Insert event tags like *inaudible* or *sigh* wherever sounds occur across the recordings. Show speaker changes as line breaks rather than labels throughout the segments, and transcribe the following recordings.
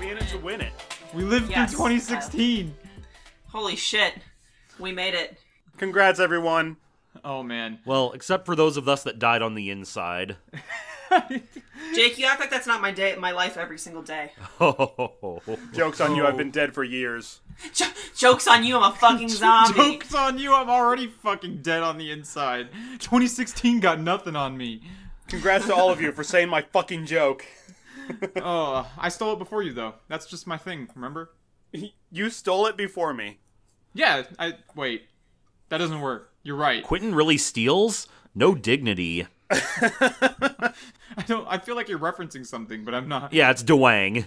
be in it to win it.
We lived
Yes,
through 2016.
Holy shit. We made it.
Congrats, everyone.
Oh man.
Well, except for those of us that died on the inside. *laughs*
Jake, you act like that's not my day my life every single day.
Oh.
Joke's on you, I've been dead for years.
Jo- joke's on you, I'm a fucking zombie.
Jokes on you. I'm already fucking dead on the inside. 2016 got nothing on me.
Congrats to all of you for saying my fucking joke.
Oh, I stole it before you though. That's just my thing. Remember?
You stole it before me.
Yeah. I wait. That doesn't work. You're right.
Quentin really steals? No dignity.
I don't. I feel like you're referencing something, but I'm not.
Yeah,
*laughs*
it's DeWang.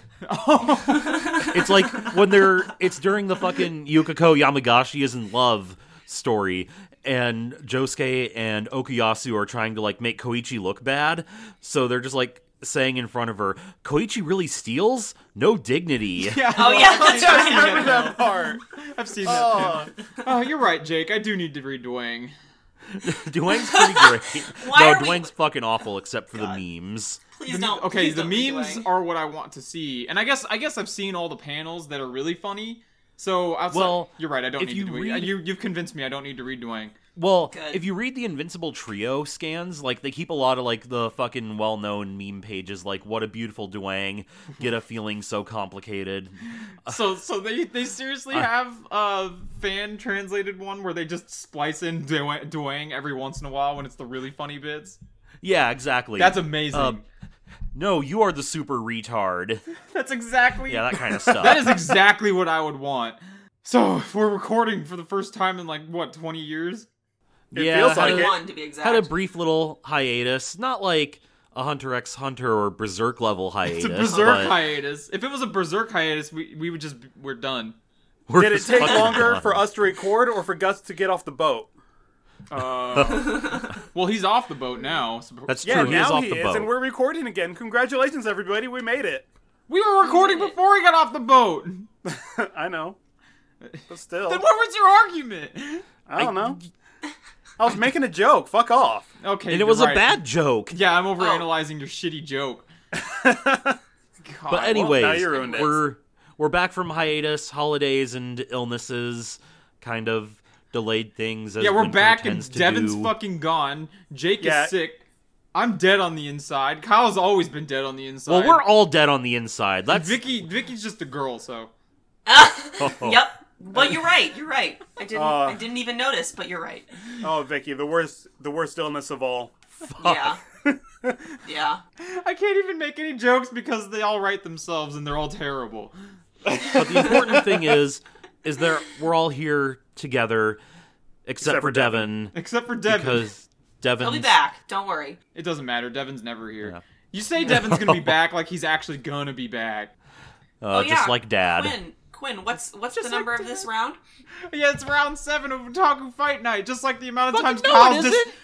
it's like when they're it's during the fucking Yukiko Yamagashi is in love story and Josuke and Okuyasu are trying to like make Koichi look bad. So they're just like saying in front of her, Koichi really steals? No dignity. *laughs*
Oh yeah,
*laughs*
that's right.
Remember that part.
I've seen that.
Oh.
Oh, you're right, Jake. I do need to read Dwayne.
Dwayne's pretty great.
*laughs* Why
no,
are we-
Dwayne's fucking awful except for the memes.
Please don't.
Okay,
please
the
don't be
memes
doing.
are what I want to see, and I guess I guess I've seen all the panels that are really funny. So outside,
Well,
you're right. I don't
if
need
you
to do
read-
it. You you've convinced me. I don't need to read Dwayne.
Well,
Good.
if you read the Invincible Trio scans, like they keep a lot of like the fucking well-known meme pages, like "What a beautiful Duang," "Get a feeling so complicated." Uh,
So so they they seriously have a fan translated one where they just splice in Dwa- Dwayne every once in a while when it's the really funny bits.
Yeah, exactly.
That's amazing.
Um, no, you are the super retard.
That's exactly
Yeah, that
*laughs*
kind of stuff. *laughs*
that is exactly what I would want. So if we're recording for the first time in like what twenty years.
It
Yeah,
feels
how
like
to-
it.
one to be exact.
had a
*laughs*
brief little hiatus, not like a Hunter X Hunter or Berserk level hiatus.
It's a berserk
but
hiatus. If it was a berserk hiatus, we, we would just we're
*laughs*
done.
we're
Did it
just
take
fucking
longer
done.
for us to record or for Gus to get off the boat?
*laughs*
Well, he's off the boat now. so-
Uh. That's
Yeah,
true. He is
now
off
he
the
is,
boat.
and we're recording again. Congratulations, everybody. We made it. *laughs*
we were recording before he got off the boat. Then
I know. But still,
what was your argument?
I don't know. I was making a joke. Fuck off.
Okay,
and it
you're
was a
right.
bad joke.
Yeah, I'm
Oh.
overanalyzing your shitty joke. God.
*laughs* But anyways,
now you ruined it.
we're we're back from hiatus, holidays and illnesses, kind of delayed things. As
yeah, we're
winter
back and
tends to
Devin's
do.
fucking gone. Jake
Yeah.
is sick. I'm dead on the inside. Kyle's always been dead on the inside.
Well, we're all dead on the inside. That's
Vicky. Vicky's just a girl, so
Yep. But you're right. You're right. I didn't.
Uh.
I didn't even notice. But you're right.
Oh, Vicky, the worst, the worst illness of all.
Yeah. yeah.
I can't even make any jokes because they all write themselves and they're all terrible.
but
*laughs*
the *laughs* important thing is, is that we're all here together, except,
Except
for
for
Devin,
Except for Devin.
because Devin.
He'll be back. Don't worry.
It doesn't matter. Devin's never here.
Yeah.
You say Devin's
*laughs*
gonna be back, like he's actually gonna be back.
Uh,
oh yeah.
Just like Dad.
Quinn. Quinn. What's what's
Just
the number
like
of this
Dad.
round?
Yeah, it's round seven of Otaku Fight Night, just like the amount of
Fucking
times
no,
Kyle's
it
just.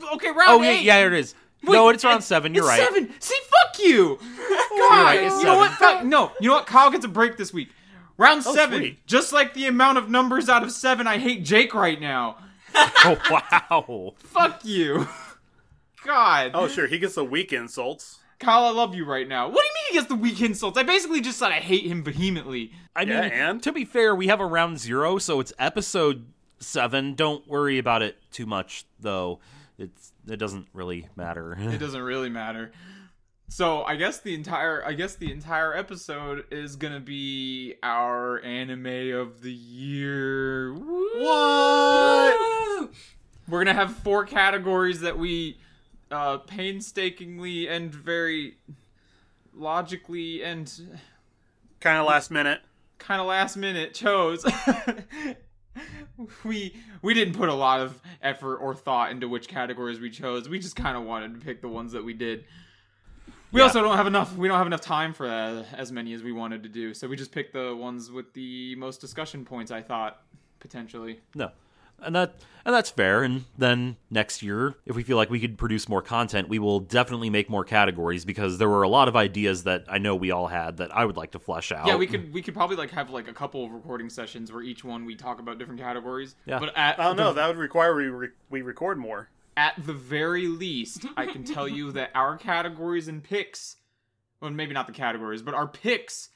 You- okay, round
Oh yeah,
eight.
yeah, it is.
Wait,
no, it's round
it's-
seven. You're
it's
right.
Seven. See, fuck
*laughs*
you. *laughs* God,
right,
you
it's
know what?
seven.
Fuck- no, you know what? Kyle gets a break this week. Round
Oh,
seven.
sweet.
Just like the amount of numbers out of seven, I hate Jake right now.
Oh *laughs* wow.
Fuck you. *laughs* God.
Oh, sure, he gets the weak insults.
Kyle, I love you right now. What do you mean he gets the weak insults? I basically just said I hate him vehemently.
I mean,
Yeah, and?
to be fair, we have a round zero, so it's episode seven. Don't worry about it too much, though. It's it doesn't really
It
matter. *laughs*
doesn't really matter. So I guess the entire I guess the entire episode is gonna be our anime of the year. Woo!
What?
We're gonna have four categories that we uh, painstakingly and very logically and
Kind of last minute.
kind of last minute chose. *laughs* we we didn't put a lot of effort or thought into which categories we chose. We just kind of wanted to pick the ones that we did. We also don't have enough. We don't have enough time for uh, as many as we wanted to do, so we just picked the ones with the most discussion points. I thought potentially.
no, and that and that's fair. And then next year, if we feel like we could produce more content, we will definitely make more categories because there were a lot of ideas that I know we all had that I would like to flesh out.
Yeah, we could we could probably like have like a couple of recording sessions where each one we talk about different categories.
Yeah.
But at
I don't
the
know. That would require we re- we record more.
at the very least, I can tell you that our categories and picks, well, maybe not the categories, but our picks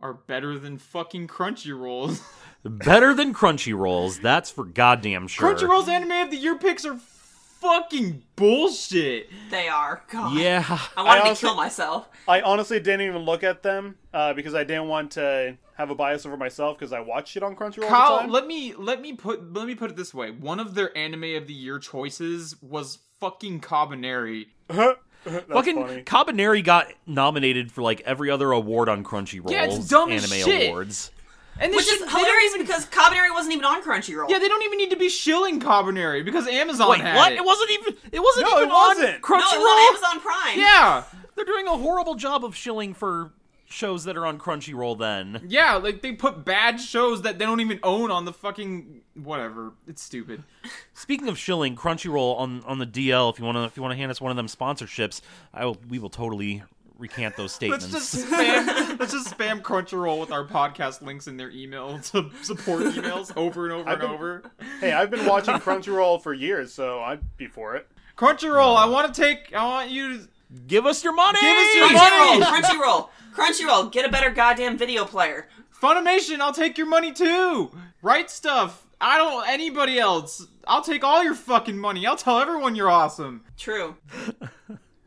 are better than fucking Crunchyrolls.
Better than Crunchyrolls, that's for goddamn sure.
Crunchyroll's anime of the year picks are fucking bullshit.
They are. God.
Yeah.
I wanted
I
to kill
also-
myself.
I honestly didn't even look at them uh, because I didn't want to have a bias over myself because I watch shit on Crunchyroll all the
Kyle,
time.
let me let me put let me put it this way. One of their anime of the year choices was fucking Cabaneri.
That's funny.
*laughs* Fucking Cabaneri got nominated for like every other award on Crunchyroll.
Yeah, it's dumb
anime
as shit.
awards.
And this
Which is
shit- they don't
hilarious
even-
because Cabaneri wasn't even on Crunchyroll.
Yeah, they don't even need to be shilling Cabaneri because Amazon
Wait,
had
what?
it.
It wasn't even. It wasn't
No,
even
it wasn't.
on
no, it was
Crunchyroll.
on Amazon Prime.
Yeah.
They're doing a horrible job of shilling for shows that are on Crunchyroll. Then
Yeah, like they put bad shows that they don't even own on the fucking whatever. It's stupid.
speaking of shilling, Crunchyroll on on the DL. If you want to, if you want to hand us one of them sponsorships, I will. We will totally recant those
Let's
statements.
just spam let's just spam Crunchyroll with our podcast links in their email *laughs* to support emails over and over and
been-
over.
Hey, I've been watching Crunchyroll for years, so I'd be for it.
Crunchyroll, I want to take I want you to
Give us your money.
Give us your
Crunchyroll,
money!
Crunchyroll, Crunchyroll, get a better goddamn video player.
Funimation, I'll take your money too. Write stuff. I don't anybody else. I'll take all your fucking money. I'll tell everyone you're awesome.
True.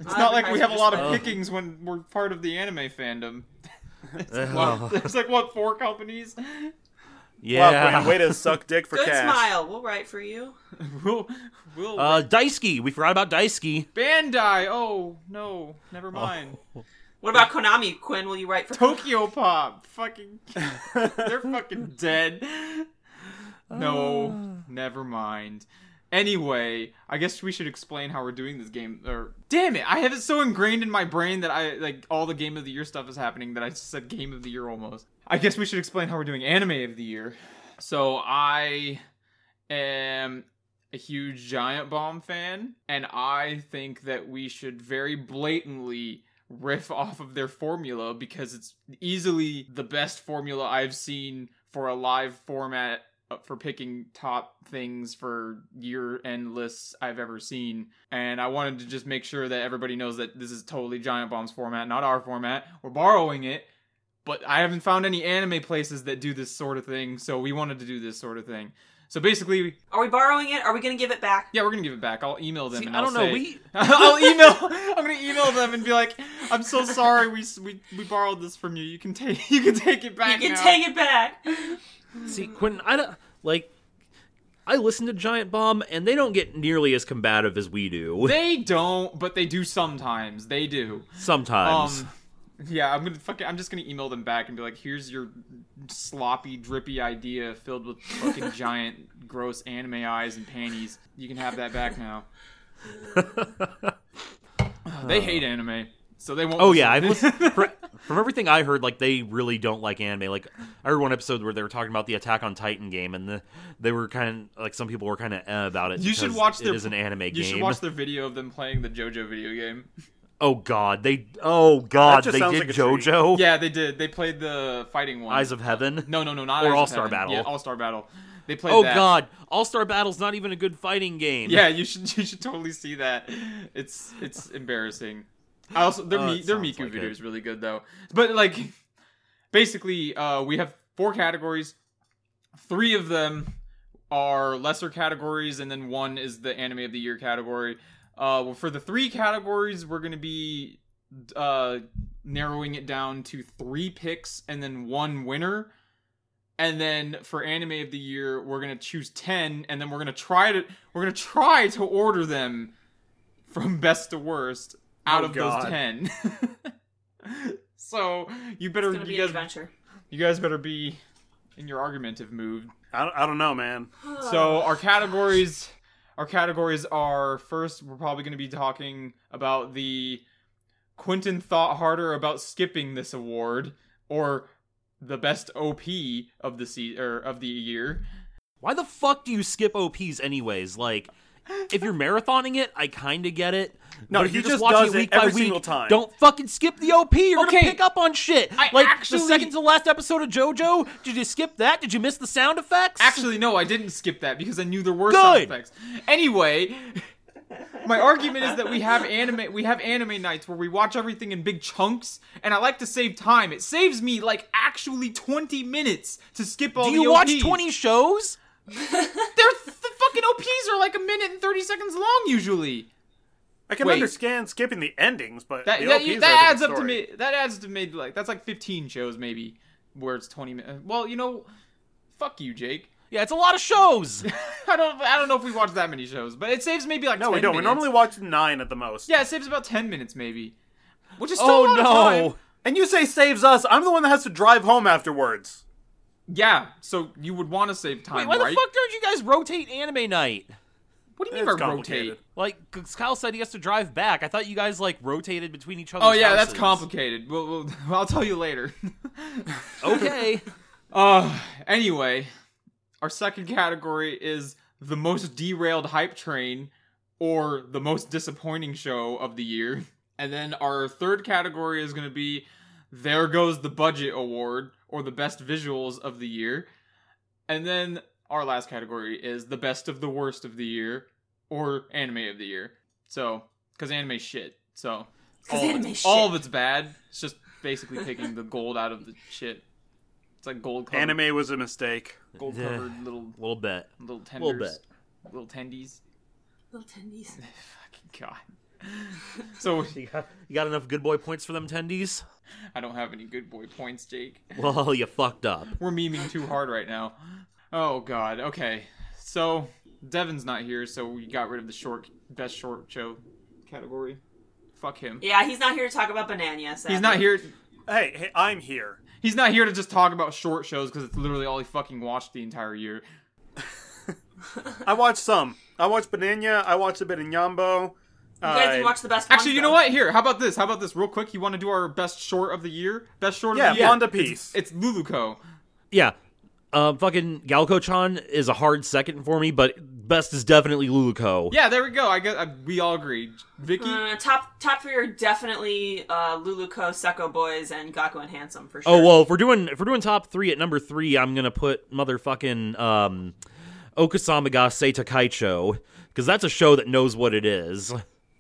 It's not like we have a lot
Oh.
of pickings when we're part of the anime fandom. *laughs*
Oh.
*laughs* Well, there's like what four companies? *laughs*
Wow,
Yeah.
Quinn, way to suck dick for
Good
cash.
smile. We'll write for you.
We'll, we'll
uh, Daisuke. We forgot about Daisuke.
Bandai. Oh no, never mind.
What about Konami, Quinn? Will you write for
Tokyo Pop. Fucking, they're fucking dead. No, never mind. Anyway, I guess we should explain how we're doing this game. Or damn it, I have it so ingrained in my brain that I like all the game of the year stuff is happening that I just said game of the year almost. I guess we should explain how we're doing anime of the year. So I am a huge Giant Bomb fan, and I think that we should very blatantly riff off of their formula because it's easily the best formula I've seen for a live format uh, for picking top things for year end lists I've ever seen. And I wanted to just make sure that everybody knows that this is totally Giant Bomb's format, not our format. We're borrowing it. But I haven't found any anime places that do this sort of thing, so we wanted to do this sort of thing. So basically,
Are we borrowing it? Are we going to give it back?
yeah, we're gonna give it back. I'll email them.
See,
and
I
I'll
don't know.
say-
We-
*laughs* I'll email. I'm gonna email them and be like, "I'm so sorry. We s- we, we borrowed this from you. You can take *laughs* you can take it
You
back.
can
now."
take it *laughs* back.
See, Quentin, I don't like. I listen to Giant Bomb, and they don't get nearly as combative as we do.
They don't, but they do sometimes. They do.
*laughs* Sometimes.
Um, yeah, I'm gonna fucking. I'm just gonna email them back and be like, "Here's your sloppy, drippy idea filled with
*laughs*
fucking giant, gross anime eyes and panties. You can have that back now." they hate anime, so they won't.
Uh. oh
listen.
yeah, I've listened,
*laughs*
fr- from everything I heard, like they really don't like anime. Like I heard one episode where they were talking about the Attack on Titan game, and the, they were kind of like some people were kind of eh about it.
You should
because
watch their.
it is an anime
you
game.
should watch their video of them playing the JoJo video game.
oh god, they oh god,
That just
they
sounds
did
like a treat.
JoJo
Yeah, they did. They played the fighting one.
Oh. Eyes of Heaven.
no, no, no, not
Or
Eyes of
All-Star
Heaven.
Battle.
Yeah, All Star Battle. They played.
oh
that.
god, All Star Battle's not even a good fighting game.
Yeah, you should you should totally see that. It's it's embarrassing. I also their
Oh,
Mi-
it
their
sounds
Miku
like
video
it.
is really good though. But like, basically, uh, we have four categories. Three of them are lesser categories, and then one is the anime of the year category. Uh, well, for the three categories, we're gonna be uh narrowing it down to three picks and then one winner. And then for anime of the year, we're gonna choose ten, and then we're gonna try to we're gonna try to order them from *laughs* best to worst out
Oh,
of
God.
those ten. *laughs* so you better
It's going to be
you
an
guys
adventure.
you guys better be in your argumentative mood.
I don't, I don't know, man.
*sighs*
So our categories our categories are first we're probably going to be talking about the Quentin thought harder about skipping this award or the best OP of the se- or of the year.
Why the fuck do you skip OPs anyways? Like, if you're marathoning it, I kind of get it.
No,
But if
he
you're
just
watching
does it
week
every
by week,
single time.
Don't fucking skip the OP. You're
Okay.
gonna pick up on shit.
I
like
actually-
the second to last episode of JoJo. Did you skip that? Did you miss the sound effects?
Actually no, I didn't skip that because I knew there were
Good.
sound effects. Anyway, My argument is that we have anime we have anime nights where we watch everything in big chunks, and I like to save time. It saves me like actually twenty minutes to skip all
Do
the
you watch
OPs.
20 shows?
They're, the fucking OPs are like a minute and thirty seconds long usually.
I can
Wait.
understand skipping the endings, but
That
the
that,
OPs are a
that
different
adds up to
story.
me. That adds to maybe like that's like fifteen shows maybe where it's twenty minutes. Well, you know, fuck you, Jake.
Yeah, it's a lot
*laughs*
of shows.
I don't I don't know if we watch that many shows, but it saves maybe like
No,
10
we don't. We
minutes.
normally watch nine at the most.
yeah, it saves about ten minutes maybe, which is still a
oh
lot of time.
no.
And you say saves us. I'm the one that has to drive home afterwards.
Yeah, so you would want to save time,
Wait, why
right?
the fuck don't you guys rotate anime night?
What do you
It's
mean by
complicated.
rotate?
Like, 'cause Kyle said he has to drive back. I thought you guys, like, rotated between each other.
Oh yeah, that's
complicated.
complicated. We'll, we'll, *laughs* I'll tell you later. *laughs*
Okay.
uh, anyway, our second category is the most derailed hype train or the most disappointing show of the year. And then our third category is going to be there goes the budget award or the best visuals of the year. And then our last category is the best of the worst of the year or anime of the year. So, cuz anime shit. So,
'Cause
all, of
anime
it's, all
shit.
of it's bad. It's just basically taking the gold out of the shit. It's like gold covered
Anime was a mistake.
gold
Yeah.
covered little
A little bit.
little
Little
tenders, little tendies.
Little tendies.
Fucking god. *laughs* So
You got, you got enough good boy points for them tendies?
I don't have any good boy points, Jake.
Well, *laughs* you fucked up.
We're memeing too hard right now. Oh god. Okay. So Devin's not here, so we got rid of the short best short show category. Fuck him.
Yeah, he's not here to talk about Banania. Sadly.
He's not here.
Hey, hey, I'm here.
He's not here to just talk about short shows because it's literally all he fucking watched the entire year.
I watched some. I watched Banania. I watched a bit of Uh, Yambo.
You guys didn't watch the best.
Actually,
ones,
you know
though.
what? Here, how about this? How about this? Real quick, you want to do our best short of the year? Best short
Yeah,
of the year.
Blonde a
It's-
piece.
It's Luluco.
Yeah. Um, fucking Galco-chan is a hard second for me, but best is definitely Luluko.
Yeah, there we go. I guess I, we all agree. Vicky,
Uh, top top three are definitely uh, Luluko, Seko Boys, and Gaku and Handsome for sure.
Oh well, if we're doing if we're doing top three at number three, I'm gonna put motherfucking um, Okasamaga Seita Kaicho because that's a show that knows what it is.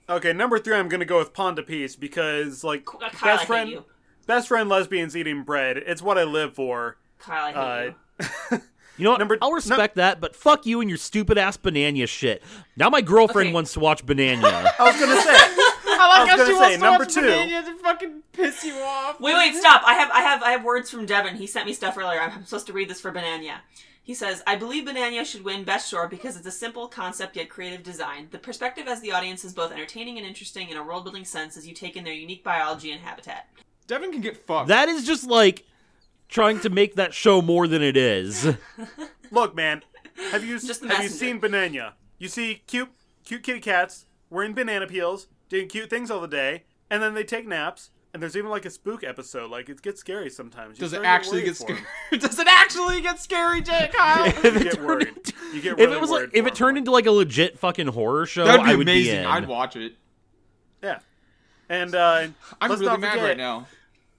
Okay, number three, I'm gonna go with Pond Piece because like
Kyle, I
best
hate
friend,
you.
best friend, lesbians eating bread. It's what I live for.
Kyle, I hate
Uh,
you.
You know, what?
Number-
I'll respect that, but fuck you and your stupid ass Banania shit. Now my girlfriend
Okay.
wants to watch Banania.
I was gonna
*laughs*
say,
I like
I was
how she
gonna
wants
say,
to
number
watch
two.
Banania to fucking piss you off.
Wait, wait, stop! I have, I have, I have words from Devin. He sent me stuff earlier. I'm supposed to read this for Banania. He says, "I believe Banania should win Best Short because it's a simple concept yet creative design. The perspective as the audience is both entertaining and interesting in a world-building sense as you take in their unique biology and habitat."
Devin can get fucked.
that is just like trying to make that show more than it is.
look, man, have you
Just the
have you
messenger.
seen Banania? You see cute cute kitty cats wearing banana peels, doing cute things all the day, and then they take naps. And there's even like a spook episode. Like it gets scary sometimes. You
Does it
start to
actually
worried
get
for
scary?
'em.
*laughs* Does it actually get
*laughs*
scary, Jake? Kyle?
*laughs* If
You
it
get
turned
worried.
into-
You get
if
really
it was like
worried
if
for
it
'em.
turned into like a legit fucking horror show,
That'd be
I would
amazing.
Be in.
I'd watch it.
yeah. And uh,
I'm
let's
really
not
mad
forget
right now.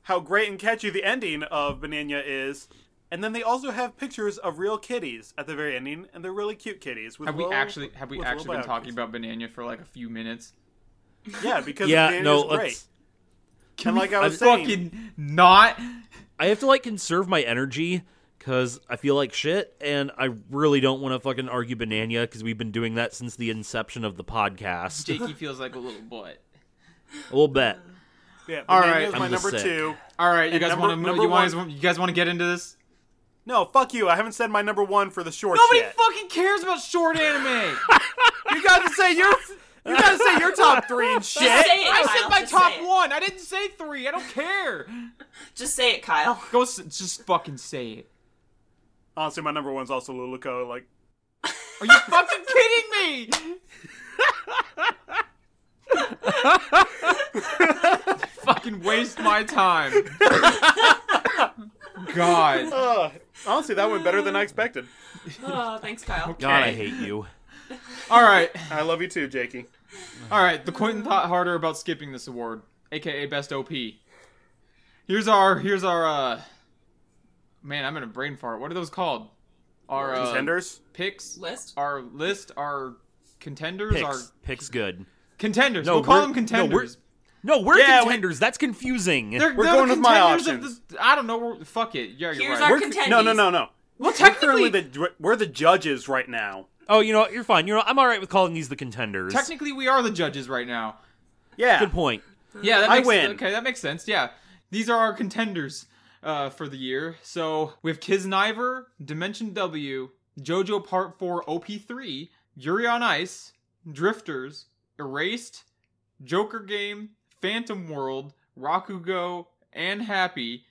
how great and catchy the ending of Banania is. And then they also have pictures of real kitties at the very ending, and they're really cute kitties. With
Have we
little-
actually have we
with little
actually been talking
biographies.
about Banania for like a few minutes?
Yeah, because
Yeah,
Banania's
no,
great.
let's.
And like I
I'm
was saying,
fucking not.
I have to like conserve my energy because I feel like shit, and I really don't want to fucking argue Banania because we've been doing that since the inception of the podcast.
Jakey feels like a little butt.
A little bit.
yeah,
All
All
right,
right, is
I'm
my
just
number
sick.
two.
All right, you
And
guys
number-
want to move?
number
You guys,
one-
want- you guys want to get into this?
No, fuck you. I haven't said my number one for the shorts
Nobody
yet.
fucking cares about short anime.
you gotta say your, you gotta say your top three and shit.
Just say it,
I
Kyle.
said my
Just
top
say it.
one. I didn't say three. I don't care.
Just say it, Kyle.
Go, s- just fucking say it.
Honestly, my number one's also Luluko. Like,
Are you fucking kidding me? fucking waste my time. God.
uh, honestly, that went better than I expected.
*laughs* Oh, thanks, Kyle.
God, I
Okay.
hate you.
All right.
I love you too, Jakey.
All right. The Quentin thought harder about skipping this award, aka best OP. Here's our. Here's our. uh Man, I'm in a brain fart. What are those called? Our uh,
Contenders.
picks
List?
Our list. Our contenders
Picks.
are
Picks good.
contenders.
No,
we'll call
we're-
them
no, we're-
contenders.
No, we're
Yeah, we-
contenders. That's confusing.
they're
We're
they're
going
the
with my
contenders of
options.
the- I don't know. We're, fuck it. Yeah, you're
Here's
right.
our
We're no, no,
contendees.
no, no.
well,
We're
technically,
currently the we're the judges right now.
oh, you know what? You're fine. You know what? I'm all right with calling these the contenders.
technically, we are the judges right now.
Yeah.
Good point.
Yeah, that
I
makes,
win.
Okay, that makes sense. Yeah, these are our contenders uh, for the year. So we have Kizniver, Dimension W, JoJo Part Four, OP3, Yuri on Ice, Drifters, Erased, Joker Game, Phantom World, Rakugo, and Happy,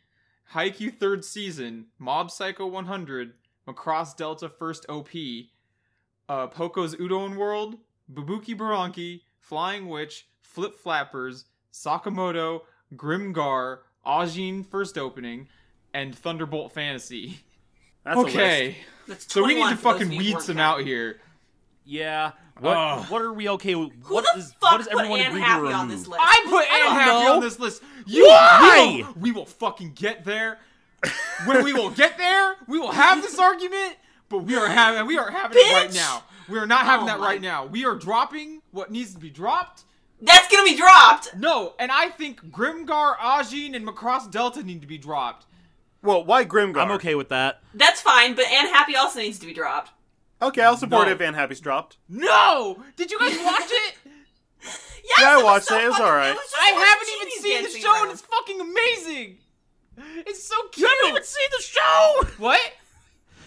Haikyuu Third Season, Mob Psycho 100, Macross Delta First OP, uh, Poco's Udon World, Bubuki Baranki, Flying Witch, Flip Flappers, Sakamoto, Grimgar, Ajin First Opening, and Thunderbolt Fantasy. *laughs*
That's A list.
okay,
That's
so we need
21
to
for those
fucking
of you who
weed
weren't
some
counting.
out here.
Yeah. What?
Ugh.
What are we okay with?
Who
what
the
is-
fuck
what does everyone
put Anne
agree to
Happy
remove?
on this list?
I put
don't
Anne Happy
know.
on this list. You,
Why?
We will, we will fucking
*laughs*
get there. when we will get there, we will have this argument. But we are having we are having it right
Bitch.
now. We are not having
Oh
that
my-
right now. We are dropping what needs to be dropped.
That's gonna be dropped.
No, and I think Grimgar, Ajin, and Macross Delta need to be dropped.
Well, why Grimgar?
I'm okay with that.
That's fine, but Anne Happy also needs to be dropped.
Okay, I'll support
No.
if Van Happy's dropped.
No! Did you guys watch
*laughs*
it?
Yes,
Yeah, I
it was
watched
so
it. It was
fucking-
alright.
was just
I
like
haven't
genies
even seen the
dancing
show
around.
and it's fucking amazing! It's so cute!
seen the show.
what?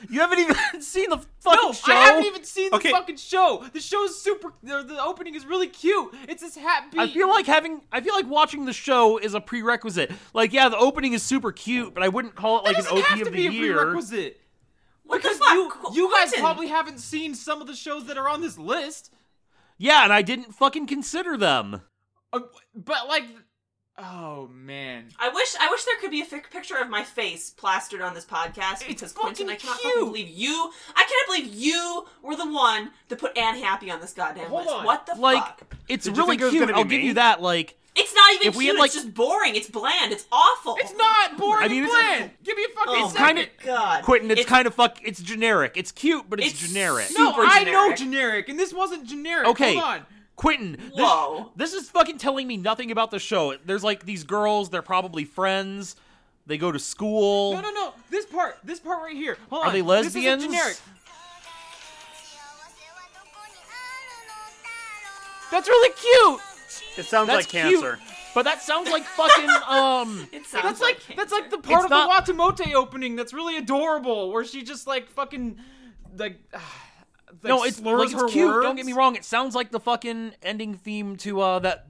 You haven't even *laughs* seen the fucking
No,
show.
I haven't even seen the
Okay.
fucking show! The show's super. The, the opening is really cute! It's this happy.
I feel like having I feel like watching the show is a prerequisite. Like, yeah, the opening is super cute, but I wouldn't call it
That
like an
doesn't
OP
have
of
to
the
be a
year.
prerequisite!
What the
Because
fuck?
you,
Qu-
you guys
Quentin,
probably haven't seen some of the shows that are on this list.
Yeah, and I didn't fucking consider them.
Uh, but, like. Oh, man.
I wish I wish there could be a fic- picture of my face plastered on this podcast because Quentin,
fucking
I cannot
cute.
fucking believe you. I cannot believe you were the one that put Anne Happy on this goddamn
Hold
list.
on.
What the
Like,
fuck?
it's
Did you
really
think it was
cute.
gonna be
I'll give
me?
you that. Like,
It's not even
if we
cute.
had, like-
it's just boring. It's bland. It's awful.
It's not boring
I mean,
and
it's-
bland. Give me a fucking
Oh
second.
my
kind of
God,
Quentin. It's, kind of fuck. It's generic. It's cute, but it's,
It's
generic.
so-
no,
super
I know
generic.
generic, and this wasn't generic.
Okay.
Hold on.
Quentin, this,
Whoa.
this is fucking telling me nothing about the show. There's like these girls. They're probably friends. They go to school.
No, no, no. This part, this part right here. Hold
Are
on.
they lesbians?
This is generic.
That's really cute.
It sounds
That's
like cancer.
cute. But that sounds
*laughs*
like fucking um.
It sounds
That's like
like,
that's like the
cancer.
part
It's
of
not-
the Watamote opening that's really adorable, where she just like fucking like. *sighs* like
no, it's
slurs
like,
her
it's cute.
Words.
Don't get me wrong. It sounds like the fucking ending theme to uh that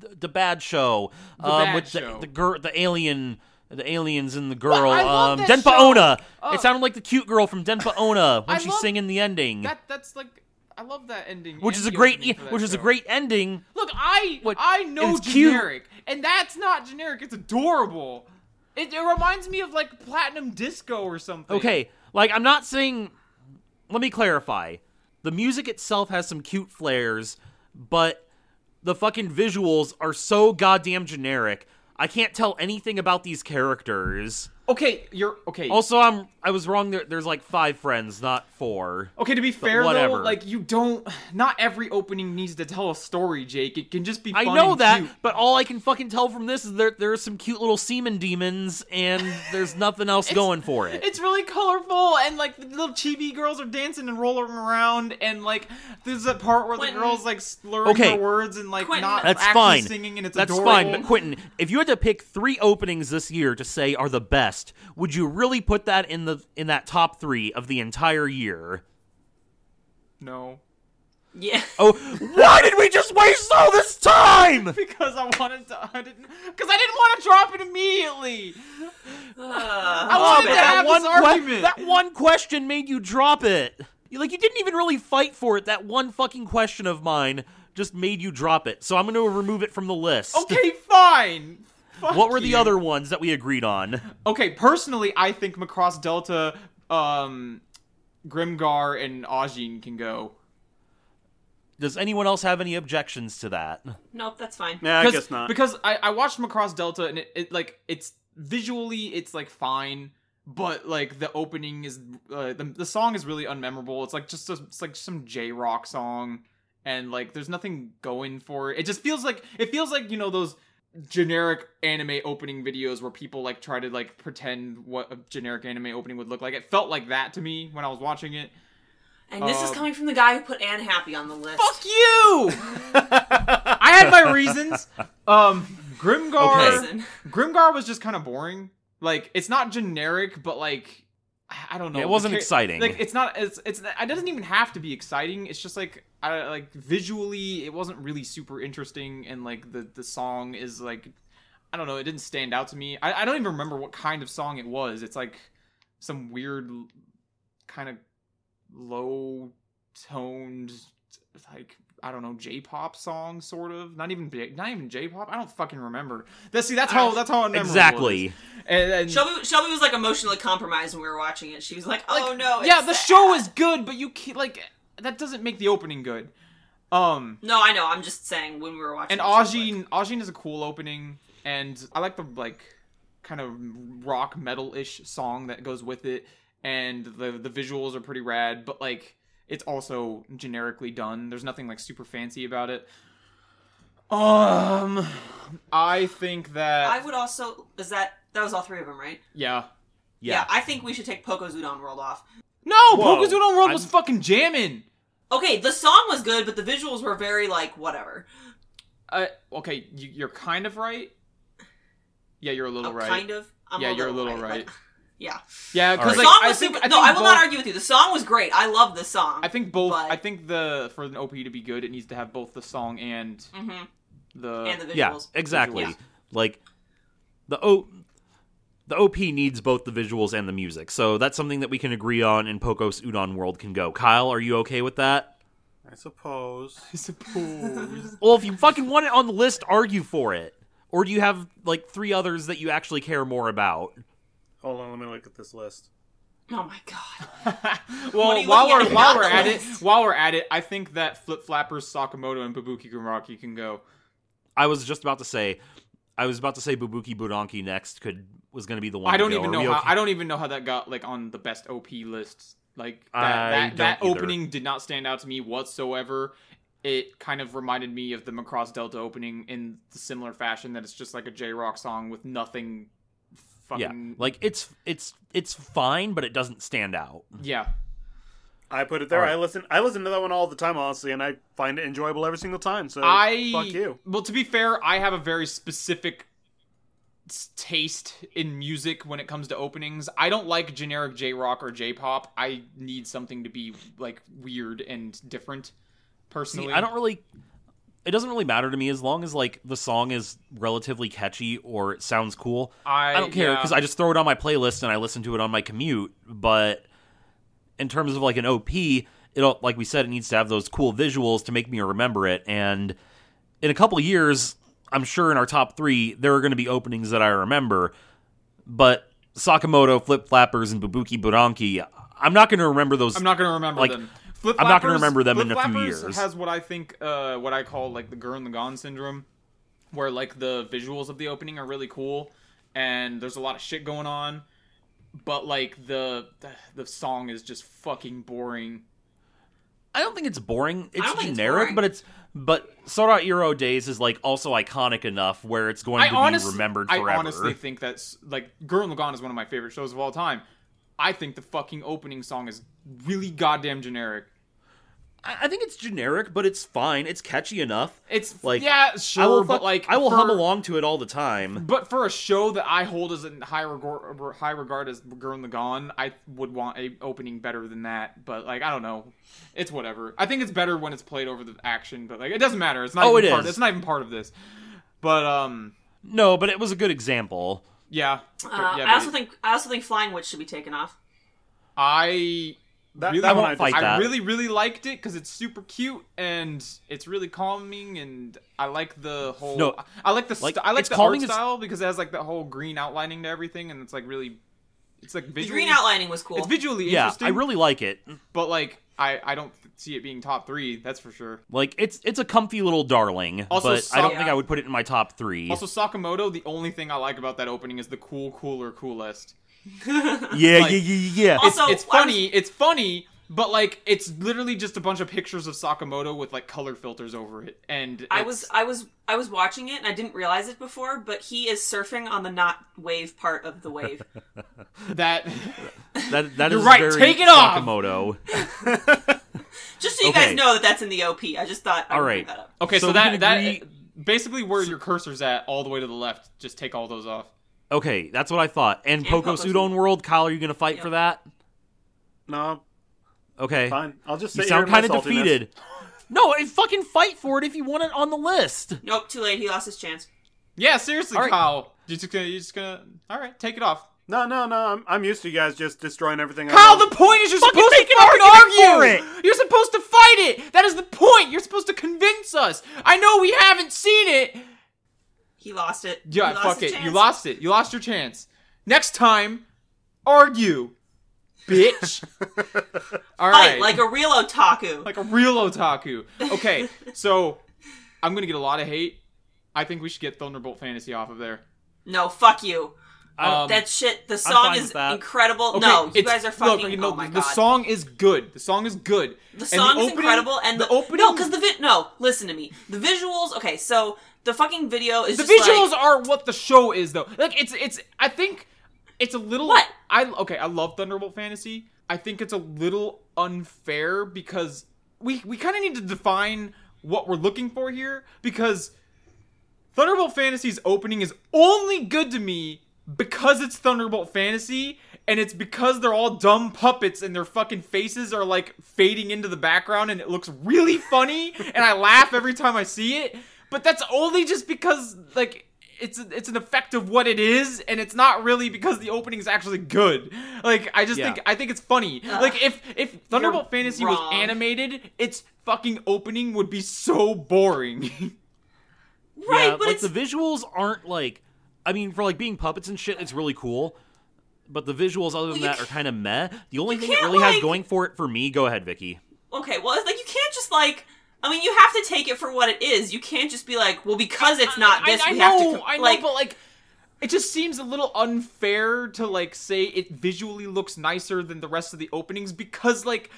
th- the bad show, the um,
Bad
with
Show.
the the, gir- the alien. The aliens and the girl,
I love
um,
that
Denpa
show.
Ona.
Oh.
It sounded like the cute girl from Denpa Ona when
I
she's
love-
singing the ending,
That that's like. I love that ending.
which
and
is a
the
great, e-,
opening for that
which is a
show.
great ending.
Look, I
What-
I know
it's cute.
generic, and that's not generic. It's adorable. It, it reminds me of like platinum disco or something.
Okay, like I'm not saying. Let me clarify. The music itself has some cute flares, but the fucking visuals are so goddamn generic. I can't tell anything about these characters.
okay, you're okay.
Also, I'm I was wrong. There, there's like five friends, not four.
okay, to be fair though,
whatever.
like you don't. Not every opening needs to tell a story, Jake. It can just be.
I
fun
know
and
that,
cute.
but all I can fucking tell from this is there there are some cute little semen demons, and there's nothing else going for it.
It's really colorful, and like the little chibi girls are dancing and rolling around, and like there's that part where
Quentin.
the girls like slurring
Okay.
her words and like
Quentin.
not
That's
actually
fine.
singing, and it's
That's
adorable.
fine. But Quentin, if you had to pick three openings this year to say are the best, would you really put that in the in that top three of the entire year?
no,
yeah.
Oh, why did we just waste all this time?
*laughs* because I wanted to. I didn't because I didn't want to drop it immediately. *laughs*
Oh,
I wanted to have
one
this
que-
argument.
that one question made you drop it. You- Like you didn't even really fight for it. That one fucking question of mine just made you drop it. So I'm going to remove it from the list.
okay, fine. Fuck
What were the
you.
other ones that we agreed on?
Okay, personally, I think Macross Delta, um, Grimgar, and Ajin can go.
Does anyone else have any objections to that?
Nope, that's fine.
Nah, I
Because-
guess not.
Because I, I watched Macross Delta and it, it like it's visually it's like fine, but like the opening is uh, the the song is really unmemorable. It's like just a, it's like some J rock song, and like there's nothing going for it. It just feels like it feels like you know those generic anime opening videos where people like try to like pretend what a generic anime opening would look like. It felt like that to me when I was watching it.
And this is
Uh,
coming from the guy who put Anne Happy on the list.
Fuck you! *laughs* I had my reasons. Um, Grimgar.
Okay.
Listen.
Grimgar was just kind of boring. Like it's not generic, but like I- I don't know.
It wasn't
The
exciting.
Like it's not. It's it's. It doesn't even have to be exciting. It's just like I like visually, it wasn't really super interesting, and like the the song is like I don't know. It didn't stand out to me. I, I don't even remember what kind of song it was. It's like some weird l- kind of low toned like I don't know J-pop song sort of not even J- not even J-pop I don't fucking remember. That see that's how that's how unmemorable it
Exactly.
is. And, and
Shelby, Shelby was like emotionally compromised when we were watching it. She was like, "Oh
like,
no!"
yeah,
it's
the
sad."
show is good, but you can't, like that doesn't make the opening good. Um,
No, I know. I'm just saying when we were watching.
and
the show,
Ajin
like-
Ajin is a cool opening, and I like the like kind of rock metal ish song that goes with it, and the the visuals are pretty rad, but like it's also generically done. There's nothing like super fancy about it. Um, I think that
I would also. Is that that was all three of them, right?
yeah.
Yeah.
I think we should take Poco's Udon World off.
No,
Whoa,
Pokémon World was
I'm-
fucking jamming.
Okay, the song was good, but the visuals were very like whatever.
Uh, okay, you, you're kind of right. Yeah, you're a little
Oh,
right.
Kind of. I'm
yeah, you're a little
like-
right.
*laughs* yeah.
Yeah,
All
because
right.
The
like
song
I
was
think,
super,
I
no,
think
I will
both-
not argue with you. The song was great. I love the song.
I think both.
but-
I think the for an OP to be good, it needs to have both the song and
Mhm.
the.
and
*laughs*
the visuals.
Yeah, exactly.
Yeah.
Like the O the OP needs both the visuals and the music. So that's something that we can agree on and Poco's Udon World can go. Kyle, are you okay with that?
I suppose.
I *laughs*
*laughs*
suppose.
Well, if you fucking want it on the list, argue for it. Or do you have like three others that you actually care more about?
Hold on, let me look at this list.
Oh my
*laughs*
god. What are
well,
you
while we're
looking at?
while
Not
we're
the *laughs*
at it,
list.
while we're at it, I think that Flip Flappers, Sakamoto, and Babuki Gumraki can go.
I was just about to say I was about to say Bubuki Budonki next could was going to be the one.
I
to
don't
go.
even
Are
know
we
how.
okay?
I don't even know how that got like on the best OP list. Like
I
that that, that
don't either.
opening did not stand out to me whatsoever. It kind of reminded me of the Macross Delta opening in the similar fashion that it's just like a J Rock song with nothing.
yeah,
Fucking
like it's it's it's fine, but it doesn't stand out.
yeah.
I put it there.
All right.
I listen. I listen to that one all the time, honestly, and I find it enjoyable every single time. So
I
fuck you.
Well, to be fair, I have a very specific s- taste in music when it comes to openings. I don't like generic J rock or J pop. I need something to be like weird and different. Personally,
See, I don't really. It doesn't really matter to me as long as like the song is relatively catchy or it sounds cool.
I,
I don't care
yeah.
because I just throw it on my playlist and I listen to it on my commute. But in terms of like an OP, it'll like we said, it needs to have those cool visuals to make me remember it. And in a couple of years, I'm sure in our top three there are going to be openings that I remember. But Sakamoto, Flip Flappers, and Babuki Budonki, I'm not going to remember those.
I'm not gonna remember
like,
them. Flip
I'm not gonna
Flappers-
remember them in
Flip
a few
Flappers
years.
Has what I think, uh, what I call like the Gurren Lagann syndrome, where like the visuals of the opening are really cool, and there's a lot of shit going on, but like the the, the song is just fucking boring.
I don't think it's boring.
don't
It's
think it's
generic,
boring.
but it's but Sora Iro Days is like also iconic enough where it's going
I
to
honestly,
be remembered
I
forever.
honestly think that's like Gurren Lagann is one of my favorite shows of all time. I think the fucking opening song is really goddamn generic.
I, I think it's generic, but it's fine. It's catchy enough.
It's like
Like,
yeah, sure,
I will
but
fuck-
like
I will
for-
hum along to it all the time.
But for a show that I hold as in high regard, high regard as Gurren Lagann, I would want a opening better than that. But like, I don't know, it's whatever. I think it's better when it's played over the action, but like, it doesn't matter. It's not.
Oh,
even
it
part,
is.
It's not even part of this. But um,
No, but it was a good example.
yeah, But-
Uh,
yeah,
I also
but
think I also think Flying Witch should be taken off.
I
That,
really
that
I
one
won't
I
fight
just-
that.
I really really liked it because it's super cute and it's really calming and I like the whole.
No,
I- I like the
like,
st- I like
it's
the
calming,
art
it's-
style because it has like that whole green outlining to everything and it's like really. It's like
The
visually
green outlining was cool.
It's visually
Yeah,
interesting.
I really like it.
but like I I don't see it being top three. That's for sure.
Like it's it's a comfy little darling,
Also,
but I
Sa-
don't think I would put it in my top three.
Also, Sakamoto. The only thing I like about that opening is the cool, cooler, coolest.
yeah,
like- *laughs*
yeah, yeah, yeah, yeah.
Also-
it's
I was-
funny. It's funny, But like it's literally just a bunch of pictures of Sakamoto with like color filters over it, and
I
it's-
was I was I was watching it and I didn't realize it before, but he is surfing on the not wave part of the
*laughs*
wave.
that *laughs*
That that
You're
is
right,
very
take it off!
Sakamoto.
Just so you
Okay.
guys know that that's in the OP. I just thought I
All
would
right.
bring that up.
okay. So,
So we
that
can
that
agree-
basically where your cursor's at, all the way to the left, just take all those off.
Okay, that's what I thought. And
And
Poco's
Poco's-
Udon World, Kyle, are you gonna fight
Yep.
for that?
No,
Okay.
fine. I'll just
You
sit
sound
here
kind
in
of
my saltiness.
defeated. No, I fucking fight for it if you want it on the list.
Nope, too late. He lost his chance.
Yeah, seriously,
All right.
Kyle, you're just gonna you're just gonna all right, take it off.
No, no, no. I'm, I'm used to you guys just destroying everything. I
Kyle,
love.
the point is you're
Fucking
supposed to
make an
fucking
argument
argue.
for
You're supposed to fight it. That is the point. You're supposed to convince us. I know we haven't seen it.
He lost it.
Yeah,
he lost
fuck
his
it. You
chance.
lost it. You lost your chance. Next time, argue,
*laughs*
bitch. All
Fight
right,
like a real otaku.
like a real otaku. Okay, so I'm gonna get a lot of hate. I think we should get Thunderbolt Fantasy off of there.
no, fuck you.
Um,
That shit. The
fine
song
with
is
that.
incredible.
Okay,
Uh, no, you
it's-
guys are
look,
fucking.
you know,
oh my
the,
god.
the song is good. The song is good.
The
And
song's
opening-
incredible, and the,
opening.
No, because the vi- no. Listen to me. The visuals. Okay, so the fucking video is
the
just like-
visuals are what the show is though like it's it's i think it's a little
What?
i okay i love thunderbolt fantasy i think it's a little unfair because we we kind of need to define what we're looking for here because thunderbolt fantasy's opening is only good to me because it's thunderbolt fantasy and it's because they're all dumb puppets and their fucking faces are like fading into the background and it looks really funny and i laugh every time i see it but that's only just because like it's it's an effect of what it is and it's not really because the opening's actually good like i just
Yeah.
think i think it's funny like if if thunderbolt fantasy was
wrong.
animated its fucking opening would be so boring *laughs*
right,
yeah,
but
like
it's
the visuals aren't like. I mean, for like being puppets and shit, it's really cool. But the visuals, other than
you
that, are kind of meh. The only thing it
can't,
really has
like-
going for it for me, go ahead, Vicky.
okay. Well, it's like you can't just like. I mean, you have to take it for what it is. You can't just be like, well, because it's not this,
I, I
we
know,
have to. com-
I know,
like,
but like, it just seems a little unfair to like say it visually looks nicer than the rest of the openings because like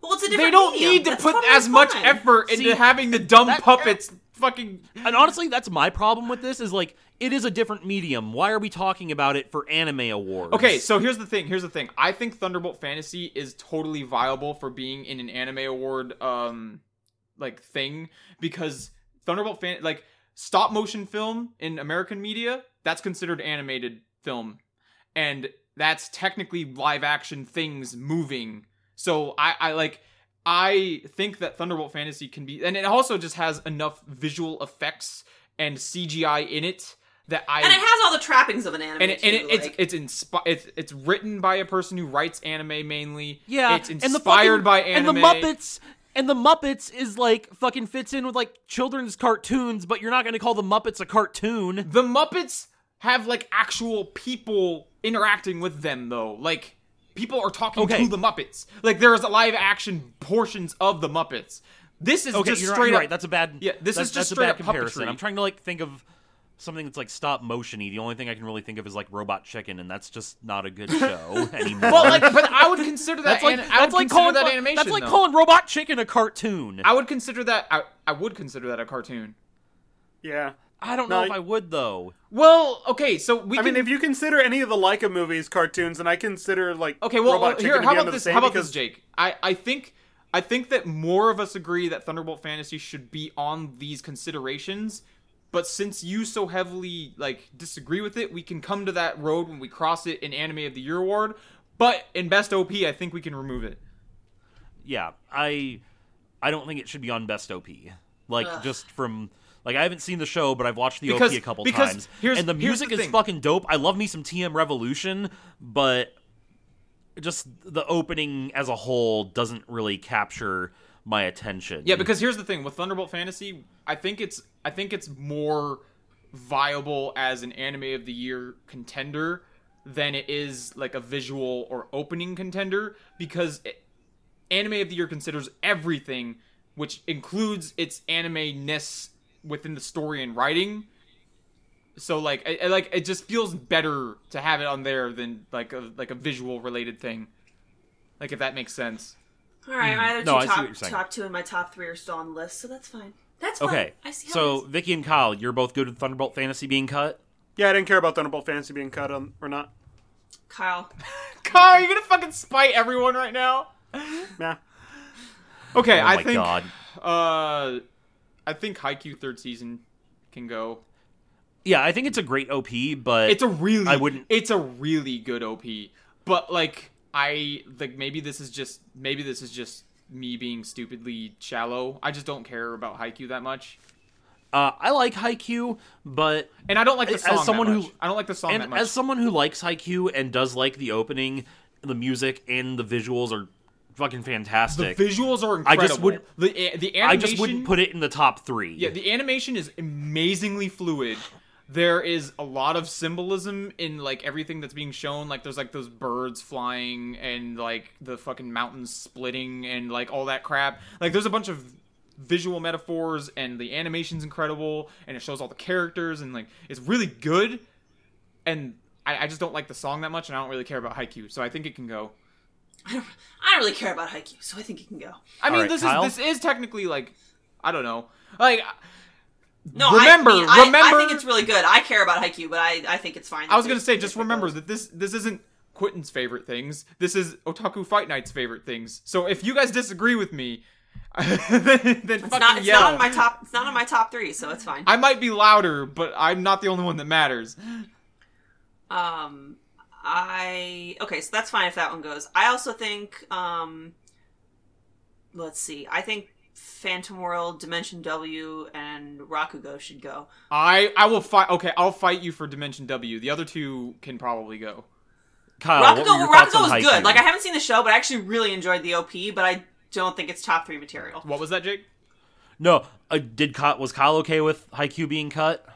well, it's a different.
they don't
medium.
need to
That's
put
totally
as much
fine.
effort into
See,
having the dumb
that-
puppets fucking.
And honestly, that's my problem with this is like it is a different medium. Why are we talking about it for anime awards?
Okay, so here's the thing. Here's the thing. I think Thunderbolt Fantasy is totally viable for being in an anime award um like thing because Thunderbolt fan like stop motion film in American media, that's considered animated film. And that's technically live action things moving. So I I like I think that Thunderbolt Fantasy can be and it also just has enough visual effects and CGI in it that I
and it has all the trappings of an anime.
and, it, and
too,
it, it's
like-
it's inspi- it's it's written by a person who writes anime mainly.
yeah,
it's
and
inspired
the fucking-
by anime.
and the Muppets. And the Muppets is like fucking fits in with like children's cartoons, but you're not going to call the Muppets a cartoon.
The Muppets have like actual people interacting with them though. Like people are talking
Okay.
to the Muppets. Like there is a live action portions of the Muppets. This is
Okay,
just
you're,
straight
right, you're
up.
right. That's a bad.
Yeah, this
that's,
is just
that's a
straight
bad
up
comparison.
puppetry.
I'm trying to like think of something that's like stop motiony. The only thing I can really think of is like Robot Chicken, and that's just not a good *laughs* show anymore.
well, like, but I would consider that.
that's like
an- I
that's
would
like
consider
calling
that
fu-
animation.
That's like
though.
calling Robot Chicken a cartoon. I,
I would consider that. I, I would consider that a cartoon.
Yeah.
don't
No,
know if
I-
I would though.
Well, okay, so we
I
can
mean, if you consider any of the Leica movies cartoons, and I consider like
Okay, well,
Robot
well,
Chicken
here,
to
how
be under
about
the
this?
same
How about
because
this, Jake? I, I think, I think that more of us agree that Thunderbolt Fantasy should be on these considerations. But since you so heavily like disagree with it, we can come to that road when we cross it in Anime of the Year award. But in Best OP, I think we can remove it.
Yeah, I I don't think it should be on Best OP. Like
Ugh.
just from like I haven't seen the show, but I've watched the
Because-
OP a couple
because
times,
here's-
and the
here's
music
the
is
thing.
fucking dope. I love me some TM Revolution, but just the opening as a whole doesn't really capture my attention.
Yeah, because here's the thing with Thunderbolt Fantasy, I think it's I think it's more viable as an anime of the year contender than it is like a visual or opening contender because it, anime of the year considers everything which includes its anime-ness within the story and writing. So like I, I- like it just feels better to have it on there than like a like a visual related thing. Like if that makes sense.
All right, my other
No, I
two
see what
top,
you're saying.
top two and my top three are still on the list, so that's fine. That's fine.
Okay.
I see how
so
it is.
Vicky and Kyle, you're both good with Thunderbolt Fantasy being cut.
Yeah, I didn't care about Thunderbolt Fantasy being cut on, or not.
Kyle,
Kyle, are you gonna fucking spite everyone right now?
Nah.
Okay,
Oh
I
my
think
god.
uh I think Haikyuu third season can go.
Yeah, I think it's a great OP, but
It's a really
I wouldn't-
it's a really good OP. But like I like maybe this is just maybe this is just me being stupidly shallow. I just don't care about Haikyuu that much.
uh, I like Haikyuu, but
And I don't like the
As
song.
someone
that
who-
much. I don't like the song that
and
much.
as someone who likes Haikyuu and does like the opening, the music and the visuals are fucking fantastic.
the visuals are incredible.
I just would-
the the animation
I just wouldn't put it in the top three.
Yeah, the animation is amazingly fluid. There is a lot of symbolism in like everything that's being shown. Like there's like those birds flying and like the fucking mountains splitting and like all that crap. Like there's a bunch of visual metaphors and the animation's incredible and it shows all the characters and like it's really good. And I, I just don't like the song that much and I don't really care about Haikyuu, so I think it can go.
I don't really care about Haikyuu, so I think it can go.
I mean,
right,
this
Kyle?
is this is technically like I don't know. Like
No,
Remember-
I, mean, I,
remember-
I think it's really good. I care about Haikyuu, but I, I think it's fine.
I was gonna say, just remember that this this isn't Quentin's favorite things. This is Otaku Fight Night's favorite things. So if you guys disagree with me, *laughs* then, then
It's
fucking
not, it's
yell.
not on my top. It's not on my top three, so it's fine.
I might be louder, but I'm not the only one that matters.
Um, I okay, so that's fine if that one goes. I also think, um, let's see. I think Phantom World, Dimension W, and Rakugo should go.
I I will fight. Okay, I'll fight you for Dimension W. The other two can probably go.
Kyle,
Rakugo,
Oh, what were your
well,
thoughts
Rakugo
on
was
Haikyuu?
good. Like I haven't seen the show, but I actually really enjoyed the OP. But I don't think it's top three material.
What was that, Jake?
no, uh, did Kyle, was Kyle okay with Haikyuu being cut?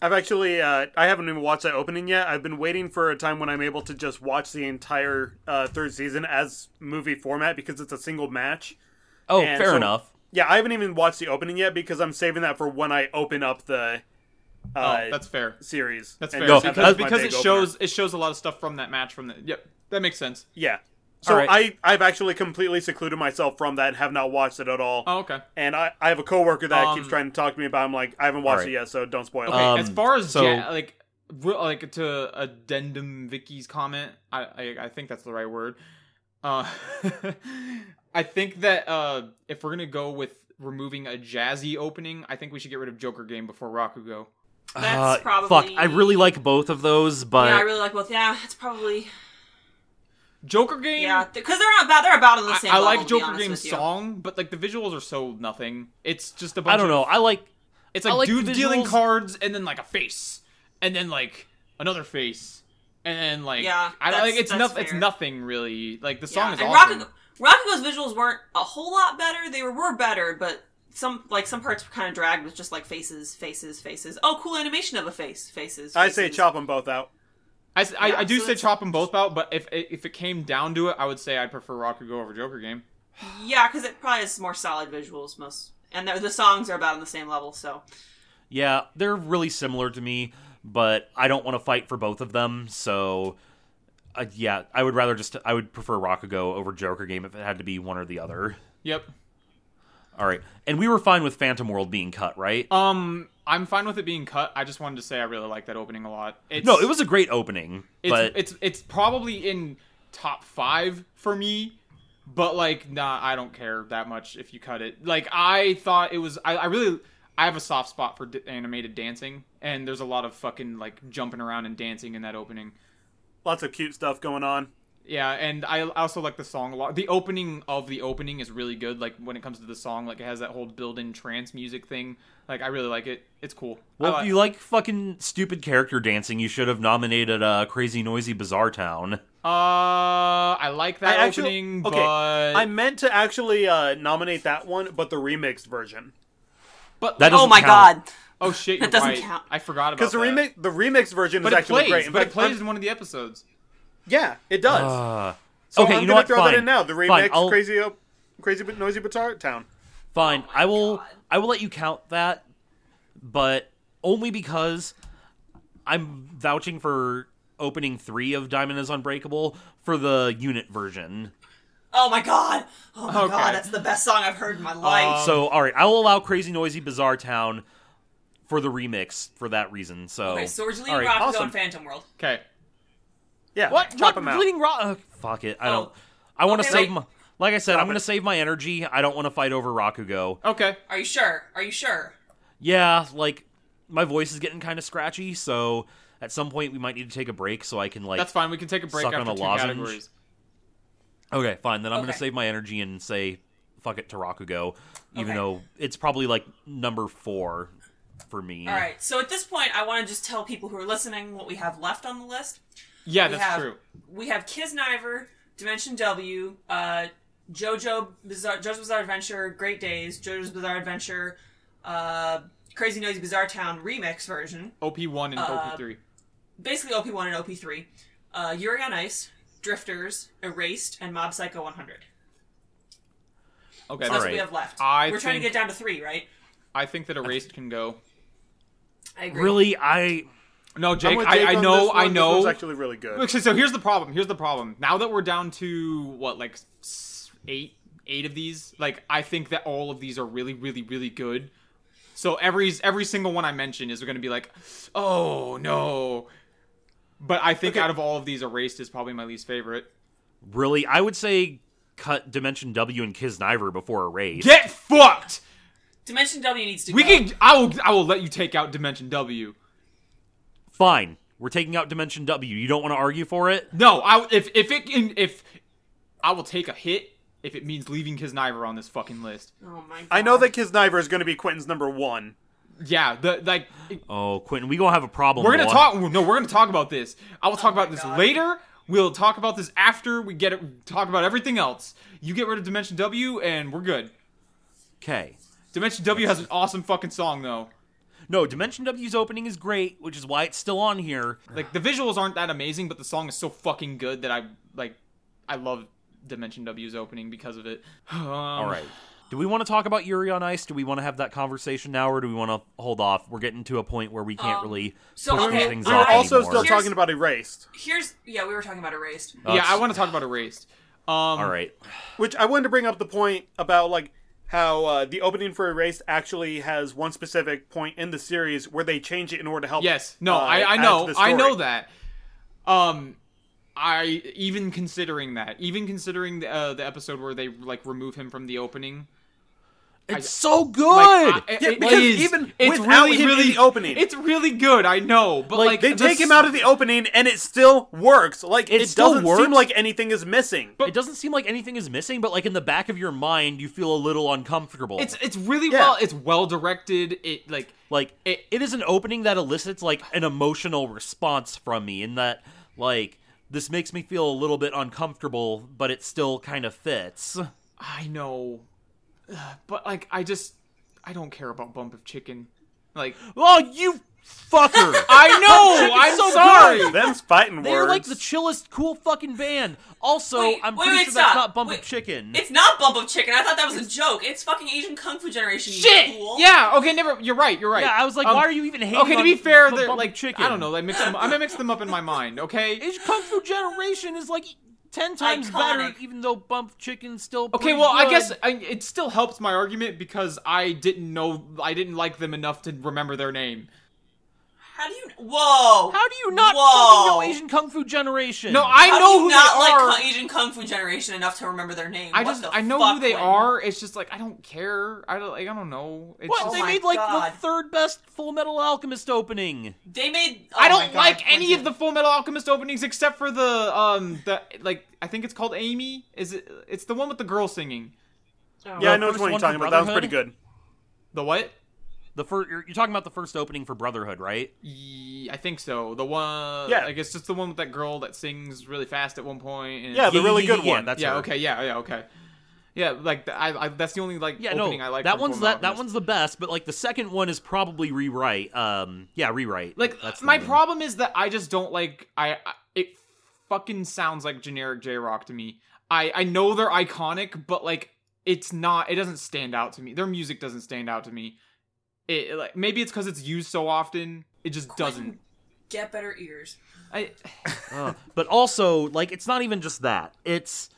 I've actually uh, I haven't even watched that opening yet. I've been waiting for a time when I'm able to just watch the entire uh, third season as movie format because it's a single match.
Oh,
And
fair
so-
enough.
Yeah, I haven't even watched the opening yet because I'm saving that for when I open up the uh,
oh, that's fair.
series.
That's
And
fair.
No,
just have
because
that as my
because
big
it
opener.
shows it shows a lot of stuff from that match. From the yep, that makes sense.
Yeah. So
All right.
I I've actually completely secluded myself from that and have not watched it at all.
Oh, okay.
And I, I have a coworker that
Um,
keeps trying to talk to me about. it. I'm like I haven't watched
All right.
it yet, so don't spoil
Okay,
it.
Um,
as far as
so-
ja- like re- like to addendum Vicky's comment, I I, I think that's the right word. Uh, *laughs* I think that uh, if we're gonna go with removing a jazzy opening, I think we should get rid of Joker Game before Rakugo.
That's
Uh,
probably
fuck. I really like both of those, but
yeah, I really like both. Yeah, it's probably
Joker Game.
yeah because they're about they're about on the
I,
same.
I
level,
like
to be
Joker
honest
Game's
with you.
song, but like the visuals are so nothing. It's just a bunch.
I don't
of-
know. I like
It's
I
like,
like the
dudes dealing
visuals.
cards, and then like a face, and then like another face, and then like
Yeah,
I don't
that's-
like it's
that's
nothing. It's
fair.
nothing really. Like the
Yeah,
song is
and
awesome.
Rakugo, Rakugo's visuals weren't a whole lot better. They were, were better, but some like some parts were kind of dragged with just like faces, faces, faces. Oh, cool animation of a face, faces. faces.
I say chop them both out.
I, s- I-
Yeah,
I do
so
say
it's-
chop them both out, but if if it came down to it, I would say I'd prefer Rakugo over Joker Game.
Yeah, because it probably has more solid visuals. Most and the, the songs are about on the same level. So
Yeah, they're really similar to me, but I don't want to fight for both of them. So, uh, yeah, I would rather just I would prefer Rakugo over Joker Game if it had to be one or the other.
Yep.
All right, and we were fine with Phantom World being cut, right?
Uh,
Um, I'm fine with it being cut. I just wanted to say I really like that opening a lot. It's,
no, it was a great opening,
It's,
but
it's it's probably in top five for me, but like nah, I don't care that much if you cut it. Like I thought it was. I, I really I have a soft spot for d- animated dancing, and there's a lot of fucking like jumping around and dancing in that opening.
Lots of cute stuff going on.
Yeah, and I also like the song a lot. The opening of the opening is really good. Like when it comes to the song, like it has that whole built-in trance music thing. Like I really like it. It's cool.
well,
I
uh,
if you like fucking stupid character dancing, you should have nominated uh, Crazy Noisy Bizarre Town.
uh, I like that
I actually-
opening,
okay,
but
I meant to actually uh, nominate that one, but the remixed version
but
That
oh,
oh
doesn't
my
count.
god,
oh shit, you're
doesn't
right.
count.
I forgot about
because the
that.
remix the remixed version
but
is
it
actually
plays,
great. In
but
fact,
it plays
I'm-
in one of the episodes.
yeah, it does.
Uh,
so
okay,
I'm
you know
gonna
what?
Throw
Fine.
that in now. The
Fine,
remix,
I'll-
crazy, Oh Op- crazy but noisy guitar town.
Fine,
my
I will.
God.
I will let you count that, but only because I'm vouching for opening three of Diamond is Unbreakable for the unit version.
Oh my god! Oh my
Okay.
god, that's the best song I've heard in my life.
so all right, I will allow Crazy Noisy Bizarre Town for the remix for that reason. So
okay, so originally
all right,
Rock
awesome.
on Phantom World.
Okay.
Yeah.
what?
Chop
what?
them out.
Bleeding Rock? Ugh, fuck it. I
Oh.
don't. I want to
Okay,
save
wait.
my. Like I said, I'm
it.
going to save my energy. I don't want to fight over Rakugo.
Okay.
Are you sure? Are you sure?
Yeah, like my voice is getting kind of scratchy, so at some point we might need to take a break so I can like.
That's fine. We can take a break
Suck on
after
a
two
lozenge.
categories.
Okay, fine. Then I'm going
Okay.
to save my energy and say fuck it to Rakugo, even
Okay.
though it's probably like number four for me.
All right. So at this point, I want to just tell people who are listening what we have left on the list.
Yeah,
We
that's
have-
true.
We have Kisniver, Dimension W, uh, JoJo Bizarre, JoJo's Bizarre Adventure, Great Days, JoJo's Bizarre Adventure, uh, Crazy Noisy Bizarre Town remix version,
OP one and
uh,
OP three.
basically OP one and OP three, uh, Yuri on Ice, Drifters, Erased, and Mob Psycho 100.
Okay. That's,
That's what we
Alright.
have left.
I
We're trying to
think-
get down to three, right?
I think that erased can go.
I agree.
Really, I
No,
I'm
Jake.
with
I,
Jake
I
on
know.
this
I
one.
know.
This one's actually really good.
Actually, so here's the problem. Here's the problem. Now that we're down to what, like s- eight, eight of these. Like, I think that all of these are really, really, really good. So every every single one I mention is going to be like, oh no. But I think
Okay.
out of all of these, erased is probably my least favorite.
really, I would say cut Dimension W and Kisniver before a raid.
Get fucked.
Dimension W needs to
We
go.
can. I will. I will let you take out Dimension W.
Fine, we're taking out Dimension W. You don't want to argue for it?
No, I if if it can if I will take a hit if it means leaving Kisniver on this fucking list.
Oh my god.
I know that Kisniver is going to be Quentin's number one.
Yeah, the like
Oh, Quentin, we gonna have a problem.
we're gonna
boy.
talk. No, we're gonna talk about this. I will talk
Oh my
about this
God.
later. We'll talk about this after we get it. Talk about everything else. You get rid of Dimension W, and we're good.
Okay.
Dimension W has an awesome fucking song though.
No, Dimension W's opening is great, which is why it's still on here.
Like the visuals aren't that amazing, but the song is so fucking good that I like. I love Dimension W's opening because of it. *sighs*
All right. Um, Do we want to talk about Yuri on Ice? Do we want to have that conversation now, or do we want to hold off? We're getting to a point where we can't
Um,
really
so
push
okay,
these things
We
we're
were
off
also
anymore.
still
Here's-
talking about Erased,
Here's yeah, we were talking about erased.
yeah,
Us.
I want to talk about Erased. Um,
All right.
which I wanted to bring up the point about like how uh, the opening for Erased actually has one specific point in the series where they change it in order to help.
Yes. No,
uh,
I, I
add
know.
to the
I know
story.
that. Um, I even considering that, even considering the, uh, the episode where they like remove him from the opening.
It's so good.
Like, I-
Yeah,
it
because
is-
even
it's
without
really,
him in
really
the opening-
it's really good. I know, but like,
They
the
take him
s-
out of the opening and it still works. Like it,
It still
doesn't
works.
seem like anything is missing.
it doesn't seem like anything is missing, but like in the back of your mind, you feel a little uncomfortable.
It's it's really
Yeah.
well. It's well directed. It like
like
It-
it is an opening that elicits like an emotional response from me in that like this makes me feel a little bit uncomfortable but it still kind of fits
I know, *sighs* Ugh, but like I just I don't care about Bump of Chicken.
*laughs*
Like
oh you
*laughs*
fucker
I know. I'm
so
sorry. *laughs*
Them's fighting
they're
words.
like the chillest cool fucking band also
Wait,
i'm
wait,
pretty
wait,
sure
stop.
that's not bump
Wait.
of chicken
It's not Bump of Chicken. I thought that was a joke. It's fucking Asian Kung Fu Generation. you
Shit.
Fool.
Yeah. Okay. Never. You're right. You're right.
yeah i was like
Um,
why are you even hating
Okay. To
on
be fair,
Bu-
they're
Bump of
like
chicken
I don't know. Like mix them.
*laughs*
I'm gonna mix them up in my mind. Okay.
Asian kung fu generation is like 10 times better
Iconic.
even though bump of chicken's still
Okay.
pretty
Well, I
good.
guess I, it still helps my argument because I didn't know I didn't like them enough to remember their name.
How do you? Whoa.
how do you not
Whoa.
fucking know Asian Kung Fu Generation?
No, I
How do
know
you
who
not
they
like
are.
Kung- Asian Kung Fu Generation enough to remember their name?
I
What
just
the
I know
fuck,
who they
Lynn?
are. It's just like I don't care. I don't like I don't know. It's
What?
just-
they
Oh my
made like
God.
the third best Full Metal Alchemist opening.
They made. oh
I
my
don't
God,
like any
Quentin.
of the Full Metal Alchemist openings except for the um the like I think it's called Amy. Is it? It's the one with the girl singing.
yeah, I
the
know which
first
one you're
one
talking
for
about. That was pretty
Brotherhood?
good.
The what?
The first you're, you're talking about the first opening for Brotherhood, right?
Ye- I think so. The one,
Yeah.
I guess it's the one with that girl that sings really fast at one point. And
Yeah, the
Yeah,
really
yeah,
good
yeah,
one.
that's-
yeah,
her.
okay, yeah, yeah, okay, yeah. Like the, I, I, that's the only like
Yeah,
opening
no,
I like.
that
from
one's
Full Metal
that that
Alchemist.
one's the best, but like the second one is probably rewrite. Um, yeah, rewrite.
like
that's the
my
one.
problem is that I just don't like I, I it fucking sounds like generic J rock to me. I I know they're iconic, but like it's not. It doesn't stand out to me. Their music doesn't stand out to me. It like maybe it's because it's used so often. It just doesn't.
Get better ears.
I
Uh, but also, like, it's not even just that. It's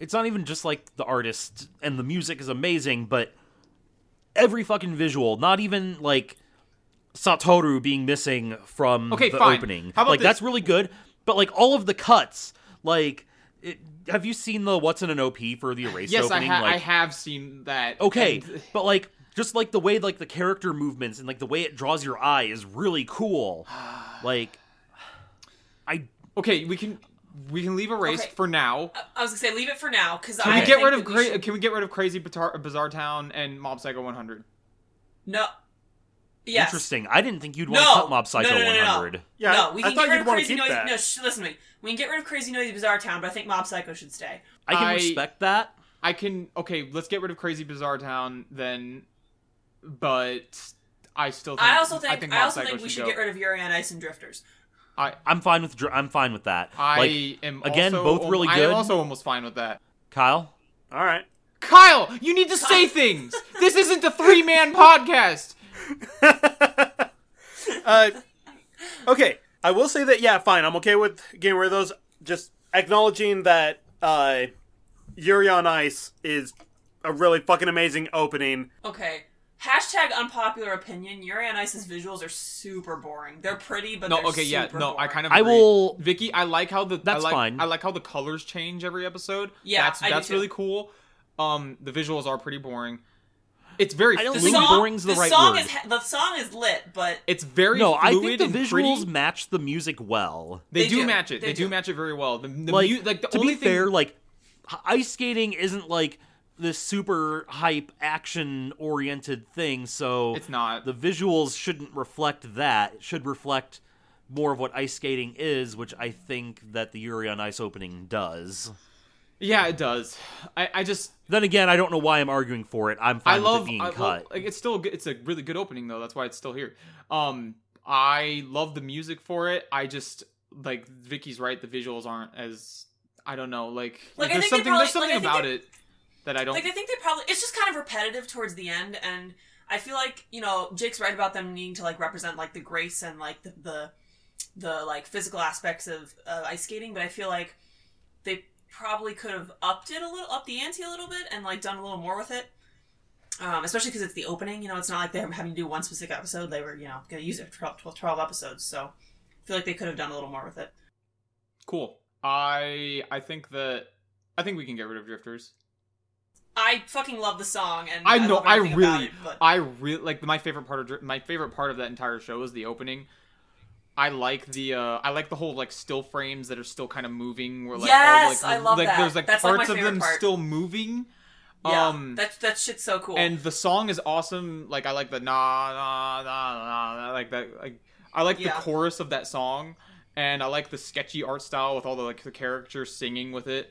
It's not even just like the artist and the music is amazing, but every fucking visual, not even like Satoru being missing from
Okay,
the
fine.
opening.
How about
like
this?
that's really good, but like all of the cuts, like it, have you seen the what's in an OP for the erased
Yes, I,
opening?
ha-
like
I have seen that.
okay
and- *laughs*
but like just like the way like the character movements and like the way it draws your eye is really cool like i
okay, we can we can leave erased
Okay.
for now.
I was gonna say leave it for now because
Can
I
we get
think
rid of
that we
cra-
should-
Can we get rid of Crazy Bizarre, Bizarre Town and Mob Psycho 100?
no. Yes.
interesting i didn't think you'd want
No.
to cut mob psycho
no, no, no, no.
100
Yeah,
no, we
I
can
thought
get rid
you'd
of
wanna
crazy
keep
noisy.
that.
No, sh- listen to me. We can get rid of crazy noisy bizarre town, but I think Mob Psycho should stay.
i can
I-
respect that
I can okay, let's get rid of Crazy Bizarre Town then, but I still think
I also think I,
Mob
also
Psycho
think we should
go.
get rid of Yuri on Ice and Drifters.
I
i'm fine with dr- i'm fine with that
I
like
am
again,
also
both
al-
really
I am
good.
also almost fine with that.
kyle
All right.
Kyle, you need to say things. This isn't a three
*laughs*
man podcast.
Uh, okay, I will say that yeah, fine. I'm okay with getting rid of those. Just acknowledging that uh, Yuri on Ice is a really fucking amazing opening.
Okay. Hashtag unpopular opinion. Yuri on Ice's visuals are super boring. They're pretty, but
No,
they're
okay, yeah,
super
no, I
boring.
kind of.
I
agree.
will-
Vicky. I like how the I
That's
like-
fine.
I like how the colors change every episode.
Yeah,
that's
I do
that's
too.
really cool. Um, the visuals are pretty boring. It's very
I don't
fluid.
think- Blue boring's the right
song
word.
Is, the song is lit, but
It's very
no i think
fluid
the
and
visuals
pretty.
match the music well
They,
They
do,
do.
match it. They,
They
do.
do.
match it very well. The, the
like,
mu- like the
to
only
be
thing,
fair like h- ice skating isn't like this super hype action oriented thing so
It's not.
the visuals shouldn't reflect that it should reflect more of what ice skating is which i think that the yuri on ice opening does
yeah, it does. I, I just
then again i don't know why i'm arguing for it i'm fine
I love
with it being
I love-
cut
like it's still a good, it's a really good opening though. That's why it's still here. Um, I love the music for it. I just like Vicky's right. The visuals aren't as I don't know. Like,
Like, I
there's
think they
something
probably-
there's something
like, I think
about
they-
it that I don't.
like I think they probably it's just kind of repetitive towards the end, and I feel like you know Jake's right about them needing to like represent like the grace and like the the, the like physical aspects of uh, ice skating, but I feel like they probably could have upped it a little, up the ante a little bit, and like done a little more with it. Um, especially because it's the opening, you know, it's not like they're having to do one specific episode. They were, you know, going to use it for 12, 12 12 episodes, so I feel like they could have done a little more with it.
cool. I I think that I think we can get rid of drifters.
I fucking love the song, and
I know.
love
I,
everything about
really,
it, but-
I really like my favorite part of Dr- my favorite part of that entire show is the opening. I like the uh I like the whole like still frames that are still kind of moving. Where like
Yes,
all, like,
I love
like
that.
there's like
That's, like, my
parts of
favorite
them
part.
still moving.
Yeah,
um,
that that shit's so cool.
and the song is awesome. Like I like the na na na na, na like that. Like I like the
Yeah.
chorus of that song, and I like the sketchy art style with all the like the characters singing with it.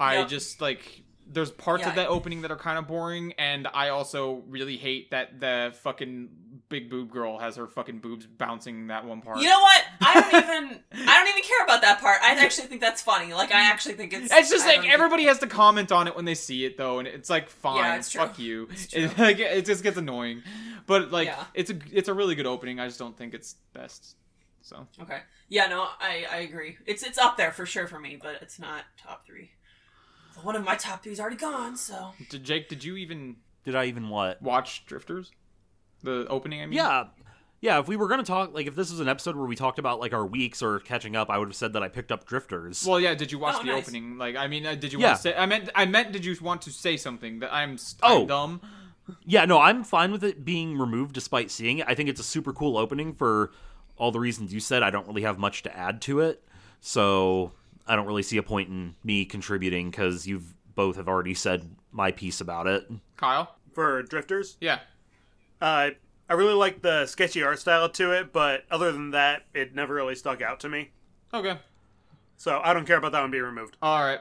I
Yep.
just like there's parts of
Yeah.
that opening that are kind of boring, and I also really hate that the fucking big boob girl has her fucking boobs bouncing that one part.
you know what? I don't even I don't even care about that part. I actually think that's funny. Like I actually think it's
It's just
I
like
don't-
everybody has to comment on it when they see it, though, and it's like fine,
it's true.
fuck you. *laughs*
true.
It, like, it just gets annoying, but like
Yeah.
it's a it's a really good opening. I just don't think it's best. So
Okay. Yeah, no, I I agree. It's it's up there for sure for me, but it's not top three. One of my top three's already gone, so
did Jake, did you even
did i even what
watch Drifters? The opening, I mean.
yeah yeah if we were gonna talk like if this was an episode where we talked about like our weeks or catching up i would have said that i picked up drifters
Well, yeah. Did you watch
Oh,
the
nice.
opening? Like, I mean, uh, did you
Yeah.
want to say? I meant, I meant, did you want to say something that I'm, st-
Oh.
dumb?
Yeah, no, I'm fine with it being removed despite seeing it. I think it's a super cool opening for all the reasons you said. I don't really have much to add to it. So I don't really see a point in me contributing because you've both have already said my piece about it.
Kyle,
For drifters,
yeah.
uh, I really like the sketchy art style to it, but other than that, it never really stuck out to me.
Okay,
So I don't care about that one being removed.
all right.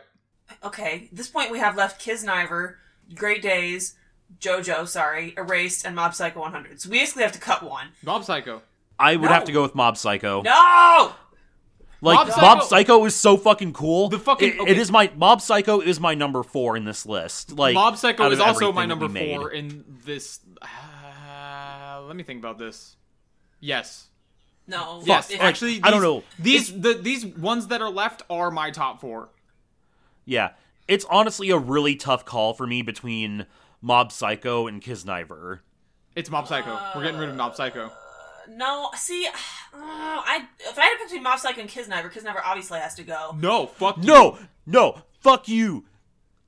okay. This point we have left Kisniver, Great Days, JoJo, sorry, Erased, and Mob Psycho 100. So we basically have to cut one.
Mob Psycho.
I would
No.
have to go with Mob Psycho.
No.
Like
Mob
Mob
Psycho-
Psycho. is so fucking cool.
The fucking-
It-
okay.
it is my Mob Psycho is my number four in this list. Like
Mob Psycho
out
is
of
also my
everything
number
we made.
four in this. Uh, let me think about this. Yes.
No.
Yes.
If-
Actually,
I don't
these-
know.
These the these ones that are left are my top four.
Yeah. it's honestly a really tough call for me between Mob Psycho and Kisniver.
It's Mob Psycho. We're getting rid of Mob Psycho.
No, see, *sighs* uh, I if I had to pick between Mob Psycho and Kisniver, Kisniver obviously has to go.
No, fuck you.
No, no, fuck you.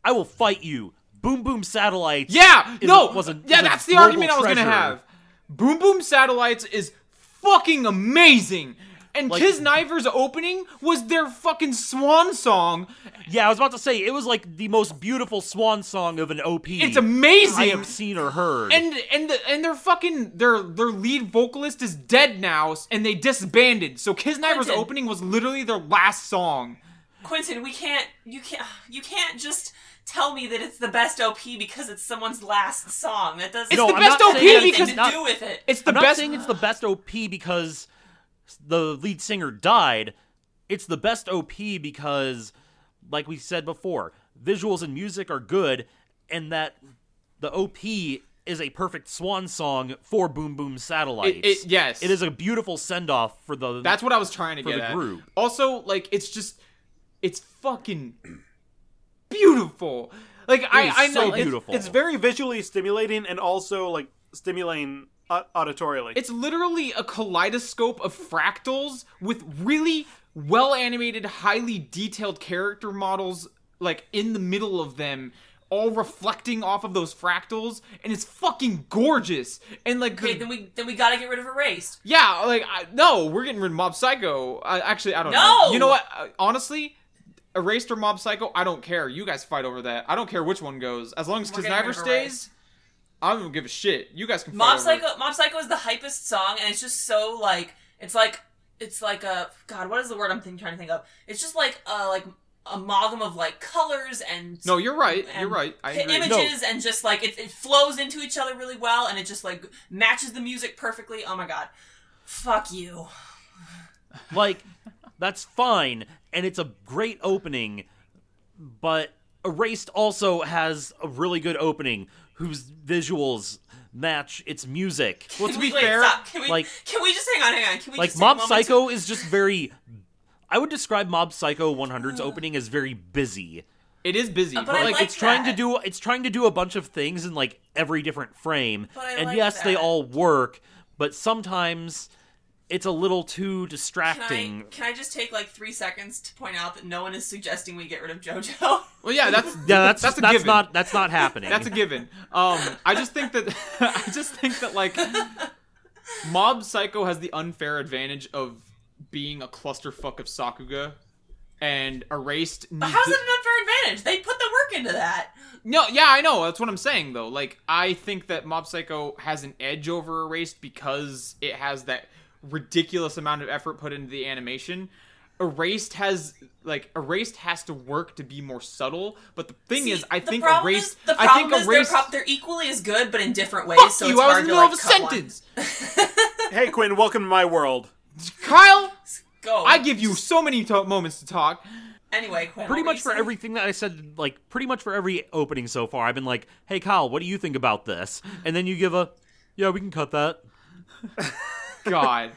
I will fight you. Boom Boom Satellites.
Yeah,
is
no,
a- was a-
yeah,
is a
that's the
global
argument I was
treasure.
gonna have. Boom Boom Satellites is fucking amazing, and
Like-
Kisniver's opening was their fucking swan song.
Yeah, I was about to say it was like the most beautiful swan song of an OP.
It's amazing.
I have seen or heard.
and and the, and their fucking their their lead vocalist is dead now, s- and they disbanded. So Kisniver's
Quentin.
opening was literally their last song.
Quentin, we can't you can't you can't just tell me that it's the best OP because it's someone's last song. That doesn't
It's
No,
the
I'm
best
not
OP
saying
have
it's
anything
because
to
not-
do with it.
it's the
I'm not
best.
saying it's the best OP because the lead singer died. It's the best OP because, like we said before, visuals and music are good, and that the OP is a perfect swan song for Boom Boom Satellites.
It- it- yes.
it is a beautiful send off for the.
That's what I was trying to
for
get
the
at.
group.
Also, like it's just it's fucking beautiful. Like I
is
I
so
know it's-
beautiful.
It's,
It's very visually stimulating and also like stimulating au- auditorially.
it's literally a kaleidoscope of fractals with really well animated, highly detailed character models like in the middle of them all reflecting off of those fractals and it's fucking gorgeous and like the-
Okay, then we then we gotta get rid of erased.
Yeah, like I, no, we're getting rid of Mob Psycho. I, actually, I don't know.
No!
You know what? Uh, Honestly, Erased or Mob Psycho, I don't care. You guys fight over that. I don't care which one goes. As long as
We're getting
Kisniver
rid of
stays, I don't give a shit. You guys can fight
Mob
over
Psycho
it.
Mob Psycho is the hypest song and it's just so like it's like it's like a god, what is the word I'm think, trying to think of? It's just like a like amalgam of like colors and
No, you're right.
and
You're right. I
hi-
agree.
No.
images and just like it, it flows into each other really well and it just like matches the music perfectly. Oh my god. Fuck you.
Like, that's fine, and it's a great opening, but Erased also has a really good opening whose visuals match its music.
Well, to
Can
be
we- wait,
fair,
stop. Can we,
like-
can we just hang on, hang on? Can we
Like
just take a
Mob
moment to-
Psycho is just very I would describe Mob Psycho 100's opening as very busy.
it is busy.
Uh, but
but,
Hmm. I
like,
like-
it's trying to
that.
do it's trying to do a bunch of things in like every different frame.
But I
And
like
yes, they
that.
all work, but sometimes it's a little too distracting.
Can I, can I just take like three seconds to point out that no one is suggesting we get rid of JoJo? *laughs*
well, yeah, that's
yeah, that's
that's
that's,
a given.
not that's not happening.
That's a given. Um, I just think that *laughs* I just think that like Mob Psycho has the unfair advantage of being a clusterfuck of Sakuga, and Erased.
But
Needs
how's
to-
it an unfair advantage? They put the work into that.
No, yeah, I know. That's what I'm saying though. Like, I think that Mob Psycho has an edge over Erased because it has that ridiculous amount of effort put into the animation. Erased has like Erased has to work to be more subtle, but the thing
See,
is, I
the
think
problem
Erased.
Is, the
I
problem
think
is
Erased.
they're, pro- they're equally as good, but in different ways.
Fuck
so
you!
it's
I was
hard
in
to,
the middle
like,
of a
cut one.
sentence.
hey, Quinn, welcome to my world.
Kyle,
Go.
I give you so many to- moments to talk.
anyway. Quinn, what
pretty
were
much
you
for
saying?
everything that I said, like pretty much for every opening so far, I've been like, "Hey, Kyle, what do you think about this?" And then you give a, "Yeah, we can cut that."
God.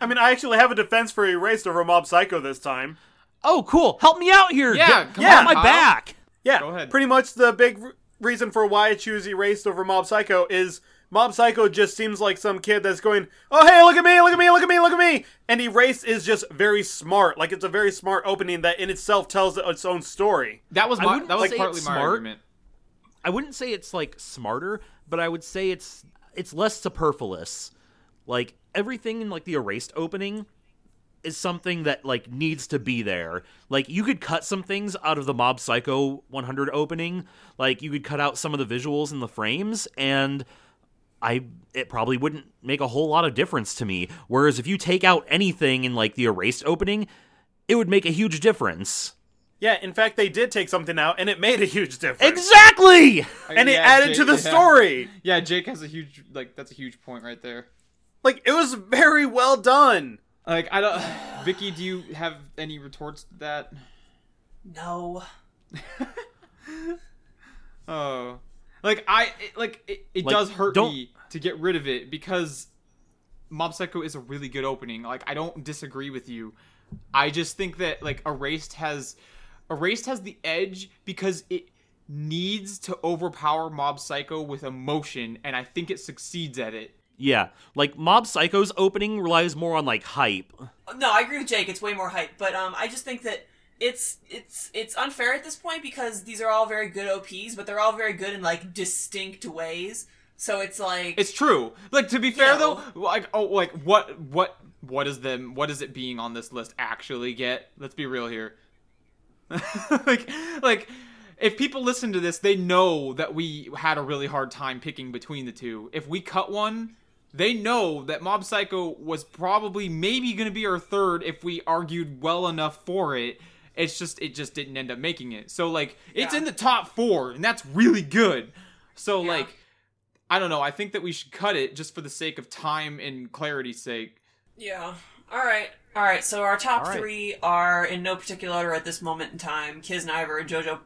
I mean, I actually have a defense for Erased over Mob Psycho this time.
Oh, cool! Help me out here.
Yeah,
Get-
come
yeah,
on my
Kyle.
back.
Yeah,
Go ahead.
pretty much the big re- reason for why I choose Erased over Mob Psycho is Mob Psycho just seems like some kid that's going, "Oh hey, look at me, look at me, look at me, look at me," and Erased is just very smart. Like it's a very smart opening that in itself tells its own story.
That was
I
my,
wouldn't
that was
say
partly
it's
my
smart.
argument.
I wouldn't say it's like smarter, but I would say it's it's less superfluous. Like everything in like the erased opening is something that like needs to be there. Like you could cut some things out of the Mob Psycho 100 opening. Like you could cut out some of the visuals and the frames and I it probably wouldn't make a whole lot of difference to me. Whereas if you take out anything in like the erased opening, it would make a huge difference.
Yeah, in fact, they did take something out, and it made a huge difference.
Exactly.
And it
Yeah,
added
Jake-
to the
yeah.
story.
Yeah, Jake has a huge like that's a huge point right there.
Like it was very well done.
Like I don't *sighs* Vicky, do you have any retorts to that?
No.
Oh. Like I it, like it, it
Like,
does hurt
don't-
me to get rid of it because Mob Psycho is a really good opening. Like I don't disagree with you. I just think that like Erased has Erased has the edge because it needs to overpower Mob Psycho with emotion, and I think it succeeds at it.
Yeah, like Mob Psycho's opening relies more on like hype.
No, I agree with Jake. It's way more hype, but um, I just think that it's it's it's unfair at this point because these are all very good OPs, but they're all very good in like distinct ways. So it's like
It's true. Like to be fair
Yeah.
though, like oh like what what what is the what does it being on this list actually get? Let's be real here. *laughs* like like if people listen to this, they know that we had a really hard time picking between the two. If we cut one, they know that Mob Psycho was probably maybe going to be our third if we argued well enough for it. It's just it just didn't end up making it. So like it's
Yeah.
in the top 4 and that's really good. So
Yeah.
like I don't know. I think that we should cut it just for the sake of time and clarity's sake.
yeah. All right, all right. So our top
All right.
three are in no particular order at this moment in time: Kiznaiver, JoJo,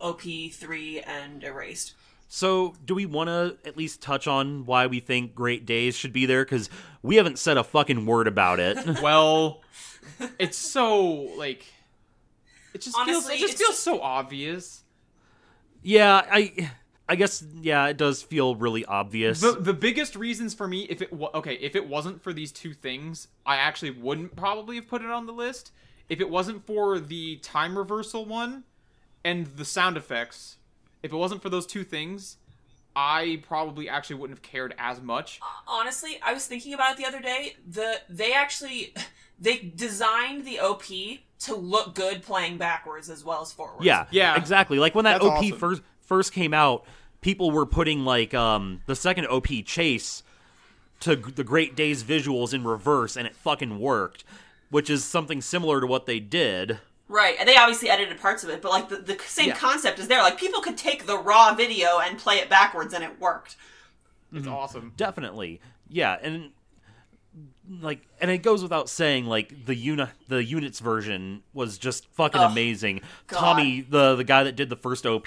OP three, and Erased.
So, do we want to at least touch on why we think Great Days should be there? Because we haven't said a fucking word about it.
*laughs*
*laughs*
Well, it's so like it just feels
Honestly,
it just
it's
feels
just-
so obvious.
yeah, I, I guess, yeah, it does feel really obvious.
The the biggest reasons for me, if it wa- okay, if it wasn't for these two things, I actually wouldn't probably have put it on the list. If it wasn't for the time reversal one and the sound effects, if it wasn't for those two things, I probably actually wouldn't have cared as much.
honestly, I was thinking about it the other day. The they actually *laughs* they designed the OP to look good playing backwards as well as forwards.
Yeah,
Yeah.
exactly. Like when that
That's
OP
awesome.
first first came out, people were putting like um the second OP chase to g- the Great Days visuals in reverse, and it fucking worked, which is something similar to what they did.
Right. And they obviously edited parts of it, but like the, the same concept is there. Like people could take the raw video and play it backwards and it worked.
It's awesome.
Definitely, yeah, and like and it goes without saying like the unit the units version was just fucking
Ugh,
amazing
God.
tommy the the guy that did the first op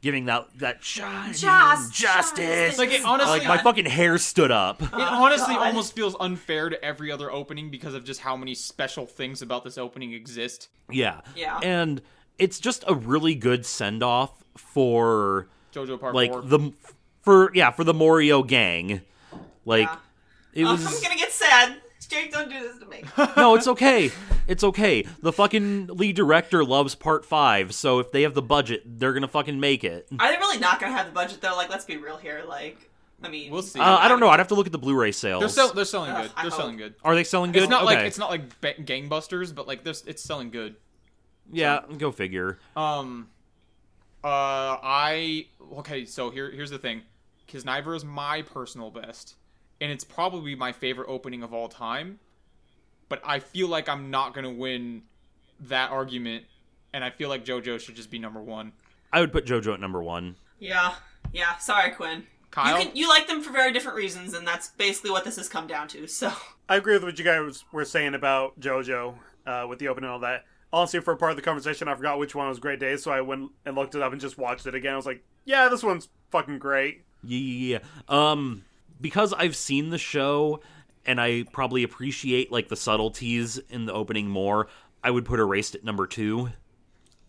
giving that that shine
Just-
justice Uh,
justice.
Like it honestly
like my fucking hair stood up *laughs*
It honestly
Uh, God.
almost feels unfair to every other opening because of just how many special things about this opening exist.
Yeah.
Yeah.
And it's just a really good send off for
JoJo Part
like
4.
the for yeah, for the Morio gang. Like
Yeah.
it
Ugh,
was
I'm gonna get sad. Jake, don't do this to
*laughs*
me.
No, it's okay. It's okay. The fucking lead director loves part 5, so if they have the budget, they're going to fucking make it.
Are they really not gonna have the budget though? Like, let's be real here. Like, I mean,
We'll see.
Uh, I don't know. I'd have to look at the Blu-ray
they're,
sales.
sell- they're selling
Ugh,
good.
I
They're
hope.
selling good.
Are they selling good?
It's not
okay.
like it's not like ba- gangbusters, but like there's it's selling good.
yeah, go figure.
Um, uh, I okay. So here here's the thing. Kiznaiver is my personal best, and it's probably my favorite opening of all time. But I feel like I'm not gonna win that argument, and I feel like JoJo should just be number one.
I would put JoJo at number 1.
yeah, yeah. Sorry, Quinn.
Kyle?
You can you like them for very different reasons, and that's basically what this has come down to. So *laughs*
I agree with what you guys were saying about JoJo uh, with the opening and all that. Honestly, for part of the conversation, I forgot which one was Great Days, so I went and looked it up and just watched it again. I was like, yeah, this one's fucking great.
Yeah, yeah, yeah. Um, because I've seen the show and I probably appreciate like the subtleties in the opening more. I would put Erased at number two.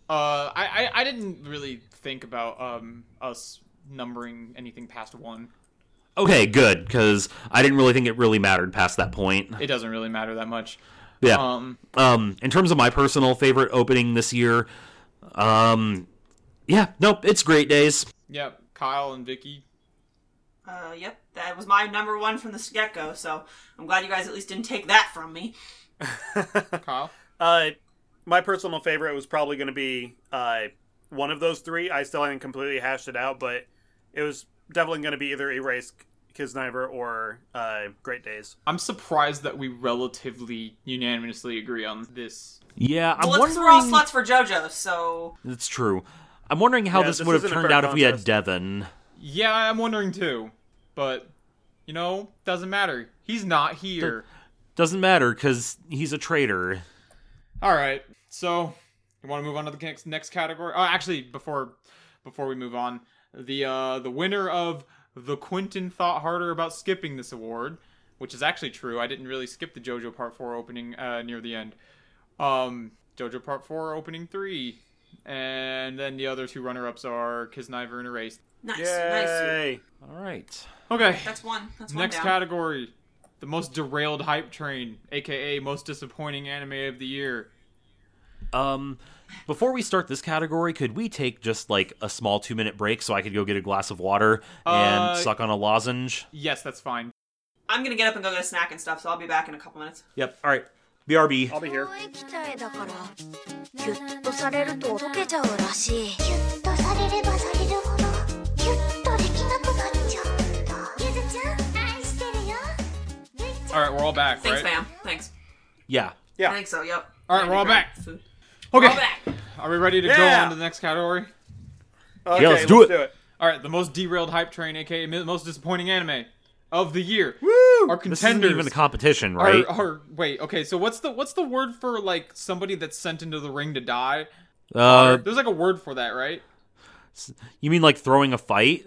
Uh, I, I I didn't really think about um us numbering anything past one.
Okay, good because I didn't really think it really mattered past that point.
It doesn't really matter that much.
Yeah. Um,
Um,
in terms of my personal favorite opening this year, um, yeah, nope, it's Great Days.
yeah, Kyle and Vicky.
Uh, yep, that was my number one from the get go, so I'm glad you guys at least didn't take that from me.
Kyle.
Uh, my personal favorite was probably going to be uh, one of those three. I still haven't completely hashed it out, but it was definitely going to be either Erase Kisniver or uh, Great Days.
I'm surprised that we relatively unanimously agree on this.
Yeah, I'm
well, it's
wondering.
we're all sluts for JoJo, so
It's true. I'm wondering how
Yeah,
this
this
would have
isn't a
turned
fair
out if we had
contest.
Devon.
Yeah, I'm wondering too. But, you know, doesn't matter. He's not here.
Doesn't matter because he's a traitor.
All right. So, you want to move on to the next, next category? Oh, actually, before before we move on, the uh the winner of the Quentin thought harder about skipping this award, which is actually true. I didn't really skip the JoJo Part Four opening uh, near the end. Um, JoJo Part Four opening three, and then the other two runner-ups are Kisniver and Erased.
Nice, nice.
Yay!
All right.
Okay,
That's one. That's one
next
down.
category, the most derailed hype train, aka most disappointing anime of the year.
Um, before we start this category, could we take just like a small two minute break so I could go get a glass of water and
Uh,
suck on a lozenge?
Yes, that's fine.
I'm gonna get up and go get a snack and stuff, so I'll be back in a couple minutes.
Yep. All right. BRB.
I'll be here.
貿易体だからギュッとされると溶けちゃうらしいギュッとされればされるほどギュッとできなくなっちゃうんだゆずちゃん愛してるよ
All right, we're all back, right?
Thanks, ma'am. Thanks.
Yeah.
Yeah.
I think so. Yep.
All right, we're all back.
Food.
Okay,
We're all back.
are we ready to go
Yeah.
on to the next category?
Okay,
Yeah, let's do it.
All right, the most derailed hype train, aka mi- most disappointing anime of the year.
Woo!
Our
This isn't
contenders
even a competition,
are,
right?
are- wait. Okay, so what's the what's the word for like somebody that's sent into the ring to die?
uh,
There's like a word for that, right?
you mean like throwing a fight?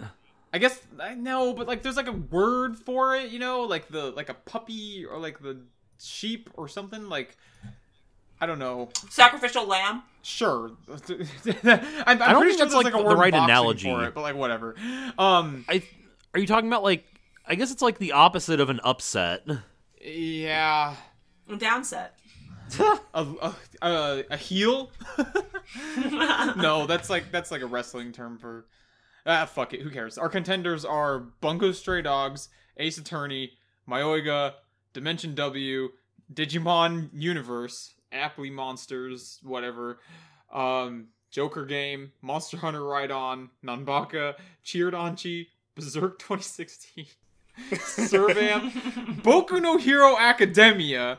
I guess I know, but like there's like a word for it, you know, like the like a puppy or like the sheep or something like I don't know.
Sacrificial lamb.
Sure, *laughs* I'm, I'm
don't
pretty
think
sure
that's,
there's
like,
like, a
the
word in
right
boxing
analogy.
for it, but like whatever. Um,
I are you talking about like? I guess it's like the opposite of an upset.
yeah,
Downset. *laughs*
a a, uh, a, a heel. no, that's like that's like a wrestling term for. Ah, fuck it. Who cares? Our contenders are Bunko Stray Dogs, Ace Attorney, Myoiga, Dimension W, Digimon Universe, Aptly Monsters, whatever, um, Joker Game, Monster Hunter Ride On, Nanbaka, Chirodonchi, Berserk 2016, Servam, Boku no Hero Academia,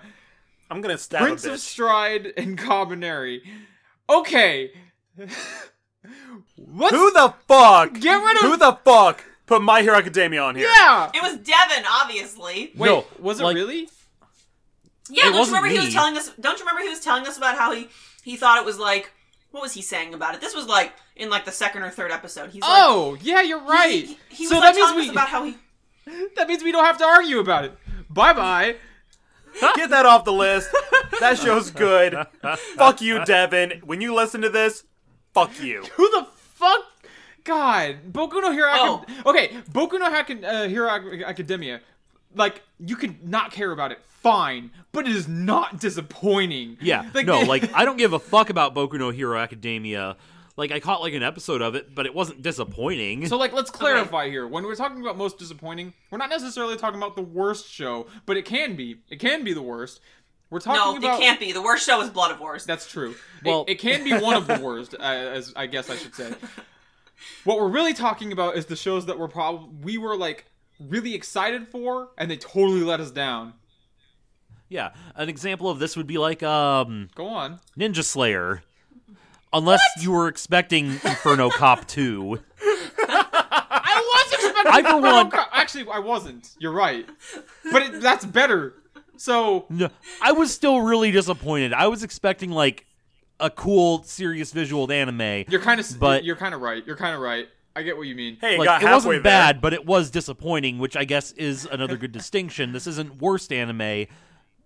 I'm gonna stab
Prince
a
of
bitch.
Stride and Combinary. Okay. Let's
Who the fuck?
Get rid of-
Who the fuck put My Hero Academia on here?
Yeah.
It was Devin, obviously.
Wait,
No,
was it
like-
really?
Yeah, don't you
wasn't
remember he was
me.
telling us? Don't you remember he was telling us about how he he thought it was like what was he saying about it? This was like in like the second or third episode. He's like,
Oh, yeah, you're
he,
right.
he, he was
so that
like
means
telling
we
us about how he.
that means we don't have to argue about it. Bye bye.
Get that off the list. That show's good. fuck you, Devin. When you listen to this, fuck you.
Who the fuck? God, Boku no Hero.
Oh.
Acad- okay, Boku no Hack- uh, Hero Ac- Academia. Like you could not care about it, fine, but it is not disappointing.
Yeah.
*laughs*
no, like I don't give a fuck about Boku no Hero Academia. Like I caught like an episode of it, but it wasn't disappointing.
So like
*laughs*
let's clarify here. When we're talking about most disappointing, we're not necessarily talking about the worst show, but it can be. It can be the worst. We're
No,
talking about
it can't be. The worst show is Blood of Wars.
That's true. It-
Well-
it, can be one of
*laughs*
the worst, uh, as I guess I should say. What we're really talking about is the shows that were probably we were like really excited for, and they totally let us down.
yeah, an example of this would be like um
Go on.
Ninja Slayer. Unless you were expecting Inferno Cop 2.
I was expecting.
I, for one-
*laughs* actually, I wasn't. You're right, but it, that's better. So
No, I was still really disappointed. I was expecting like a cool, serious visual anime.
you're kind of,
But-
you're kind of right. You're kind of right. I get what you mean.
Hey,
like,
got
it
halfway
wasn't
there.
bad, but it was disappointing, which I guess is another good distinction. This isn't worst anime.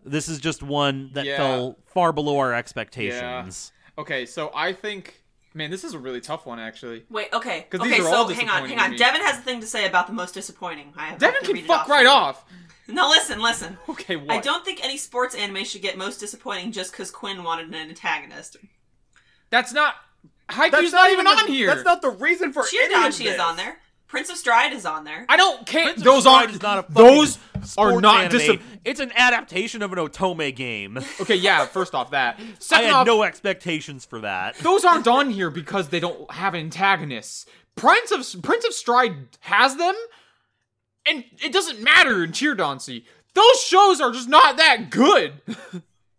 This is just one that
Yeah.
fell far below our expectations.
Okay, so I think, man, this is a really tough one actually.
Wait, okay,
'Cause
okay.
these are
so
all
hang on,
disappointing
hang
to
on.
me.
Devin has a thing to say about the most disappointing. I have
Devin
to
can
read it
fuck
off.
right off.
No, listen, listen.
Okay, *laughs* what?
I don't think any sports anime should get most disappointing just because Quinn wanted an antagonist.
That's not. Haikyuu's
That's
not, even
the-
on here.
That's not the reason for any of
Chiodonchi
this.
is on there. Prince of Stride is on there.
I don't care.
Prince of
those
Stride
aren't.
is not a fucking
those are
sports
not.
anime.
Dis-
It's an adaptation of an Otome game.
okay, yeah. First off,
*laughs*
that.
I
Second
had
off,
no expectations for that.
those aren't on here because they don't have antagonists. Prince of Prince of Stride has them, and it doesn't matter in Cheerdoncy. Those shows are just not that good.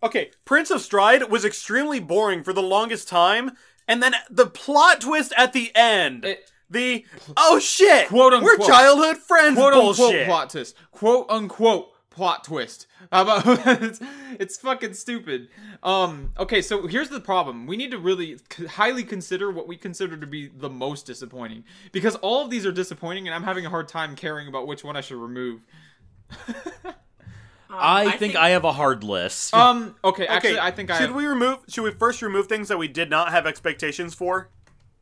Okay, Prince of Stride was extremely boring for the longest time, and then the plot twist at the end.
It-
the oh shit,
Quote, unquote.
we're childhood friends
quote unquote
bullshit.
plot twist. Quote unquote plot twist. How about *laughs* it's, it's fucking stupid. Um. Okay. So here's the problem. We need to really c- highly consider what we consider to be the most disappointing, because all of these are disappointing, and I'm having a hard time caring about which one I should remove.
I think, I have a hard list.
Um. Okay.
Okay,
Actually, I think I
should we remove? Should we first remove things that we did not have expectations for?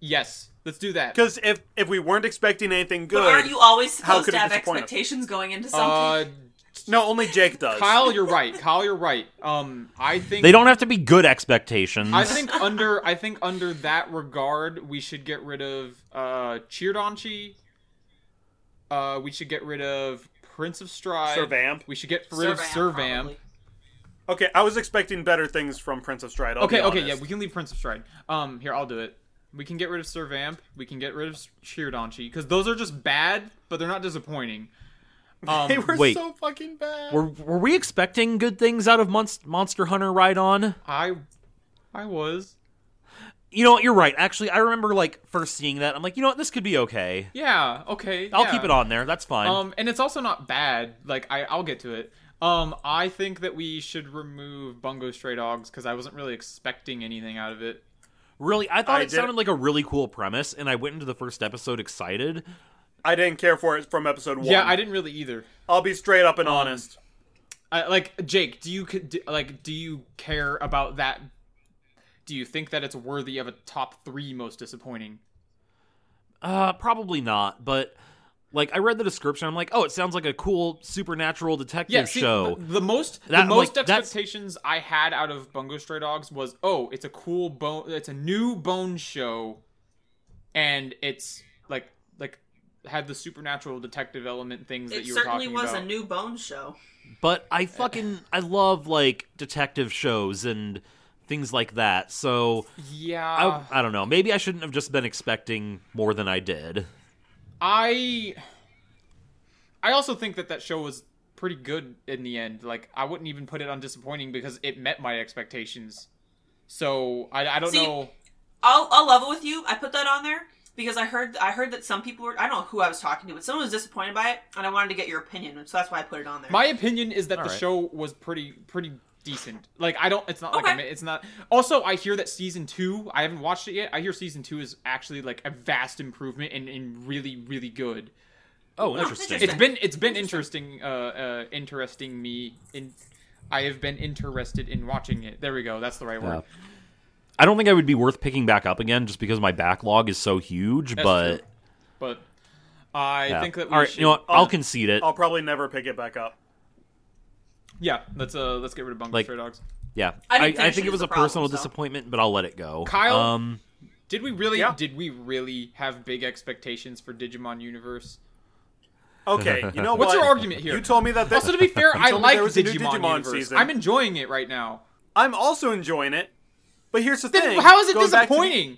Yes. Let's do that.
Because if if we weren't expecting anything good,
But aren't you always
How
supposed
could
to
it
have
disappoint us?
expectations going into something?
Uh,
no, only Jake does.
Kyle, you're right. Kyle, you're right. Um, I think
they don't have to be good expectations.
I think under I think under that regard, we should get rid of uh Cheerdonchi. Uh, we should get rid of Prince of Stride.
Servamp.
We should get rid of Servamp.
probably.
Okay, I was expecting better things from Prince of Stride. I'll
Okay.
be
Okay. Yeah,
honest.
we can leave Prince of Stride. Um, here I'll do it. We can get rid of Servamp. We can get rid of Cheerdonchi because those are just bad, but they're not disappointing. *laughs* Um,
they were
Wait.
so fucking bad.
were, were we expecting good things out of Monst- Monster Hunter Ride On?
I, I was.
You know what? You're right. Actually, I remember like first seeing that. I'm like, you know what? This could be okay.
Yeah. Okay.
I'll
yeah.
keep it on there. That's fine.
Um, and it's also not bad. Like I, I'll get to it. Um, I think that we should remove Bungo Stray Dogs because I wasn't really expecting anything out of it.
really, I thought
I
it
did-
sounded like a really cool premise, and I went into the first episode excited.
I didn't care for it from episode one.
Yeah, I Um, didn't really either.
I'll be straight up and honest.
I, like Jake, do you c- d like do you care about that? Do you think that it's worthy of a top three most disappointing?
Uh, probably not, but like I read the description, I'm like, oh, it sounds like a cool supernatural detective
Yeah, see,
show.
the most
That-
the most
like, that's-
expectations I had out of Bungo Stray Dogs was oh, it's a cool bone, it's a new bone show, and it's like like had the supernatural detective element things that
It
you were
certainly
talking
was
about.
a new bone show.
But I fucking I love like detective shows and things like that. So
yeah,
I I don't know. Maybe I shouldn't have just been expecting more than I did.
I I also think that that show was pretty good in the end. Like I wouldn't even put it on disappointing because it met my expectations. So I, I don't
See,
know.
I'll I'll level with you. I put that on there because I heard I heard that some people were I don't know who I was talking to, but someone was disappointed by it, and I wanted to get your opinion, so that's why I put it on there.
My opinion is that the
right.
show was pretty pretty decent. Like I don't. It's not like I'm,
Okay.
it's not. Also, I hear that season two. I haven't watched it yet. I hear season two is actually like a vast improvement and, and really really good.
Oh,
interesting.
interesting.
It's been it's been interesting. Uh, uh, interesting me in. I have been interested in watching it. There we go. That's the right word.
I don't think I would be worth picking back up again just because my backlog is so huge,
That's
but
true. But I
yeah.
think that we
All right,
should.
you know what? I'll, concede it.
I'll probably never pick it back up.
yeah, let's uh let's get rid of Bungo
Like-
Stray Dogs.
yeah.
I
I,
didn't
I
finish
think
it
it was
is
a
the problem,
personal
so.
disappointment, but I'll let it go.
Kyle?
um
Did we really?
Yeah.
Did we really have big expectations for Digimon Universe?
Okay, you know
*laughs* What's
what?
your argument here?
You told me that this.
Also, to be
*laughs*
fair, I
told me
like
there was a new
Digimon,
Digimon
Universe.
season.
I'm enjoying it right now.
I'm also enjoying it. But here's the
Then
thing.
how is it
going back to the-
disappointing?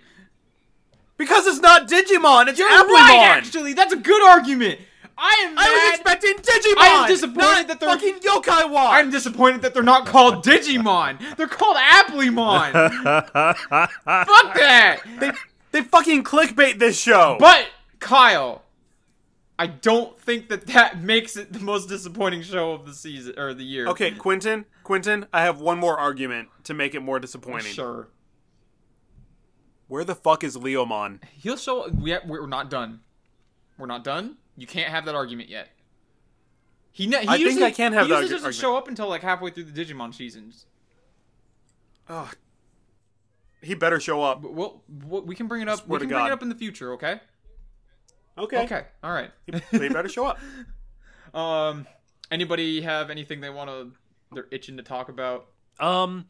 because it's not Digimon. It's
You're
Applemon.
right, actually. That's a good argument. I am.
I was
mad-
expecting Digimon.
I am disappointed
not
that they're-
fucking Yokai Watch.
I'm disappointed that they're not called Digimon. They're
*laughs*
called Applemon. Fuck that.
they *laughs* they fucking clickbait this show.
But Kyle, I don't think that that makes it the most disappointing show of the season or the year.
okay, Quentin, Quentin, I have one more argument to make it more disappointing.
sure.
Where the fuck is
*sighs*
Leomon?
He'll show. We ha- we're not done. We're not done. You can't have that argument yet. He, ne- he
I think
usually-
I can have
he
that
usually
argu-
doesn't show up until like halfway through the Digimon seasons.
Oh, he better show up.
But we'll, we'll- we can bring it up.
Swear
we
to
can bring
God.
it up in the future. Okay.
Okay.
Okay. All right.
they better show up.
Um. Anybody have anything they want to? They're itching to talk about.
Um,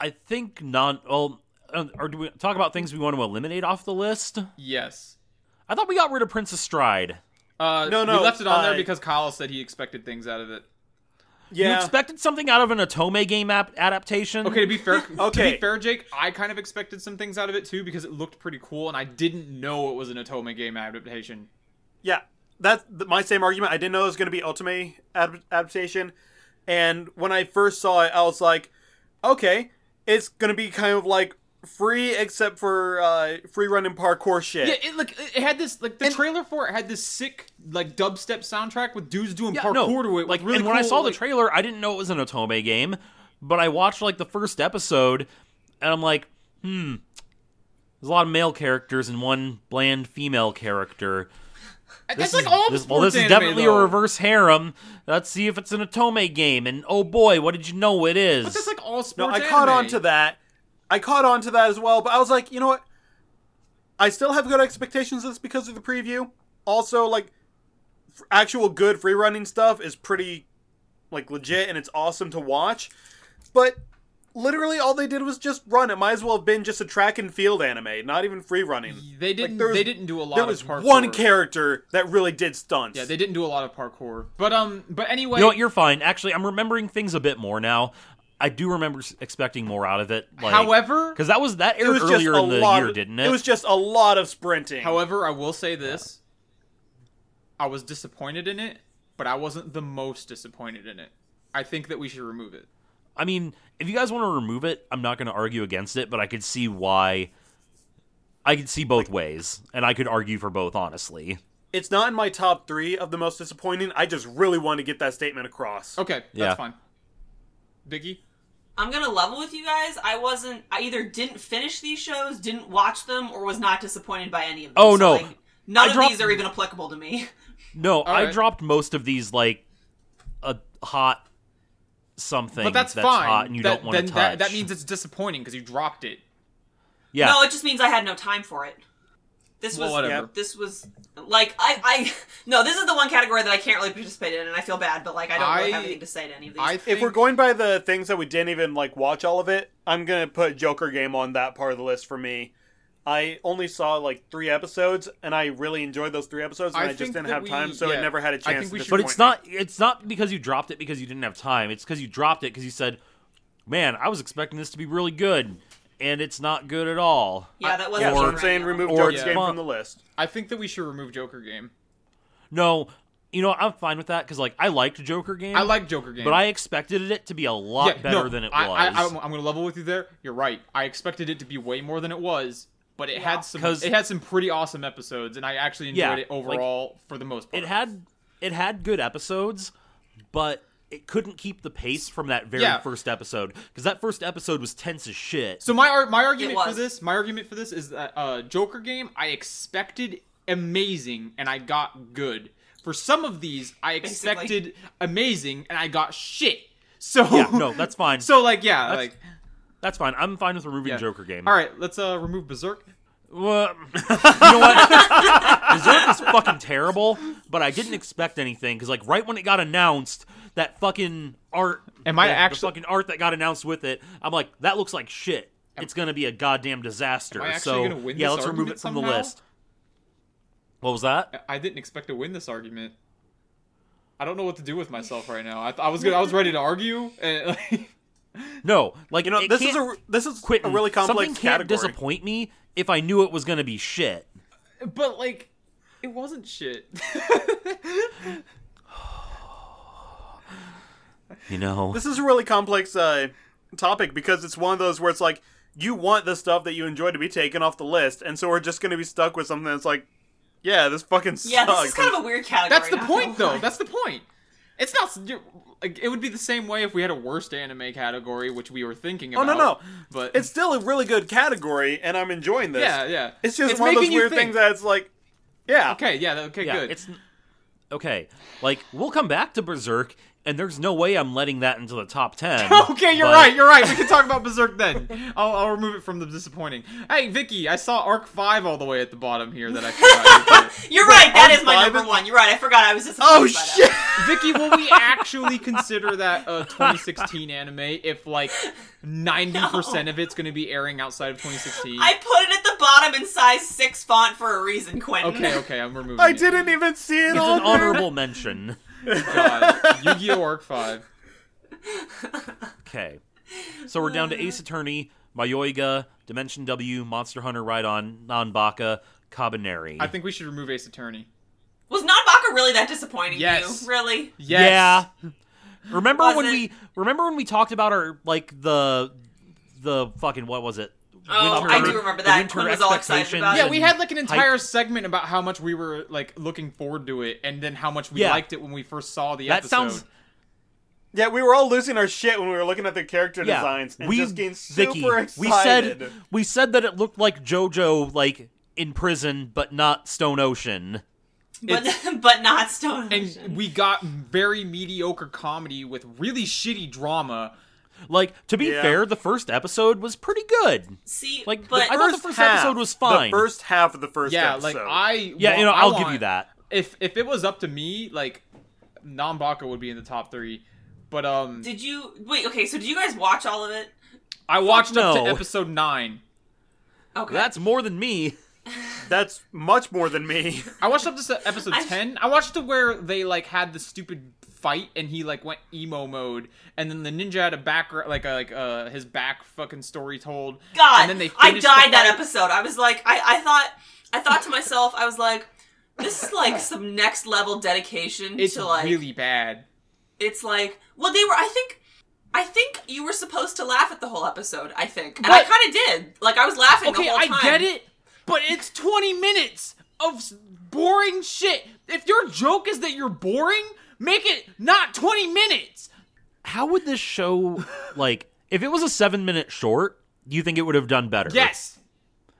I think non. Well, uh, or do we talk about things we want to eliminate off the list?
Yes.
I thought we got rid of Princess Stride.
Uh,
No,
We
no,
left it on there
I-
because Kyle said he expected things out of it.
Yeah.
You expected something out of an Atome game ap- adaptation.
Okay, to
*laughs*
be fair, to
Okay.
be fair, Jake, I kind of expected some things out of it too because it looked pretty cool, and I didn't know it was an Atome game adaptation.
Yeah, that's th- my same argument. I didn't know it was going to be Ultimate ad- adaptation, and when I first saw it, I was like, okay, it's going to be kind of like free except for uh, free run and parkour shit.
Yeah, it like it had this like the trailer for it had this sick like dubstep soundtrack with dudes doing
Yeah,
parkour
no,
to it.
like
with really
and when I
cool,
saw
like-
the trailer, I didn't know it was an Atome game, but I watched like the first episode, and I'm like, hmm, there's a lot of male characters and one bland female character.
That's
This
like
is-
all of
this-
sports
well, this is
anime,
definitely
though.
a reverse harem. Let's see if it's an Otome game. And oh boy, what did you know it is?
But that's like all
No,
sports.
I caught
anime.
on to that. I caught on to that as well, but I was like, you know what? I still have good expectations of this because of the preview. Also, like, f- actual good free running stuff is pretty, like, legit and it's awesome to watch. But literally, all they did was just run. It might as well have been just a track and field anime, not even free running.
They didn't.
there was-
they didn't do a lot.
There
of
was
parkour.
one character that really did stunts.
Yeah, they didn't do a lot of parkour. But um, but anyway,
you know what? You're fine. Actually, I'm remembering things a bit more now. I do remember s- expecting more out of it. Like,
however,
because that was that
it
aired
was just
earlier
a
in the
lot.
year, didn't it?
It was just a lot of sprinting.
however, I will say this: I was disappointed in it, but I wasn't the most disappointed in it. I think that we should remove it.
I mean, if you guys want to remove it, I'm not going to argue against it, but I could see why. I could see both ways, and I could argue for both, honestly.
it's not in my top three of the most disappointing. I just really want to get that statement across.
Okay, that's
Yeah.
fine. Biggie,
I'm gonna level with you guys. I wasn't. I either didn't finish these shows, didn't watch them, or was not disappointed by any of them.
Oh,
So,
no.
like, none
I
of
dropped-
these are even applicable to me. *laughs*
No, I
right.
dropped most of these like a hot something
but that's, fine.
hot and you
That-
don't want to
then
touch.
That, that means it's disappointing because you dropped it.
yeah.
No, it just means I had no time for it. This
Well,
was
whatever.
this was like I I *laughs* no this is the one category that I can't really participate in and I feel bad but like I don't really
I-
have anything to say to any of these.
I think
If we're going by the things that we didn't even like watch all of it, I'm gonna put Joker Game on that part of the list for me. I only saw like three episodes, and I really enjoyed those three episodes, and I,
I
just
think
didn't
that
have
we-
time, so
yeah,
I never had
I
a
think
chance.
we
to
should-
but it's
disappoint
not it's not because you dropped it because you didn't have time. It's because you dropped it because you said, "Man, I was expecting this to be really good, and it's not good at all."
yeah, that
me.
wasn't.
Yeah, so
Joker
I'm saying
Game.
remove
Or
Joker
it's
Game
fun.
from the list.
I think that we should remove Joker Game.
No, you know what? I'm fine with that because like I liked Joker game,
I like Joker Game,
but I expected it to be a lot
Yeah,
better
no,
than it
I,
was.
I, am going to level with you there. You're right. I expected it to be way more than it was, but it had some.
'Cause-
It had some pretty awesome episodes, and I actually enjoyed
Yeah,
it
like,
overall for the most part.
it had it had good episodes, but it couldn't keep the pace from that very
Yeah.
first episode because that first episode was tense as shit.
So my ar- my argument for
was.
this, my argument for this is that uh, Joker Game, I expected amazing, and I got good. For some of these, I
Basically.
expected amazing, and I got shit. *laughs* So
yeah, no, that's
*laughs*
fine.
So like yeah, like
that's fine. I'm fine with removing
yeah.
Joker game.
All right, let's uh remove Berserk.
*laughs*
Well, you know what? Berserk is fucking terrible, but I didn't expect anything because, like, right when it got announced, that fucking art.
Am I
the- the
actu-
fucking art that got announced with it? I'm like, that looks like shit. It's gonna be a goddamn disaster.
am I actually
so
gonna win
yeah,
this
let's remove it
argument
from the
somehow?
list. What was that?
I didn't expect to win this argument. I don't know what to do with myself right now. I, th- I was good. I was ready to argue. And, *laughs* like,
No, like
You know,
it
this is
can't-
a this is
quit
a really complex
Something can't
category.
disappoint me if I knew it was gonna be shit.
but like, it wasn't shit.
You know,
This is a really complex uh, topic because it's one of those where it's like you want the stuff that you enjoy to be taken off the list, and so we're just going to be stuck with something that's like, yeah, this fucking sucks.
Yeah, this is kind of a weird category.
That's the
not
point,
gonna
though.
lie.
That's the point. It's not. you're- Like, it would be the same way if we had a worst anime category, which we were thinking
Oh,
about.
no, no.
But
it's still a really good category, and I'm enjoying this.
yeah, yeah.
It's just one of those
making you
weird
think.
things that's like, yeah,
Okay, yeah. Okay,
yeah,
good.
it's okay. Like, we'll come back to Berserk, and there's no way I'm letting that into the top ten.
*laughs* *laughs* okay, you're
but-
right. You're right. We can talk about Berserk then. I'll, I'll remove it from the disappointing. Hey, Vicky, I saw Arc Five all the way at the bottom here that I
*laughs*
forgot.
You're right. That is my
I'm
number
vibing.
one. You're right. I forgot I was disappointed.
oh
by that.
shit,
Vicky, will we actually consider that a 2016 anime if like
*laughs*
90% of it's going to be airing outside of 2016?
I put it at the bottom in size six font for a reason, Quentin.
Okay, okay, I'm removing
I
it.
didn't even see it
It's
on
*laughs*
an
there.
honorable mention.
God, Yu-Gi-Oh! Arc 5.
Okay. So we're down to
Uh.
Ace Attorney, Mayoiga, Dimension W, Monster Hunter Ride On, Nanbaka, Kabaneri.
I think we should remove Ace Attorney.
Was Nanbaka really that disappointing
Yes.
to you? Really?
Yes.
Yeah. Remember
Was
when
it-
we remember when we talked about our like the the fucking what was it?
Oh,
Winter-
I do remember
the
that.
winter
Quinn was all excited
expectations
about it.
Yeah, we had
and
like an
hype.
entire segment about how much we were like looking forward to it and then how much we
Yeah.
liked it when we first saw the
That
episode.
sounds
Yeah, we were all losing our shit when we were looking at their character
yeah.
designs and
we
just getting super
Vicky,
excited.
we said we said that it looked like JoJo like in prison, but not Stone Ocean.
but *laughs* but not Stone Ocean.
and we got very mediocre comedy with really shitty drama.
Like to be
Yeah.
fair, the first episode was pretty good.
See,
Like,
but
I thought the first episode was fine.
The first half of the first
Yeah,
episode.
like I
Yeah,
wa-
you know,
I
I'll give
want-
you that.
If if it was up to me, like Nambaka would be in the top three. But um,
did you wait? Okay, so did you guys watch all of it?
I watched up
no.
to episode nine.
Okay,
That's more than me.
That's much more than me. *laughs*
I watched up to se- episode
I-
ten. I watched to where they like had the stupid fight and he like went emo mode, and then the ninja had a back like a, like uh his back fucking story told.
God,
and then they
I
finished the
died that
fight.
episode. I was like, I, I thought, I thought to myself, I was like, this
*laughs*
is like some next level dedication
It's
to like,
really bad.
it's like, well, they were, I think, I think you were supposed to laugh at the whole episode. I think, and I
But-
kind of did. Like, I was laughing.
Okay,
the whole
I
time.
get it, but it's 20 minutes of s- boring shit. If your joke is that you're boring, make it not 20 minutes.
How would this show like if it was a 7-minute short, do you think it would have done better?
Yes.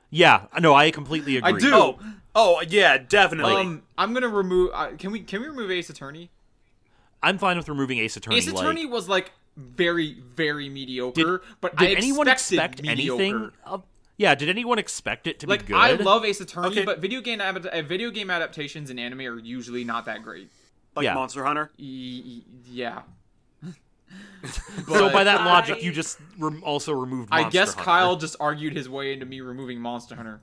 Yeah, no, I completely agree.
I do.
Oh, oh yeah, definitely.
Um, I'm gonna remove. Uh, can we can we remove Ace Attorney?
I'm fine with removing Ace Attorney.
Ace
like-
Attorney was like very very mediocre.
did,
but
did
I
anyone
expected
expect anything?
mediocre.
Of, yeah, did anyone expect it to
Like
be good?
I love Ace Attorney,
Okay.
but video game ad- uh, video game adaptations in anime are usually not that great.
like
yeah.
Monster Hunter.
E- e- yeah.
so by
But-
that
I-
logic, you just rem- also removed.
I
Monster
guess
Hunter.
Kyle just argued his way into me removing Monster Hunter.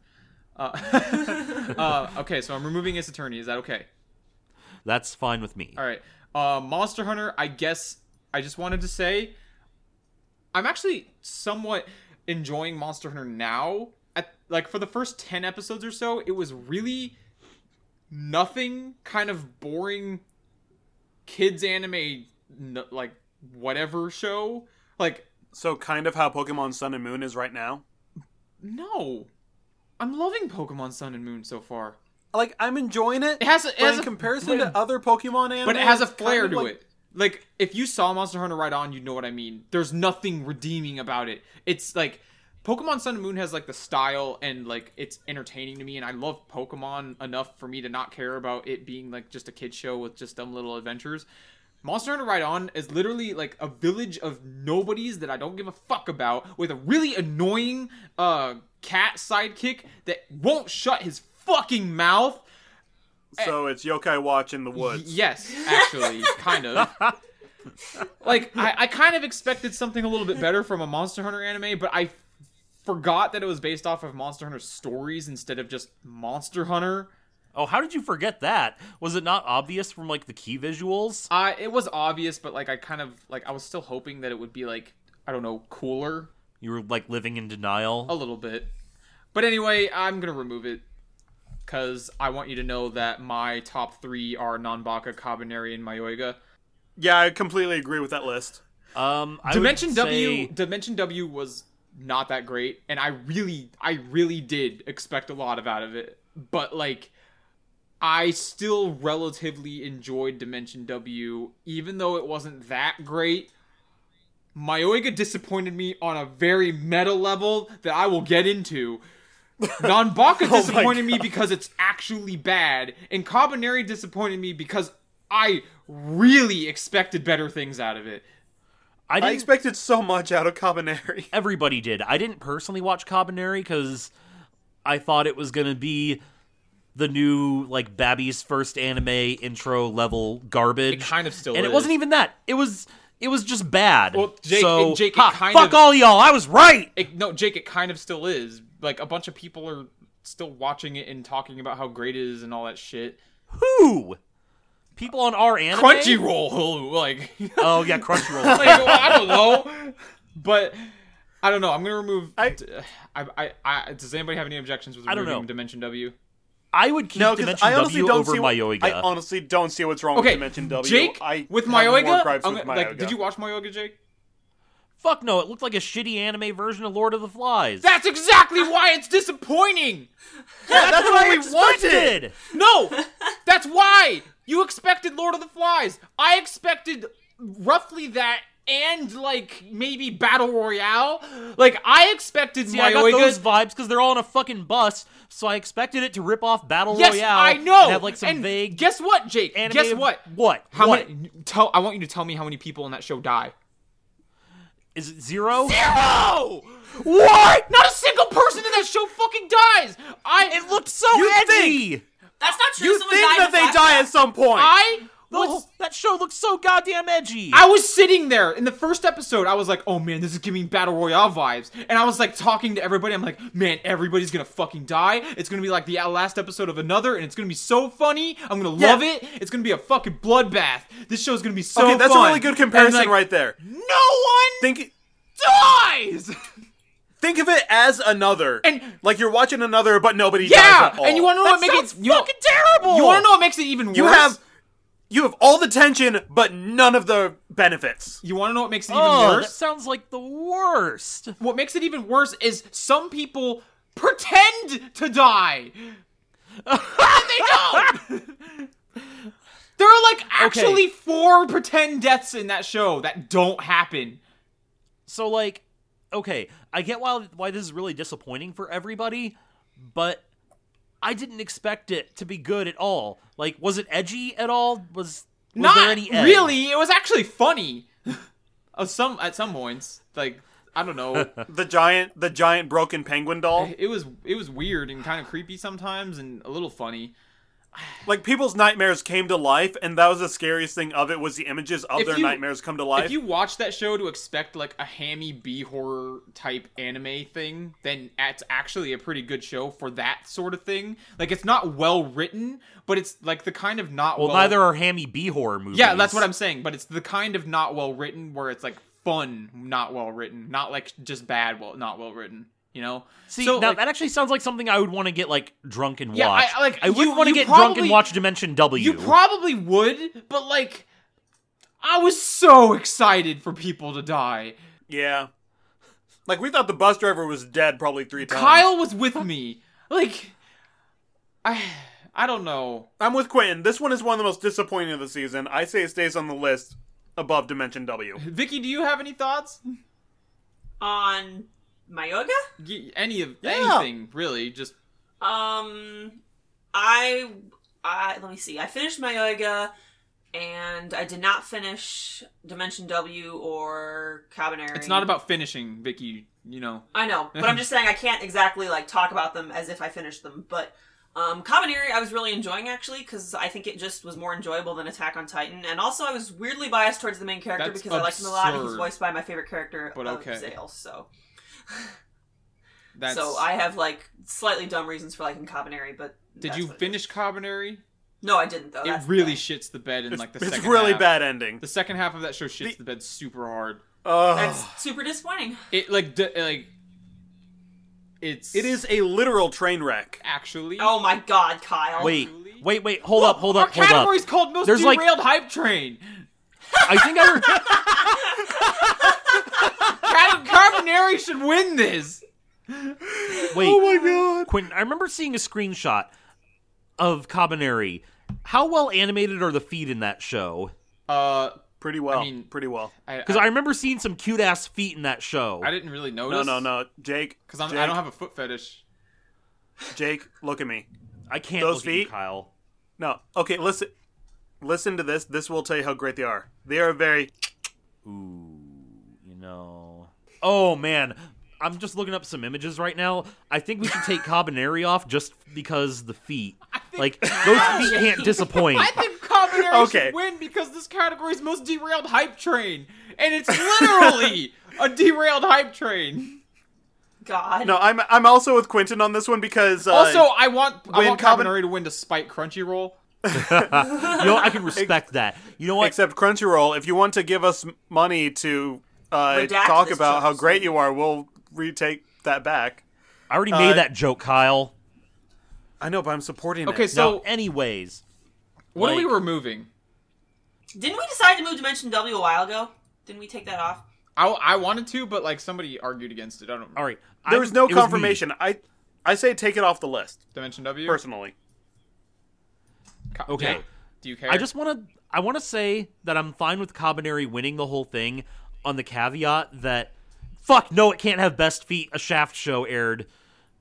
Uh, *laughs* uh, okay, so I'm removing his attorney. Is that okay?
That's fine with me.
All right. Uh, Monster Hunter. I guess I just wanted to say I'm actually somewhat enjoying Monster Hunter now. At like for the first ten episodes or so, it was really nothing, kind of boring kids anime, n- like whatever show. Like
So kind of how Pokemon Sun and Moon is right now.
No. I'm loving Pokemon Sun and Moon so far.
Like I'm enjoying it.
It has a, it
but
has
in
a-
comparison
but,
to other Pokemon anime,
but it has a
it's
flair
kind
to
of like-
it. Like if you saw Monster Hunter right on, you'd know what I mean. There's nothing redeeming about it. It's like Pokemon Sun and Moon has like the style and like it's entertaining to me and I love Pokemon enough for me to not care about it being like just a kid show with just dumb little adventures. Monster Hunter Ride On is literally like a village of nobodies that I don't give a fuck about with a really annoying uh cat sidekick that won't shut his fucking mouth. Eh.
So it's yokai watch in the
Y-
woods.
Yes, actually, kind of. like I, I kind of expected something a little bit better from a Monster Hunter anime, but I f- forgot that it was based off of Monster Hunter stories instead of just Monster Hunter.
Oh, how did you forget that? Was it not obvious from like the key visuals?
I it was obvious, but like I kind of like I was still hoping that it would be like I don't know cooler
You were like living in
a
denial.
little bit. But anyway, I'm gonna remove it because I want you to know that my top three are Nanbaka, Kabaneri, and Mayoiga.
Yeah, I completely agree with that list.
Um, I would
Dimension W
say-
Dimension W was not that great, and I really, I really did expect a lot of out of it. But like, I still relatively enjoyed Dimension W, even though it wasn't that great. Myoiga disappointed me on a very meta level that I will get into. Nanbaka disappointed me because it's actually bad, and Cabaneri disappointed me because I really expected better things out of it.
I
I
didn't
expected so much out of *laughs* Kabaneri.
everybody did. I didn't personally watch Carbonary because I thought it was gonna be the new like Babby's first anime intro level garbage.
It kind of still
and
is.
it wasn't even that. It was it was just bad.
Well, Jake-
so,
and Jake, it
ha,
kind
fuck
of-
all y'all. I was right.
It, no, Jake, it kind of still is. Like a bunch of people are still watching it and talking about how great it is and all that shit.
Who? People on our anime.
Crunchyroll, *laughs* like, like
Oh yeah, Crunchyroll.
well, I don't know, but I don't know. I'm gonna remove.
I-
d- I, I, I, does anybody have any objections with
I don't
removing
know.
Dimension W?
I would keep
No, because
Dimension
I honestly
W
don't
over
see.
Mayoiga.
I honestly don't see what's wrong
Okay,
with Dimension W.
Jake
I
with
have more
Myoiga.
gripes
I'm
with
gonna- Like, did
Myoiga.
you watch Myoiga, Jake?
Fuck no! It looked like a shitty anime version of Lord of the Flies.
That's exactly why it's disappointing.
that's,
what we
wanted.
No, that's why you expected Lord of the Flies. I expected roughly that and like maybe battle royale. Like I expected
See, I got those
Myoiga's
vibes because they're all on a fucking bus, so I expected it to rip off Battle
Yes,
Royale.
I know.
And have like some
And
vague.
Guess what, Jake?
anime-
Guess what?
What?
How
what?
many? Tell. I want you to tell me how many people in that show die.
Is it zero?
Zero. What? Not a single person in that show fucking dies. I.
It looked so
You
edgy.
That's not true.
You
Someone
think
died
that
in
they
Flashback.
die at some point?
I
The
was.
whole- that show looked so goddamn edgy.
I was sitting there in the first episode. I was like, "Oh man, this is giving me battle royale vibes," and I was like talking to everybody. I'm like, "Man, everybody's gonna fucking die. It's gonna be like the last episode of another, and it's gonna be so funny. I'm gonna
Yeah.
love it. It's gonna be a fucking bloodbath. This show's gonna be so
okay, that's
fun."
a really good
Oh, And,
comparison
like,
right there.
No one
Think *laughs*
dies.
think of it as another,
And-
like you're watching another, but nobody
yeah,
dies at all.
and you want to know
that
what makes
sounds
it you,
fucking terrible.
You want to know what makes it even worse?
you have you have all the tension, but none of the
*laughs*
benefits.
You want to know what makes it even
Oh, that
worse?
sounds like the worst.
What makes it even worse is some people pretend to die. and they
*laughs*
don't. there are like actually four pretend deaths in that show that don't happen.
So like, okay, I get why why this is really disappointing for everybody, but I didn't expect it to be good at all. Like, was it edgy at all? Was was
Not
there any edge?
really. It was actually funny. *laughs* Oh, some at some points, like I don't
*laughs*
know.
The giant, the giant broken penguin doll,
it was it was weird and kind of creepy sometimes, and a little funny.
like people's nightmares came to life, and that was the scariest thing of it was the images of
If
their
you-
nightmares come to life.
If you watch that show to expect like a hammy B horror type anime thing, then it's actually a pretty good show for that sort of thing. Like it's not well written, but it's like the kind of not
Well,
well,
neither are hammy B horror movies.
Yeah, that's what I'm saying. But it's the kind of not well written where it's like fun, not well written, not like just bad, well, not well written. You know.
See,
so,
now
like,
that actually sounds like something I would want to get like drunk and
Yeah, I-
watch.
I, like,
I wouldn't
you-
want to
you
get drunk
probably-
and watch Dimension W.
you probably would, but like, I was so excited for people to die.
yeah, like we thought the bus driver was dead probably three times.
Kyle was with me. Like, I, I don't know.
I'm with Quentin. This one is one of the most disappointing of the season. I say it stays on the list above Dimension W.
Vicky, do you have any thoughts?
on Myoga.
Y- Any of
Yeah.
anything really? Just
Um, I, I let me see. I finished Myoga, and I did not finish Dimension W or Cabaneri.
it's not about finishing, Vicky. You know.
I know, but I'm just saying I can't exactly like talk about them as if I finished them. But um, Kabaneri, I was really enjoying actually because I think it just was more enjoyable than Attack on Titan, and also I was weirdly biased towards the main character
That's
because I liked him a lot. and He's
absurd.
voiced by my favorite character,
But
of
okay.
Zale. So,
That's.
so I have like slightly dumb reasons for liking Kabaneri, but
did
that's
you
what it
finish Carbonary?
is. No, I didn't though.
It
That's the
really
thing.
shits the bed in
It's,
*laughs* like the
it's
second.
really
half.
bad ending.
The second half of that show shits
The-
the bed super hard.
Ugh.
That's super disappointing.
It like d- like. It's
It is a literal train wreck.
actually.
Oh my god, Kyle.
wait,
Actually?
wait, wait. Hold up, hold
Our
up, hold up.
category's called most
There's, like-
derailed hype train.
I think
*laughs*
I. Re-
Car-
*laughs*
Carbonari should win this.
Wait.
Oh god.
Quentin, I remember seeing a screenshot of Cabaneri. How well animated are the feet in that show?
Uh,
Pretty well.
I mean-
pretty well.
I,
Because I remember seeing some cute ass feet in that show.
I didn't really
No,
notice.
no, no, Jake.
Because I
Jake,
don't have a foot fetish.
Jake, look at me.
I can't
Those
look at you,
feet?
Kyle.
No, okay, listen, listen to this. This will tell you how great they are. They are very.
Ooh, you know. Oh man, I'm just looking up some images right now. I think we should take Cabaneri off just because the feet. Like
*laughs*
those feet can't disappoint.
I think Carbonari
Okay.
should win because this category's most derailed hype train, and
*laughs*
it's literally a derailed hype train.
God.
No, I'm I'm also with Quentin on this one because uh,
Also, I want I
when
want
Carbon-
Carbonari to win despite Crunchyroll.
You know, I can respect that. You know what?
except Crunchyroll, if you want to give us money to uh,
Redact
talk
this
about
joke,
how great
so-
you are, we'll retake that back.
I already made
uh,
that joke, Kyle.
I know, but I'm supporting
Okay,
it.
so
now, anyways,
what are we
like-
removing?
Didn't we decide to move Dimension W a while ago? Didn't we take that off?
I, I wanted to, but like somebody argued against it. I don't.
all right.
There
I'm-
was no
it me.
confirmation. I I say take it off the list
Dimension W.
personally.
Ca-
Okay.
Jake, do you care?
I just want to I want to say that I'm fine with Cabaneri winning the whole thing on the caveat that fuck no, it can't have best feet. A Shaft show aired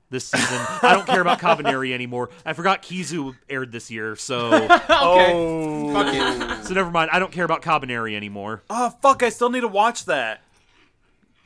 this season. I don't care about Kabaneri anymore. I forgot Kizu aired this
*laughs*
year, so
*laughs* Okay.
Oh, *laughs*
Fuck it.
so never mind. I don't care about Kabaneri anymore.
oh fuck! I still need to watch that.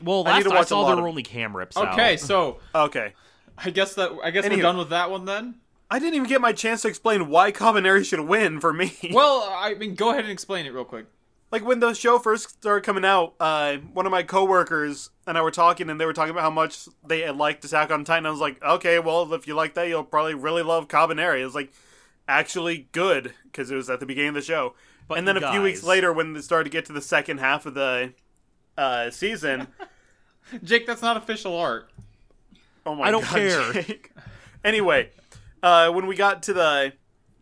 Well,
I need
last
to
I,
watch a
saw
lot
there
of-
were only cam rips. out.
Okay, so
Okay,
I guess that I guess
Anywho.
we're done with that one then.
I didn't even get my chance to explain why Kabaneri should win for me.
Well, I mean, go ahead and explain it real quick.
like when the show first started coming out, uh, one of my coworkers and I were talking, and they were talking about how much they had liked Attack on Titan. I was like, okay, well, if you like that, you'll probably really love Cabaneri. It was like actually good because it was at the beginning of the show.
But
and then
you
a few weeks
guys-
later, when they started to get to the second half of the uh, season,
Jake, that's not official art.
Oh my
I don't
God,
care.
Jake. anyway, uh, when we got to the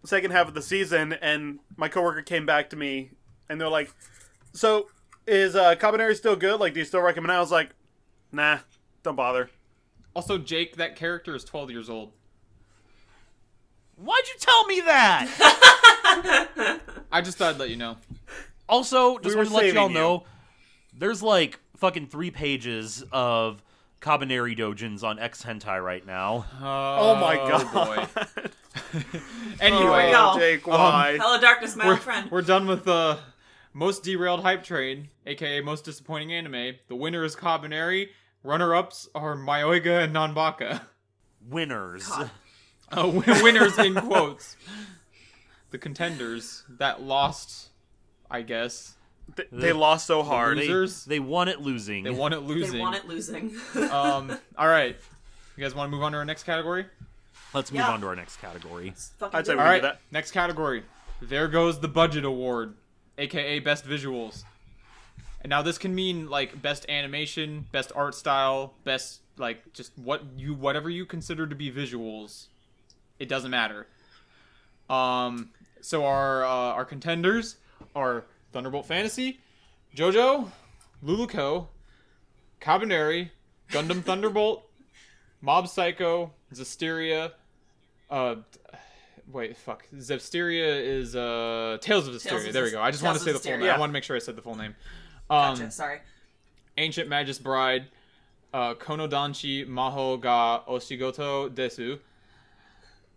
second half of the season, and my coworker came back to me, and they're like, "So is uh, Cabaneri still good? Like, do you still recommend?" it?" I was like, "Nah, don't bother."
Also, Jake, that character is 12 years old.
Why'd you tell me that?
I just thought I'd let you know.
*laughs* also, just
were
want to let
saving
y'all
you.
know, there's like fucking three pages of Kabaneri dojins on X Hentai right now.
Oh, my god!
boy. *laughs*
we
*laughs*
Anyway,
go.
Jake, why?
Hello, darkness, Oh, my
we're,
old friend.
we're done with the most derailed hype train, aka most disappointing anime. The winner is Kabaneri. Runner ups are Myoiga and Nanbaka.
Winners.
God.
Uh, *laughs* win- winners in quotes. The contenders that lost, I guess.
Th- they lost so hard.
They,
Losers.
they won it losing.
They won it losing.
They want it losing. *laughs*
Um, all right. You guys want to move on to our next category?
Let's move
Yeah.
on to our next
*laughs*
category.
Fucking
I'd say
do
we
All
it.
right.
do that.
Next category. There goes the budget award, aka best visuals. And now this can mean like best animation, best art style, best like just what you whatever you consider to be visuals. It doesn't matter. Um so our uh, our contenders are Thunderbolt Fantasy, JoJo, Luluco, Cabaneri, Gundam Thunderbolt, *laughs* Mob Psycho, Zisteria, uh Wait, fuck. Zepsteria is uh Tales of Zepsteria.
Tales of
there we go. I just want to
Tales
say the full
of Zestiria.
name. I
Yeah.
want to make sure I said the full name. Um,
Gotcha, Sorry.
Ancient Magus Bride, uh, Konodanchi Maho ga Oshigoto Desu,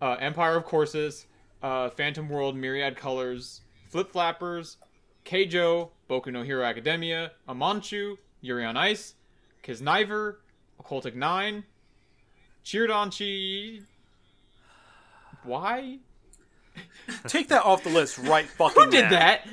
uh, Empire of Courses, uh, Phantom World Myriad Colors, Flip Flappers, Keijo, Boku no Hero Academia, Amanchu, Yuri on Ice, Kisniver, Occultic Nine, Chiridanchi. Why?
Take that off the list
*laughs*
right fucking
Who did that?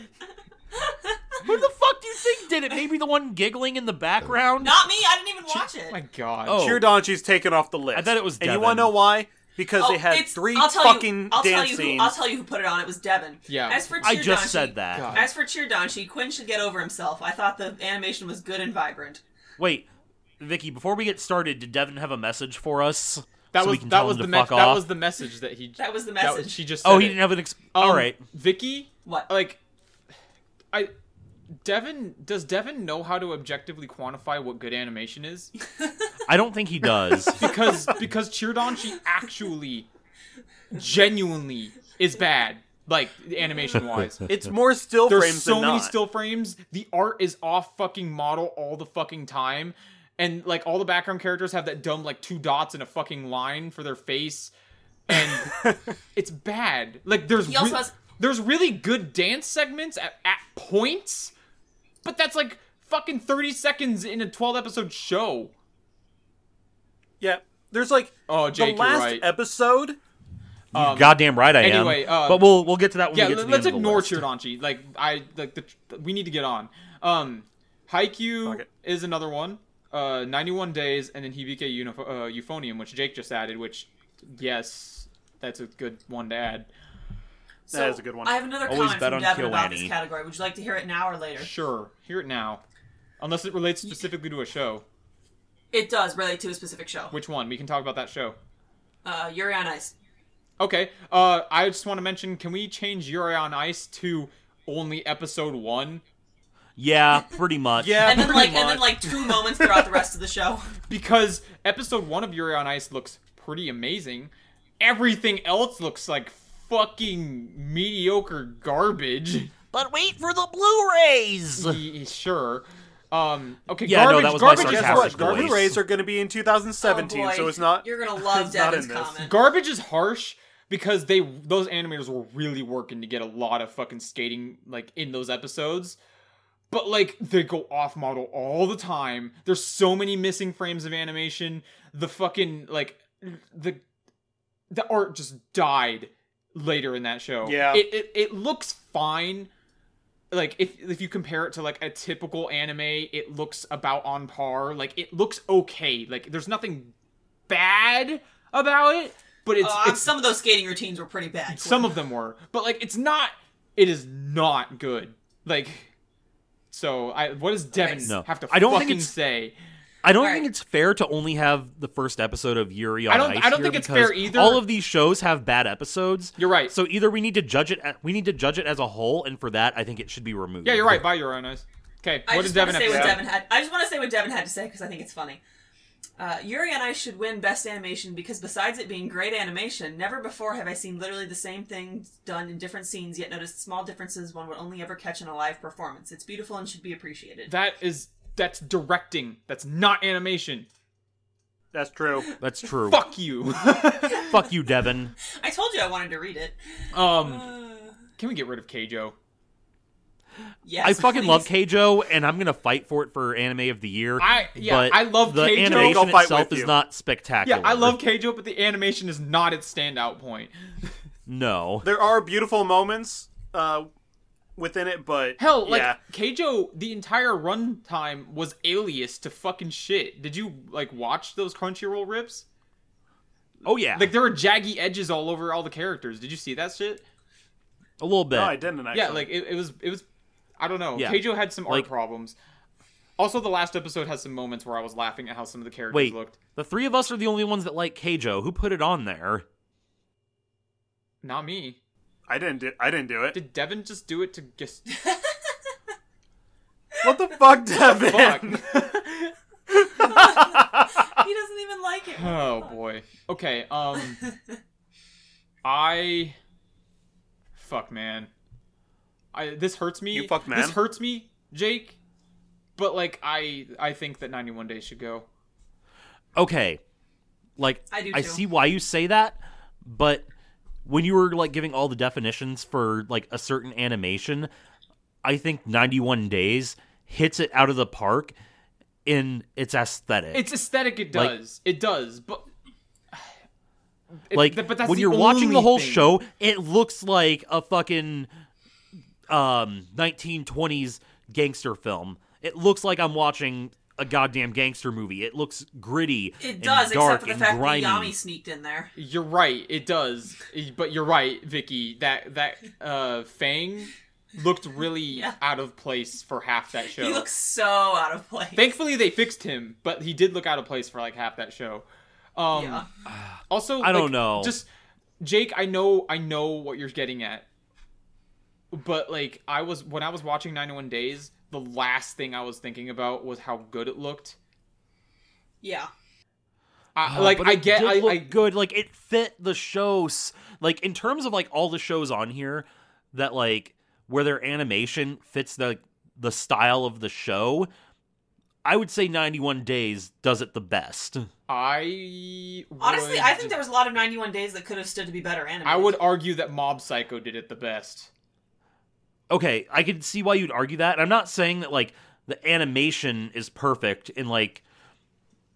Who the fuck do you think did it? Maybe the one giggling in the background?
Not me. I didn't even watch it.
Oh my god.
Oh.
Chiridanchi's taken off the list.
I bet it was
And you
Devin.
want to know why? Because
Oh,
they had
it's-
3
I'll tell
fucking
you, I'll
dance
tell you
scenes.
Who, I'll tell you who put it on. It was Devin.
Yeah.
As for
I just
Chiridanchi-
said that.
God.
As for Chiridanchi, Quinn should get over himself. I thought the animation was good and vibrant.
Wait, Vicky, before we get started, did Devin have a message for us?
That
So we
was
can
that
tell
was
him
the
to
me-
fuck
that
off?
was the message that he
That was the
that
message.
she just
Oh,
said
he
it.
didn't have an. Exp-
Um,
All right.
Vicky.
What?
Like, I, Devin. Does Devin know how to objectively quantify what good animation is?
I don't think he
*laughs*
does.
Because because Chiridanchi actually, genuinely is bad. Like animation wise,
It's more still
there's
frames
so
than
many
not.
still frames. The art is off fucking model all the fucking time. And like all the background characters have that dumb like two dots and a fucking line for their face.
*laughs*
And it's bad. Like there's
He also
re-
has-
there's really good dance segments at, at points, but that's like fucking 30 seconds in a 12 episode show.
Yeah, there's like
Oh, Jake,
the
you're
last
right.
episode.
Um,
Goddamn right I am.
anyway, uh,
but we'll we'll get to that when
yeah,
we get to the
let's
end of the
ignore
list.
Chiridanchi. Like I like the we need to get on. Um
Fuck
Haikyuu
it.
is another one. Uh 91 days and then Hibike Unif- uh, Euphonium which Jake just added which yes, that's a good one to add.
So,
that is a good one.
I have another
Always
comment
bet
from
on
Devin about
Kiwani.
this category. Would you like to hear it now or later?
Sure, hear it now. Unless it relates specifically to a show.
It does relate to a specific show.
Which one? We can talk about that show.
Uh, Yuri on Ice.
Okay. Uh I just want to mention can we change Yuri on Ice to only episode 1
Yeah, pretty much.
Yeah.
And then
Pretty
like and
much.
then like two moments throughout the rest of the show. Oh,
because episode one of Yuri on Ice looks pretty amazing. Everything else looks like fucking mediocre garbage. *laughs*
But wait for the Blu-rays.
Y- sure. Um. Okay.
Yeah, no,
garbage,
that was my
garbage is
sarcastic
harsh.
What?
voice.
Garbage,
Garbage Rays are going to be in 2017,
Oh, boy.
so it's not.
You're gonna love
it's not
Devin's
in this.
comment.
garbage is harsh because they those animators were really working to get a lot of fucking skating like in those episodes. But like they go off model all the time. There's so many missing frames of animation. The fucking like the the art just died later in that show.
Yeah.
It it, it looks fine. Like if if you compare it to like a typical anime, it looks about on par. Like it looks okay. Like there's nothing bad about it, but it's
Oh,
it's
some of those skating routines were pretty bad.
some of them were. But like it's not it is not good. Like so I what does Devin
No.
have to
I don't think
fucking
it's-
say?
I don't
All
think
right.
it's fair to only have the first episode of Yuri on
I don't-
Ice
I don't
here
think it's
because
fair either.
All of these shows have bad episodes.
You're right.
So either we need to judge it. We need to judge it as a whole, and for that, I think it should be removed.
Yeah, you're right. Bye, your own eyes. Okay,
I
what does
just
Devin
want
have
to say
to
what
say?
Devin had. I just want to say what Devin had to say because I think it's funny. Uh, Yuri and I should win Best Animation because besides it being great animation, never before have I seen literally the same thing done in different scenes, yet noticed small differences one would only ever catch in a live performance. It's beautiful and should be appreciated.
That is that's directing. That's not animation.
That's true.
That's true.
Fuck you. *laughs*
Fuck you, Devin.
I told you I wanted to read it. Uh.
um Can we get rid of Keijo?
Yes,
I
*laughs*
fucking love
please.
Keijo, and I'm gonna fight for it for anime of the year.
I- yeah,
but
I love
the
Keijo.
I'll
animation
fight
itself
with
is
you.
not spectacular.
Yeah, I love Keijo, but the animation is not its standout point.
No,
There are beautiful moments uh, within it, but
Hell, like
yeah,
Keijo, the entire runtime was alias to fucking shit. Did you like watch those Crunchyroll rips?
oh yeah,
Like there were jaggy edges all over all the characters. Did you see that shit?
a little bit.
no, I didn't. Actually.
Yeah, like it, it was it was I don't know.
Yeah.
Keijo had some art
Like-
problems. Also, the last episode has some moments where I was laughing at how some of the characters
Wait,
looked.
the three of us are the only ones that like Keijo. Who put it on there?
Not me.
I didn't do. I didn't do it.
Did Devin just do
*laughs*
it to just
What the fuck, Devin?
fuck?
He doesn't even like it.
Oh boy. Okay.
*laughs*
Um. I. Fuck man. I this hurts me.
You fuck, man.
This hurts me, Jake. But like I I think that 91 days should go.
okay like
I do
I
too.
see why you say that but when you were like giving all the definitions for like a certain animation i think 91 days hits it out of the park in its aesthetic
It's aesthetic. It
Like-
does. it does. But. *sighs* It-
like
th- but that's
when
the
you're watching the
only
whole
thing.
show it looks like a fucking um 1920s gangster film it looks like i'm watching a goddamn gangster movie it looks gritty
It
and
does,
dark
except for the
and
fact
grimy.
that Yami sneaked in there.
You're right. It does. But you're right, Vicky. That that uh Fang looked
*laughs*
really out of place for half that show.
He looks so out of place.
Thankfully, they fixed him, but he did look out of place for like half that show. Um,
Yeah.
Also,
I don't
like,
know.
Just Jake, I know, I know what you're getting at, but like I was when I was watching 91 Days, the last thing I was thinking about was how good it looked.
Yeah.
I,
Uh,
like
but
I
it
get,
did
I,
look
I
good. Like it fit the shows. Like in terms of like all the shows on here that like where their animation fits the the style of the show. I would say 91 Days does it the best.
I
Honestly,
would-
I think there was a lot of 91 days that could have stood to be better animated.
I would argue that Mob Psycho did it the best.
Okay, I can see why you'd argue that. And I'm not saying that like the animation is perfect in like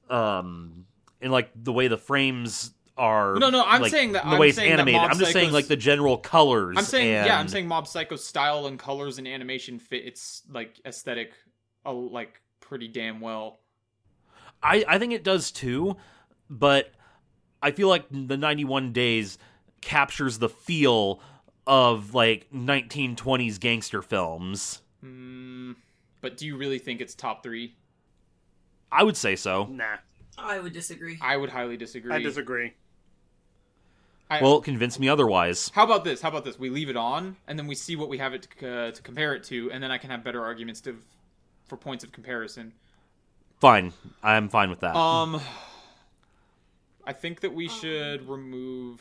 um in like the way the frames are
No, no, I'm
like,
saying that-
the
I'm
way it's
saying that
animated.
Mob
I'm just saying
Psycho's-
like the general colors.
I'm saying, yeah, I'm
and-
saying Mob Psycho's style and colors and animation fit its like aesthetic, uh, like pretty damn well.
I, I think it does too, but I feel like the 91 days captures the feel of like 1920s gangster films.
Mm, but do you really think it's top three?
I would say so.
nah,
I would disagree.
I would highly disagree.
I disagree.
I-
Well, convince me otherwise.
how about this? How about this? We leave it on, and then we see what we have it to, uh, to compare it to, and then I can have better arguments to for points of comparison.
Fine. I'm fine with that.
Um, I think that we should remove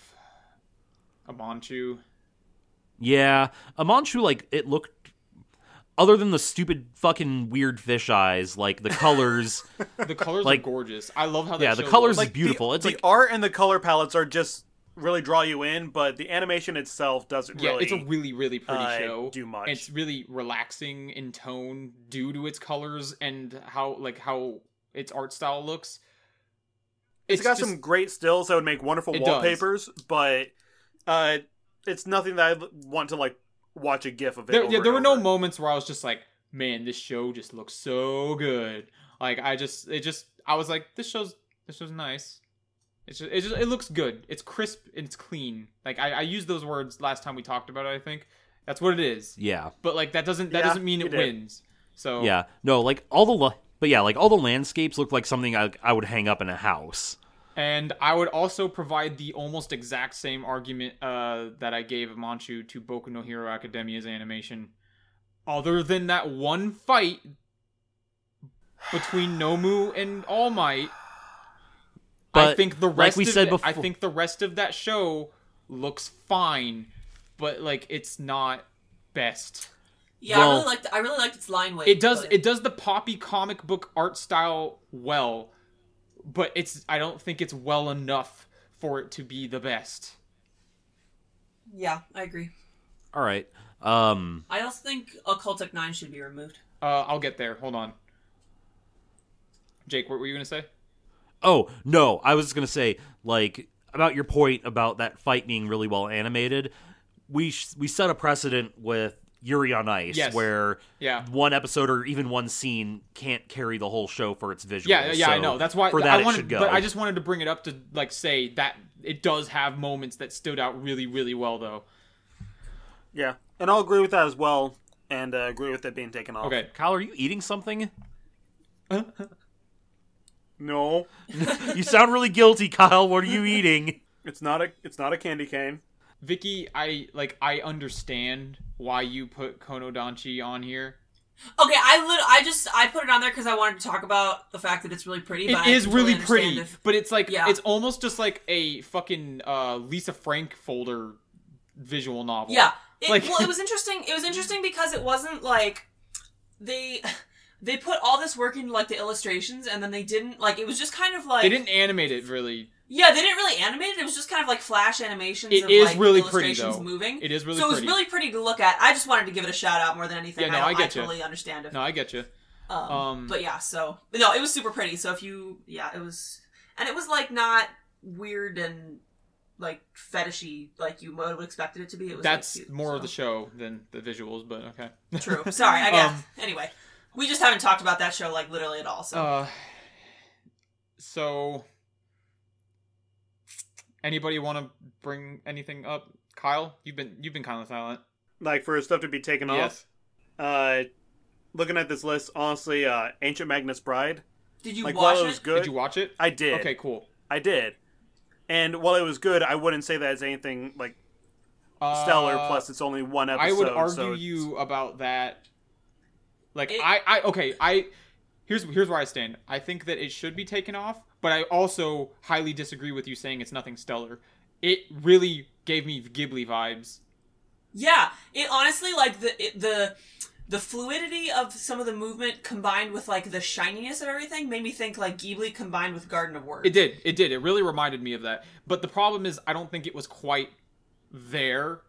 Amanchu.
*laughs*
yeah. Amanchu, like, it looked. other than the stupid fucking weird fish eyes, like the colors,
The colors
Like-
are gorgeous. I love how that
yeah, the
show
colors
looks.
is beautiful.
The,
it's
the
like
art and the color palettes are just really draw you in, but the animation itself doesn't
yeah,
really.
it's a really really pretty
uh,
show.
do much.
It's really relaxing in tone due to its colors and how like how its art style looks.
it's got
just-
some great stills that would make wonderful
It does.
wallpapers, but uh, it's nothing that I want to like watch a GIF of it.
There,
over
yeah,
and
there were no
over.
moments where I was just like, man, this show just looks so good. Like I just, it just, I was like, this show's, this show's nice. It's just, it just, it looks good. It's crisp and it's clean. Like I, I used those words last time we talked about it. I think that's what it is.
yeah,
But like that doesn't, that
Yeah,
doesn't mean
you
it
did.
wins. So
yeah, no, like all the la- but yeah, like all the landscapes look like something I, I would hang up in a house.
And I would also provide the almost exact same argument uh, that I gave Manchu to Boku no Hero Academia's animation, other than that one fight between Nomu and All Might. I
But,
think the
like
rest
we
of
said
it- I
befo-
think the rest of that show looks fine, but like it's not best.
Yeah, I really
Well-
liked. I really liked its line weight.
It does
but-
it does the poppy comic book art style well, but it's I don't think it's well enough for it to be the best.
yeah, I agree.
All right, um,
I also think Occultic Nine should be removed.
Uh, I'll get there. Hold on. Jake, what were you gonna say?
oh no, I was gonna say like about your point about that fight being really well animated. We sh- we set a precedent with Yuri on Ice
Yes.
where
Yeah.
one episode or even one scene can't carry the whole show for its visuals.
Yeah, yeah, I
so
know. That's why
for that
I wanted,
it should go.
but I just wanted to bring it up to like say that it does have moments that stood out really, really well though.
Yeah, and I'll agree with that as well, and uh, agree with it being taken off.
Okay.
Kyle, are you eating something?
No,
You sound really guilty, Kyle. What are you eating?
it's not a it's not a candy cane.
Vicky, I like I understand why you put Konodanchi on here.
Okay, I lit- I just I put it on there because I wanted to talk about the fact that it's really pretty. but
It
I
is
totally
really
understand
pretty,
if-
but it's like
Yeah.
it's almost just like a fucking uh, Lisa Frank folder visual novel.
yeah, it,
Like- *laughs*
well, it was interesting. It was interesting because it wasn't like they *laughs* they put all this work into like the illustrations, and then they didn't like it was just kind of like
they didn't animate it really.
Yeah, they didn't really animate it. It was just kind of like flash animations.
It
of,
is
like,
really pretty,
illustrations
though.
Moving.
It is really
so it was
pretty.
really pretty to look at. I just wanted to give it a shout out more than anything.
Yeah, no,
I, don't,
I get you.
totally understand it.
No, I get you.
um,
um,
but yeah, so but no, it was super pretty. So if you, yeah, it was, and it was like not weird and like fetishy like you would have expected it to be. It was
That's
like, cute,
more
so.
of the show than the visuals, but okay.
True.
*laughs*
Sorry, I guess.
Um,
anyway, we just haven't talked about that show like literally at all. So
Uh, so anybody want to bring anything up? Kyle, you've been you've been kind of silent.
Like for stuff to be taken
Yes.
off. Uh, looking at this list, honestly, uh, Ancient Magnus Bride.
did you
like
watch
while it
it?
was good,
Did you watch it?
I did.
Okay, cool.
I did. And while it was good, I wouldn't say that as anything like
Uh,
stellar. plus, it's only one episode.
I would argue
so it's-
you about that. Like
It-
I, I okay, I here's here's where I stand. I think that it should be taken off, but I also highly disagree with you saying it's nothing stellar. It really gave me Ghibli vibes.
Yeah, it honestly like the it, the the fluidity of some of the movement combined with like the shininess of everything made me think like Ghibli combined with Garden of Words.
It did. It did. It really reminded me of that. But the problem is, I don't think it was quite there.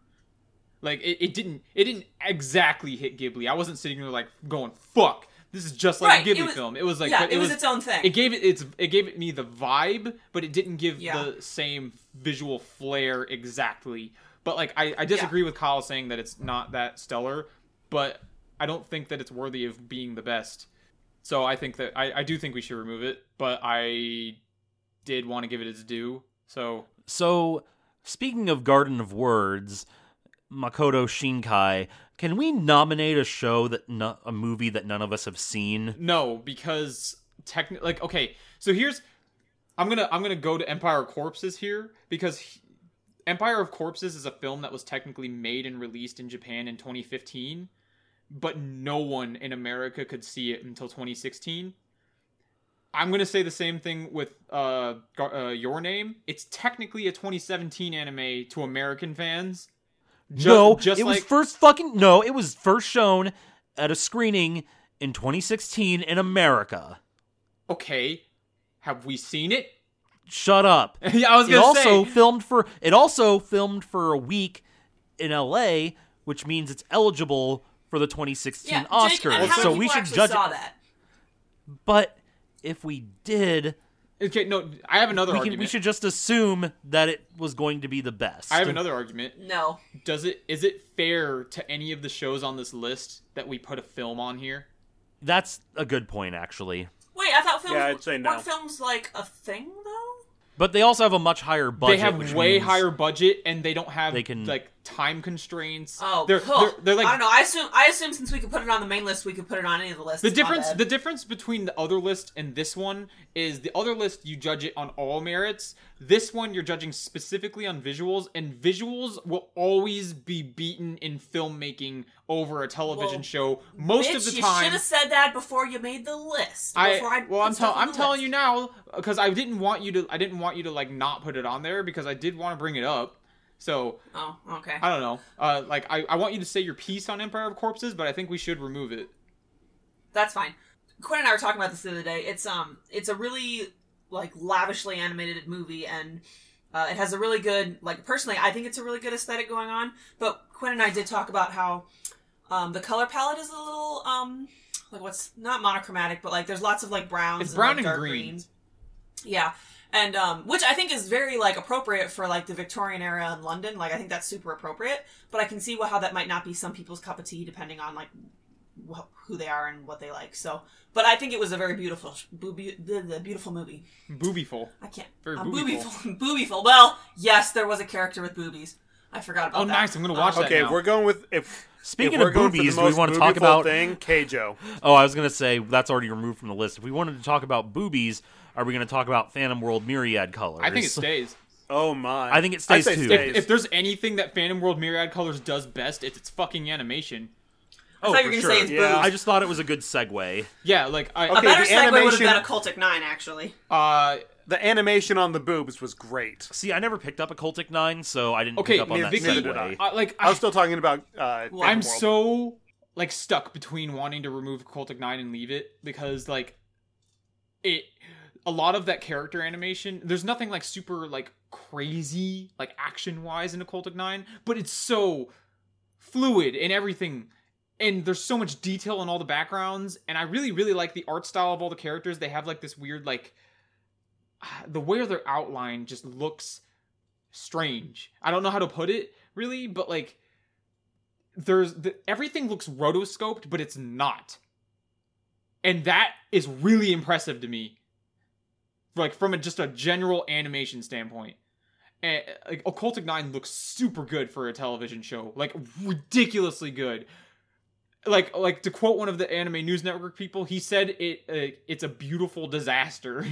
Like it, it didn't. It didn't exactly hit Ghibli. I wasn't sitting there like going, "Fuck, this is just like
Right,
a
it
Ghibli
was-
film." It was like,
yeah,
but
it was its own thing.
It gave it its. It gave it me the vibe, but it didn't give
Yeah.
the same visual flair exactly. But like, I, I disagree with Kyle saying that it's not that stellar, but I don't think that it's worthy of being the best. So I think that I, I do think we should remove it, but I did want to give it its due. So
So, speaking of Garden of Words, Makoto Shinkai, can we nominate a show that no- a movie that none of us have seen?
no, because techni- like okay, so here's I'm gonna I'm gonna go to Empire of Corpses here because he- Empire of Corpses is a film that was technically made and released in Japan in 2015, but no one in America could see it until 2016. I'm gonna say the same thing with uh, Gar- uh Your Name. It's technically a 2017 anime to American fans. Ju-
no,
just
it was
like-
first fucking no, it was first shown at a screening in 2016 in America.
Okay, have we seen it? *laughs*
Shut up.
yeah, *laughs* I was
It
gonna
also
say.
filmed for it also filmed for a week in LA, which means it's eligible for the 2016
Yeah, Jake,
Oscars.
and how
so
many
we
people
should
actually
judge
saw
it.
that.
But if we did,
okay, no, I have another
we, can,
argument.
we should just assume that it was going to be the best.
I have another argument.
No,
Does it is it fair to any of the shows on this list that we put a film on here?
That's a good point actually.
wait, I thought films.
Yeah, I'd say no.
weren't films like a thing though?
But they also have a much higher budget.
they have
which
way
means-
higher budget and they don't have
They can-
like time constraints.
Oh,
they're,
cool.
they're, they're like
I don't know. I assume I assume since we could put it on the main list, we could put it on any of the lists.
The
My
difference,
bad.
the difference between the other list and this one is the other list you judge it on all merits. This one you're judging specifically on visuals, and visuals will always be beaten in filmmaking over a television
Well,
show most
Bitch,
of the
you
time.
should have said that before you made the list.
I,
before I
well, I'm,
put stuff
tell,
on
I'm
the
telling
list.
you now because I didn't want you to. I didn't want you to like not put it on there because I did want to bring it up. So
Oh, okay.
I don't know. Uh, like I, I want you to say your piece on Empire of Corpses, but I think we should remove it.
That's fine. Quinn and I were talking about this the other day. It's um, it's a really like lavishly animated movie, and uh, it has a really good like. Personally, I think it's a really good aesthetic going on. But Quinn and I did talk about how um, the color palette is a little um, like what's not monochromatic, but like there's lots of like browns.
It's brown
like,
and
dark
green.
greens. Yeah. And um, which I think is very like appropriate for like the Victorian era in London. Like I think that's super appropriate. But I can see wh- how that might not be some people's cup of tea, depending on like wh- who they are and what they like. So, but I think it was a very beautiful, sh- bu- bu- the, the beautiful movie.
Boobyful.
I can't.
Very
I'm
boobyful.
*laughs* boobyful. boobyful. Well, yes, there was a character with boobies. I forgot about
Oh,
that.
nice. I'm gonna watch that
Okay,
now.
if we're going with if
Speaking
if we're
of
going for the
boobies, do we
most
want to talk
boobyful
about-
thing *laughs* Keijo?
Oh, I was gonna say that's already removed from the list. If we wanted to talk about boobies, are we gonna talk about Phantom World Myriad Colors?
I think it
*laughs*
stays.
Oh my!
I think it
I'd
stays
say
too.
stays.
If, if there's anything that Phantom World Myriad Colors does best, it's its fucking animation.
Oh,
thought you were
for
gonna say
sure.
it's
Yeah.
I
boobs.
just thought it was a good segue.
Yeah, like I,
A
Okay,
better
the
segue would have
animation-
been a cultic nine, actually. *laughs*
uh,
the animation on the boobs was great.
See, I never picked up a Cultic Nine, so I didn't
okay,
pick up on that
Vicky,
Neither did I.
segue.
uh, like
I
I,
was still talking about. Uh, Phantom
I'm
World.
so like stuck between wanting to remove Cultic Nine and leave it because like it a lot of that character animation. There's nothing like super like crazy like action wise in a Cultic Nine, but it's so fluid and everything. And there's so much detail in all the backgrounds, and I really, really like the art style of all the characters. They have like this weird, like *sighs* the way their outline just looks strange. I don't know how to put it really, but like there's the, everything looks rotoscoped, but it's not, and that is really impressive to me. Like from a just a general animation standpoint, and like Occultic Nine looks super good for a television show, like ridiculously good. Like like to quote one of the Anime News Network people, he said it uh, it's a beautiful disaster.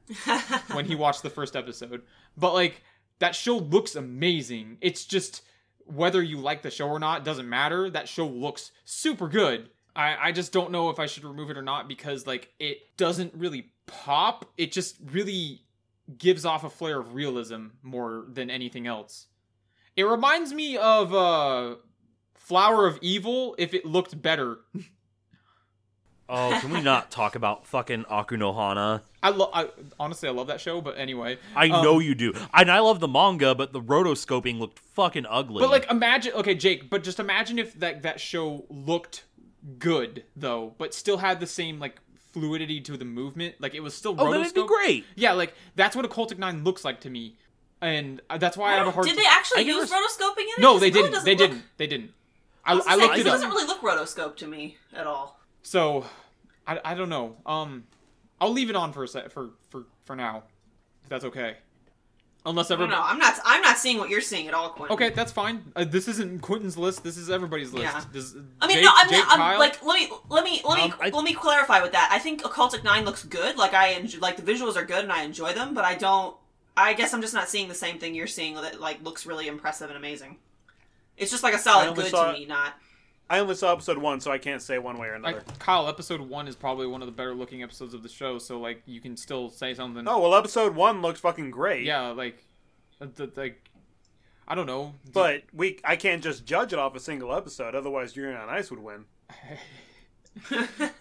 *laughs* when he watched the first episode. But like that show looks amazing. It's just whether you like the show or not doesn't matter. That show looks super good. I I just don't know if I should remove it or not because like it doesn't really pop. It just really gives off a flare of realism more than anything else. It reminds me of uh Flower of Evil if it looked better.
Oh, can we not talk about fucking Akunohana?
I love I honestly I love that show, but anyway.
I
Um,
know you do, and I love the manga, but the rotoscoping looked fucking ugly.
But like, imagine okay, Jake. But just imagine if that that show looked good though, but still had the same like fluidity to the movement. Like it was still.
oh, then it'd be
rotoscope.
great.
Yeah, like that's what a cultic nine looks like to me, and uh, that's why I have a hard.
Did
t-
they actually
I never
use
s-
rotoscoping in it?
No,
'Cause
they
it really
didn't.
doesn't
They
look-
didn't. They didn't. I,
was
I
gonna say,
looked it
It doesn't
up.
really look rotoscope to me at all.
So, I, I don't know. Um, I'll leave it on for a sec for for for now, if that's okay. Unless
I don't
everybody.
know. I'm not. I'm not seeing what you're seeing at all, Quinn.
Okay, that's fine. Uh, this isn't Quentin's list. This is everybody's list.
Yeah.
This,
I mean,
Jake,
no, I'm,
Jake,
not, I'm
Kyle?
like let me let me let me
Um, I-
let me clarify with that. I think Occultic Nine looks good. Like I enjoy, like the visuals are good and I enjoy them, but I don't. I guess I'm just not seeing the same thing you're seeing that like looks really impressive and amazing. It's just like a
I
solid
only
good
saw-
to me, not
I only saw episode one, so I can't say one way or another.
Like, Kyle, episode one is probably one of the better looking episodes of the show, so like you can still say something.
oh well, episode one looks fucking great.
yeah, like, uh, th- like, I don't know,
But we, I can't just judge it off a single episode. Otherwise, Yuri on Ice would win.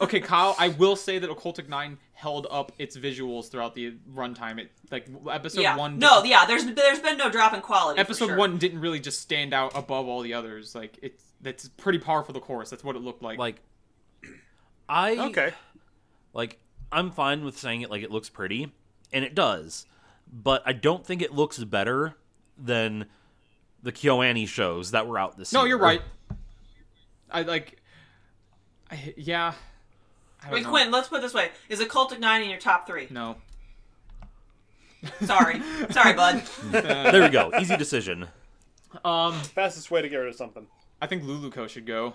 okay, Kyle, I will say that Occultic Nine held up its visuals throughout the runtime. It like episode
yeah.
one.
no, yeah. There's there's been no drop in quality. for
episode
sure.
one didn't really just stand out above all the others. Like it's that's pretty par for the course. That's what it looked like.
Like, I
Okay.
Like, I'm fine with saying it like it looks pretty, and it does, but I don't think it looks better than the KyoAni shows that were out this
no,
year.
you're right. I like. I, yeah. I don't
Wait,
know.
Quinn, let's put it this way: Is Occultic Nine in your top three?
No.
Sorry,
*laughs*
sorry, bud.
There we go. Easy decision.
Um,
Fastest way to get rid of something.
I think Luluco should go.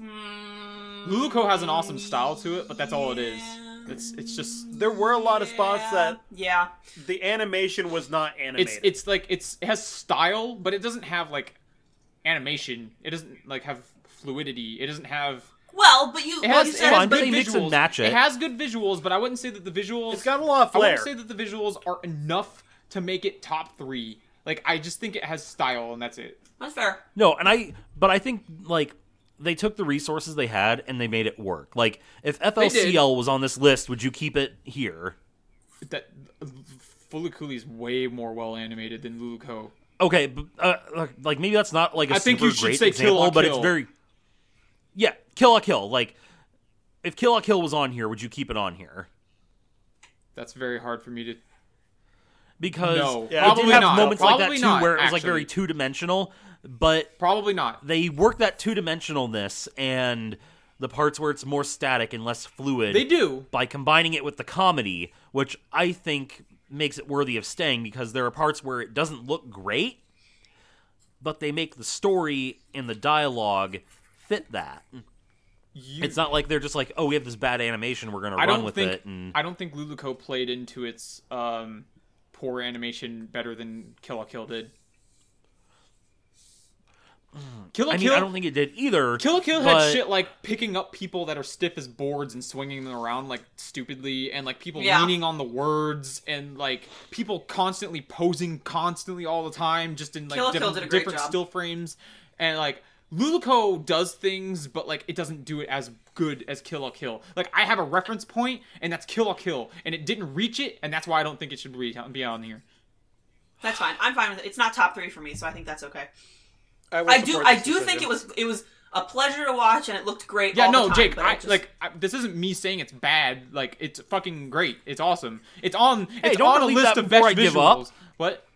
Mm,
Luluco has an awesome style to it, but that's all it is.
Yeah.
It's it's just
There were a lot of spots that
yeah,
the animation was not animated.
it's it's like it's it has style, but it doesn't have like animation. It doesn't like have fluidity. It doesn't have
well, but you,
It
well,
has,
you
it
said
has
Fine, but
good
they mix
visuals.
and match it.
It has good visuals, but I wouldn't say that the visuals.
it's got a lot of
I
flair.
wouldn't say that the visuals are enough to make it top three. Like I just think it has style, and that's it.
that's fair.
No, and I, but I think like they took the resources they had and they made it work. Like if FLCL was on this list, would you keep it here?
That Fulukuli is way more well animated than Luluko.
Okay, b- uh, like- like maybe that's not like a
I think
super
you should
great
say Kill
example,
la
but it's
Kill.
very yeah, Kill a Kill. Like if Kill a Kill was on here, would you keep it on here?
That's very hard for me to.
Because
No.
it
Yeah.
did
Probably
have
not.
moments like that
Probably
too,
not,
where it was like very
actually.
two dimensional, but
Probably not.
they work that two dimensionalness and the parts where it's more static and less fluid.
They do.
by combining it with the comedy, which I think makes it worthy of staying because there are parts where it doesn't look great, but they make the story and the dialogue fit that.
You,
It's not like they're just like, oh, we have this bad animation, we're gonna
I
run
don't
with
think.
it. And
I don't think Luluko played into its um, poor animation better than Kill la Kill did. Kill la
Mm. I mean,
Kill
I don't think it did either.
Kill la Kill
but-
had shit like picking up people that are stiff as boards and swinging them around like stupidly, and like people
Yeah.
leaning on the words, and like people constantly posing constantly all the time, just in like
Kill la Kill
different,
did a great
different
job.
still frames, and like Luluco does things, but like it doesn't do it as good as Kill la Kill. Like I have a reference point, and that's Kill la Kill, and it didn't reach it, and that's why I don't think it should be be on here.
That's fine. I'm fine with it. It's not top three for me, so I think that's okay.
I, will
I do.
support
I
this
do think
decision.
it was. It was a pleasure to watch, and it looked great.
Yeah,
all the
no,
time,
Jake.
but I
I,
just-
like, I, this isn't me saying it's bad. Like, it's fucking great. It's awesome. It's on. It's
don't
on a
delete
list
that
of best
before I
visuals.
give up.
What?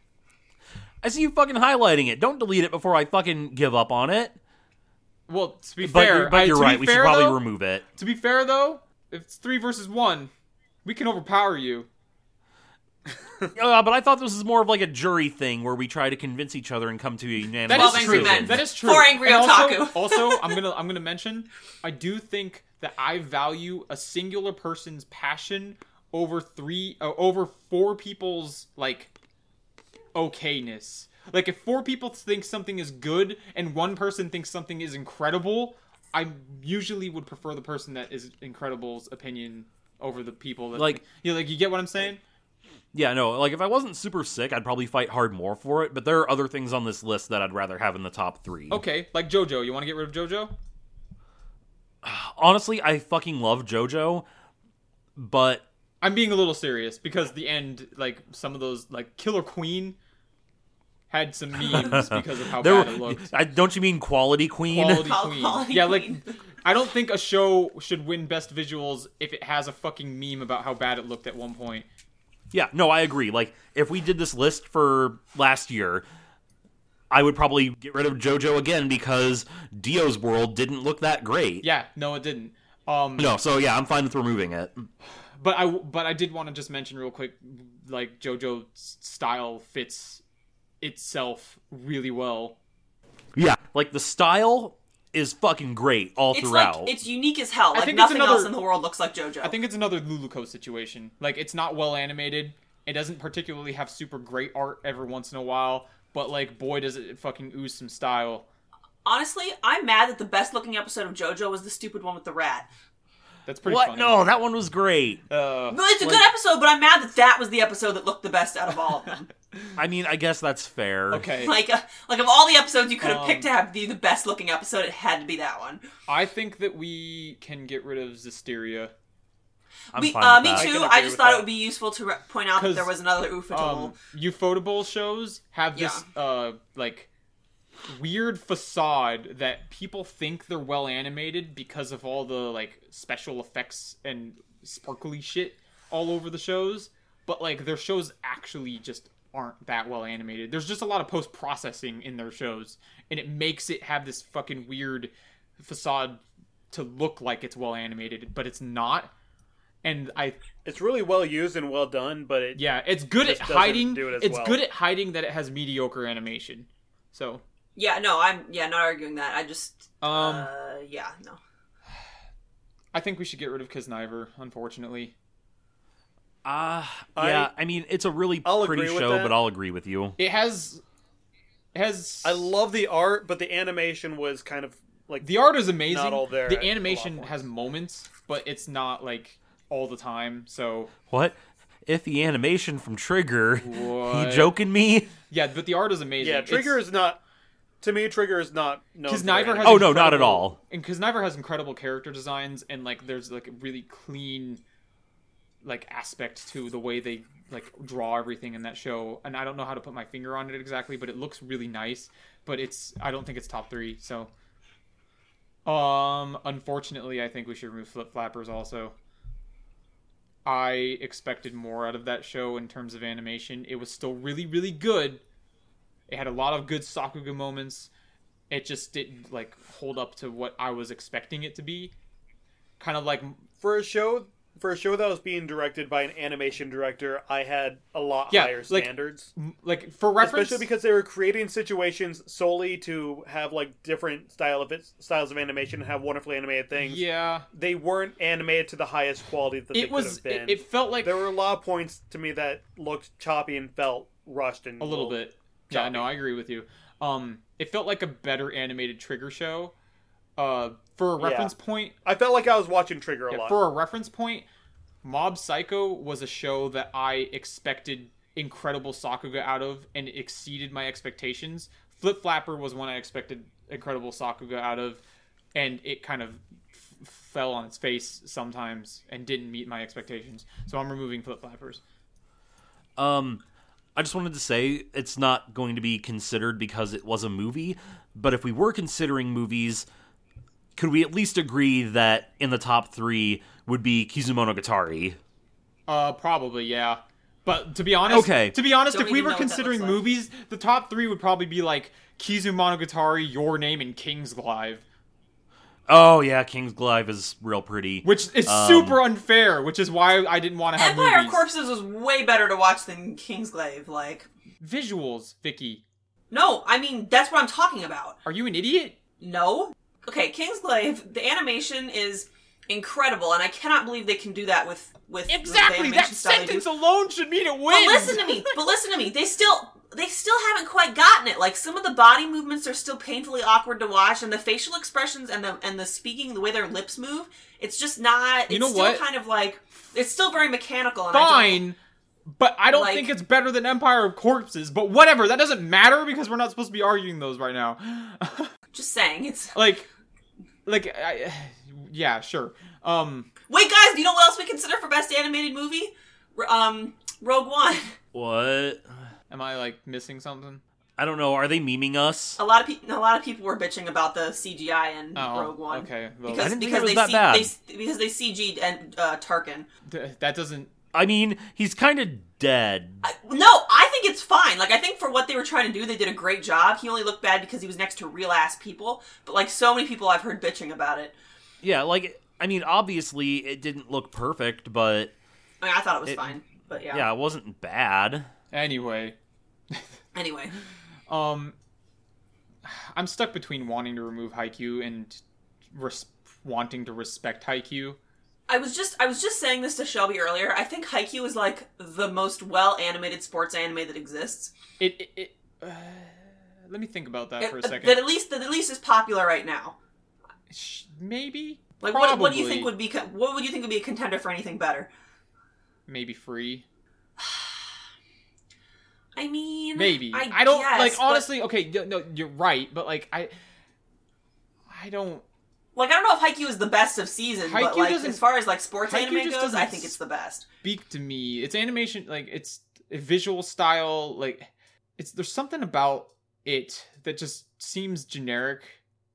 I see you fucking highlighting it. Don't delete it before I fucking give up on it.
Well, to be
But
fair,
you're, but
I-
you're
to be
right. We should
fair,
probably
though-
remove it.
To be fair, though, if it's three versus one, we can overpower you.
Uh, but I thought this was more of like a jury thing where we try to convince each other and come to a unanimous
That is
Twelve Angry
true.
decision.
Men.
That is true.
Four Angry
And
Otaku. *laughs*
Also, also, I'm gonna I'm gonna mention. I do think that I value a singular person's passion over three uh, over four people's like okayness. Like if four people think something is good and one person thinks something is incredible, I usually would prefer the person that is incredible's opinion over the people that
Like-
you like you get what I'm saying?
Yeah, no, like if I wasn't super sick, I'd probably fight hard more for it, but there are other things on this list that I'd rather have in the top three.
Okay, like JoJo, you want to get rid of JoJo?
Honestly, I fucking love JoJo, but
I'm being a little serious because the end, like some of those, like Killer Queen, had some
*laughs*
memes because of how
there
bad it
were,
looked.
I, don't you mean Quality Queen?
Quality
Qual-
Queen,
quality
yeah, like
queen.
I don't think a show should win best visuals if it has a fucking meme about how bad it looked at one point.
Yeah, no, I agree. Like if we did this list for last year, I would probably get rid of JoJo again because Dio's World didn't look that great.
Yeah, no, it didn't. Um,
No, so yeah, I'm fine with removing it.
but I but I did want to just mention real quick, like JoJo's style fits itself really well.
Yeah, like the style is fucking great all
it's
throughout.
like it's unique as hell. Like
think it's
nothing
another-
else in the world looks like JoJo.
I think it's another Luluco situation. Like it's not well animated. It doesn't particularly have super great art every once in a while, but like boy does it fucking ooze some style.
honestly, I'm mad that the best looking episode of JoJo was the stupid one with the rat.
That's pretty
what?
funny.
No, that one was great.
Uh,
No, it's a
like- *laughs*
good episode, but I'm mad that that was the episode that looked the best out of all of them.
I mean, I guess that's fair.
*laughs*
Okay.
Like, uh, like of all the episodes you could have
Um,
picked to have be the best looking episode, it had to be that one.
I think that we can get rid of Zisteria.
I'm
Me,
fine
uh,
with
me
that.
I
too.
can
I,
agree
just
with
thought
that.
it would be useful to re- point out that
'Cause,
there was another Ufotable.
Um, Ufotable shows have this uh like weird facade that people think they're well animated because of all the like special effects and sparkly shit all over the shows, but like their shows actually just aren't that well animated. There's just a lot of post processing in their shows, and it makes it have this fucking weird facade to look like it's well animated, but it's not. And I
It's really well used and well done, but it,
yeah, it's good at
Just doesn't
hiding.
do it as
it's
well.
good at hiding that it has mediocre animation. So,
yeah, no, I'm yeah not arguing that. I just
um,
uh, yeah no.
I think we should get rid of Kisniver, unfortunately.
Ah, yeah. I mean, it's a really
I'll
pretty
agree with
show,
that.
but I'll agree with you.
It has it has
I love the art, but the animation was kind of like
the art is amazing.
Not all there at a
the
lot of
animation
points.
has moments, but it's not like all the time. So,
What? If the animation from Trigger? *laughs*
What?
You joking me?
yeah, but the art is amazing.
yeah.
It's-
Trigger is not to me. Trigger is not known. for
Kisniver
their
has
Oh, no, not at
incredible-
all.
And Kisniver has incredible character designs and like there's like a really clean like aspect to the way they like draw everything in that show. And I don't know how to put my finger on it exactly, but it looks really nice. But it's I don't think it's top three, so um unfortunately I think we should remove flip flappers also. I expected more out of that show in terms of animation. It was still really, really good. It had a lot of good Sakuga moments it just didn't like hold up to what I was expecting it to be. Kind of like
for a show for a show that was being directed by an animation director, I had a lot
Yeah,
higher
like,
standards.
like for reference,
Especially because they were creating situations solely to have like different style of it, styles of animation and have wonderfully animated things.
yeah,
They weren't animated to the highest quality that they
it was
could have
it,
been.
it felt like
there were a lot of points to me that looked choppy and felt rushed and
a little bit. Yeah,
choppy.
no, I agree with you. Um, it felt like a better animated Trigger show. Uh, for a
Yeah.
reference point,
I felt like I was watching Trigger a
Yeah,
lot.
for a reference point, Mob Psycho was a show that I expected incredible Sakuga out of and exceeded my expectations. Flip Flapper was one I expected incredible Sakuga out of, and it kind of f- fell on its face sometimes and didn't meet my expectations. So I'm removing Flip Flappers.
Um, I just wanted to say it's not going to be considered because it was a movie, but if we were considering movies, could we at least agree that in the top three would be Kizumonogatari?
Uh, probably yeah. But to be honest,
Okay.
To be honest,
Don't
if we
even
were
know what that looks
considering
like.
movies, the top three would probably be like Kizu Monogatari, Your Name, and King's Live.
Oh yeah, King's Glaive is real pretty.
which is
Um,
super unfair. Which is why I didn't want to have
Empire
movies.
Corpses was way better to watch than Kingsglaive. Like,
Visuals, Vicky.
no, I mean that's what I'm talking about.
Are you an idiot?
No, okay, Kingsglaive. The animation is incredible, and I cannot believe they can do that with with
Exactly.
With the
That
animation style they do.
sentence alone should mean it wins.
But listen to me. But listen to me. They still they still haven't quite gotten it. Like some of the body movements are still painfully awkward to watch, and the facial expressions and the and the speaking, the way their lips move, it's just not. It's
You know
still
what?
Kind of like it's still very mechanical. And I don't-
Fine. But I don't
Like-
think it's better than Empire of Corpses. But whatever, that doesn't matter because we're not supposed to be arguing those right now. *laughs*
just saying, it's
like, like, I, *sighs* yeah, sure. Um,
wait, guys. Do you know what else we consider for best animated movie? R- Um, Rogue One.
What?
am I like missing something?
I don't know. Are they memeing us?
A lot of people, a lot of people were bitching about the CGI in
Oh,
Rogue One.
okay. Well,
Because,
I didn't think
because
it was
they
that bad.
They, because they CG'd and uh, Tarkin.
Th- that doesn't.
I mean, he's kind of dead.
I- No, I think it's fine. Like I think for what they were trying to do, they did a great job. He only looked bad because he was next to real ass people. But like so many people, I've heard bitching about it.
Yeah, like I mean, obviously it didn't look perfect, but
I mean, I thought it was
It-
fine. But yeah.
yeah, it wasn't bad.
Anyway,
Anyway,
Um, I'm stuck between wanting to remove Haikyuu and res- wanting to respect Haikyuu.
I was just I was just saying this to Shelby earlier. I think Haikyuu is like the most well animated sports anime that exists.
It, it, it uh, let me think about that Uh, for a
It- uh,
second.
That at least that at least is popular right now.
Sh- Maybe,
Like what, what do you
Probably.
think would be co- what would you think would be a contender for anything better?
maybe free.
I mean,
Maybe.
I,
I, don't
guess,
like
but-
honestly. Okay, y- no, you're right, but like I, I don't.
like I don't know if Haikyuu is the best of season, but
Haikyuu
like
doesn't-
as far as like sports
Haikyuu
anime
just
goes, I
doesn't
think it's the best.
speak to me. It's animation, like it's a visual style, like it's there's something about it that just seems generic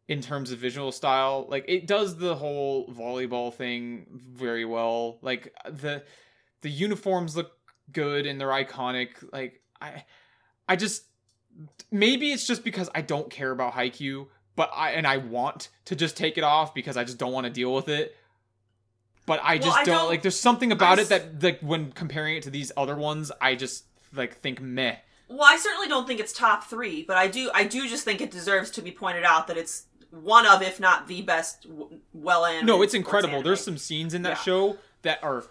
in terms of visual style. Like it does the whole volleyball thing very well. Like the the uniforms look good and they're iconic. Like I I just maybe it's just because I don't care about Haikyuu, but I and I want to just take it off because I just don't want to deal with it. But I
Well,
just
I
don't,
don't-
like. There's something about
I
it that like when comparing it to these other ones, I just like think meh.
Well, I certainly don't think it's top three, but I do I do just think it deserves to be pointed out that it's one of, if not the best, w- well animated.
No, it's incredible. There's
some
some scenes in that
Yeah.
show that are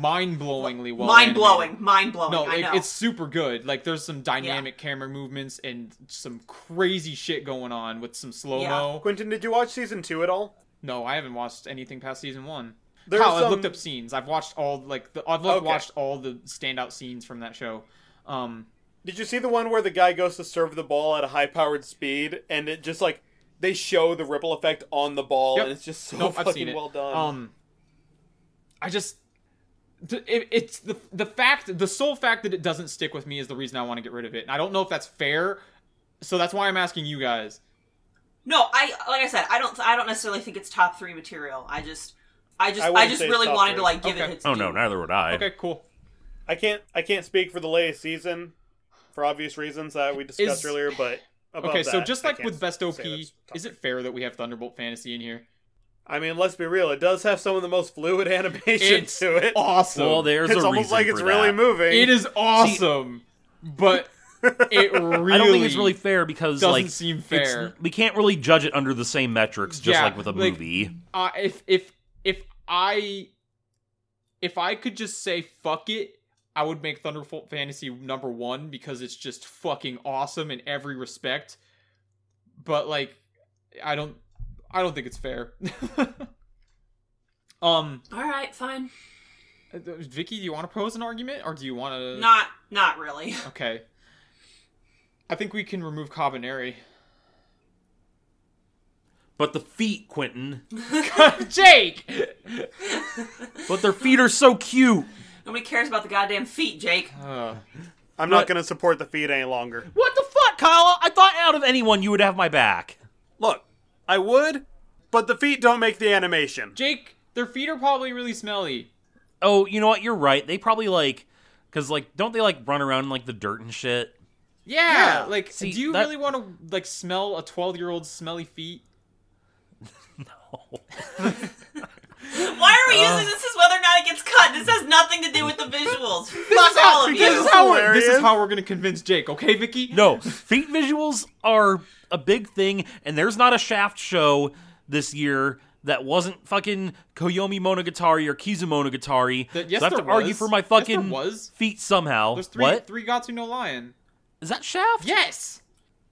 mind-blowingly well.
mind blowing,
animated.
mind blowing.
No,
I
it-
know.
it's super good. Like there's some dynamic camera movements and some crazy shit going on with some slow mo.
Quentin, did you watch season two at all?
No, I haven't watched anything past season one.
There's
Kyle, I've
some-
looked up scenes. I've watched all like the, I've like,
Okay.
watched all the standout scenes from that show. Um,
Did you see the one where the guy goes to serve the ball at a high powered speed and it just like they show the ripple effect on the ball
Yep.
and it's just so
nope,
fucking
I've seen it.
well done.
Um, I just th- it, it's the the fact the sole fact that it doesn't stick with me is the reason I want to get rid of it. And I don't know if that's fair, so that's why I'm asking you guys.
No, I like I said, I don't I don't necessarily think it's top three material. I just I just
I
I,
wouldn't
just
say it's
really
top
wanted
three.
to like give
Okay.
it its
Oh
due.
no, neither would I.
Okay, cool.
I can't I can't speak for the latest season for obvious reasons that we discussed
Is-
earlier, but above
okay, so
that,
just
I
like
can't
with best
say
OP,
that's top
is
three.
it fair that we have Thunderbolt Fantasy in here?
I mean, let's be real. It does have some of the most fluid *laughs* animation
It's
to it.
awesome.
Well, there's
it's
a
almost
reason
like it's
for
really
that.
moving.
It is awesome,
*laughs*
but it really.
I don't think it's really fair because
doesn't
like
seem
it's-
fair.
we can't really judge it under the same metrics, just
Yeah,
like with a
like-
movie.
Uh, if if if I if I could just say fuck it, I would make Thunderbolt Fantasy number one because it's just fucking awesome in every respect. But like, I don't I don't think it's fair. *laughs* um,
Alright, fine.
Vicky, do you want to pose an argument or do you want to?
Not not really. *laughs*
Okay. I think we can remove Cabaneri.
But the feet, Quentin.
Jake.
But their feet are so cute.
Nobody cares about the goddamn feet, Jake.
Uh,
I'm
But-
not going to support the feed any longer.
What the fuck, Kyle? I thought out of anyone you would have my back.
Look, I would, but the feet don't make the animation.
Jake, their feet are probably really smelly.
Oh, you know what? You're right. They probably like, cause like, don't they like run around in like the dirt and shit?
Yeah,
Yeah.
like,
See,
do you
that-
really want to like smell a twelve-year-old's smelly feet?
Why are we
uh.
using this as whether or not it gets cut? This has nothing to do with the visuals. Fuck all of you.
This is how we're, this is
Hilarious.
how we're gonna convince Jake, okay, Vicky?
No, feet visuals are a big thing, and there's not a Shaft show this year that wasn't fucking Koyomi Monogatari or Kizu Monogatari.
Th- yes,
so I have
there
to argue
was.
for my
Yes, there
fucking
was.
feet somehow.
there's three
what
three Gatsu no Lion.
is that Shaft?
Yes,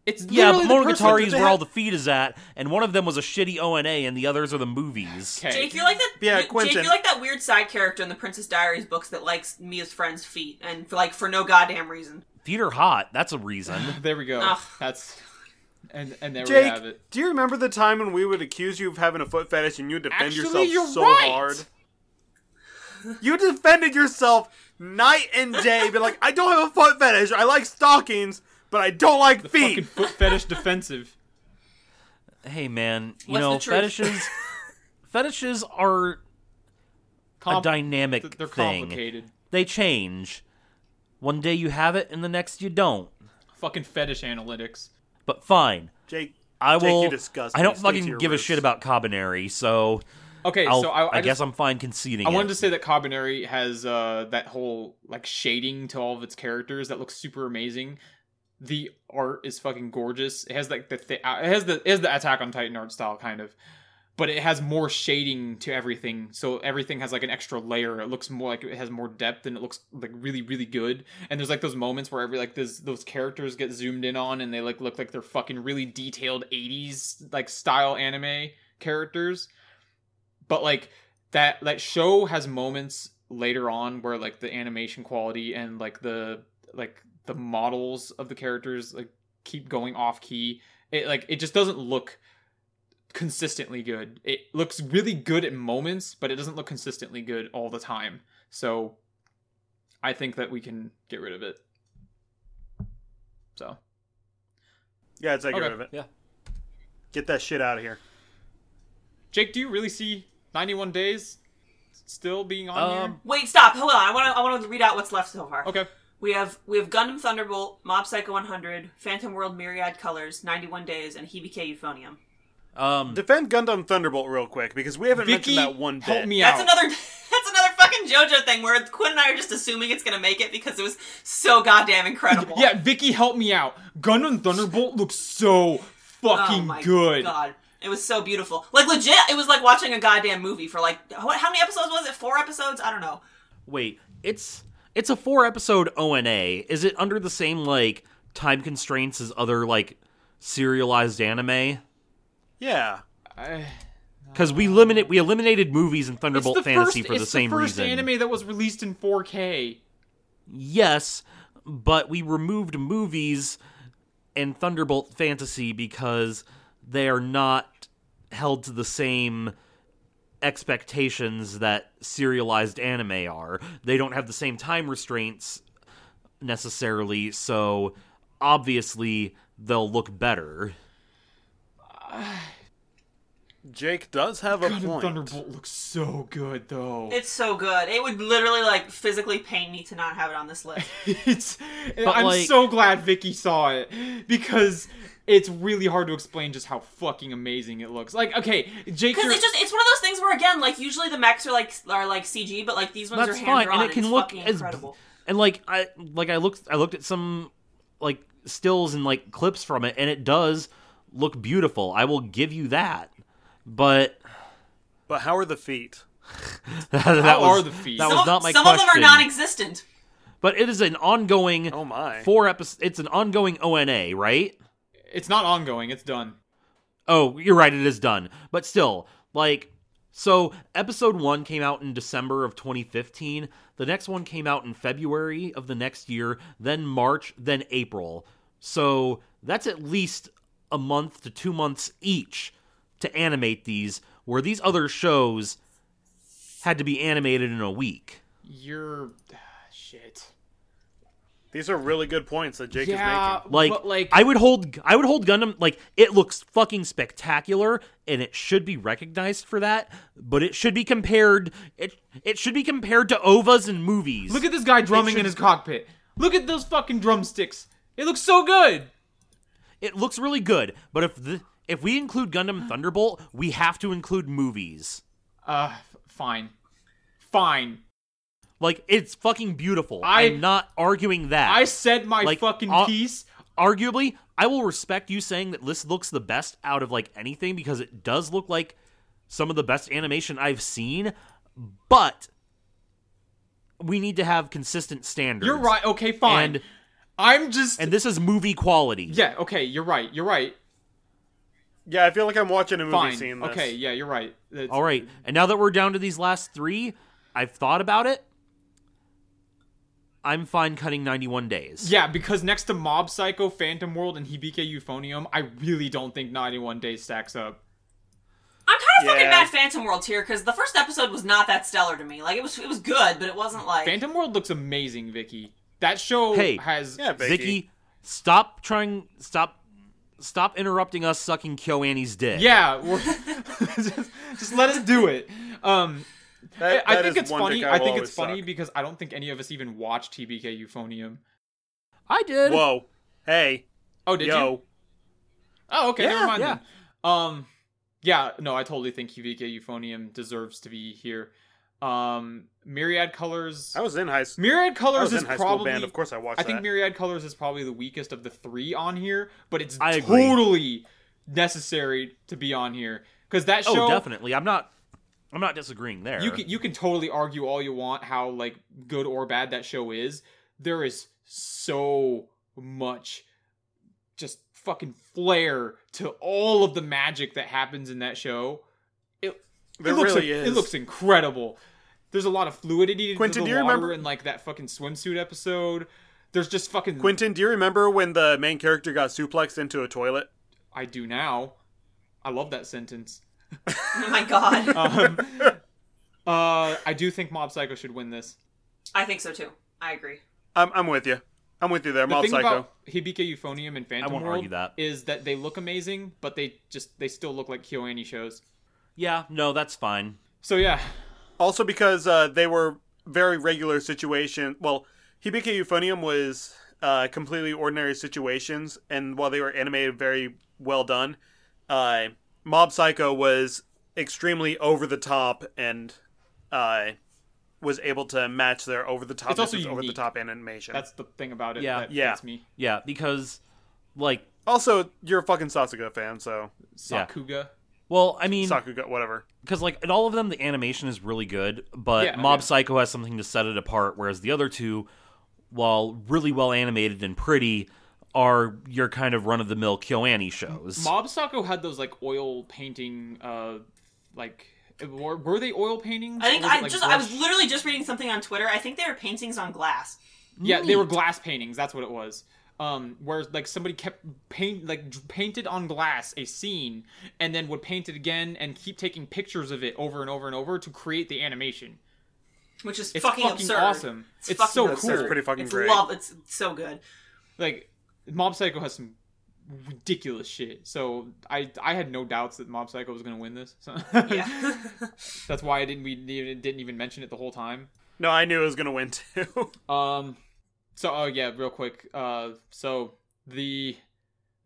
it's
Yeah, but
literally the person.
Monogatari
Did
is
they
where all
have-
the feet is at, and one of them was a shitty ONA, and the others are the movies.
Okay.
Jake, you're like that.
Yeah,
Jake,
Quentin.
you're like that weird side character in the Princess Diaries books that likes Mia's friend's feet, and for like for no goddamn reason.
Feet are hot. That's a reason.
There we go.
Ugh.
That's and and there we
Jake,
have it.
do you remember the time when we would accuse you of having a foot fetish and you defend
Actually,
yourself
you're
so
right.
hard? You defended yourself night and day, but like, I don't have a foot fetish. I like stockings, but I don't like feet.
Fucking foot fetish defensive.
Hey man, you
What's
know
the truth? *laughs*
fetishes. fetishes are a
Compl-
dynamic
th- they're
thing.
complicated.
They change. One day you have it, and the next you don't.
Fucking fetish analytics.
But fine,
Jake,
I
Jake, you
will.
disgust
I
me.
don't
Stay to
fucking
your
give
roots.
a shit about Cabaneri, so
Okay,
I'll,
so
I,
I, I,
guess
just,
I'm fine conceding.
I
it.
wanted to say that Carbonari has uh, that whole like shading to all of its characters that looks super amazing. The art is fucking gorgeous. It has like the th- it has the it has the Attack on Titan art style kind of, but it has more shading to everything. So everything has like an extra layer. It looks more like it has more depth and it looks like really really good. And there's like those moments where every like those those characters get zoomed in on and they like look like they're fucking really detailed 80s like style anime characters. But like that that show has moments later on where like the animation quality and like the like the models of the characters like keep going off key. It like it just doesn't look consistently good. It looks really good at moments, but it doesn't look consistently good all the time. So I think that we can get rid of it. So
Yeah, it's like get
Okay.
rid of it.
Yeah.
Get that shit out of here.
Jake, do you really see 91 days still being on
Um,
Wait, stop. Hold on. I want to. I want to read out what's left so far.
here? Okay.
We have we have Gundam Thunderbolt, Mob Psycho 100, Phantom World Myriad Colors, 91 Days, and Hibike Euphonium.
Um,
Defend Gundam Thunderbolt real quick because we haven't
Vicky,
mentioned that one bit.
help me
That's
out.
another. *laughs* That's another fucking JoJo thing where Quinn and I are just assuming it's gonna make it because it was so goddamn incredible.
Yeah, Vicky, help me out. Gundam Thunderbolt looks so
Oh
fucking
my
good.
god. It was so beautiful. Like legit, it was like watching a goddamn movie for like what, how many episodes was it? Four episodes? I don't know.
wait, it's it's a four episode ONA. Is it under the same like time constraints as other like serialized anime?
Yeah.
I-
Because we limited we eliminated movies and
It's
Thunderbolt
the
Fantasy
first,
for the
it's
same
the first
reason.
anime that was released in 4K.
Yes, but we removed movies and Thunderbolt Fantasy because they are not held to the same expectations that serialized anime are. They don't have the same time restraints necessarily, so obviously they'll look better.
Jake does have a
Gundam
point.
Thunderbolt looks so good though.
It's so good. It would literally like physically pain me to not have it on this list.
*laughs* it's I'm
like-
so glad Vicky saw it because it's really hard to explain just how fucking amazing it looks. Like, okay, Jake,
Because
you're-
it's just it's one of those things where again, like usually the mechs are like are like CG, but like these ones
That's
are
fine,
hand
and
drawn.
it can
it's
look
fucking
as
incredible.
and like I like I looked I looked at some like stills and like clips from it and it does look beautiful. I will give you that. But *laughs*
But how are the feet?
that
how
was
are the feet?
that
some
was
of,
not my
some of them are
question.
non-existent.
but it is an ongoing
Oh my.
four episode it's an ongoing ONA, right?
It's not ongoing. It's done.
Oh, you're right, it is done. But still, like so episode 1 came out in December of 2015. The next one came out in February of the next year, then March, then April. So that's at least a month to 2 months each to animate these where these other shows had to be animated in a week.
You're ah, shit.
These are really good points that Jake is
yeah,
making.
Like,
but like
I would hold I would hold Gundam like it looks fucking spectacular and it should be recognized for that, but it should be compared it it should be compared to OVAs and movies.
Look at this guy drumming in
should-
his cockpit. Look at those fucking drumsticks. It looks so good.
it looks really good, but if the, if we include Gundam Thunderbolt, we have to include movies.
Uh, f- fine, fine.
Like it's fucking beautiful.
I-
am not arguing that.
I said my
Like,
fucking
uh,
piece.
arguably, I will respect you saying that this looks the best out of like anything because it does look like some of the best animation I've seen, but we need to have consistent standards.
You're right. Okay, fine.
And-
I'm just.
And this is movie quality.
yeah. Okay. You're right. You're right.
Yeah, I feel like I'm watching a movie
Fine.
scene. This.
Okay. Yeah. You're right. That's-
All right. And now that we're down to these last 3, I've thought about it. I'm fine cutting 91 days.
Yeah, because next to Mob Psycho, Phantom World, and Hibike Euphonium, I really don't think 91 Days stacks up.
I'm kind of fucking
Yeah.
mad Phantom World here because the first episode was not that stellar to me. Like it was it was good, but it wasn't like
Phantom World looks amazing, Vicky. That show
Hey.
has
Yeah, Vicky.
Vicky, stop trying stop stop interrupting us sucking KyoAni's dick.
Yeah, we're, *laughs* just, just let us do it. Um,
That-
I
that
think
is
it's
one
funny.
dick
I
will
think
always
it's funny
suck.
because I don't think any of us even watched TBK Euphonium.
I
*laughs*
did.
Whoa. Hey.
Oh, did
yo.
you? Oh, okay, never
Yeah,
mind
yeah.
then. Um, yeah, no, I totally think TBK Euphonium deserves to be here. Um, Myriad Colors.
I was in high school.
Myriad
Oh. I
Colors
was
is
in high
probably.
school band. Of course, I watched
I think
that.
Myriad Colors is probably the weakest of the three on here, but it's
I agree.
totally necessary to be on here because that
Oh,
show
definitely. I'm not. I'm not disagreeing there.
you can you can totally argue all you want how like good or bad that show is. There is so much just fucking flair to all of the magic that happens in that show. It,
There
it looks
really is.
it looks incredible. There's a lot of fluidity
Quentin,
to
do
the
you
water
remember-
in like that fucking swimsuit episode. There's just fucking.
Quentin, do you remember when the main character got suplexed into a toilet?
I do now. I love that sentence.
Oh my god.
Um, uh, I do think Mob Psycho should win this.
I think so too. I agree.
I'm, I'm with you. I'm with you there,
The
Mob
thing
Psycho.
about Hibike Euphonium and Phantom
won't
World
argue that.
is that they look amazing, but they just they still look like KyoAni shows.
Yeah, no, that's fine.
So yeah,
also because uh, they were very regular situation. Well, Hibike Euphonium was uh, completely ordinary situations, and while they were animated very well done, uh, Mob Psycho was extremely over the top and uh, was able to match their over the top
It's also
over the
unique.
top animation.
that's the thing about it
Yeah.
that
Yeah.
gets me.
Yeah, because like,
also, you're a fucking Sasaga fan, so
Yeah.
Sakuga.
well, I mean,
Sakuga, whatever.
because like in all of them, the animation is really good, but
Yeah,
Mob
yeah.
Psycho has something to set it apart, whereas the other two, while really well animated and pretty, are your kind of run of the mill KyoAni shows.
Mob Psycho had those like oil painting, uh, like were, were they oil paintings?
I think
Or was
I
it, like,
just I was
brush?
literally just reading something on Twitter. I think they were paintings on glass.
yeah they were glass paintings. That's what it was. Um, where like somebody kept paint like d- painted on glass a scene and then would paint it again and keep taking pictures of it over and over and over to create the animation.
Which is
It's
fucking,
fucking
absurd.
awesome. It's
fucking
so
absurd.
cool.
That's pretty fucking
it's
great.
Love. It's so good.
like Mob Psycho has some ridiculous shit. So I I had no doubts that Mob Psycho was gonna win this. So *laughs*
Yeah. *laughs*
that's why I didn't we didn't didn't even mention it the whole time.
No, I knew it was gonna win too. *laughs*
Um, so oh yeah, real quick. Uh, so the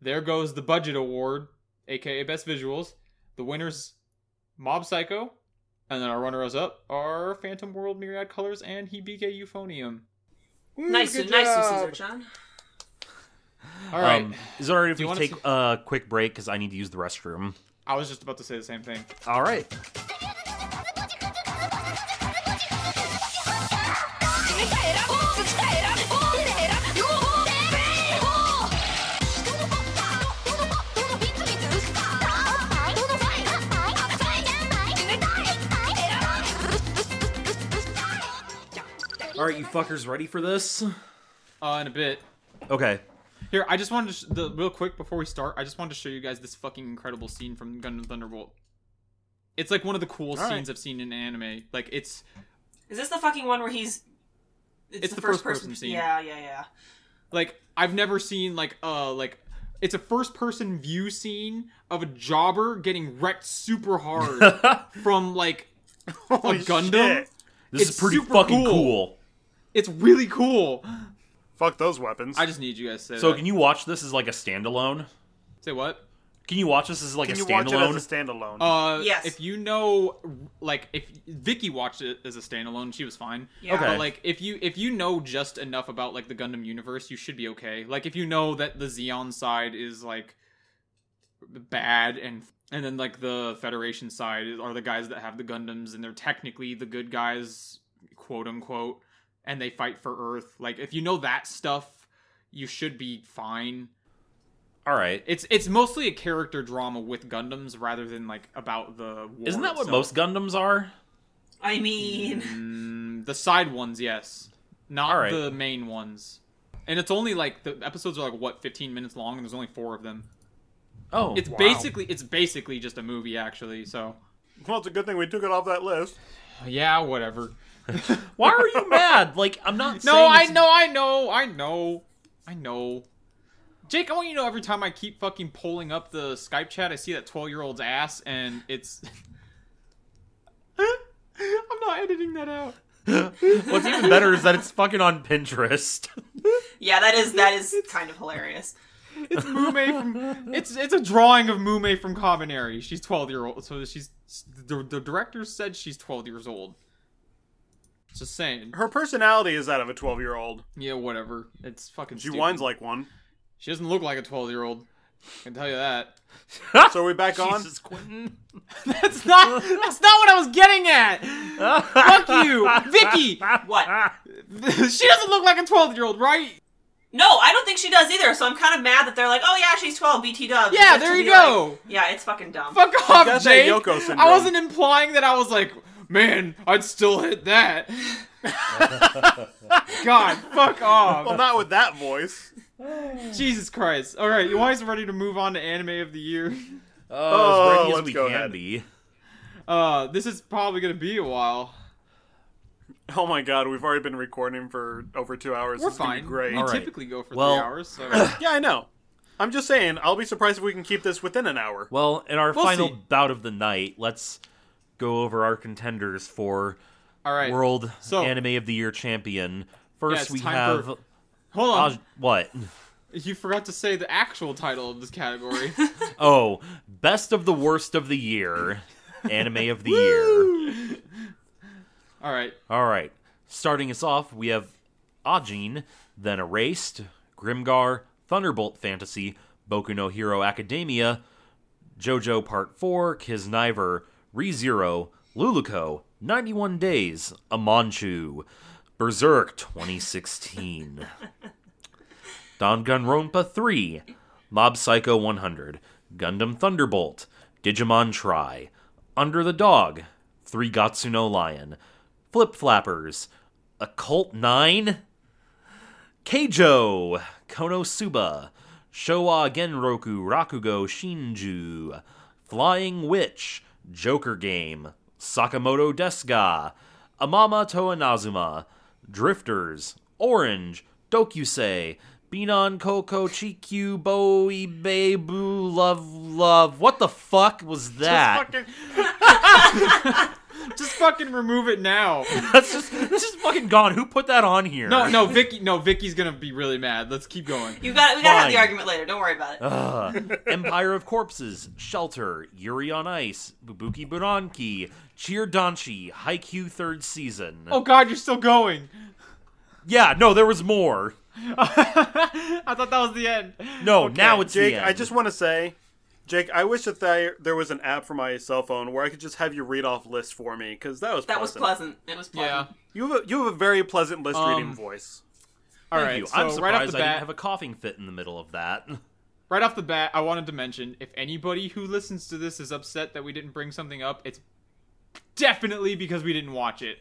there goes the budget award, aka best visuals. The winners, Mob Psycho, and then our runners up are Phantom World, Myriad Colors, and Hibike Euphonium.
nice,
good
nice
job.
Caesar John.
All right,
Um, is it alright if
Do you
we
wanna
take
see-
a quick break because I need to use the restroom?
I was just about to say the same thing.
All right. All right, you fuckers ready for this?
Uh, in a bit.
Okay. *laughs*
Here, I just wanted to sh- the real quick before we start. I just wanted to show you guys this fucking incredible scene from Gundam Thunderbolt. It's like one of the coolest
All right.
scenes I've seen in anime. Like it's
Is this the fucking one where he's?
It's the first person scene.
Yeah, yeah, yeah.
like I've never seen like uh like it's a first person view scene of a jobber getting wrecked super
*laughs*
hard from like
Holy
Gundam?
shit.
This is
It's
pretty
super
fucking
cool.
cool.
it's really cool.
Fuck those weapons.
I just need you guys to say
So
that.
can you watch this as like a standalone?
say what?
Can you watch this as like
Can
a
you watch it
standalone?
as a standalone?
Uh,
Yes.
If you know, like, if Vicky watched it as a standalone, she was fine.
Yeah. Okay.
But like, if you if you know just enough about like the Gundam universe, you should be okay. Like, if you know that the Xeon side is like bad and and then like the Federation side is- are the guys that have the Gundams and they're technically the good guys, quote unquote, and they fight for Earth. Like, if you know that stuff, you should be fine.
All right.
It's it's mostly a character drama with Gundams rather than like about the war.
Isn't that what
itself.
most Gundams are?
I mean,
Mm, the side ones, yes. Not
All right.
the main ones. And it's only like the episodes are like what 15 minutes long and there's only 4 of them.
Oh,
It's basically it's basically just a movie actually, so
well, it's a good thing we took it off that list.
yeah, whatever.
why are you mad? Like I'm
*laughs*
not.
No,
saying
I
it's-
know, I know, I know. I know. Jake, I want you to know every time I keep fucking pulling up the Skype chat, I see that 12-year-old's ass and it's *laughs* I'm not editing that out.
What's even better is that it's fucking on Pinterest.
*laughs*
*laughs*
yeah, that is that is kind of hilarious.
It's Mume from it's it's a drawing of Mume from Commonary. She's twelve year old, so she's the, the director said she's twelve years old. Just saying.
Her personality is that of a 12 year old.
Yeah, whatever. It's fucking.
She
stupid.
whines like one.
she doesn't look like a twelve year old. I can tell you that.
*laughs* So are we back on?
Jesus, Quentin.
That's not. That's not what I was getting at. *laughs* Fuck you,
*laughs*
Vicky.
What?
she doesn't look like a twelve year old, right?
No, I don't think she does either. So I'm kind of mad that they're like, oh yeah, she's 12, BT dubs.
Yeah,
Just to
there you
be
go.
like- yeah, it's fucking dumb.
Fuck
got
off,
that
Jake.
Yoko syndrome.
I wasn't implying that *laughs* I was like, man, I'd still hit that. God, fuck off.
Well, not with that voice.
Jesus Christ. All right, you guys ready to move on to anime of the year?
Oh,
as ready as
let's
we
go
can
ahead.
be.
Uh, this is probably gonna be a while.
Oh my god, we've already been recording for over two hours.
We're
It's gonna be
fine.
Great.
We
All right.
typically go for
Well-
three hours.
*coughs*
So.
Yeah, I know. I'm just saying. I'll be surprised if we can keep this within an hour.
Well, in our
We'll
final
see.
bout of the night, let's go over our contenders for
All right.
World
So-
Anime of the Year champion.
Yeah,
First,
it's
we
time
have
for- Hold on.
Aj- what?
You forgot to say the actual title of
*laughs*
this category.
Oh, best of the worst of the year, anime of the year.
All right.
All right, starting us off, we have Ajin, then Erased, Grimgar, Thunderbolt Fantasy, Boku no Hero Academia, JoJo Part Four, Kisniver, ReZero, Luluko, 91 Days, Amanchu, Berserk 2016. Danganronpa 3, Mob Psycho 100, Gundam Thunderbolt, Digimon Try, Under the Dog, Three Gatsu no Lion, Flip Flappers, Occult 9, Keijo, Konosuba, Showa Genroku Rakugo Shinju, Flying Witch, Joker Game, Sakamoto Deska, Amama Toanazuma, Drifters, Orange, Dokusei, Binan Koko Chikyu Boi Bebu Love Love. What the fuck was that?
Just fucking, just fucking remove it now.
That's just this is fucking gone. Who put that on here?
No, no, Vicky. No, Vicky's gonna be really mad. Let's keep going.
You got we gotta have the
Fine.
argument later. Don't worry about it.
Ugh. Empire of Corpses, Shelter, Yuri on Ice, Bubuki Buranki, Cheer Danchi, Haikyuu Third Season.
Oh God, you're still going. *laughs*
yeah, no, there was more.
I thought that was the end.
No, now
Okay,
it's
Jake.
the end.
I just want to say, Jake, I wish that there there was an app for my cell phone where I could just have you read off lists for me because that was
That was pleasant. It was
Yeah.
pleasant.
You have a, you have a very pleasant list reading
Um,
voice.
All
Thank
right.
you.
So
I'm surprised
right off the
I didn't
bat,
have a coughing fit in the middle of that. *laughs*
right off the bat, I wanted to mention if anybody who listens to this is upset that we didn't bring something up, it's definitely because we didn't watch it,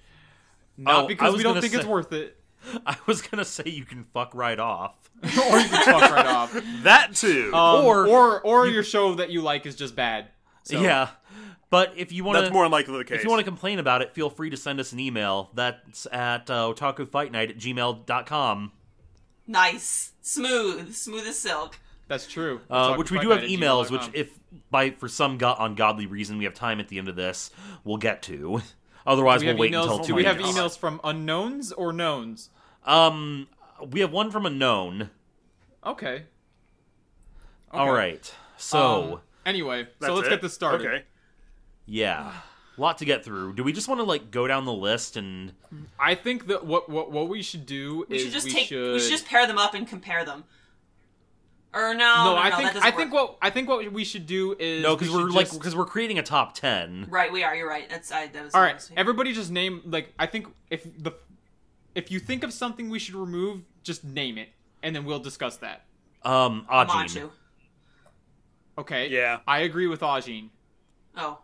Oh,
not
I
because
was
we don't
gonna
think it's
say-
worth it. *laughs*
I was gonna say you can fuck right off.
or you can fuck right off.
That too.
Um,
*laughs* Or-
or or, or your show that you like is just bad. So,
Yeah, but if you want
That's
to,
more likely the case.
if you want to complain about it, feel free to send us an email. That's at uh, otakufightnight at gmail.com.
Nice, smooth, smooth as silk.
that's true.
Uh,
Talk
which we
about
do have
that Um, at
emails, which
gmail.com.
if by for some go- ungodly reason we have time at the end of this, we'll get to. *laughs* Otherwise,
we
we'll
have
wait
emails.
until.
Do we have
tomorrow.
emails from unknowns or knowns?
Um, we have one from a known.
Okay.
All
Okay.
right, so
Um, anyway,
That's
so let's
it?
get this started.
Okay.
yeah, a lot to get through. Do we just want to like go down the list and
I think that what what what we should do
We
is
should just
we
take.
should.
We should just pair them up and compare them.
no,
Or no, Oh, no,
I
no,
think
that doesn't
I think
work.
what I think what we should do is
no? Because
we should
we're like
just-
because we're creating a top ten.
right. We are. You're right. That's I. That was
all right. Everybody just name like I think if the if you think of something we should remove, just name it, and then we'll discuss that.
Um,
Manchu.
Ajin.
Okay.
Yeah.
I agree with Ajin.
Oh,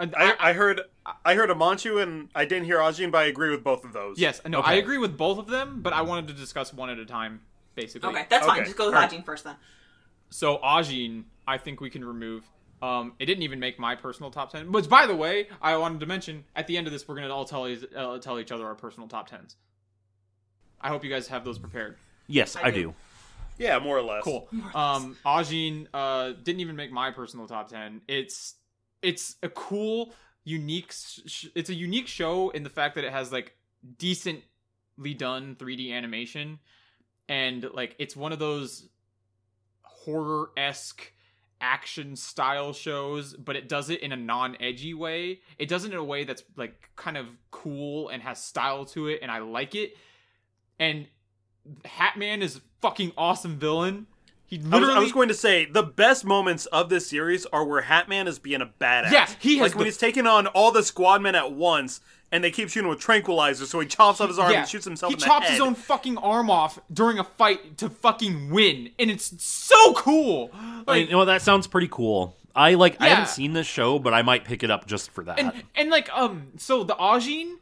And
I, I heard I heard Amanchu and I didn't hear Ajin, but I agree with both of those.
Yes, no, I
Okay.
agree with both of them, but I wanted to discuss one at a time, basically.
okay. That's fine.
Okay.
Just go with
All right.
Ajin first then.
So Ajin, I think we can remove. Um, it didn't even make my personal top ten. Which, by the way, I wanted to mention at the end of this, we're gonna all tell each- uh, tell each other our personal top tens. I hope you guys have those prepared.
Yes,
I
I,
do.
do.
Yeah, more or less.
Cool. Um, Ajin uh, didn't even make my personal top ten. It's it's a cool, unique. s- Sh- it's a unique show in the fact that it has like decently done 3D animation, and like it's one of those horror esque action style shows, but it does it in a non edgy way. It does it in a way that's like kind of cool and has style to it, and I like it. And Hatman is a fucking awesome villain. He
I was,
literally
I was going to say the best moments of this series are where Hatman is being a badass.
Yeah, he has
like when
the-
he's taking on all the squad men at once, and they keep shooting with tranquilizers, so he chops off his arm and shoots himself.
He
in the
chops his
head.
own fucking arm off during a fight to fucking win, and it's so cool.
I
Like,
mean, well, that sounds pretty cool. I like. I
Yeah.
haven't seen this show, but I might pick it up just for that.
and, and like um, so the Ajin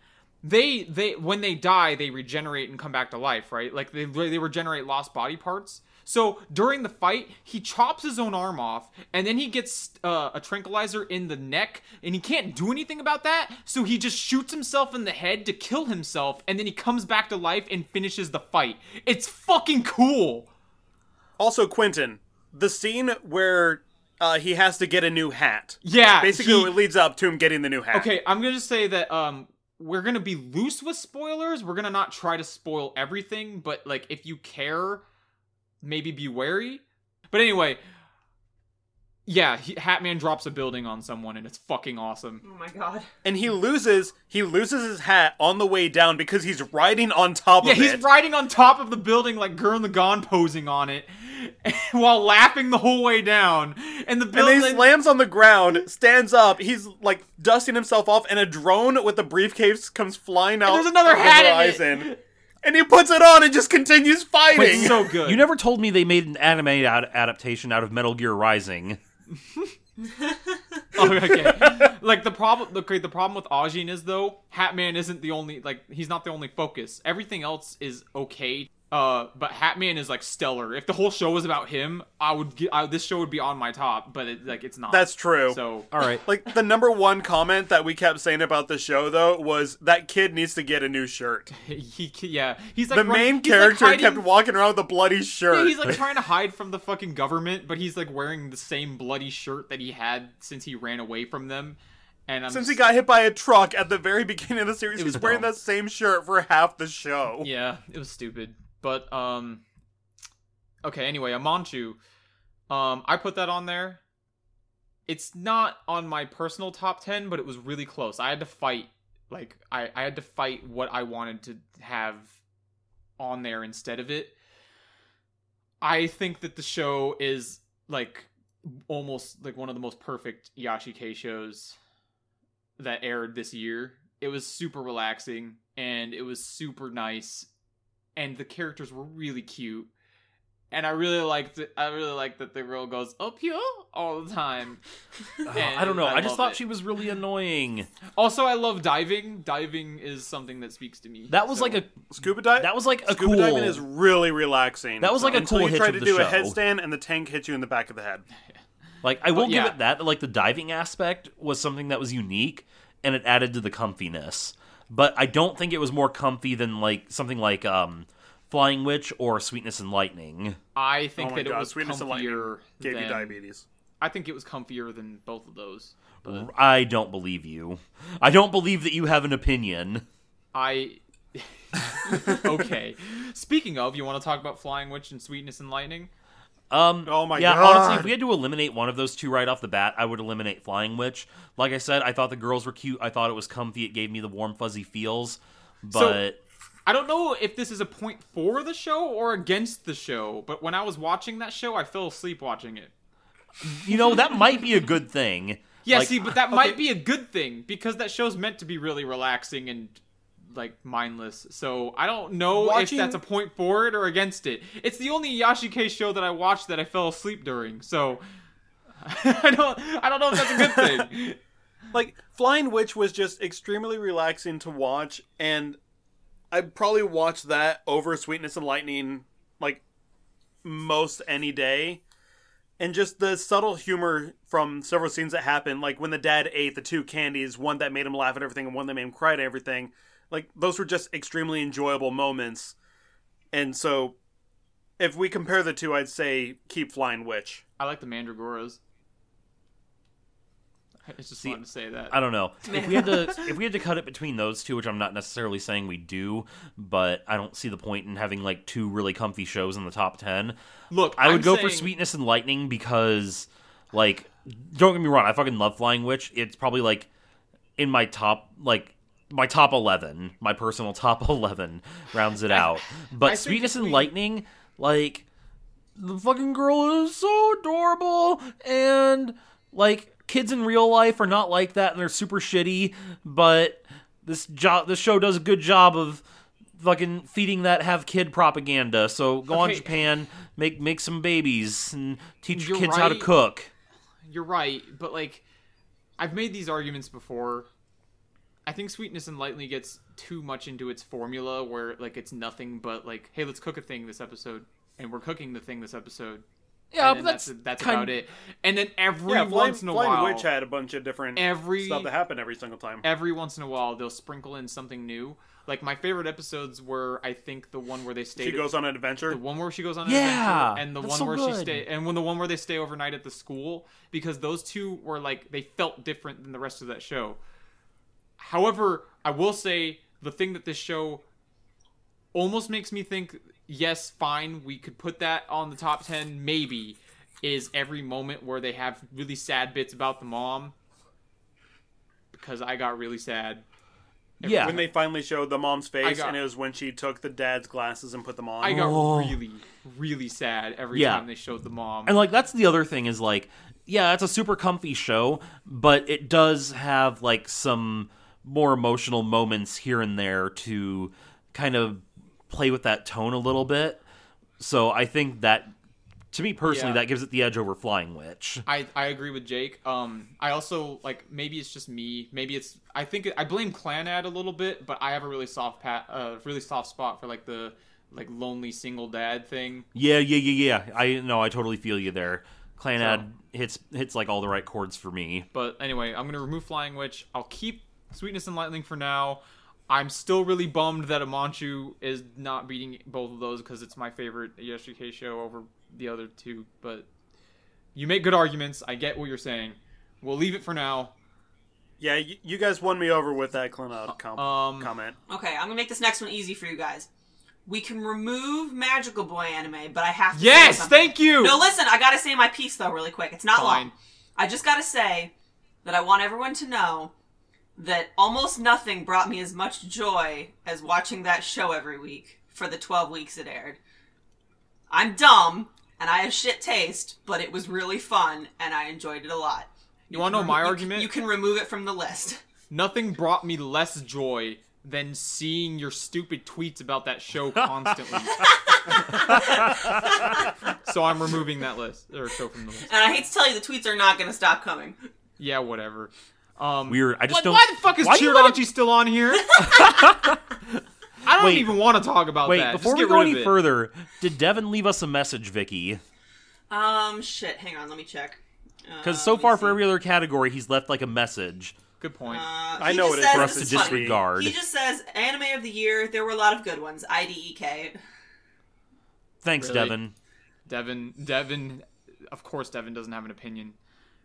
they they when they die they regenerate and come back to life right like they they regenerate lost body parts so during the fight he chops his own arm off and then he gets uh, a tranquilizer in the neck and he can't do anything about that so he just shoots himself in the head to kill himself and then he comes back to life and finishes the fight it's fucking cool
Also, Quentin, the scene where uh, he has to get a new hat.
yeah
Basically,
he-
it leads up to him getting the new hat.
Okay, I'm gonna just say that um we're gonna be loose with spoilers. We're gonna not try to spoil everything, but like if you care, maybe be wary. But anyway, yeah, he, Hatman drops a building on someone and it's fucking awesome.
Oh my god.
And he loses. He loses his hat on the way down because he's riding on top
Yeah,
of
he's
it.
riding on top of the building like Gurren Lagann posing on it *laughs* while laughing the whole way down. And
and
the
then
building
he slams on the ground, stands up. He's like dusting himself off, and a drone with a briefcase comes flying out.
there's another
of the
hat in
horizon. And he puts it on and just continues fighting.
it's so good.
You never told me they made an anime ad- adaptation out of Metal Gear Rising.
*laughs* Oh, okay. like the problem, okay, the problem with Ajin is though, Hatman isn't the only like he's not the only focus. Everything else is okay. Uh, but Hatman is like stellar. If the whole show was about him, I would get, I, this show would be on my top. But it, like it's not.
That's true.
So *laughs*
All right.
*laughs* Like the number one comment that we kept saying about the show though was that kid needs to get a new shirt.
he, he- yeah, he's like
The
run-
main
he's, like,
character
hiding-
kept walking around with a bloody shirt.
Yeah, he's
*laughs*
like trying to hide from the fucking government, but he's like wearing the same bloody shirt that he had since he ran away from them. And I'm
Since he got hit by a truck at the very beginning of the series,
It was
he's wearing
dumb.
that same shirt for half the show.
Yeah, it was stupid. But um okay, anyway, a Manchu. Um I put that on there. It's not on my personal top 10, but it was really close. I had to fight like I I had to fight what I wanted to have on there instead of it. I think that the show is like almost like one of the most perfect Yashike shows that aired this year. It was super relaxing and it was super nice and the characters were really cute. And I really liked it. I really liked that the girl goes up here all
*laughs*
the time.
Oh, I don't know.
I
I, just
love
thought
it.
she was really annoying.
Also, I love diving. Diving is something that speaks to me.
That was
So-
like a
Scuba diving.
that was like a
scuba
cool.
diving is really relaxing.
That was like a
Until
cool
you
hitch
try
of
to
the
do a
show.
headstand and the tank hits you in the back of the head.
Like I will
But
give
yeah.
it that. that, Like the diving aspect was something that was unique and it added to the comfiness. But I don't think it was more comfy than like something like um Flying Witch or Sweetness and Lightning.
I think
oh my
that it
god,
was
sweetness and lightning
comfier.
gave
than,
you diabetes.
I think it was comfier than both of those. But
I don't believe you. I don't believe that you have an opinion.
*laughs*
I. *laughs* okay. Speaking of, you want to talk about Flying Witch and Sweetness and Lightning?
Um,
Oh my
yeah,
God.
honestly, if we had to eliminate one of those two right off the bat, I would eliminate Flying Witch. Like I said, I thought the girls were cute. I thought it was comfy. It gave me the warm, fuzzy feels. But
I don't know if this is a point for the show or against the show, but when I was watching that show, I fell asleep watching it.
you know that might be a good thing.
Yeah,
Like,
see, but that might be a good thing because that show's meant to be really relaxing and like mindless. So I don't know
Watching-
if that's a point for it or against it. It's the only Yashike show that I watched that I fell asleep during. So *laughs* I don't, I don't know if that's a good
*laughs*
thing.
like Flying Witch was just extremely relaxing to watch, and I probably watched that over Sweetness and Lightning like most any day. And just the subtle humor from several scenes that happened, like when the dad ate the two candies, one that made him laugh at everything and one that made him cry at everything, like those were just extremely enjoyable moments. And so, if we compare the two, I'd say keep Flying Witch.
I like the Mandragoras. I just
See,
wanted to say that.
I don't know. If we
*laughs*
had to if we had to cut it between those two, which I'm not necessarily saying we do, but I don't see the point in having like two really comfy shows in the top 10.
Look,
I would
I'm
go for
saying-
Sweetness and Lightning because like don't get me wrong, I fucking love Flying Witch. It's probably like in my top like my top 11, my personal *laughs* top 11 rounds it out. But
think
Sweetness
if
and
we-
Lightning like the fucking girl is so adorable and like kids in real life are not like that and they're super shitty but this job this show does a good job of fucking feeding that have kid propaganda so go on
Okay.
japan make make some babies and teach your
You're
kids how to
right.
cook
You're right, but like I've made these arguments before I think Sweetness and Lightly gets too much into its formula where like it's nothing but like, hey, let's cook a thing this episode, and we're cooking the thing this episode.
Yeah, but
and then
Oh, that's
that's that's
kind-
about it. And then every
Yeah, Flying,
once in a
Flying
while,
Witch had a bunch of different
Every-
stuff that happened every single time.
every once in a while they'll sprinkle in something new. Like my favorite episodes were, I think, the one where they stayed.
she goes on an adventure.
the one where she goes on an
Yeah,
adventure, and the
that's
one
so
where she
good.
stay, and when the one where they stay overnight at the school, because those two were like they felt different than the rest of that show. However, I will say the thing that this show almost makes me think, yes, fine, we could put that on the top ten, maybe, is every moment where they have really sad bits about the mom, because I got really sad.
yeah.
When they finally showed the mom's face,
got-
and it was when she took the dad's glasses and put them on.
I got
Oh.
really, really sad every
Yeah.
time they showed the mom.
And like that's the other thing is like, yeah, it's a super comfy show, but it does have like some more emotional moments here and there to kind of play with that tone a little bit. So I think that to me personally
Yeah.
that gives it the edge over Flying Witch.
I, I agree with Jake. Um, I also like maybe it's just me. Maybe it's I think I blame Clanad a little bit, but I have a really soft pat, uh, really soft spot for like the like lonely single dad thing.
Yeah, yeah, yeah, yeah. I no, I totally feel you there. Clanad hits hits like all the right chords for me.
But anyway, I'm gonna remove Flying Witch. I'll keep Sweetness and Lightning for now. I'm still really bummed that Amanchu is not beating both of those because it's my favorite Yashuke show over the other two. But you make good arguments. I get what you're saying. We'll leave it for now.
yeah, you, you guys won me over with that Clinod com-
Um,
comment.
Okay, I'm gonna make this next one easy for you guys. We can remove Magical Boy anime, but I have to.
Yes,
say something.
thank you.
No, listen, I gotta say my piece though, really quick. It's not
Fine.
long. I just gotta say that I want everyone to know that almost nothing brought me as much joy as watching that show every week for the 12 weeks it aired. I'm dumb and I have shit taste, but it was really fun and I enjoyed it a lot.
You want to know my
You-
argument?
You can remove it from the list.
Nothing brought me less joy than seeing your stupid tweets about that show
*laughs*
constantly. so I'm removing that list or show from the list.
And I hate to tell you, the tweets are not gonna stop coming.
Yeah, whatever. Um,
Weird. I just
Why,
don't
why the fuck is
why do you
Chirodonchi still on
*laughs*
here? I don't
Wait.
even want to talk about
Wait,
that.
before
Just
we
get
go
rid of
any
it.
further, did Devin leave us a message, Vicky?
Um, shit. Hang on, let me check. Uh,
Because so far, for every other category, he's left like a message
Good point.
Uh,
I
he
know
just
it is
says-
for us to
this is funny.
disregard.
He just says anime of the year. There were a lot of good ones. E IDEK.
Thanks,
Really?
Devin.
Devin, Devin, of course, Devin doesn't have an opinion.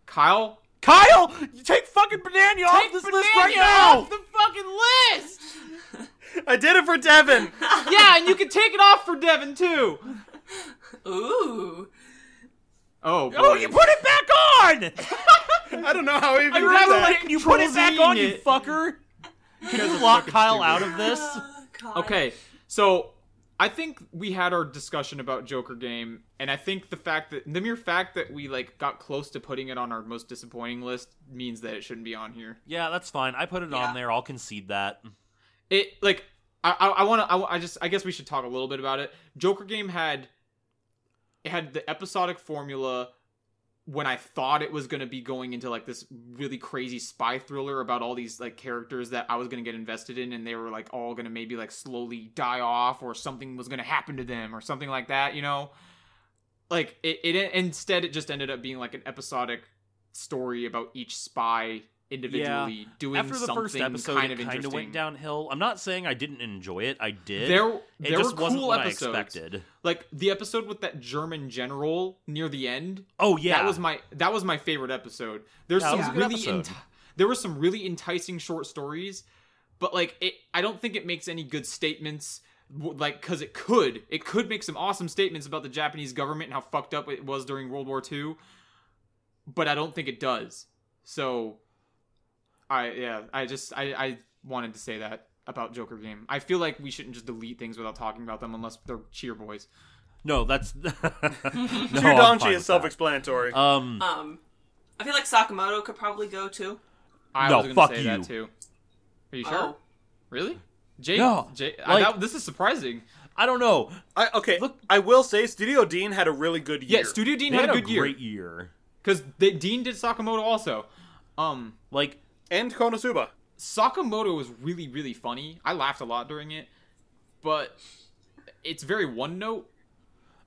Kyle,
Kyle, take fucking Banana off
take
this
Banania
list right
off
now.
the fucking list.
I did it for Devin.
Yeah, and you can take it off for Devin too.
Ooh.
Oh, boy.
Oh, you put it back *laughs* on.
I don't know *laughs* how I even did
rather
that.
like-
you put it back on, you
Trolling it.
fucker. Can you lock Kyle
stupid.
out of this?
okay. So I think we had our discussion about Joker game, and I think the fact that the mere fact that we like got close to putting it on our most disappointing list means that it shouldn't be on here.
*laughs* Yeah, that's fine. I put it
Yeah.
on there. I'll concede that.
It like I I, I want to I, I just I guess we should talk a little bit about it. Joker game had it had the episodic formula when I thought it was going to be going into like this really crazy spy thriller about all these like characters that I was going to get invested in and they were like all going to maybe like slowly die off or something was going to happen to them or something like that, you know? Like it, it instead it just ended up being like an episodic story about each spy individually doing
After the
something
first episode,
kind of
it kind
interesting.
of went downhill. I'm not saying I didn't enjoy it. I did.
There,
it
there
just
were
wasn't
cool
what
episodes.
I expected.
Like the episode with that German general near the end.
Oh yeah,
That was my that was my favorite episode. There's
That was a
some
good
really
episode.
enti- there were some really enticing short stories, but like it, I don't think it makes any good statements. w- Like, cause it could, it could make some awesome statements about the Japanese government and how fucked up it was during World War II, but I don't think it does. So, I yeah, I just I I wanted to say that about Joker game. I feel like we shouldn't just delete things without talking about them unless they're cheer boys.
no. *laughs* That's no. I'm fine
Chudanchi
with
is
that.
self-explanatory.
Uh,
Um,
Um, I feel like Sakamoto could probably go too.
I
No,
was gonna
fuck
say
you.
that too. Are you sure?
Oh.
Really? Jake?
No,
Jake I,
like-
that, this is surprising.
I don't know.
I, okay,
Look-
I will say Studio Dean had a really good year.
Yeah, Studio Dean
They
had, a good year
great year.
because Dean did Sakamoto also. Um,
Like
and Konosuba.
Sakamoto was really really funny. I laughed a lot during it, but it's very one note.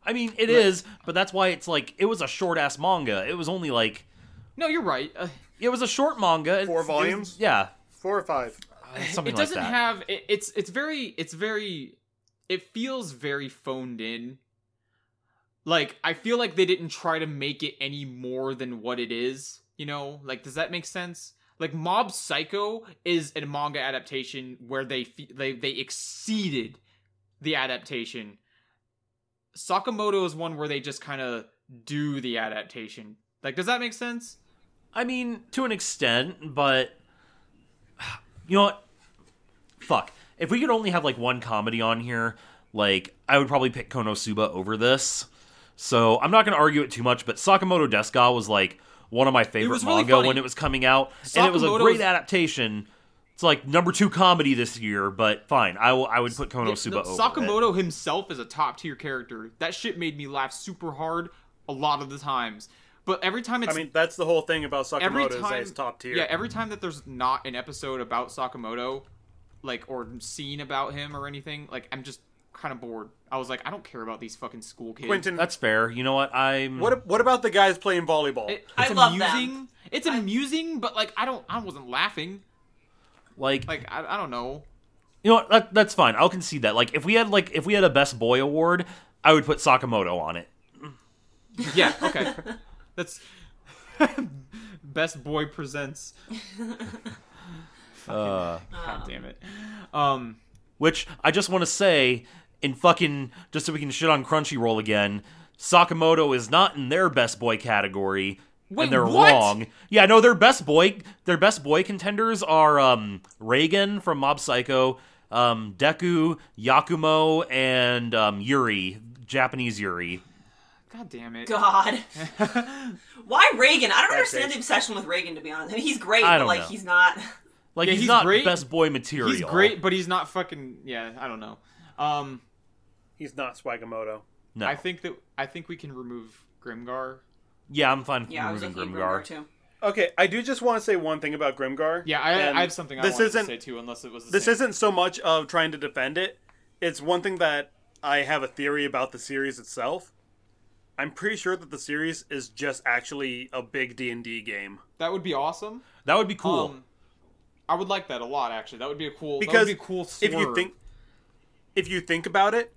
I mean, it is, but that's why it's like it was a short ass manga. It was only like
No, you're right. Uh,
it was a short manga. It's-
Four
it was-
volumes?
yeah,
Four or five.
*laughs* something
Uh, it
like
doesn't
that.
have it, it's it's very it's very it feels very phoned in like i feel like they didn't try to make it any more than what it is you know like does that make sense like mob psycho is a manga adaptation where they fe- they they exceeded the adaptation sakamoto is one where they just kind of do the adaptation like does that make sense
I mean, to an extent, but *sighs* you know what? Fuck. If we could only have like one comedy on here, like I would probably pick Konosuba over this. So I'm not going to argue it too much. But Sakamoto Desuka was like one of my favorite
was really
manga
funny.
when it was coming out, and it was a
Sakamoto
great
was-
adaptation. It's like number two comedy this year, but fine. I will. I would put
Yeah,
Konosuba
no,
over. it.
Sakamoto himself is a top tier character. That shit made me laugh super hard a lot of the times. But every time
I
it's
mean, that's the whole thing about
every
Sakamoto is that
time
it's top tier.
Yeah, every time that there's not an episode about Sakamoto, like or scene about him or anything, like I'm just kind of bored. I was like, I don't care about these fucking school kids.
Quentin,
That's fair. You know what? I'm.
what what about the guys playing volleyball?
It-
I
it's
love them.
amusing. It's amusing, but like I don't, I wasn't laughing.
like,
Like I, I don't know.
you know what? That, that's fine. I'll concede that. Like if we had like if we had a best boy award, I would put Sakamoto on it.
Yeah, okay. That's *laughs* Best Boy presents.
Uh.
Fucking- God damn it. Um
Which I just want to say, in fucking, just so we can shit on Crunchyroll again, Sakamoto is not in their best boy category.
Wait,
and they're
what?
wrong. Yeah, no, their best boy, their best boy contenders are um, Reagan from Mob Psycho, um, Deku, Yakumo, and um, Yuri, Japanese Yuri.
God damn it.
*laughs*
God. Why Reagan? I don't understand
takes-
the obsession with Reagan, to be honest. I mean, he's great,
I
but
don't
like,
know.
he's not.
Like
Yeah,
he's,
he's
not
great.
best boy material.
He's great, but he's not fucking yeah, I don't know. Um
He's not Swagamoto.
No,
I think that I think we can remove Grimgar.
yeah, I'm fine
Yeah, I was
removing
looking at
Grimgar.
Grimgar too.
Okay, I do just want to say one thing about Grimgar.
Yeah, I,
and
I have something I
this
wanted
isn't,
to say too, unless it was the
This
same.
isn't so much of trying to defend it. It's one thing that I have a theory about the series itself. I'm pretty sure that the series is just actually a big D and D game
that would be awesome.
That would be cool.
Um I would like that a lot actually. That would be a cool that
because
would be a cool
if you
swerve.
think if you think about it,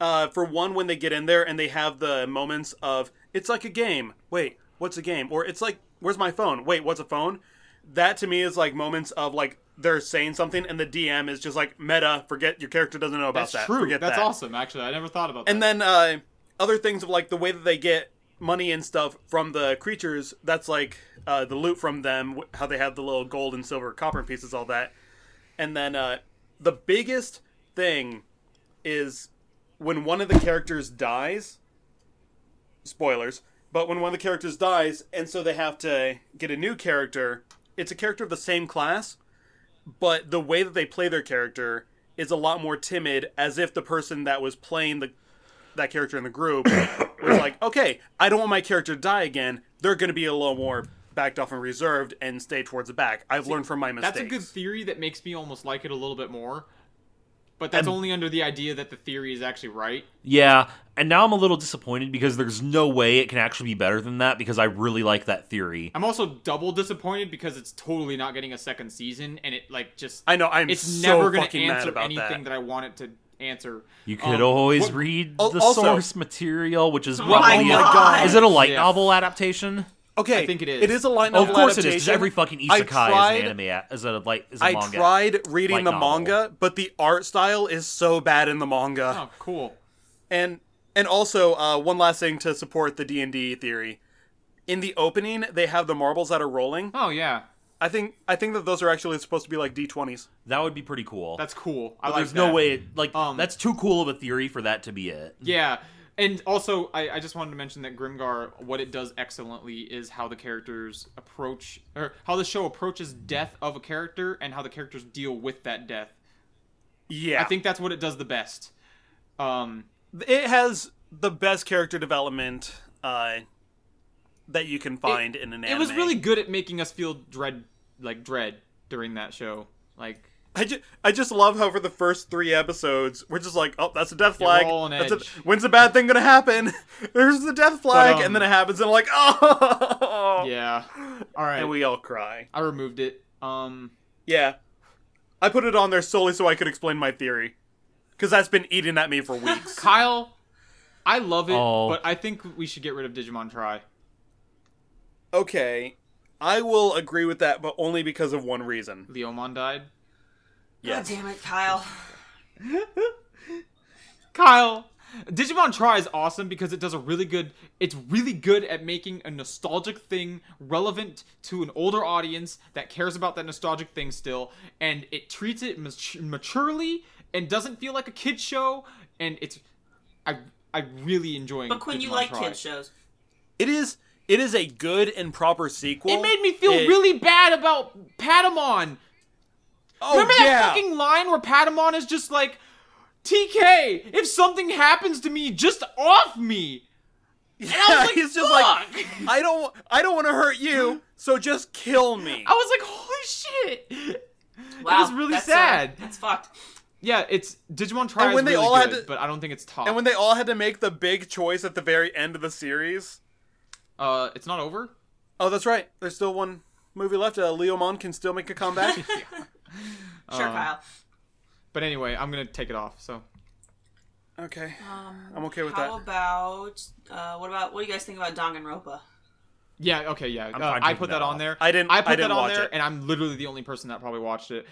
uh, for one, when they get in there and they have the moments of it's like a game. Wait, what's a game? Or it's like where's my phone? Wait, what's a phone? That to me is like moments of like they're saying something and the DM is just like meta. Forget your character doesn't know about
that's
that.
true.
Forget
that's
that.
awesome actually. I never thought about that.
And then uh, other things of like the way that they get money and stuff from the creatures. That's like uh, the loot from them, wh- how they have the little gold and silver, copper pieces, all that. And then uh, the biggest thing is when one of the characters dies. Spoilers, but when one of the characters dies, and so they have to get a new character. It's a character of the same class, but the way that they play their character is a lot more timid as if the person that was playing the that character in the group *coughs* was like okay i don't want my character to die again they're going to be a little more backed off and reserved and stay towards the back i've learned from my mistakes
That's a good theory that makes me almost like it a little bit more. But that's only under the idea that the theory is actually right.
Yeah, and now I'm a little disappointed because there's no way it can actually be better than that because I really like that theory.
I'm also double disappointed because it's totally not getting a second season, and it like just
i know i'm
it's
so
never gonna
fucking mad
answer
about
anything that.
that,
I want it to answer.
You could
Um,
always
what-
read
Al-
the
also-
source material, which is
Oh
probably
my
a-
God.
is it a light
Yeah.
novel adaptation?
okay
I think it is.
it is a line
of course it is. 'cause Every fucking
I
isekai
tried-
is an anime, is a light is a
i
manga.
tried reading
Light
the
novel.
manga but the art style is so bad in the manga
Oh, cool.
And and also uh, one last thing to support the D and D theory. In the opening, they have the marbles that are rolling.
Oh yeah,
I think I think that those are actually supposed to be like D twenties.
That would be pretty cool.
that's cool. I
But
like
there's
that.
no way it, like
Um,
that's too cool of a theory for that to be it.
Yeah. And also, I, I just wanted to mention that Grimgar, what it does excellently is how the characters approach, or how the show approaches death of a character and how the characters deal with that death.
Yeah,
I think that's what it does the best. Um,
it has the best character development uh, that you can find in an anime.
it was really good at making us feel dread, like dread. during that show. Like
I just, I just love how for the first three episodes we're just like, oh, that's a death
Yeah,
flag.
we're all on
That's
edge.
a, when's a bad thing gonna happen? *laughs* There's the death flag,
um,
and then it happens, and I'm like, *laughs* oh,
yeah. All right.
and we all cry.
I removed it. Um
Yeah, I put it on there solely so I could explain my theory, because that's been eating at
*laughs*
me for weeks.
Kyle, I love it,
Oh.
but I think we should get rid of Digimon Try.
okay, I will agree with that, but only because of one reason.
Leomon died.
Yes.
God damn it, Kyle.
Kyle, Digimon Try is awesome because it does a really good. It's really good at making a nostalgic thing relevant to an older audience that cares about that nostalgic thing still, and it treats it mat- maturely and doesn't feel like a kid show. And it's, I, I really enjoying.
But Quinn, you
Digimon
like
Try.
kids shows.
It is it is a good and proper sequel.
It made me feel
It-
really bad about Patamon.
Oh
Remember
yeah.
that fucking line where Patamon is just like, TK, if something happens to me, just off me.
yeah,
And I was
*laughs*
like,
he's just
Fuck!
like I don't I don't want to hurt you, so just kill me.
I was like, holy shit.
Wow,
was really
that's, uh,
sad.
that's fucked.
Yeah, it's Digimon Try
And when
is
they
really
all had
good,
to-
but I don't think it's top.
And when they all had to make the big choice at the very end of the series.
uh, it's not over.
Oh, that's right. There's still one movie left. Uh, Leo Mon can still make a
*laughs*
comeback.
Sure,
Uh,
Um,
Kyle.
But anyway, I'm gonna take it off. So
okay,
Um,
I'm okay with
how
that.
about uh, what about what do you guys think about Danganronpa?
yeah, okay, yeah.
I'm
Uh,
fine
I
taking
put
that
that on
off.
there.
I didn't-
I put
I didn't
that on
watch
there,
it.
and I'm literally the only person that probably watched it.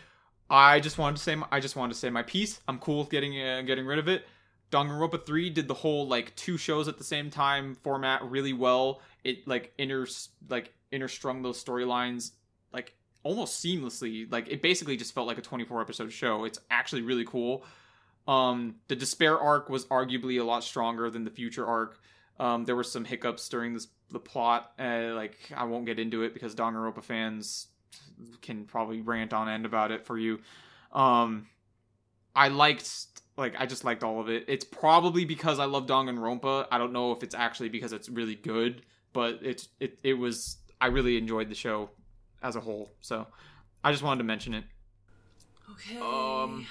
I just wanted to say, my, I just wanted to say my piece. I'm cool with getting uh, getting rid of it. Danganronpa three did the whole like two shows at the same time format really well. It like inter like interstrung those storylines like almost seamlessly. Like it basically just felt like a 24 episode show. It's actually really cool. Um, the despair arc was arguably a lot stronger than the future arc. Um, there were some hiccups during this the plot. Uh, like I won't get into it because Danganronpa fans can probably rant on end about it for you. Um, I liked like I just liked all of it. It's probably because I love Danganronpa. I don't know if it's actually because it's really good, but it's it it was I really enjoyed the show as a whole. So I just wanted to mention it.
Okay.
Um.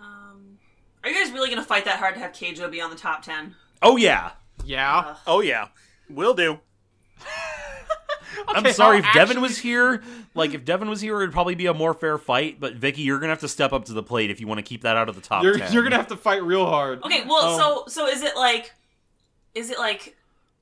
Um, are you guys really gonna fight that hard to have Keijo be on the top ten?
Oh yeah.
Yeah.
Oh yeah, will
*laughs*
do.
I'm
Okay,
sorry if
I'll
Devin
actually-
was here. Like if Devin was here, it'd probably be a more fair fight. But Vicky, you're gonna have to step up to the plate if you want to keep that out of the top
You're,
10.
you're gonna have to fight real hard.
Okay. Well,
Um,
so so is it like, is it like,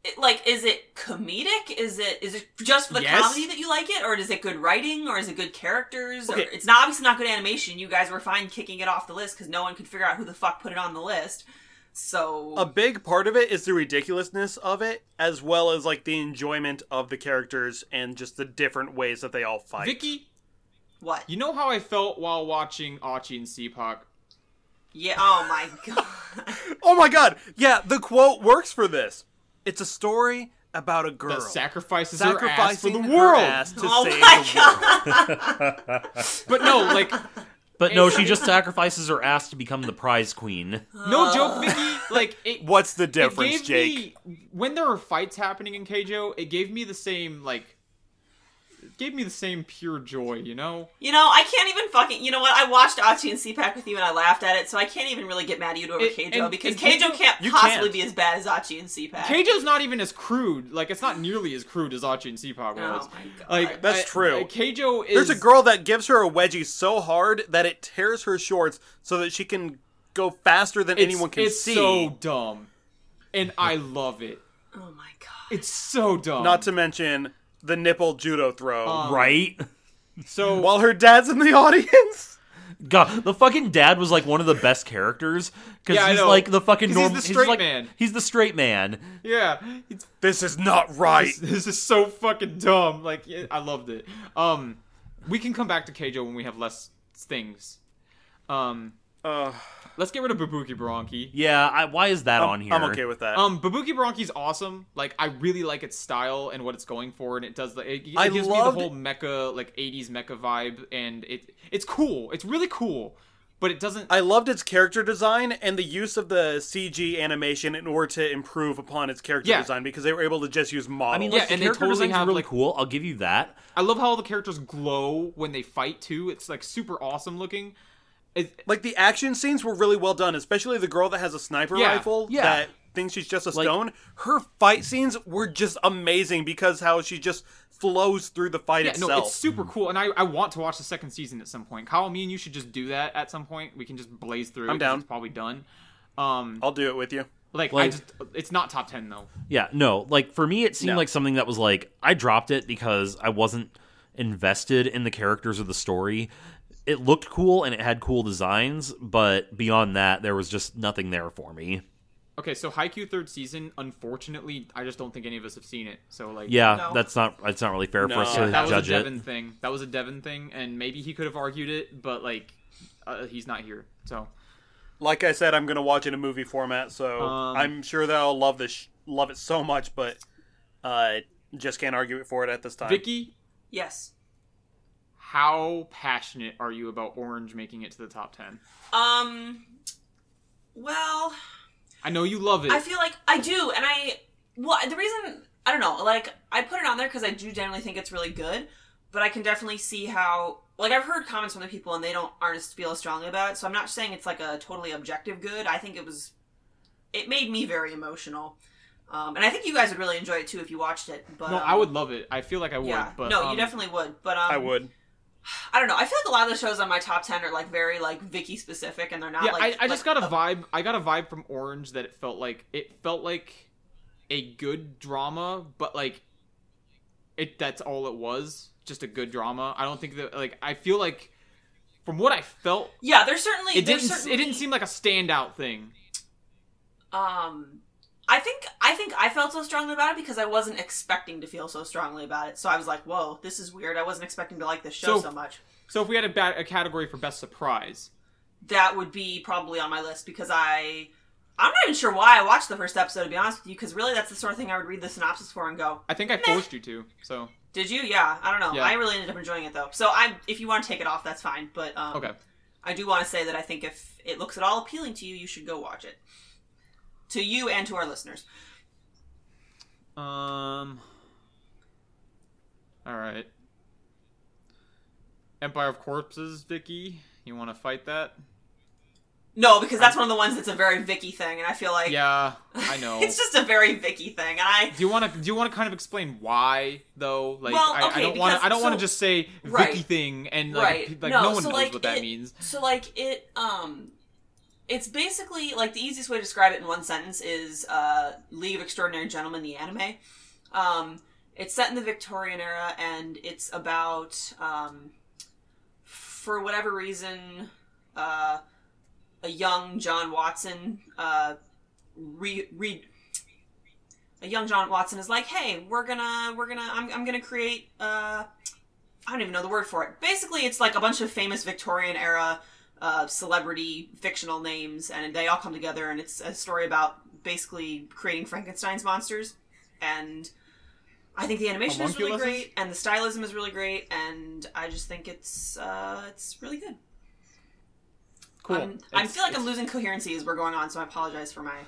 it- like is it comedic? Is it is it just for the
Yes.
comedy that you like it, or is it good writing, or is it good characters? Or,
Okay.
it's not obviously not good animation. You guys were fine kicking it off the list because no one could figure out who the fuck put it on the list. So
A big part of it is the ridiculousness of it, as well as like the enjoyment of the characters and just the different ways that they all fight.
Vicky,
what?
you know how I felt while watching Achi and Seapock?
Yeah. Oh my *laughs* god.
Oh my god! Yeah, the quote works for this. It's a story about a girl
That sacrifices her ass for
sacrificing
the
her
world.
ass to
Oh
save
my
the
god.
world.
But no, like
but no,
*laughs*
she just sacrifices her ass to become the prize queen.
no joke, Vicky. Like it,
What's the
it
difference,
gave
Jake?
Me, when there were fights happening in Keijo, it gave me the same like, it gave me the same pure joy. You know,
You know, I can't even fucking. You know what? I watched Achi and CPAC with you, and I laughed at it. So I can't even really get mad at you over
It-
Keijo
and-
because
and
Keijo
Keijo-
can't
you
possibly
can't.
be as bad as Achi and CPAC.
Keijo's not even as crude. Like it's not nearly as crude as Achi and Seapock was.
oh my god!
Like
That's
I-
true.
like, Keijo is.
There's a girl that gives her a wedgie so hard that it tears her shorts so that she can go faster than
it's-
anyone can
it's
see.
so dumb, and I love it.
oh my god!
It's so dumb.
Not to mention the nipple judo throw.
Oh. Um,
right?
so
While her dad's in the *laughs* audience.
God, the fucking dad was like one of the best characters because
Yeah, I
he's
know.
like the fucking
'Cause he's
normal.
the straight
like,
man.
He's the straight man.
yeah, it's
This is not right.
this, this is so fucking dumb. Like yeah, I loved it. Um, we can come back to Keijo when we have less things. Um,
Uh,
let's get rid of Babuki Baronki.
Yeah, I, why is that on here?
I'm okay with that.
Um, Babuki Baronki's awesome. Like I really like its style and what it's going for, and it does the. It, it
I
gives
loved-
me the whole mecha like '80s mecha vibe, and it it's cool. It's really cool. but it doesn't.
I loved its character design and the use of the CG animation in order to improve upon its character
Yeah.
design because they were able to just use models.
I mean,
Yeah,
like, the
and they
character
totally
designs are
have,
really
like-
cool. I'll give you that.
I love how all the characters glow when they fight too. It's like super awesome looking. It,
like the action scenes were really well done, especially the girl that has a sniper
Yeah,
rifle
yeah.
that thinks she's just a stone. Her fight scenes were just amazing because how she just flows through the fight
yeah,
itself.
no, it's super
Hmm.
cool, and I, I want to watch the second season at some point. Kyle, me and you should just do that at some point. We can just blaze through.
I'm
it 'cause
down.
It's probably done. Um,
I'll do it with you.
like, I
Like-
just, it's not top ten though.
Yeah, no. Like for me, it seemed
No.
like something that was like I dropped it because I wasn't invested in the characters or the story. It looked cool and it had cool designs, but beyond that, there was just nothing there for me.
Okay, so Haikyuu third season. Unfortunately, I just don't think any of us have seen it. So like,
Yeah,
No.
that's not that's not really fair
No.
for us
Yeah,
to
that was a
judge it.
Devin thing. That was a Devin thing, and maybe he could have argued it, but like, uh, he's not here. So
Like I said, I'm gonna watch it in a movie format, so
Um,
I'm sure that I'll love this, sh- love it so much, but uh, just can't argue it for it at this time.
Vicky,
Yes.
how passionate are you about Orange making it to the top ten?
Um. Well,
I know you love it.
I feel like I do, and I well the reason I don't know, like I put it on there because I do generally think it's really good, but I can definitely see how like I've heard comments from the people and they don't aren't as feel as strongly about it. So I'm not saying it's like a totally objective good. I think it was it made me very emotional, um, and I think you guys would really enjoy it too if you watched it. But
no,
um,
I would love it. I feel like I would.
Yeah,
but
no,
um,
you definitely would. But um,
I would.
I don't know. I feel like a lot of the shows on my top ten are like very like Vicky specific, and they're not.
Yeah,
like,
I, I just
like, uh,
got a vibe. I got a vibe from Orange that it felt like it felt like a good drama, but like it. That's all it was. Just a good drama. I don't think that like I feel like from what I felt,
Yeah, there's certainly
it
there's
didn't. It
certainly-
didn't seem like a standout thing.
um i think i think i felt so strongly about it because i wasn't expecting to feel so strongly about it so i was like whoa this is weird i wasn't expecting to like this show
So-
so, much
So if we had a, ba- a category for best surprise,
that would be probably on my list because i i'm not even sure why i watched the first episode to be honest with you because really that's the sort of thing i would read the synopsis for and go
I think I forced you to. So
did you yeah i don't know
Yeah.
i really ended up enjoying it though so i if you want to take it off that's fine but um
okay,
i do want to say that i think if it looks at all appealing to you you should go watch it to you and to our listeners
um, all right. Empire of Corpses, Vicky. You want to fight that?
no because that's one of the ones that's a very vicky thing and i feel like
Yeah,
*laughs*
I know.
it's just a very Vicky thing, and I
Do you want to? Do you want to kind of explain why though? Like,
Well,
I, I
okay,
don't want. to.
because-
I don't want to
so-
just say Vicky
Right.
thing and like,
Right.
pe- like no,
No,
one
so,
knows
like,
what that
it-
means.
so like it um, it's basically like the easiest way to describe it in one sentence is uh, League of Extraordinary Gentlemen, the anime. Um, it's set in the Victorian era, and it's about um, for whatever reason, uh, a young John Watson uh, re re a young John Watson is like, hey, we're gonna we're gonna I'm I'm gonna create uh I don't even know the word for it. Basically, it's like a bunch of famous Victorian era uh, celebrity fictional names, and they all come together, and it's a story about basically creating Frankenstein's monsters. And I think the animation is really
Homunculuses?
great, and the stylism is really great, and I just think it's uh, it's really good.
Cool.
I'm, Um, I
It's-
feel like
it's-
I'm losing coherency as we're going on, so I apologize for my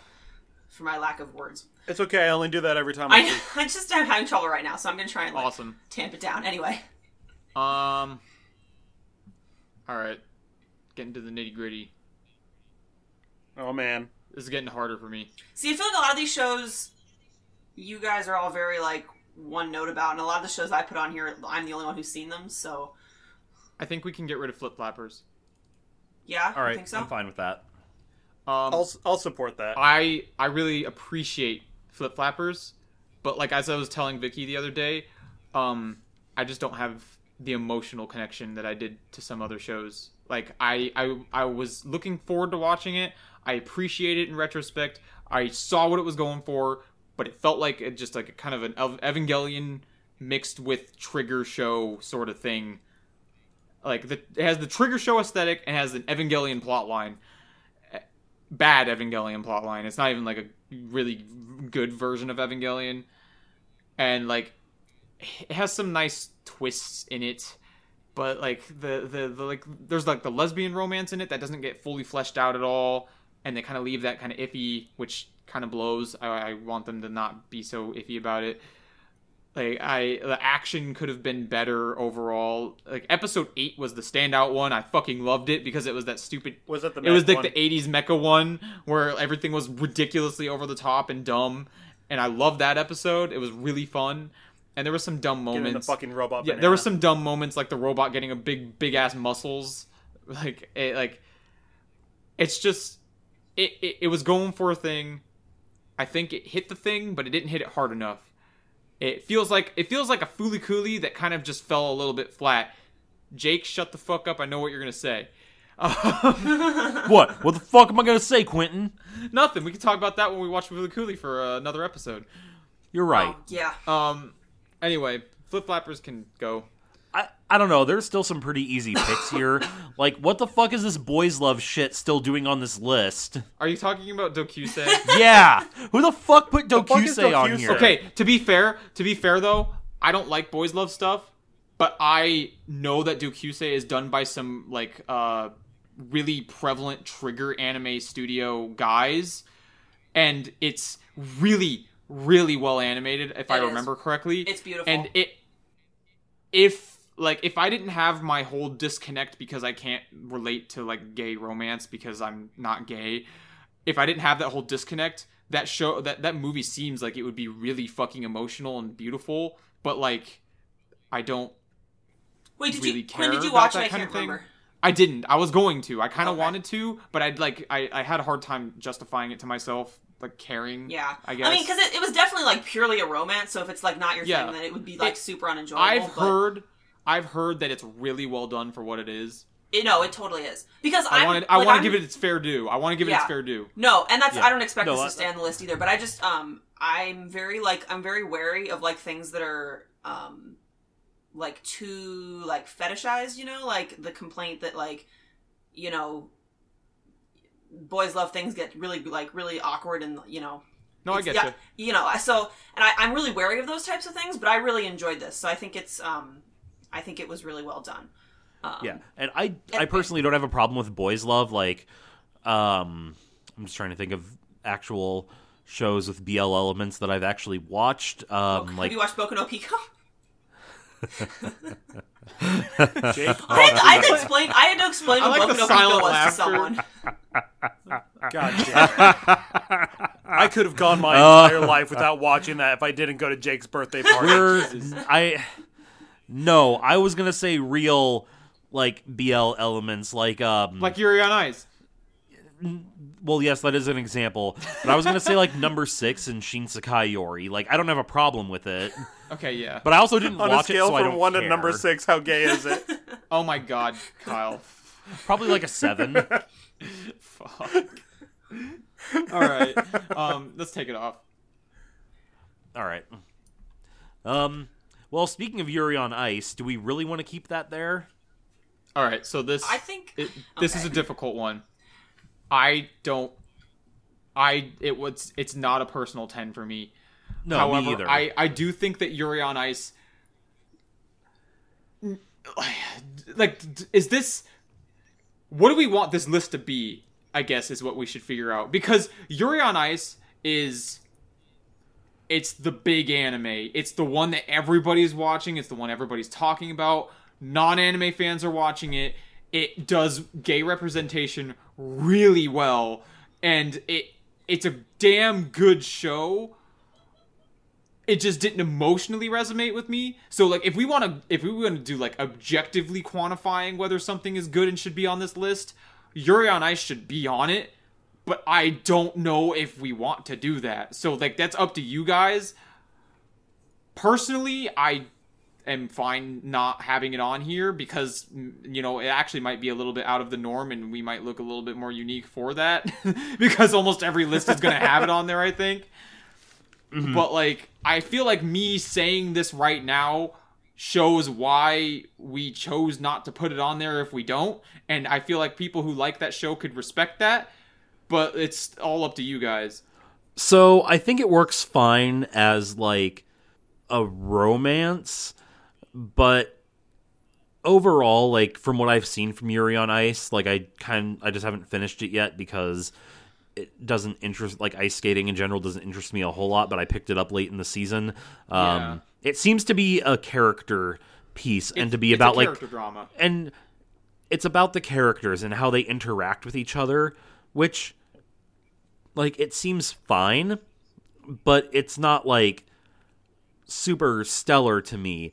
for my lack
*laughs*
of words.
It's okay. I only do that every time. I,
I, I just am having trouble right now, so I'm gonna try and like,
awesome.
tamp it down. Anyway,
Um. All right, getting to the nitty gritty.
oh man,
This is getting harder for me.
see, I feel like a lot of these shows, you guys are all very like one note about, and a lot of the shows I put on here, I'm the only one who's seen them. So
I think we can get rid of flip flappers.
yeah,
All
I
right,
think so.
I'm fine with that.
Um,
I'll I'll support that.
I I really appreciate flip flappers, but like as I was telling Vicky the other day, um, I just don't have the emotional connection that I did to some other shows. Like I I I was looking forward to watching it. I appreciate it in retrospect. I saw what it was going for, but it felt like it just like a kind of an Ev- Evangelion mixed with trigger show sort of thing. Like the, it has the trigger show aesthetic and has an Evangelion plot line bad Evangelion plotline. It's not even like a really good version of Evangelion. And like it has some nice twists in it. but like the, the the like there's like the lesbian romance in it that doesn't get fully fleshed out at all, and they kind of leave that kind of iffy, which kind of blows. I, I want them to not be so iffy about it. Like I, the action could have been better overall. Like episode eight was the standout one. I fucking loved it because it was that stupid
Was that the
it was
mech
like
one?
the 80s mecha one where everything was ridiculously over the top and dumb and i loved that episode it was really fun and there were some dumb
Get in the
moments
fucking robot.
yeah
*laughs*
there were some dumb moments like the robot getting a big big ass muscles *laughs* like it like it's just it, it it was going for a thing i think it hit the thing but it didn't hit it hard enough it feels like it feels like a fooly coolie that kind of just fell a little bit flat jake shut the fuck up i know what you're gonna say *laughs*
What? What the fuck am I gonna say, Quentin?
Nothing. We can talk about that when we watch Willy Cooley for uh, another episode.
You're right.
Yeah.
Um. Anyway, flip flappers can go.
I, I don't know. There's still some pretty easy
*laughs*
picks here. like, what the fuck is this boys love shit still doing on this list?
Are you talking about Dokusei?
Yeah, who the fuck
*laughs*
put
fuck is
Dokusei on
Dokusei?
here?
okay. To be fair, to be fair though, I don't like boys love stuff, but I know that Dokusei is done by some like uh really prevalent trigger anime studio guys, and it's really really well animated if I
It is.
remember correctly.
It's beautiful.
And it if like if I didn't have my whole disconnect because I can't relate to like gay romance because I'm not gay, if I didn't have that whole disconnect, that show that that movie seems like it would be really fucking emotional and beautiful, but like I don't
Wait, did
really
you when
care
did you
about
watch it?
that
I
kind
can't
of thing.
remember.
I didn't. I was going to. I kind of
Okay.
wanted to, but I'd like I I had a hard time justifying it to myself, like caring.
Yeah.
I guess.
I mean, because it, it was definitely like purely a romance. So if it's like not your
Yeah.
thing, then it would be like
It-
super unenjoyable.
I've
but-
heard I've heard that it's really well done for what it is.
It, no, it totally is because
I
I'm-
want I
like,
want
I'm-
to give it its fair due. I want to give it its
Yeah.
fair due.
No, and that's
Yeah.
I don't expect
No,
this
I-
to stay on the list either. But I just um I'm very like I'm very wary of like things that are um like too like fetishized. You know, like the complaint that like you know boys love things get really like really awkward and you know
No, I get
It's- yeah,
you.
you know so and I, i'm really wary of those types of things but i really enjoyed this so i think it's um i think it was really well done um,
Yeah, and I I personally don't have a problem with boys love. Like, um, I'm just trying to think of actual shows with BL elements that I've actually watched. Um,
have
like
you watched boku no pico
Oh,
Jake,
*laughs* I had, to, I
*laughs*
had to explain i had to explain
I
what
like
boku
the
no pico
silent
was to
laughter.
someone
God damn it. *laughs* I could have gone my
Uh.
entire life without watching that if I didn't go to Jake's *laughs* birthday party.
we're I no, I was gonna say real like BL elements. Like, um,
Like Yuri on Ice.
well, yes, that is an example. But I was gonna say like number six and Shin Sakai Yori. Like, I don't have a problem with it,
Okay, yeah.
but I also didn't
On a
watch
scale
it, so I
from
don't
one to
care.
number six, how gay is
*laughs*
it?
oh my
*laughs*
god, Kyle.
probably like a seven.
*laughs*
Fuck. All right. Um, let's take it off.
All right. Um. Well, speaking of Yuri on Ice, do we really want to keep that there?
All right. So this
i think
it, this is a
okay.
difficult one. I don't I it was it's not a personal 10 for me.
No,
However,
me either.
I, I do think that Yuri on Ice. Like, d- is this. What do we want this list to be? I guess is what we should figure out. Because Yuri on Ice is. It's the big anime. It's the one that everybody's watching. It's the one everybody's talking about. Non anime fans are watching it. It does gay representation really well. And it it's a damn good show it just didn't emotionally resonate with me. So like if we want to if we want to do like objectively quantifying whether something is good and should be on this list, Yuri on Ice should be on it, but I don't know if we want to do that. So like that's up to you guys. Personally, I am fine not having it on here because mm, you know it actually might be a little bit out of the norm and we might look a little bit more unique for that *laughs* because almost every list is going to have it on there, I think
Hmm.
but like I feel like me saying this right now shows why we chose not to put it on there if we don't and I feel like people who like that show could respect that but it's all up to you guys.
so I think it works fine as like a romance, but overall, like from what I've seen from Yuri on Ice, like I kind I just haven't finished it yet because it doesn't interest like ice skating in general doesn't interest me a whole lot, but I picked it up late in the season. Um
Yeah.
it seems to be a character piece and to be
It's a
about like
character drama.
and it's about the characters and how they interact with each other, which like it seems fine, but it's not like super stellar to me.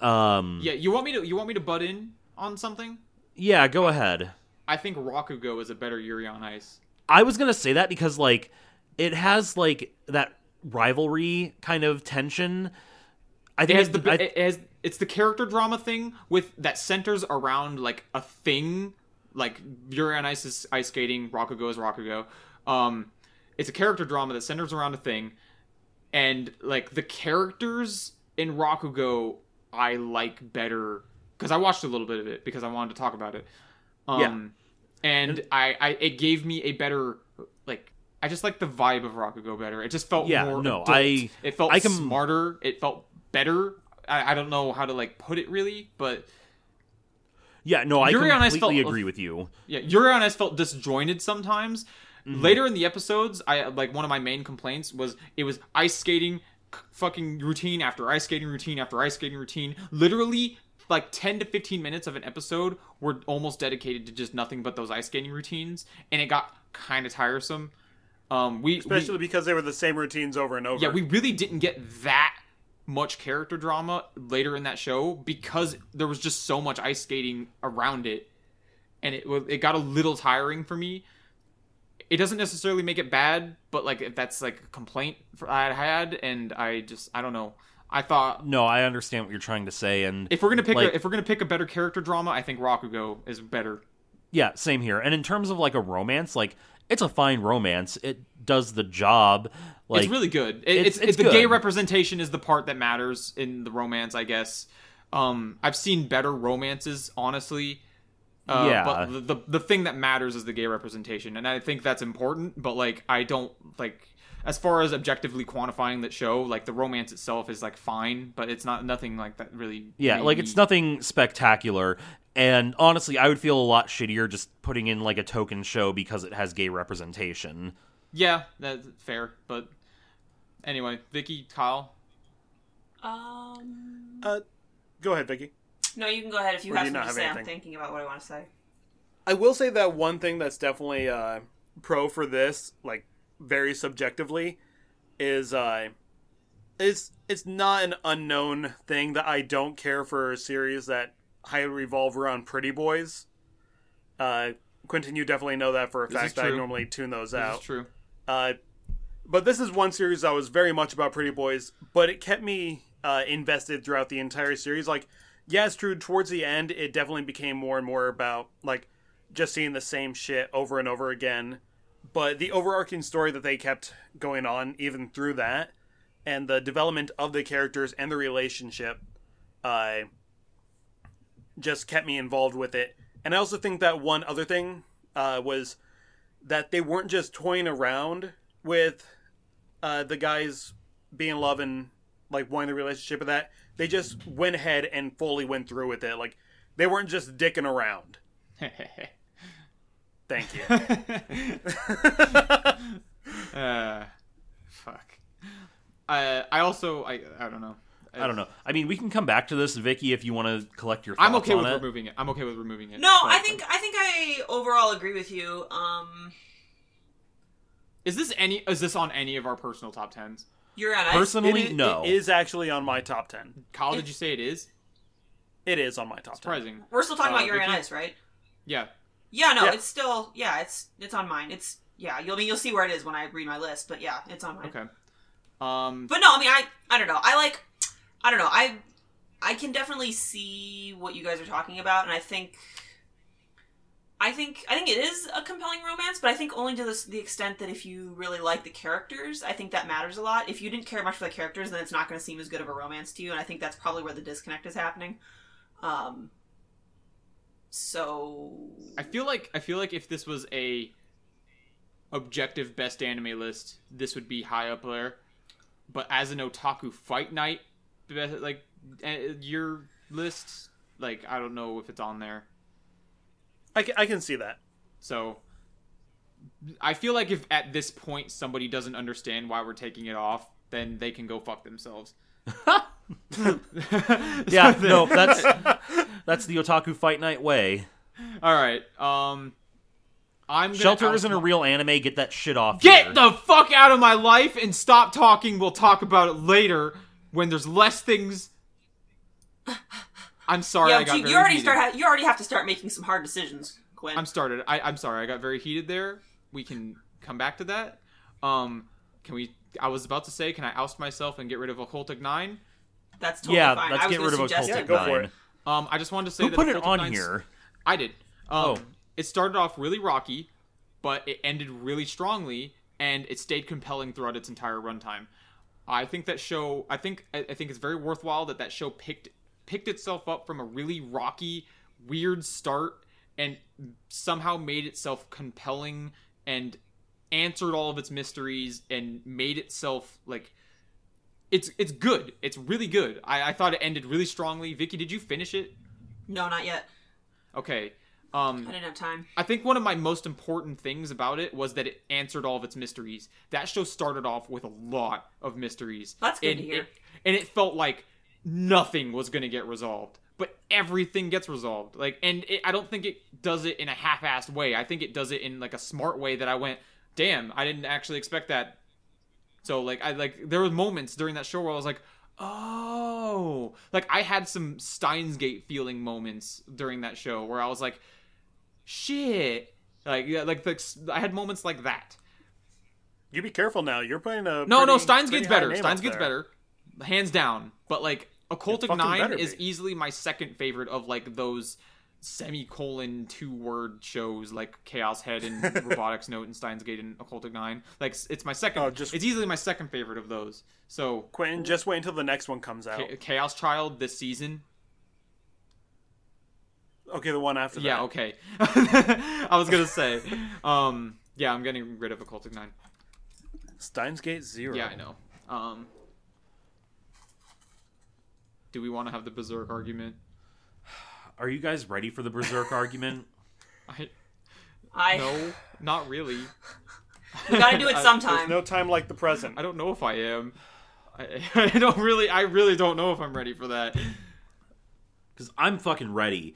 Um
Yeah, you want me to you want me to butt in on something?
yeah, go ahead.
I think Rakugo is a better Yuri on Ice.
I was gonna say that because like it has like that rivalry kind of tension. I
It
think
has
it-
the
I-
it has it's the character drama thing with that centers around like a thing, like Yuri on Ice is ice skating, Rakugo is Rakugo. Um, it's a character drama that centers around a thing, and like the characters in Rakugo, I like better because I watched a little bit of it because I wanted to talk about it. Um, and I, I it gave me a better like I just like the vibe of Rakugo better. It just felt
Yeah,
more
no,
adult.
I-
it felt
I can-
smarter. It felt better. I, I don't know how to like put it really, but
yeah, no, I
Yuri on Ice
completely
felt-
agree with you.
yeah, Yuri on Ice felt disjointed sometimes.
Mm-hmm.
Later in the episodes, I like one of my main complaints was it was ice skating c- fucking routine after ice skating routine after ice skating routine. Literally like 10 to 15 minutes of an episode were almost dedicated to just nothing but those ice skating routines and it got kind of tiresome. Um we we-
especially because they were the same routines over and over.
yeah, we really didn't get that much character drama later in that show because there was just so much ice skating around it, and it was it got a little tiring for me. It doesn't necessarily make it bad, but like if that's like a complaint for, I had, and I just I don't know. I thought
No, I understand what you're trying to say, and
if we're gonna pick
Like-
a, if we're gonna pick a better character drama, I think Rakugo is better.
yeah, same here. And in terms of like a romance, like it's a fine romance. It does the job. Like
it's really good. It,
it's-
it's,
it's
the gay
good.
representation is the part that matters in the romance, I guess. Um, I've seen better romances, honestly. Uh,
Yeah.
But the, the the thing that matters is the gay representation, and I think that's important. But like, I don't like as far as objectively quantifying that show. Like the romance itself is like fine, but it's not nothing like that really.
Yeah,
made
like
me-
it's nothing spectacular. And honestly, I would feel a lot shittier just putting in like a token show because it has gay representation.
Yeah, that's fair. But anyway, Vicky, Kyle,
Um,
Uh, go ahead, Vicky.
no, you can go ahead if you
Or do
have
you
something
not
to
have
say. I'm
anything?
thinking about what I want to say.
I will say that one thing that's definitely uh, pro for this, like very subjectively, is uh, is it's not an unknown thing that I don't care for a series that highly revolve around pretty boys. Uh, Quentin, you definitely know that for a
This is
fact. I
true.
normally tune those
this
out.
is true.
Uh, but this is one series that was very much about Pretty Boys, but it kept me uh, invested throughout the entire series. Like, yeah, it's true. Towards the end, it definitely became more and more about like just seeing the same shit over and over again. But the overarching story that they kept going on, even through that, and the development of the characters and the relationship, uh, just kept me involved with it. And I also think that one other thing uh, was that they weren't just toying around with uh, the guys being in love and like wanting the relationship of that. They just went ahead and fully went through with it. Like they weren't just dicking around.
*laughs*
Thank you.
*laughs*
uh, fuck. Uh, I also I I don't know.
I don't know. I mean, we can come back to this, Vicky, if you want to collect your thoughts
I'm okay
on
with
it.
removing it. I'm okay with removing it.
No,
But-
I think I think I overall agree with you. Um,
is this any is this on any of our personal top tens?
you're on ice.
Personally,
It i-
no.
It is actually on my top 10.
Kyle, did you say it is?
It is on my top 10.
Surprising.
We're still talking
Uh,
about you're on
Vicky?
ice, right?
Yeah.
Yeah, no,
Oh, Yeah.
it's still yeah, it's it's on mine. It's yeah, you'll I mean you'll see where it is when I read my list, but yeah, it's on mine.
Okay. Um.
But no, I mean I I don't know. I like I don't know. I I can definitely see what you guys are talking about and I think I think I think it is a compelling romance, but I think only to this, the extent that if you really like the characters, I think that matters a lot. If you didn't care much for the characters, then it's not going to seem as good of a romance to you, and I think that's probably where the disconnect is happening. Um so
I feel like I feel like if this was a objective best anime list, this would be high up there. But as an otaku fight night, be- like eh, your list, like I don't know if it's on there.
I can, I can see that.
So I feel like if at this point somebody doesn't understand why we're taking it off, then they can go fuck themselves.
*laughs*
*laughs*
Yeah, no, that's that's the otaku fight night way.
All right. Um I'm gonna
Shelter
out-
isn't a real anime. Get that shit off.
Get
here.
the fuck out of my life and stop talking. We'll talk about it later when there's less things. I'm sorry.
Yo,
I got
G,
very
you already
heated.
start. Ha- you already have to start making some hard decisions, Gwen.
I'm started. I, I'm sorry. I got very heated there. We can come back to that. Um, can we? I was about to say, can I oust myself and get rid of Occultic Nine?
That's totally
yeah.
fine.
Let's
I was
get
gonna
rid of
suggest
occultic
Yeah,
it.
go for
nine.
it.
Um, I just wanted to say
Who
that
put it
Occultic
on
Nine's-
here?
I did. Um,
Oh.
It started off really rocky, but it ended really strongly, and it stayed compelling throughout its entire runtime. I think that show. I think. I I think it's very worthwhile that that show picked picked itself up from a really rocky, weird start, and somehow made itself compelling and answered all of its mysteries and made itself like. It's it's good. It's really good. I, I thought it ended really strongly. Vicky, did you finish it?
No, not yet.
Okay. Um,
I didn't have time.
I think one of my most important things about it was that it answered all of its mysteries. That show started off with a lot of mysteries.
That's good
and
to hear.
It, and it felt like nothing was going to get resolved, but everything gets resolved. Like, and it, I don't think it does it in a half-assed way. I think it does it in like a smart way that I went, "Damn, I didn't actually expect that." So like, I like there were moments during that show where I was like. Oh, like I had some Steins Gate feeling moments during that show where I was like, shit like yeah, like the, i had moments like that
You be careful now. You're playing a
no no
pretty-
steins
pretty
gets
high
better
name
steins
up
gets
there.
better hands down but like occultic
fucking
nine
better
is
be.
easily my second favorite of like those semicolon two word shows like chaos
*laughs*
head and robotics note and steins gate and occultic nine like s- it's my second
Oh, just-
it's easily my second favorite of those so
Quentin, just wait until the next one comes out.
Cha- chaos child this season
Okay, the one after
yeah
that.
okay *laughs* i was gonna say um yeah i'm getting rid of occultic nine
Steins Gate Zero.
Yeah, I know. Um, do we want to have the berserk argument?
Are you guys ready for the berserk argument?
I
I
no, not really.
we *laughs* gotta
*laughs*
do it
I-
There's
sometime.
no time like the present.
I don't know if I am. I, *laughs* I don't really. I really don't know if I'm ready for that.
Because I'm fucking ready.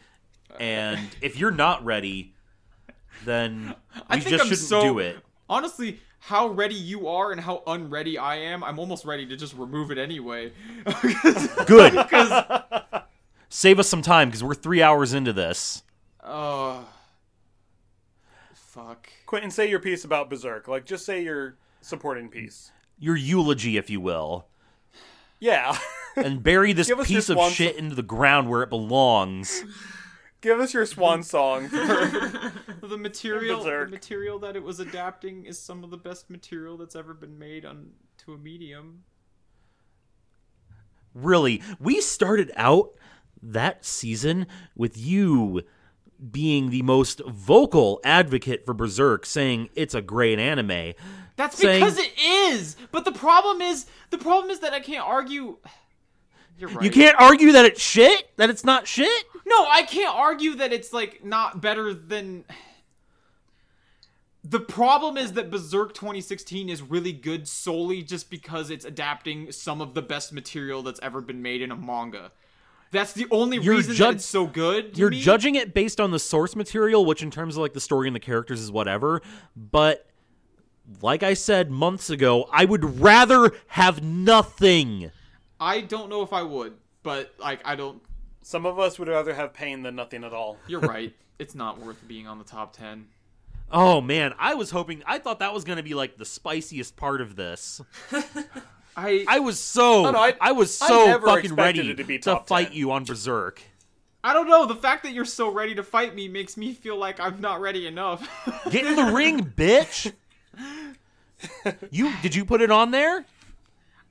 And if you're not ready, then we
I think
just
I'm
shouldn't
so-
do it.
Honestly, how ready you are and how unready I am, I'm almost ready to just remove it anyway. *laughs*
Good.
Because
Save us some time because we're three hours into this.
oh, fuck.
Quentin, say your piece about Berserk. Like, just say your supporting piece.
Your eulogy, if you will.
Yeah. *laughs*
And bury this
Give us
piece
just
of
one-
shit into the ground where it belongs.
Give us your swan
Mm.
song.
*laughs*
The material, the
Berserk.
material that it was adapting is some of the best material that's ever been made on to a medium.
Really, we started out that season with you being the most vocal advocate for Berserk, saying it's a great anime.
That's
saying-
because it is. But the problem is, the problem is that I can't argue. *sighs* You're right.
You can't argue that it's shit, that it's not shit.
No, I can't argue that it's like not better than. *sighs* The problem is that Berserk 2016 is really good solely just because it's adapting some of the best material that's ever been made in a manga. That's the only
You're
reason that
judge-
it's so good. to
You're
me.
judging it based on the source material, which in terms of like the story and the characters is whatever, but like I said months ago, I would rather have nothing.
I don't know if I would, but like I don't.
Some of us would rather have pain than nothing at all.
You're right. it's not worth being on the top ten.
Oh man, I was hoping I thought that was going to be like the spiciest part of this.
I
I was so
no,
I,
I-
was
I
so
never
fucking
expected
ready
it to be top
fight
10.
you on Berserk.
I don't know. The fact that you're so ready to fight me makes me feel like I'm not ready enough. *laughs*
Get in the ring,
*laughs*
bitch. You did you put it on there?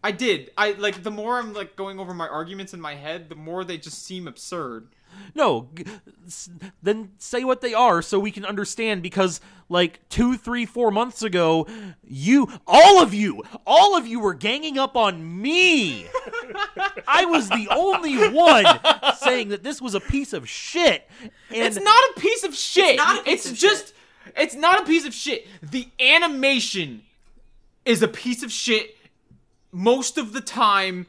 I did. I like the more I'm like going over my arguments in my head, the more they just seem absurd.
No. g- s- Then say what they are so we can understand. Because like two, three, four months ago, you, all of you, all of you were ganging up on me I was the only one saying that this was a piece of shit. And
It's not a piece of shit. It's,
not a piece of
just it's not a piece of shit. The animation is a piece of shit most of the time,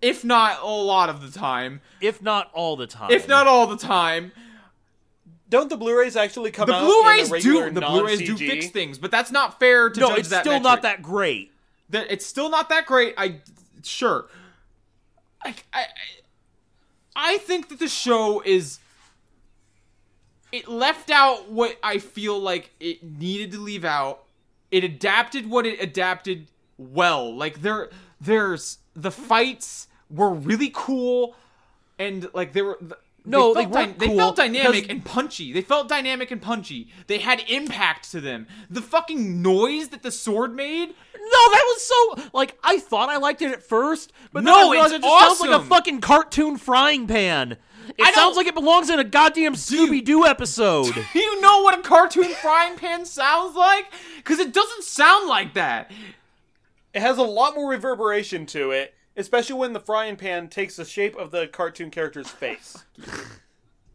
if not a lot of the time,
if not all the time.
if not all the time.
Don't the Blu-rays actually come
The
out?
Blu-rays
in a
do
regular
the Blu-rays do
non-CG?
fix things, but that's not fair to
no,
judge
it's
that
still
metric.
not that great.
That- It's still not that great. I sure. I, I I think that the show is it left out what I feel like it needed to leave out. It adapted what it adapted well. Like there there's the fights were really cool and like they were
No,
they
they
felt,
weren't
they
cool
felt dynamic
because-
and punchy. They felt dynamic and punchy. They had impact to them. The fucking noise that the sword made
No, that was so like I thought I liked it at first, but then
No,
I realized
it's
it just sounds like a
awesome.
fucking cartoon frying pan. It
don't-
sounds like it belongs in a goddamn Scooby
*laughs*
Doo episode.
Do you know what a cartoon frying pan sounds like? Because it doesn't sound like that.
It has a lot more reverberation to it, especially when the frying pan takes the shape of the cartoon character's
*laughs*
face.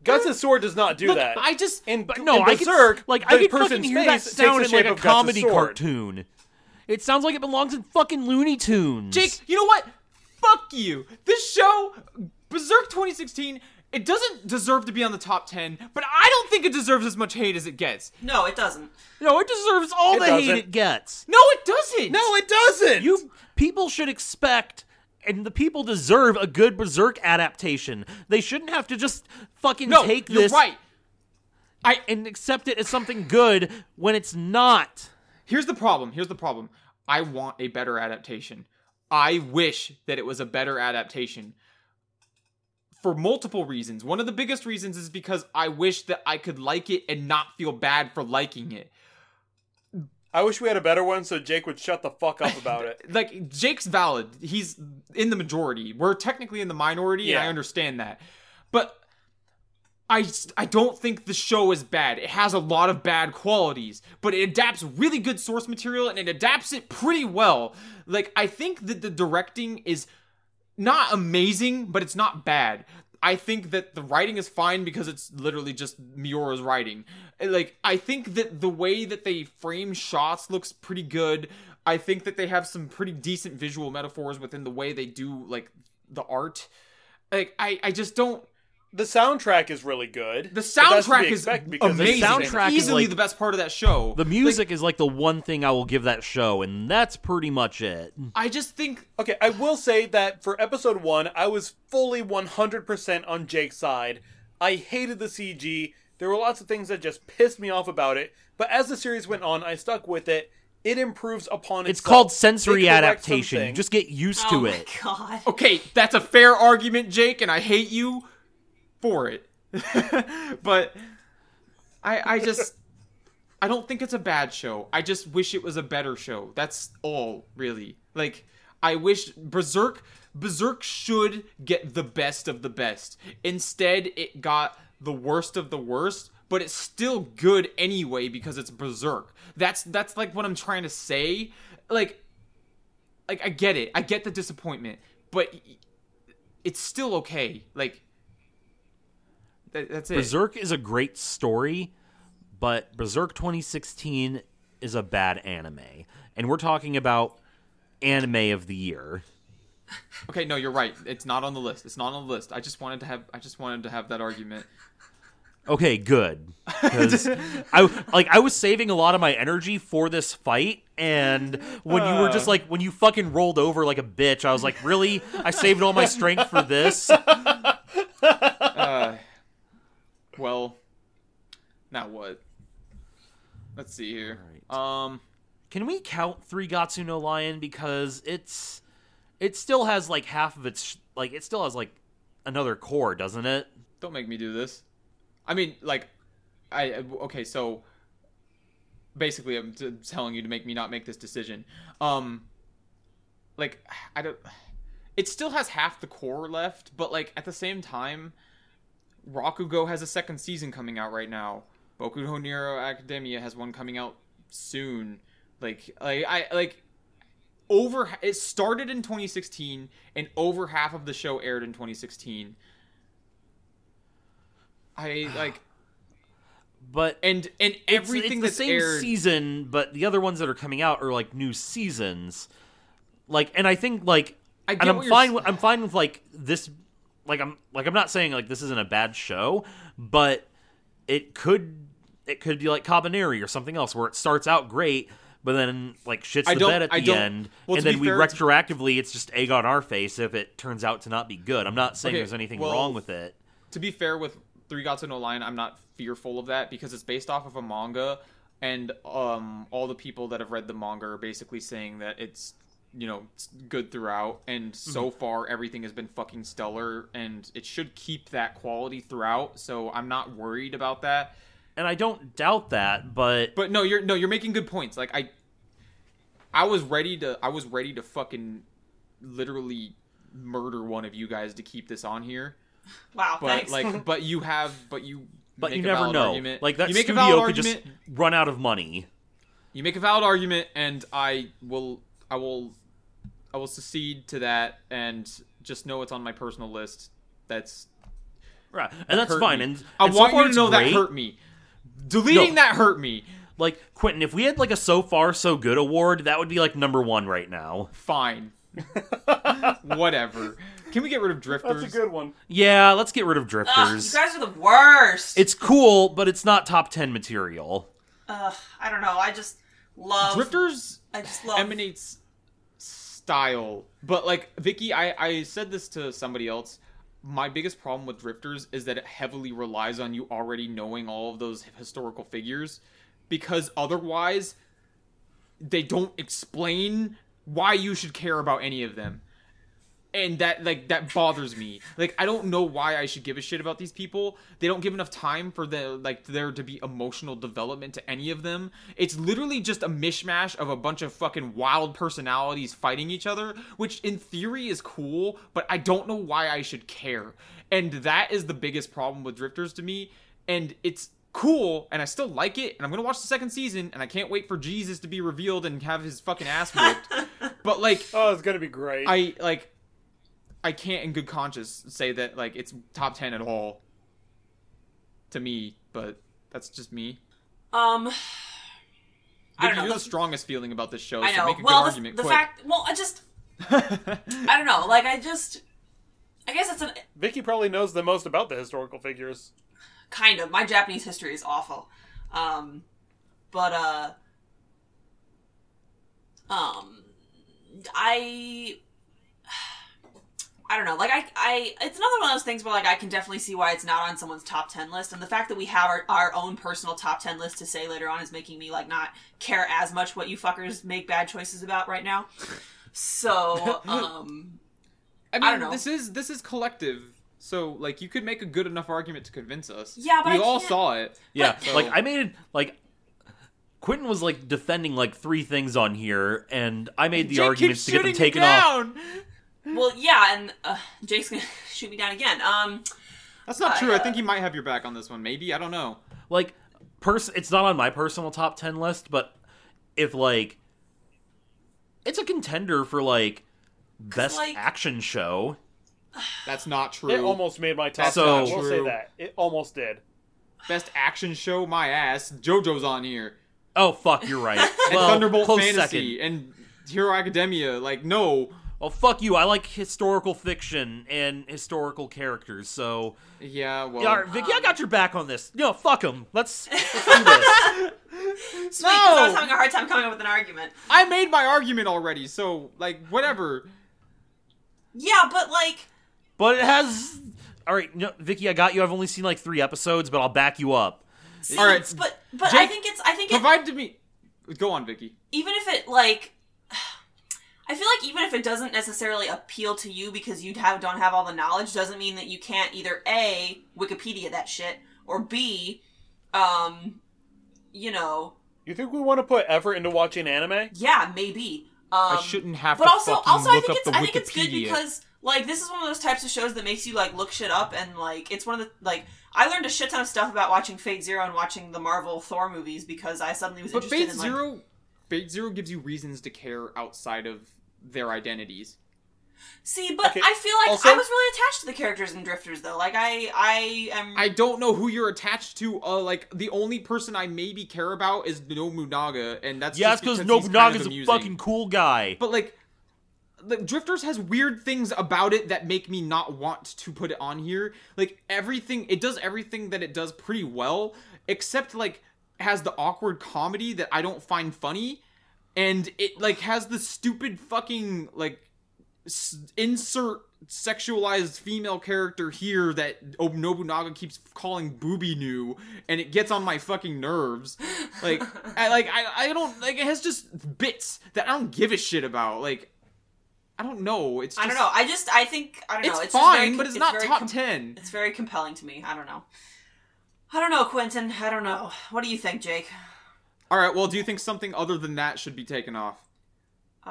Guts' sword does not do
Look,
that.
I just
in,
But no,
in
I
Berserk,
could, like
the
I could
person's
fucking hear
face
that
takes
sound
the
in like
shape
a
of Guts'
comedy
sword.
cartoon. It sounds like it belongs in fucking Looney Tunes.
Jake, you know what? Fuck you. This show, Berserk 2016, it doesn't deserve to be on the top 10, but I don't think it deserves as much hate as it gets.
No, it doesn't.
no, it deserves all
It
the hate
doesn't.
it gets.
No, it doesn't.
No, it doesn't.
You people should expect, and the people deserve a good Berserk adaptation. They shouldn't have to just fucking
no,
take
you're
this
right. I
and accept it as something good when it's not.
Here's the problem. Here's the problem. I want a better adaptation. I wish that it was a better adaptation for multiple reasons. One of the biggest reasons is because I wish that I could like it and not feel bad for liking it.
I wish we had a better one so Jake would shut the fuck up about
*laughs*
it.
Like Jake's valid. He's in the majority. We're technically in the minority and I
Yeah.
understand that. But I s- I don't think the show is bad. It has a lot of bad qualities, but it adapts really good source material and it adapts it pretty well. Like I think that the directing is not amazing, but it's not bad. I think that the writing is fine because it's literally just Miura's writing. And, Like I think that the way that they frame shots looks pretty good. I think that they have some pretty decent visual metaphors within the way they do like the art. Like I I just don't
The soundtrack is really good.
the
but that's to be
soundtrack is
expect because it's
amazing.
The
Disney.
soundtrack is
easily
like-
the best part of that show.
The music is like the one thing I will give that show, and that's pretty much it.
I just think
Okay, I will say that for episode one, I was fully 100% on Jake's side. I hated the CG. There were lots of things that just pissed me off about it. But as the series went on, I stuck with it. It improves upon
It's
itself.
called
They
sensory
correct some
adaptation. You
things.
just get used
oh
to
my
it.
god.
okay, that's a fair argument, Jake, and I hate you for it. *laughs* but I I just I don't think it's a bad show. I just wish it was a better show. That's all, really. Like I wish Berserk Berserk should get the best of the best. Instead, it got the worst of the worst, but it's still good anyway because it's Berserk. That's that's like what I'm trying to say. Like like I get it. I get the disappointment, but y- y- it's still okay. Like that, that's it.
Berserk is a great story, but Berserk 2016 is a bad anime. And we're talking about anime of the year.
Okay, no, you're right. It's not on the list. It's not on the list. I just wanted to have I just wanted to have that argument. *laughs*
Okay, good. 'Cause I like I was saving a lot of my energy for this fight, and when you were
Uh.
just like when you fucking rolled over like a bitch, I was like, really? I saved all my strength
*laughs*
for this.
Uh, well, now what? Let's see here. Um
Can we count Three Gatsu no Lion because it's it still has like half of its like it still has like another core, doesn't it?
don't make me do this. I mean, like I I- okay, so basically I'm t- telling you to make me not make this decision. Um like I don't it still has half the core left, but like at the same time Rakugo has a second season coming out right now. Boku no Hero Academia has one coming out soon. Like I I like over it started in 2016 and over half of the show aired in 2016. I like
But
and and
it's-
E-, everything that's
it's, the same
aired
season, but the other ones that are coming out are like new seasons. Like, and I think like,
I get
and I'm
what you're
fine.
s-
With, I'm fine with like this. Like I'm like I'm not saying like this isn't a bad show, but it could it could be like Cabaneri or something else where it starts out great. But then, like shits
I
the
don't-
bed at
I
the
don't-
end,
well,
and
to be
then we
fair, it's-
retroactively, it's just egg on our face if it turns out to not be good. I'm not saying
Okay,
there's anything
well,
wrong with it.
to be fair with Three Gods and No Line, I'm not fearful of that because it's based off of a manga, and um, all the people that have read the manga are basically saying that it's you know it's good throughout, and so
Mm-hmm.
far everything has been fucking stellar, and it should keep that quality throughout. So I'm not worried about that.
And I don't doubt that, but
But no, you're no, you're making good points. Like I, I was ready to, I was ready to fucking literally murder one of you guys to keep this on here
Wow,
but
thanks.
like but you have but you
but
make
you
a
never
valid
know.
argument.
Like that
you make a
studio
valid
could just
argument
run out of money.
you make a valid argument and i will i will i will secede to that and just know it's on my personal list that's
Right, and that's
hurt
fine.
me.
And
i
and so
want
far
you to
it's
know that
great.
hurt me deleting
No.
that hurt me
Like Quentin, if we had like a so far so good award, that would be like number one right now.
fine
*laughs*
whatever can we get rid of drifters
That's a good one.
Yeah, let's get rid of
Ugh, you
drifters.
guys are the worst.
it's cool, but it's not top ten material.
Ugh, I don't know. I just love.
drifters
I just love.
emanates style. But like Vicky, I I said this to somebody else. My biggest problem with Drifters is that it heavily relies on you already knowing all of those historical figures, because otherwise, they don't explain why you should care about any of them. And that like that bothers me. Like I don't know why I should give a shit about these people. They don't give enough time for the like there to be emotional development to any of them. It's literally just a mishmash of a bunch of fucking wild personalities fighting each other, which in theory is cool, but I don't know why I should care. And that is the biggest problem with drifters to me. And it's cool and I still like it and I'm going to watch the second season and I can't wait for Jesus to be revealed and have his fucking ass whooped. but like
Oh, it's gonna be great.
I like I can't in good conscience say that like it's top 10 at all to me, but that's just me.
um, I
Vicky,
don't know.
You're the strongest feeling about this show,
I
so
know.
make a
Well,
good
the,
argument
the
quick. *laughs*
fact. Well, I just. I don't know. Like I just. I guess it's an
Vicky probably knows the most about the historical figures.
kind of. My Japanese history is awful. Um, but uh, um, I. I don't know. Like I, I, it's another one of those things where like I can definitely see why it's not on someone's top ten list, and the fact that we have our, our own personal top ten list to say later on is making me like not care as much what you fuckers make bad choices about right now. So, um,
I mean,
I don't know.
this is this is collective. So like you could make a good enough argument to convince us.
Yeah, but
we
I
all
can't-
saw it.
Yeah,
So-
like I made it like Quentin was like defending like three things on here, and I made the
Jake keeps
arguments to get them
shooting me
taken off.
down!
well, yeah, and uh, Jake's gonna *laughs* shoot me down again. Um,
That's not
I,
true. I
uh,
think he might have your back on this one. Maybe I don't know.
like pers- it's not on my personal top 10 list but if like it's a contender for like best
like-
action show
That's not true.
It almost made my top.
That's
ten. I
not
will
true.
say that it almost did.
Best action show, my ass. JoJo's on here.
oh fuck
*laughs*
you're right
And
well,
Thunderbolt
close
Fantasy
second.
and Hero Academia. Like no,
well Oh, fuck you i like historical fiction and historical characters so
yeah. Well,
yeah, all right, Vicky, i got your back on this no fuck them let's *laughs*
Sweet, 'cause I was
No!
having a hard time coming up with an argument.
I made my argument already. So like whatever.
Yeah, but like,
but it has all right no, vicky i got you i've only seen like three episodes but i'll back you up
see,
All right,
it's- but but I
Jake,
think it's I think it,
Provide to me. Go on, Vicky.
even if it like, *sighs* I feel like even if it doesn't necessarily appeal to you because you have don't have all the knowledge, doesn't mean that you can't either a Wikipedia that shit or b, um, you know,
You think we want to put effort into watching anime?
yeah, maybe. Um,
I shouldn't have
but
to
also
fucking
also I
look
think
up
it's
the
I think it's good
Wikipedia.
because like this is one of those types of shows that makes you like look shit up and like it's one of the like I learned a shit ton of stuff about watching Fate Zero and watching the Marvel Thor movies because I suddenly was
But
interested
Fate
in like
Zero Fate Zero gives you reasons to care outside of their identities.
See, but
Okay,
I feel like
also-
I was really attached to the characters in Drifters, though. Like I, I am.
I don't know who you're attached to. Uh, like the only person I maybe care about is Nobunaga, and that's
yeah, it's
just
because
he's kind of
Nobunaga's a
amusing.
fucking cool guy.
But like, the Drifters has weird things about it that make me not want to put it on here. Like everything, it does everything that it does pretty well, except like has the awkward comedy that I don't find funny, and it like has the stupid fucking like s- insert sexualized female character here that O- Nobunaga keeps calling booby new and it gets on my fucking nerves like I like I, I don't like it has just bits that I don't give a shit about like I don't know it's just,
I don't know. I just, I think, I don't
it's,
know. It's just
fine
very,
but it's, not
very
top
com-
10
It's very compelling to me. I don't know. I don't know, Quentin. I don't know. What do you think, Jake?
all right well do you think something other than that should be taken off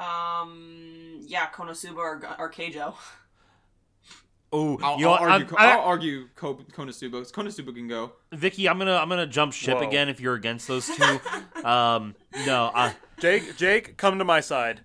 Um, yeah, Konosuba or, or Keijo.
Oh,
I'll,
you know,
I'll
I'm-
argue
I-
I'll argue Ko- Konosuba Konosuba can go
Vicky, I'm gonna I'm gonna jump ship
Whoa.
again if you're against those
*laughs*
two. um, no, I,
Jake, Jake, come to my side.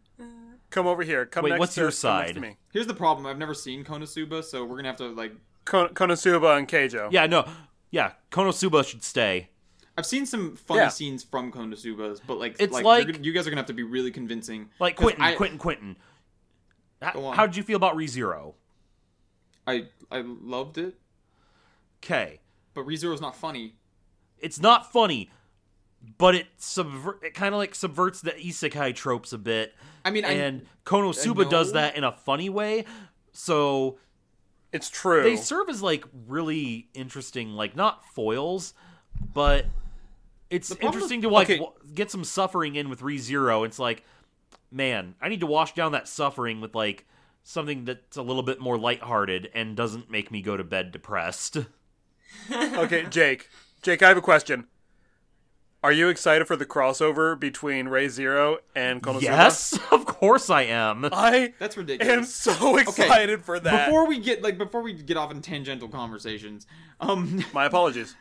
Come over here. Come
Wait,
next
what's
to,
your
come next to
side?
me.
here's the problem I've never seen Konosuba so we're gonna have to like
Kon- Konosuba and Keijo.
yeah, no, yeah, Konosuba should stay.
I've seen some funny
Yeah.
scenes from Konosuba's, but like,
It's
like,
like-
you're gonna- you guys are gonna have to be really convincing.
Like
'Cause
Quentin,
I,
Quentin, Quentin. H-
Go on.
How'd you feel about ReZero?
I I loved it,
Okay,
but Rezero's not funny.
it's not funny, but it subver- it kind of like subverts the isekai tropes a bit,
I mean,
and
I
Konosuba
know.
does that in a funny way. So
It's true.
they serve as like really interesting, like not foils, but it's
problem is-
interesting to like
okay.
w- get some suffering in with ReZero. It's like, man, I need to wash down that suffering with like something that's a little bit more lighthearted and doesn't make me go to bed depressed.
*laughs* okay, Jake. Jake, I have a question. Are you excited for the crossover between Ray Zero and Konosuba?
yes, *laughs* of course I am.
I
that's *laughs*
am
ridiculous.
so excited for that.
Before we get like before we get off in tangential conversations, um, *laughs*
My apologies.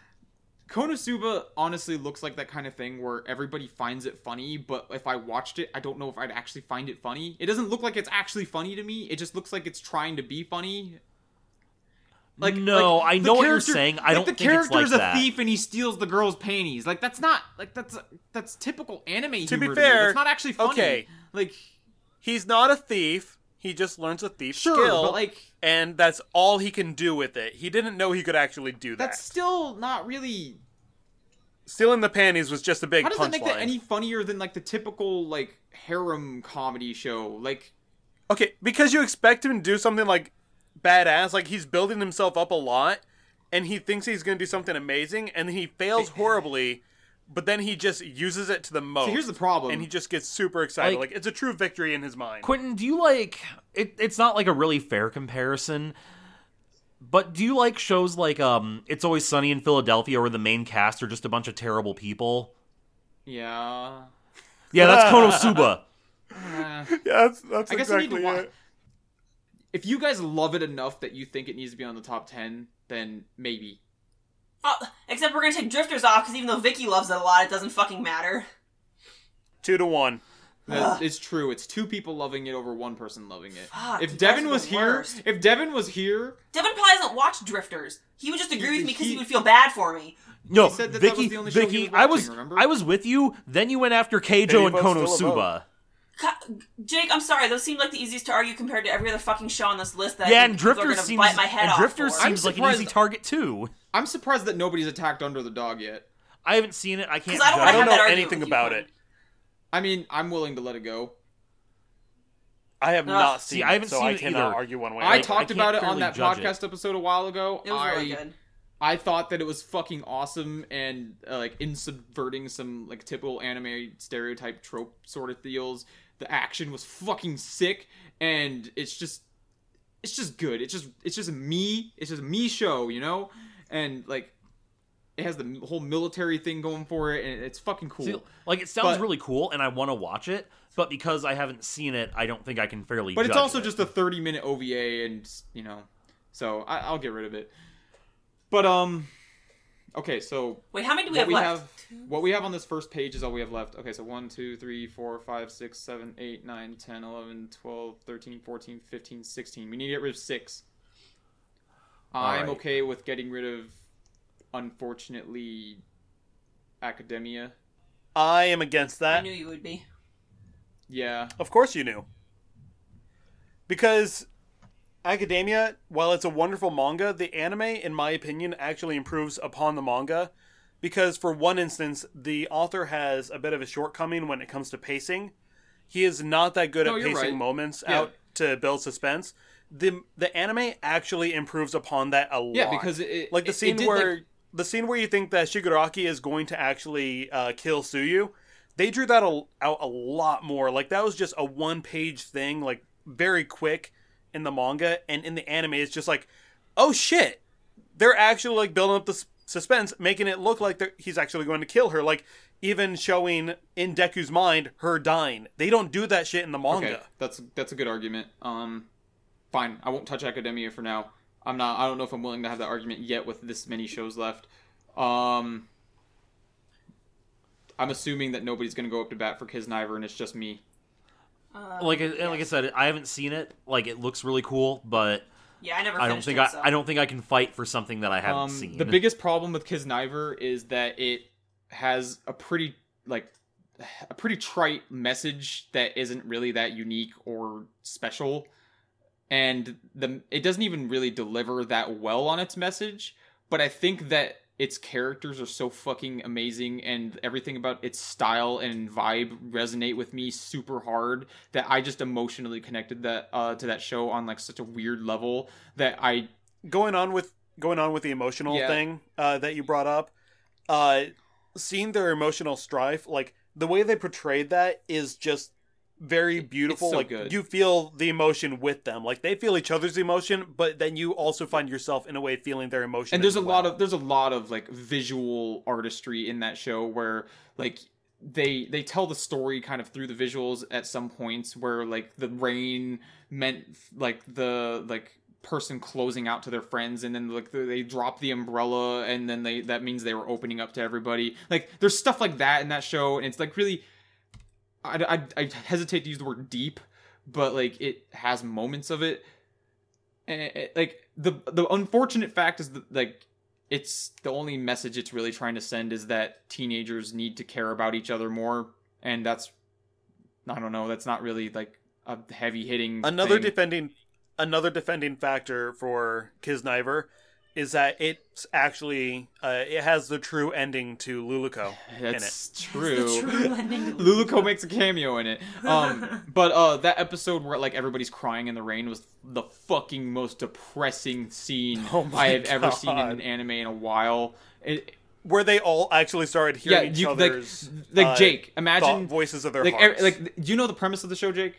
Konosuba honestly looks like that kind of thing where everybody finds it funny, but if I watched it, I don't know if I'd actually find it funny. It doesn't look like it's actually funny to me. It just looks like it's trying to be funny.
No, I
the
know what you're
character-
saying. I
like
don't
the
think it's
character
like
is a
that.
thief and he steals the girl's panties. Like that's not like that's that's typical anime.
To be
humor me.
fair,
it's not actually funny.
okay.
like
He's not a thief. He just learns a thief
sure,
skill,
but like
and that's all he can do with it. He didn't know he could actually do that.
that's still not really.
Stealing the panties was just a big
How does that make that
punchline.
any funnier than like the typical like harem comedy show? Like
Okay, because you expect him to do something like badass, like he's building himself up a lot, and he thinks he's going to do something amazing, and then he fails horribly, but then he just uses it to the most.
so here's the problem.
and he just gets super excited.
Like-
Like, it's a true victory in his mind.
Quentin, do you like it, it's not like a really fair comparison, but do you like shows like um It's Always Sunny in Philadelphia where the main cast are just a bunch of terrible people?
yeah.
Yeah, that's
*laughs*
Konosuba.
Uh,
Yeah, that's, that's
I guess I need to watch. *laughs* If you guys love it enough that you think it needs to be on the top ten, then maybe.
Oh, except we're gonna take Drifters off because even though Vicky loves it a lot, it doesn't fucking matter.
Two to one.
That is true. It's two people loving it over one person loving it.
Fuck, you
if
guys
Devin
are
was
the
here,
worst.
if Devin was here,
Devin probably doesn't watch Drifters. He would just agree
He-
with me because he,
he-
would feel bad for me.
No,
said that that was
Vicky,
the only show he
Vicky,
was
I
watching,
was
remember?
I was with you, then you went after
Did he
Keijo and
vote still a
Konosuba.
vote?
Co- Jake, I'm sorry. Those seem like the easiest to argue compared to every other fucking show on this list. That I
Yeah,
think
and
people are
Drifters
gonna
seems
bite my head
and
off
Drifters
for.
I'm
seems like an easy
surprised-
target too.
I'm surprised that nobody's attacked Under the Dog yet.
I haven't seen it. I can't.
'Cause I don't
I
judge.
don't
have that
know
argument
anything
with you,
about
Quentin.
it.
I mean, I'm willing to let it go.
I have
Ugh.
not
See,
seen
I haven't
it, so
seen
I
it
cannot
either.
argue one way. or
I
the other.
talked
can't
about it on
fairly
that
judge it.
podcast episode a while ago.
It was
I
really good.
I thought that it was fucking awesome and uh, like in subverting some like typical anime stereotype trope sort of deals. The action was fucking sick, and it's just it's just good. It's just it's just a me. It's just a me show, you know, and like it has the whole military thing going for it, and it's fucking cool.
See, like it sounds
But-
really cool, and I want to watch it, but because I haven't seen it, I don't think I can fairly.
but it's
judge
also
it.
just a 30 minute OVA, and you know, so I, I'll get rid of it. But um, Okay, so
Wait, how many do we
what
have
we
left?
have what we have on this first page is all we have left. Okay, so 1 2 3 4 5 6 7 8 9 10 11 12 13 14 15 16. We need to get rid of 6. I'm
right.
okay with getting rid of unfortunately academia.
I am against
I
that.
knew you would be.
Yeah.
Of course you knew. Because Academia, while it's a wonderful manga, the anime, in my opinion, actually improves upon the manga. Because, for one instance, the author has a bit of a shortcoming when it comes to pacing. He is not that good
No,
at
you're
pacing
right.
moments
Yeah.
out to build suspense. The, the anime actually improves upon that a lot.
Yeah, because it
like the
it- it
scene
did,
where
like-
the scene where you think that Shigaraki is going to actually uh, kill Suyu, they drew that a, out a lot more. Like that was just a one page thing, like very quick in the manga and in the anime. It's just like, oh shit, they're actually like building up the s- suspense, making it look like they're- he's actually going to kill her. Like even showing in Deku's mind her dying. They don't do that shit in the manga.
Okay, that's that's a good argument. Um, fine, I won't touch academia for now. I'm not. I don't know if I'm willing to have that argument yet with this many shows left. Um, I'm assuming that nobody's going to go up to bat for Kisniver and it's just me.
Like I- like I said, I haven't seen it. Like it looks really cool, but
Yeah, I never.
I don't
finished
think
it,
I,
so.
I don't think I can fight for something that I haven't
Um,
seen.
the biggest problem with Kisniver is that it has a pretty like a pretty trite message that isn't really that unique or special, and the it doesn't even really deliver that well on its message. But I think that its characters are so fucking amazing, and everything about its style and vibe resonate with me super hard that I just emotionally connected that uh, to that show on like such a weird level that I
going on with going on with the emotional
Yeah.
thing uh, that you brought up uh seeing their emotional strife like the way they portrayed that is just very beautiful
so
like
good.
you feel the emotion with them like they feel each other's emotion but then you also find yourself in a way feeling their emotion
and there's
as
a
well.
lot of there's a lot of like visual artistry in that show where like they they tell the story kind of through the visuals at some points where like the rain meant like the like person closing out to their friends and then like they drop the umbrella and then they that means they were opening up to everybody like there's stuff like that in that show and it's like really I, I, I hesitate to use the word deep, but like it has moments of it. And it- Eh, like the the unfortunate fact is that like it's the only message it's really trying to send is that teenagers need to care about each other more, and that's I don't know that's not really like a heavy hitting
another
thing.
defending another defending factor for Kisniver is that it's actually uh, it has the true ending to Luluko in it.
That's true. *laughs*
The true ending.
Luluko makes a cameo in it.
*laughs*
Um, but uh, that episode where like everybody's crying in the rain was the fucking most depressing scene
Oh my
I have ever seen in
God.
an anime in a while. It,
where they all actually started
yeah,
hearing each
you like
other's
like
uh,
Jake.
thought,
Imagine
voices of their
like
hearts.
e- like do you know the premise of the show, Jake?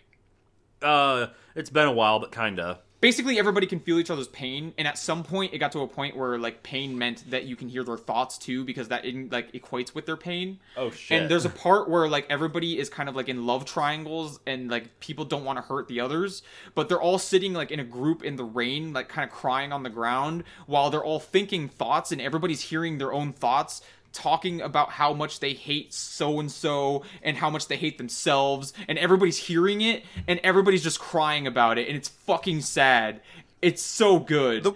uh, it's been a while, but kinda.
basically everybody can feel each other's pain and at some point it got to a point where like pain meant that you can hear their thoughts too because that in, like equates with their pain
Oh, shit.
and there's a part where like everybody is kind of like in love triangles and like people don't want to hurt the others but they're all sitting like in a group in the rain like kind of crying on the ground while they're all thinking thoughts and everybody's hearing their own thoughts talking about how much they hate so and so and how much they hate themselves and everybody's hearing it and everybody's just crying about it and it's fucking sad it's so good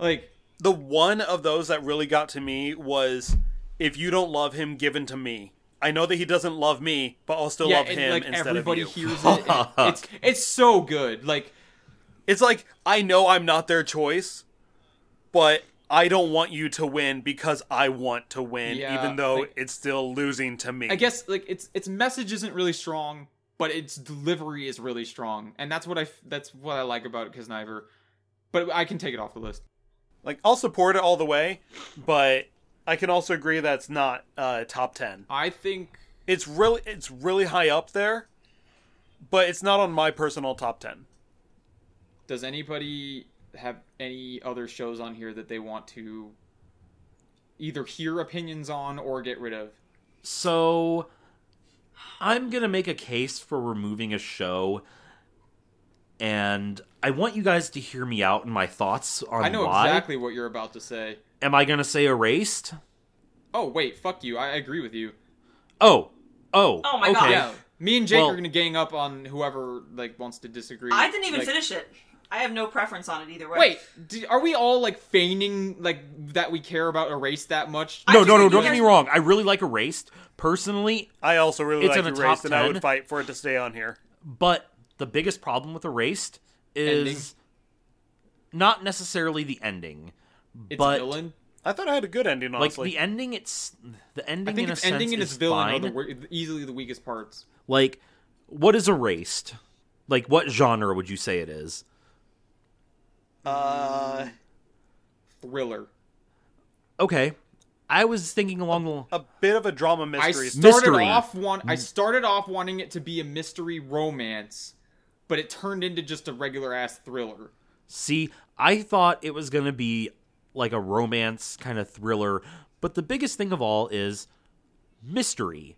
like
the one of those that really got to me was if you don't love him, given to me. I know that he doesn't love me, but I'll still love
and,
him
like
instead of
everybody
you.
hears it and it's it's so good like
it's like I know I'm not their choice, but I don't want you to win because I want to win,
Yeah,
even though
like-
it's still losing to me.
I guess like its its message isn't really strong, but its delivery is really strong, and that's what I f- that's what I like about Kisniver. But I can take it off the list.
like I'll support it all the way, but I can also agree that's not uh, top ten.
I think
It's really it's really high up there, but it's not on my personal top ten.
does anybody have any other shows on here that they want to either hear opinions on or get rid of?
So I'm going to make a case for removing a show and I want you guys to hear me out and my thoughts on
I know
why.
exactly what you're about to say.
Am I going to say erased?
Oh wait, fuck you. I agree with you.
Oh, oh,
Oh my
okay.
God.
Yeah, me and Jake
Well-
are gonna gang up on whoever like wants to disagree.
I didn't even
Like-
finish it. I have no preference on it either way.
Wait, do, are we all like feigning like that we care about a race that much?
I
No,
just
no, no.
think
Don't
you
get me
guys-
wrong. I really like Erased personally,
I also really
It's
like
in the
Erased,
top
and I
10.
would fight for it to stay on here.
but the biggest problem with Erased is
Ending.
not necessarily the ending,
It's
but
villain.
I thought I had a good ending,
like
honestly.
the ending. It's the ending.
I think
in
it's
a
ending
sense
and its
is
villain are
fine.
the, wor- easily the weakest parts.
Like, what is Erased? Like, what genre would you say it is?
uh,
Thriller.
Okay, I was thinking along the.
a bit of a drama
I
mystery.
started
Mystery. Hmm.
off want I started off wanting it to be a mystery romance, but it turned into just a regular ass thriller.
See, I thought it was going to be like a romance kind of thriller, but the biggest thing of all is mystery.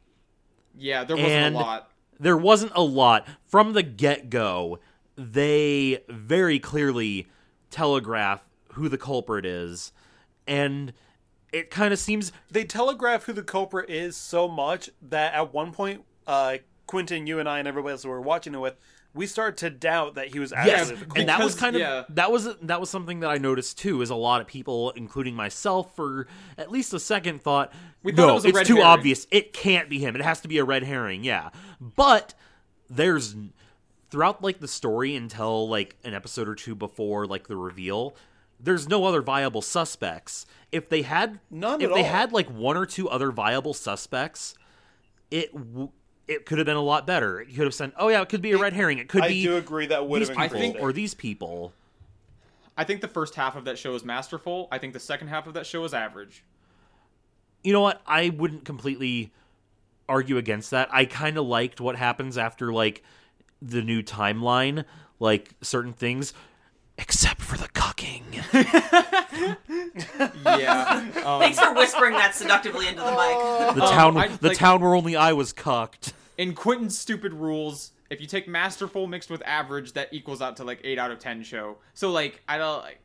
Yeah, there wasn't
And-
a lot.
There wasn't a lot from the get go. They very clearly telegraph who the culprit is, and it kind of seems
they telegraph who the culprit is so much that at one point, uh, Quentin, you and I, and everybody else we were watching it with, we started to doubt that he was actually
yes,
the culprit.
and that was
Because-
kind of
yeah.
that was that was something that I noticed too. Is a lot of people, including myself, for at least a second thought,
We thought
no,
it was a
it's
red
too
herring."
obvious. It can't be him. It has to be a red herring. Yeah, but there's throughout like the story until like an episode or two before like the reveal. There's no other viable suspects. If they had
None
if
at
they
all.
had like one or two other viable suspects, it w- it could have been a lot better. You could have said, "Oh yeah, it could be a red herring. It could
I
be
do agree that would
these
have
people
been
I think-
cool.
or these people.
I think the first half of that show is masterful. I think the second half of that show is average.
You know what? I wouldn't completely argue against that. I kind of liked what happens after like the new timeline, like certain things, except for the cucking.
Yeah. Um,
Thanks for whispering that seductively into the
*laughs* Oh.
mic.
The town,
I-
the
like-
town where only I was cucked.
in Quentin's stupid rules, if you take masterful mixed with average, that equals out to like eight out of ten show. So like I don't like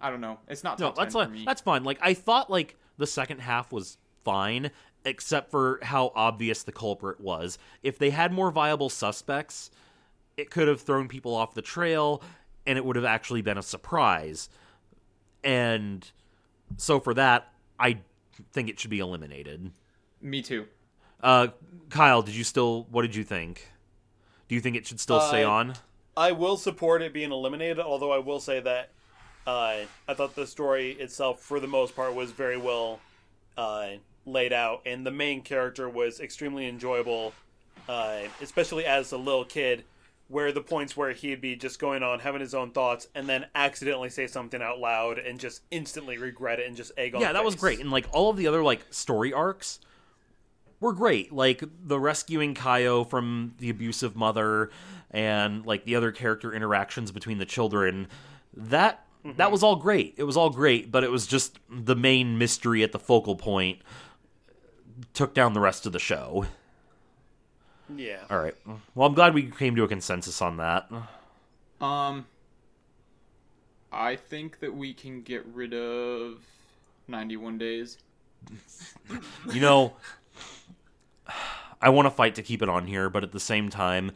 I don't know. It's not
No,
top
that's
10
like
for me.
that's fine. Like I thought, like the second half was fine, except for how obvious the culprit was. If they had more viable suspects, it could have thrown people off the trail, and it would have actually been a surprise. And so for that, I think it should be eliminated.
me too.
Uh, Kyle, did you still? What did you think? Do you think it should still stay
Uh,
on?
I will support it being eliminated, although I will say that uh, I thought the story itself, for the most part, was very well uh, laid out, and the main character was extremely enjoyable, uh, especially as a little kid, where the points where he'd be just going on having his own thoughts, and then accidentally say something out loud, and just instantly regret it, and just egg on.
yeah
the
that was
face.
great and like all of the other like story arcs were great like the rescuing kaio from the abusive mother and like the other character interactions between the children that that was all great it was all great but it was just the main mystery at the focal point took down the rest of the show
Yeah.
all right well i'm glad we came to a consensus on that
Um I think that we can get rid of 91 days.
you know *sighs* i want to fight to keep it on here but at the same time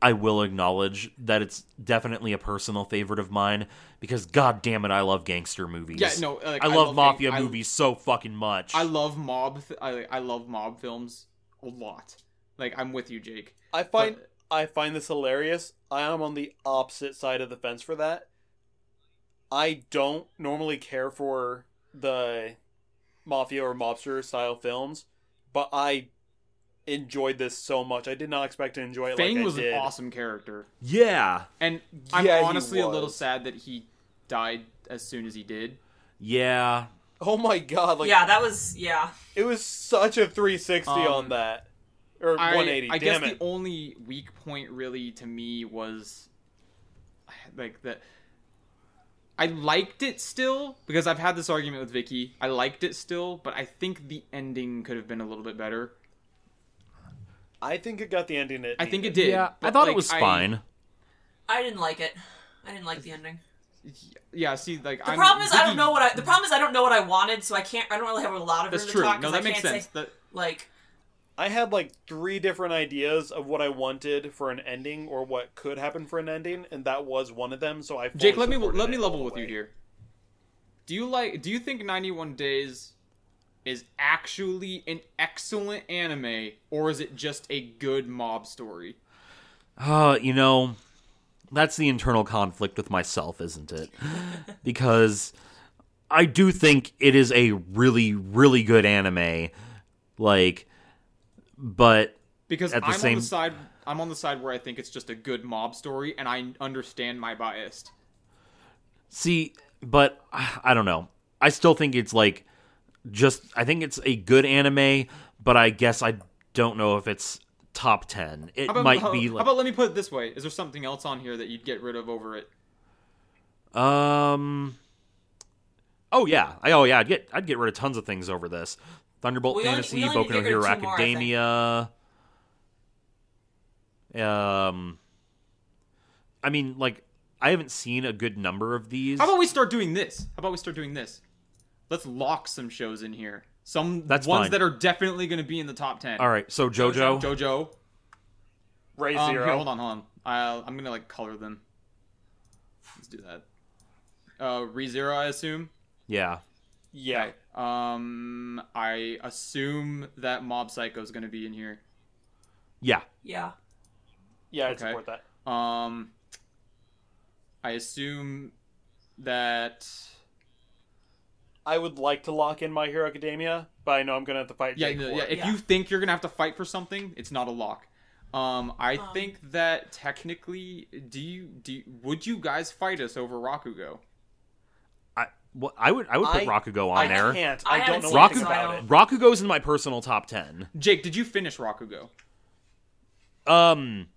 i will acknowledge that it's definitely a personal favorite of mine because god damn it i love gangster movies
Yeah, no, like,
i, love,
gang-
mafia
I-
movies so fucking much
I love mob th- I I love mob films a lot. Like I'm with you, Jake.
I find
But-
I find this hilarious. I am on the opposite side of the fence for that. I don't normally care for the mafia or mobster style films, but I enjoyed this so much. I did not expect to enjoy it
Fang
like
was
I did.
an awesome character.
yeah
And I'm
Yeah, he
honestly a little
was.
sad that he died as soon as he did.
yeah
Oh my god! Like
yeah, that was yeah.
it was such a 360 on
Um,
that or
I,
180.
I
damn
guess
it!
the only weak point really to me was like that. I liked it still because I've had this argument with Vicky. I liked it still, but I think the ending could have been a little bit better.
I think it got the ending. It
I think it
needed.
did.
yeah i
but,
thought it
like,
was
I-
fine
I didn't like it. I didn't like the ending.
yeah. See, like
The problem is I don't know what I. The problem is I don't know what I wanted, so I can't. I don't really have a lot of room
That's
to
true.
talk
No,
because
that
I
makes
can't
sense.
say
That,
like
I had like three different ideas of what I wanted for an ending or what could happen for an ending, and that was one of them. So I fully
Jake, let me
supported
let
it
me
all
level
the
with you
way.
here. Do you like? Do you think 91 Days is actually an excellent anime, or is it just a good mob story?
Uh, you know, that's the internal conflict with myself, isn't
*laughs*
it? because I do think it is a really, really good anime. Like, but
Because
At the
I'm on
same-
the side. I'm on the side where I think it's just a good mob story, and I understand my bias.
see, but I I don't know. I still think it's like just, I think it's a good anime, but I guess I don't know if it's top 10. It
How about,
might
how,
be
how
like,
about let me put it this way: Is there something else on here that you'd get rid of over it?
um, oh yeah. I, oh yeah. I'd get, I'd get rid of tons of things over this. Thunderbolt
We only-
Fantasy,
we only
Boku
need to
no
get rid
Hero
of two more, I think.
Academia. um, I mean, like, I haven't seen a good number of these.
How about we start doing this? How about we start doing this? Let's lock some shows in here. Some
That's
ones
fine.
that are definitely going to be in the top ten.
All right, so JoJo.
JoJo.
Ray
Um,
zero.
here, hold on, hold on. I'll, I'm gonna like color them. Let's do that. Uh, ReZero, I assume.
Yeah,
Yeah,
Um, I assume that Mob Psycho is gonna be in here.
yeah.
yeah.
yeah, I
Okay.
support that.
Um, I assume that
I would like to lock in My Hero Academia, but I know I'm gonna have to fight.
yeah,
Jake
no,
for
yeah.
it.
If
Yeah.
you think you're gonna have to fight for something, it's not a lock. Um, I
Um.
think that technically, do you do? you- would you guys fight us over Rakugo?
I well, I would I would put
I-
Rakugo on
I
there.
can't.
I
I,
haven't
don't know
seen
anything
it, so
I
about it.
don't-
Rakugo's in my personal top ten.
Jake, did you finish Rakugo?
Um,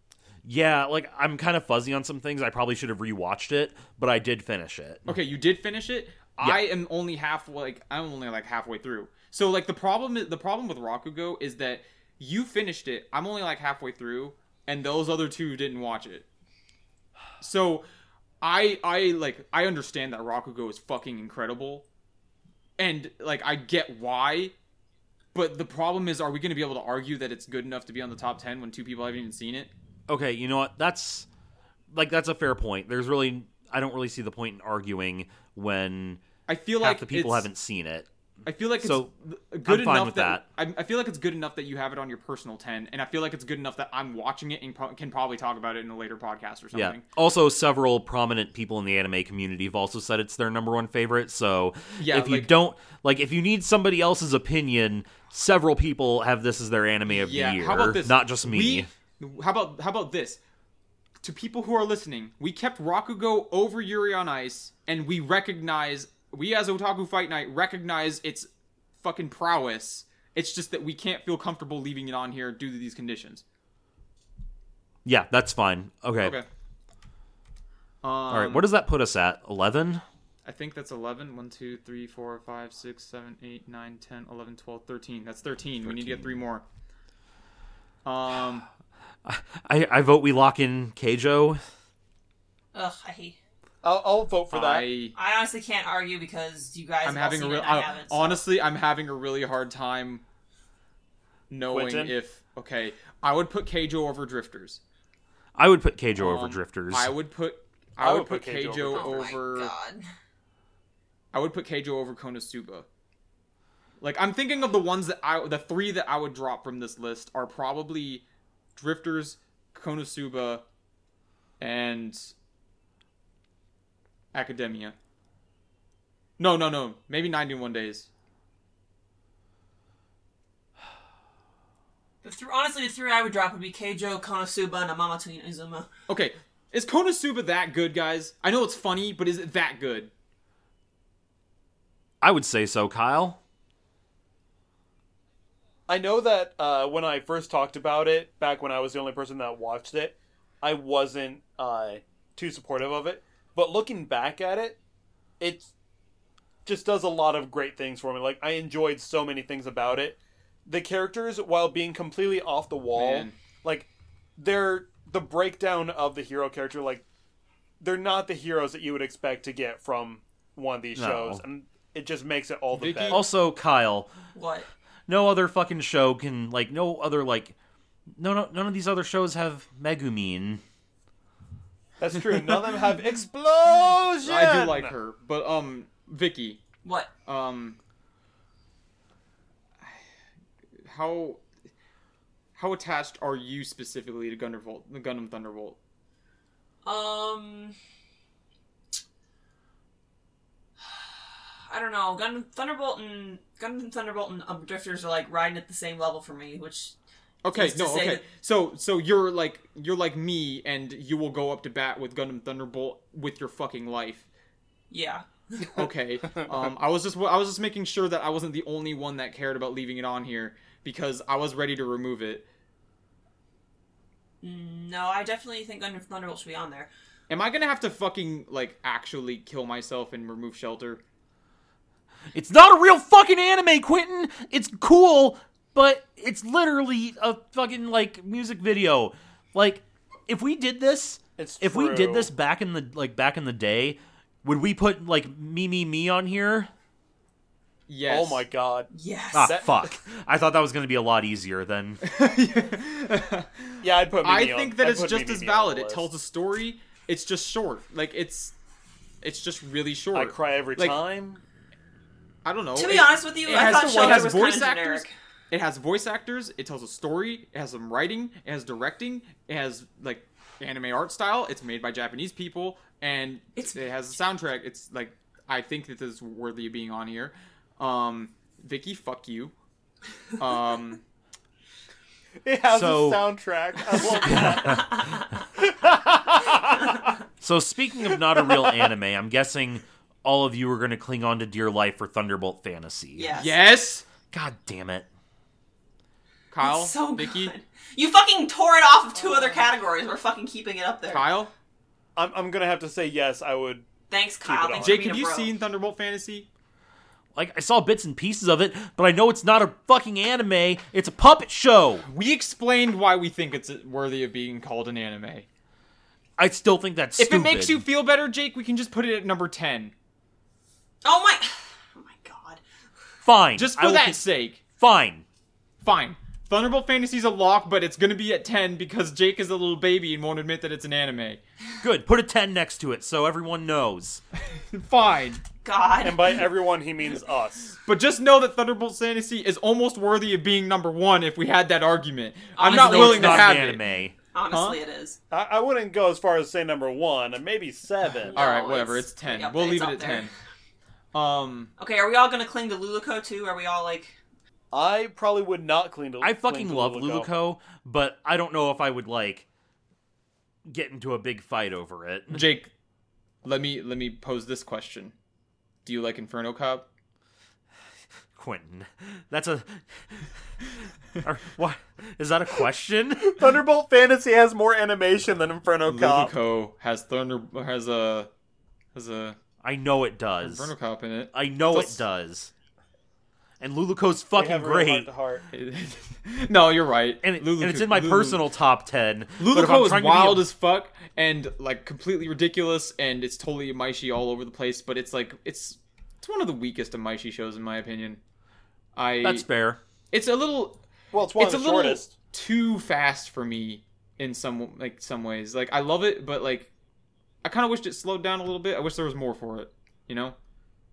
yeah, like I'm kind of fuzzy on some things. I probably should have rewatched it, but I did finish it.
Okay, you did finish it. I am only half like I'm only like halfway through. So like the problem is the problem with Rakugo is that you finished it. I'm only like halfway through, and those other two didn't watch it. So I I like I understand that Rakugo is fucking incredible, and like I get why. But the problem is, are we going to be able to argue that it's good enough to be on the top ten when two people haven't even seen it?
okay you know what that's like that's a fair point there's really i don't really see the point in arguing when
I feel
half
like
the people
it's-
haven't seen it
I feel like it's
So,
th- good
I'm
enough
fine with
that, I, I feel like it's good enough that you have it on your personal ten, and I feel like it's good enough that I'm watching it and pro- can probably talk about it in a later podcast or
yeah
something.
also several prominent people in the anime community have also said it's their number one favorite so
Yeah,
if you
like-
don't like if you need somebody else's opinion several people have this as their anime of
Yeah.
the year
How about this?
not just me
We, how about how about this? To people who are listening, we kept Rakugo over Yuri on Ice, and we recognize we as Otaku Fight Night recognize its fucking prowess. It's just that we can't feel comfortable leaving it on here due to these conditions.
yeah that's fine okay,
Okay. Um,
all right where does that put us at 11
I think that's 11. 1, 2, 3, 4, 5, 6, 7, 8, 9, 10, 11, 12, 13. That's 13. We need to get three more.
*sighs*
Um,
I, I vote we lock in keijo
Ugh, I hate.
I'll, I'll vote for that.
I,
I honestly can't argue because you guys.
I'm
have all
having a
seen
real.
It, and I
I-
haven't. so-
honestly, I'm having a really hard time knowing
Quentin?
if. Okay, I would put Keijo over Drifters.
i would put keijo over
Um,
drifters
I would put. I, would, put Keijo,
Oh my
over.
God.
I would put Keijo over Konosuba. Like I'm thinking of the ones that I the three that I would drop from this list are probably Drifters, Konosuba, and Academia. No, no, no. Maybe 91 days.
The three, honestly, the three I would drop would be Keijo, Konosuba, and Amamatsu Inazuma.
Okay. Is Konosuba that good, guys? I know it's funny, but is it that good?
I would say so, Kyle.
I know that uh, when I first talked about it, back when I was the only person that watched it, I wasn't uh, too supportive of it. But looking back at it, it just does a lot of great things for me. Like I enjoyed so many things about it. The characters, while being completely off the wall,
Man.
like they're the breakdown of the hero character, like they're not the heroes that you would expect to get from one of these
No.
shows, and it just makes it all the
Vicky-
better.
Also, Kyle,
What?
no other fucking show can like no other like no no none of these other shows have Megumin.
That's true. None of them have *laughs* explosion.
I do like her, but um, Vicky,
What?
um, how how attached are you specifically to Gundavolt, the Gundam Thunderbolt?
Um, I don't know. Gun Thunderbolt and Gundam Thunderbolt and um, Drifters are like riding at the same level for me, which
Okay,
Is to
no,
say
okay.
that-
So, so you're like you're like me, and you will go up to bat with Gundam Thunderbolt with your fucking life.
yeah.
*laughs*
Okay. um, I was just I was just making sure that I wasn't the only one that cared about leaving it on here because I was ready to remove it.
No, I definitely think Gundam Thunderbolt should be on there.
Am I gonna have to fucking like actually kill myself and remove shelter?
It's not a real fucking anime, Quentin. It's cool, but it's literally a fucking like music video. Like if we did this,
It's
if we did
true.
this back in the like back in the day, would we put like me me me on here?
Yes.
Oh my god.
Yes.
Ah,
That-
fuck. I thought that was going to be a lot easier than
Yeah, I'd put. Mimi
I
on-
think that
I'd
it's
put
just
Mimi on
as
the
valid. It
list.
tells a story. It's just short. Like it's, it's just really short.
I cry every
Like-
time.
I don't know.
To be
It-
honest with you,
it
I
has-
thought
it
Shelter
has
was
voice
kinda
actors.
generic.
It has voice actors. It tells a story. It has some writing. It has directing. It has like anime art style. It's made by Japanese people, and
It's-
it has a soundtrack. It's like I think that this is worthy of being on here. Um, Vicky, fuck you. *laughs* Um,
*laughs* It has
So-
a soundtrack. I love
*laughs*
that.
So speaking of not
*laughs*
a real anime, I'm guessing all of you are going to cling on to Dear Life for Thunderbolt Fantasy.
Yes.
yes,
God damn it.
Kyle,
It's so
Vicky,
good. You fucking tore it off of two
Oh.
other categories. We're fucking keeping it up there.
Kyle,
I'm, I'm gonna have to say yes. I would.
Thanks, Kyle.
it
Thanks
on.
for
Jake.
being
Have
a
you
bro.
seen Thunderbolt Fantasy?
Like I saw bits and pieces of it, but I know it's not a fucking anime. It's a puppet show.
We explained why we think it's worthy of being called an anime.
I still think that's
If it
stupid.
makes you feel better, Jake, we can just put it at number ten.
Oh my. *sighs* Oh my god.
fine,
Just
I
for
will
that
con-
sake.
fine.
Fine. Thunderbolt Fantasy's a lock, but it's gonna be at ten because Jake is a little baby and won't admit that it's an
*laughs*
anime.
Good. Put a ten next to it so everyone knows.
Fine.
God.
And uh-huh. by everyone, he means us.
But just know that Thunderbolt Fantasy is almost worthy of being number one if we had that argument. I'm not
Honestly,
willing
it's
to
not
have
an
it.
anime.
Honestly, it is.
I, I wouldn't go as far as say number one, and maybe seven.
All right,
No,
whatever.
it's
It's,
pretty
ten.
up
We'll
there.
leave
It's
it at
up there.
ten. Um,
Okay, are we all gonna cling to Luluco too? Are we all like?
I probably would not clean. To,
I
cling
fucking
to
love Luluco, but I don't know if I would like get into a big fight over it.
Jake, let me let me pose this question: Do you like Inferno Cop?
Quentin. That's a. *laughs* Are, what is that a question?
Thunderbolt Fantasy has more animation than Inferno
Uh,
Cop.
Ludico has Thunder has a has a
I know it does.
Inferno Cop in it.
I know it
Just-
does. And Luluco's
They
fucking
have really
great,
heart to heart.
*laughs* no, you're right.
and, it,
Lulu-
and it's in my
Lulu-
personal top ten. but if I'm
Ludico
trying
is
to be a-
wild as fuck and like completely ridiculous, and it's totally Maishi all over the place. But it's like it's it's one of the weakest of Maishi shows in my opinion. I
*laughs* That's fair.
it's a little
Well, it's one
it's a
of the
little
shortest.
too fast for me in some like some ways. Like I love it, but like I kind of wished it slowed down a little bit. I wish there was more for it. You know.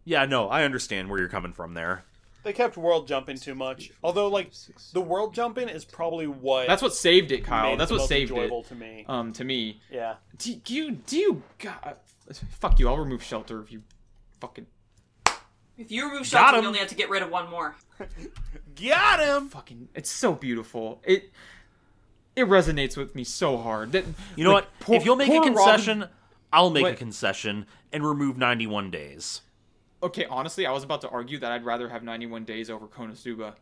Yeah, no, I understand where you're coming from there.
They kept world jumping too much. Although, like, the world jumping is probably what
That's what saved it, Kyle.
made
That's
it the
what
most
saved it.
enjoyable to me.
Um, to me,
yeah,
do, do you do you God, fuck you? I'll remove shelter if you fucking
If you remove
Got
Shelter,
him.
you only have to get rid of one more.
got him.
fucking. It's so beautiful. It it resonates with me so hard. That
You know
like,
what?
poor-
if you'll make a
poor
concession,
Robin-
I'll make a
Wait.
concession and remove 91 days.
okay. Honestly, I was about to argue that I'd rather have 91 days over Konosuba.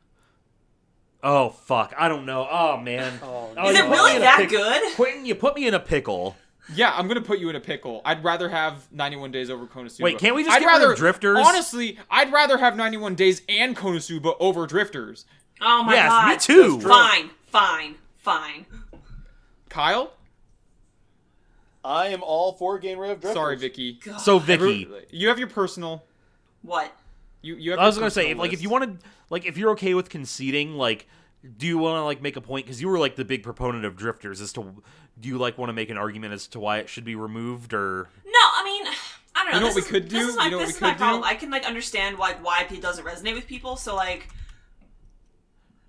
Oh fuck! I don't know. Oh man, Oh,
Is
you
it
put me
really
in a
that
pickle.
good?
Quentin, you put me in a pickle.
Yeah, I'm gonna put you in a pickle. I'd rather have 91 days over Konosuba.
Wait, can't we just
I'd
get rid of
rather
Drifters?
Honestly, I'd rather have 91 days and Konosuba over drifters.
Oh my
yes,
god.
me too.
Fine, fine, fine.
Kyle,
I am all for getting rid of drifters.
Sorry, Vicky.
Oh, God.
So Vicky,
You have your personal.
What?
You you have.
I
your
was gonna say,
personal
if, like, if
list.
you wanted, like, if you're okay with conceding, like, do you want to like make a point? Because you were like the big proponent of drifters. As to, do you like want to make an argument as to why it should be removed, or
No, I mean, *sighs* I don't know.
You know what
this
we
is-
could do?
This is my,
You know what
this
we
is my
could do?
problem. I can like understand like why it doesn't resonate with people. So like,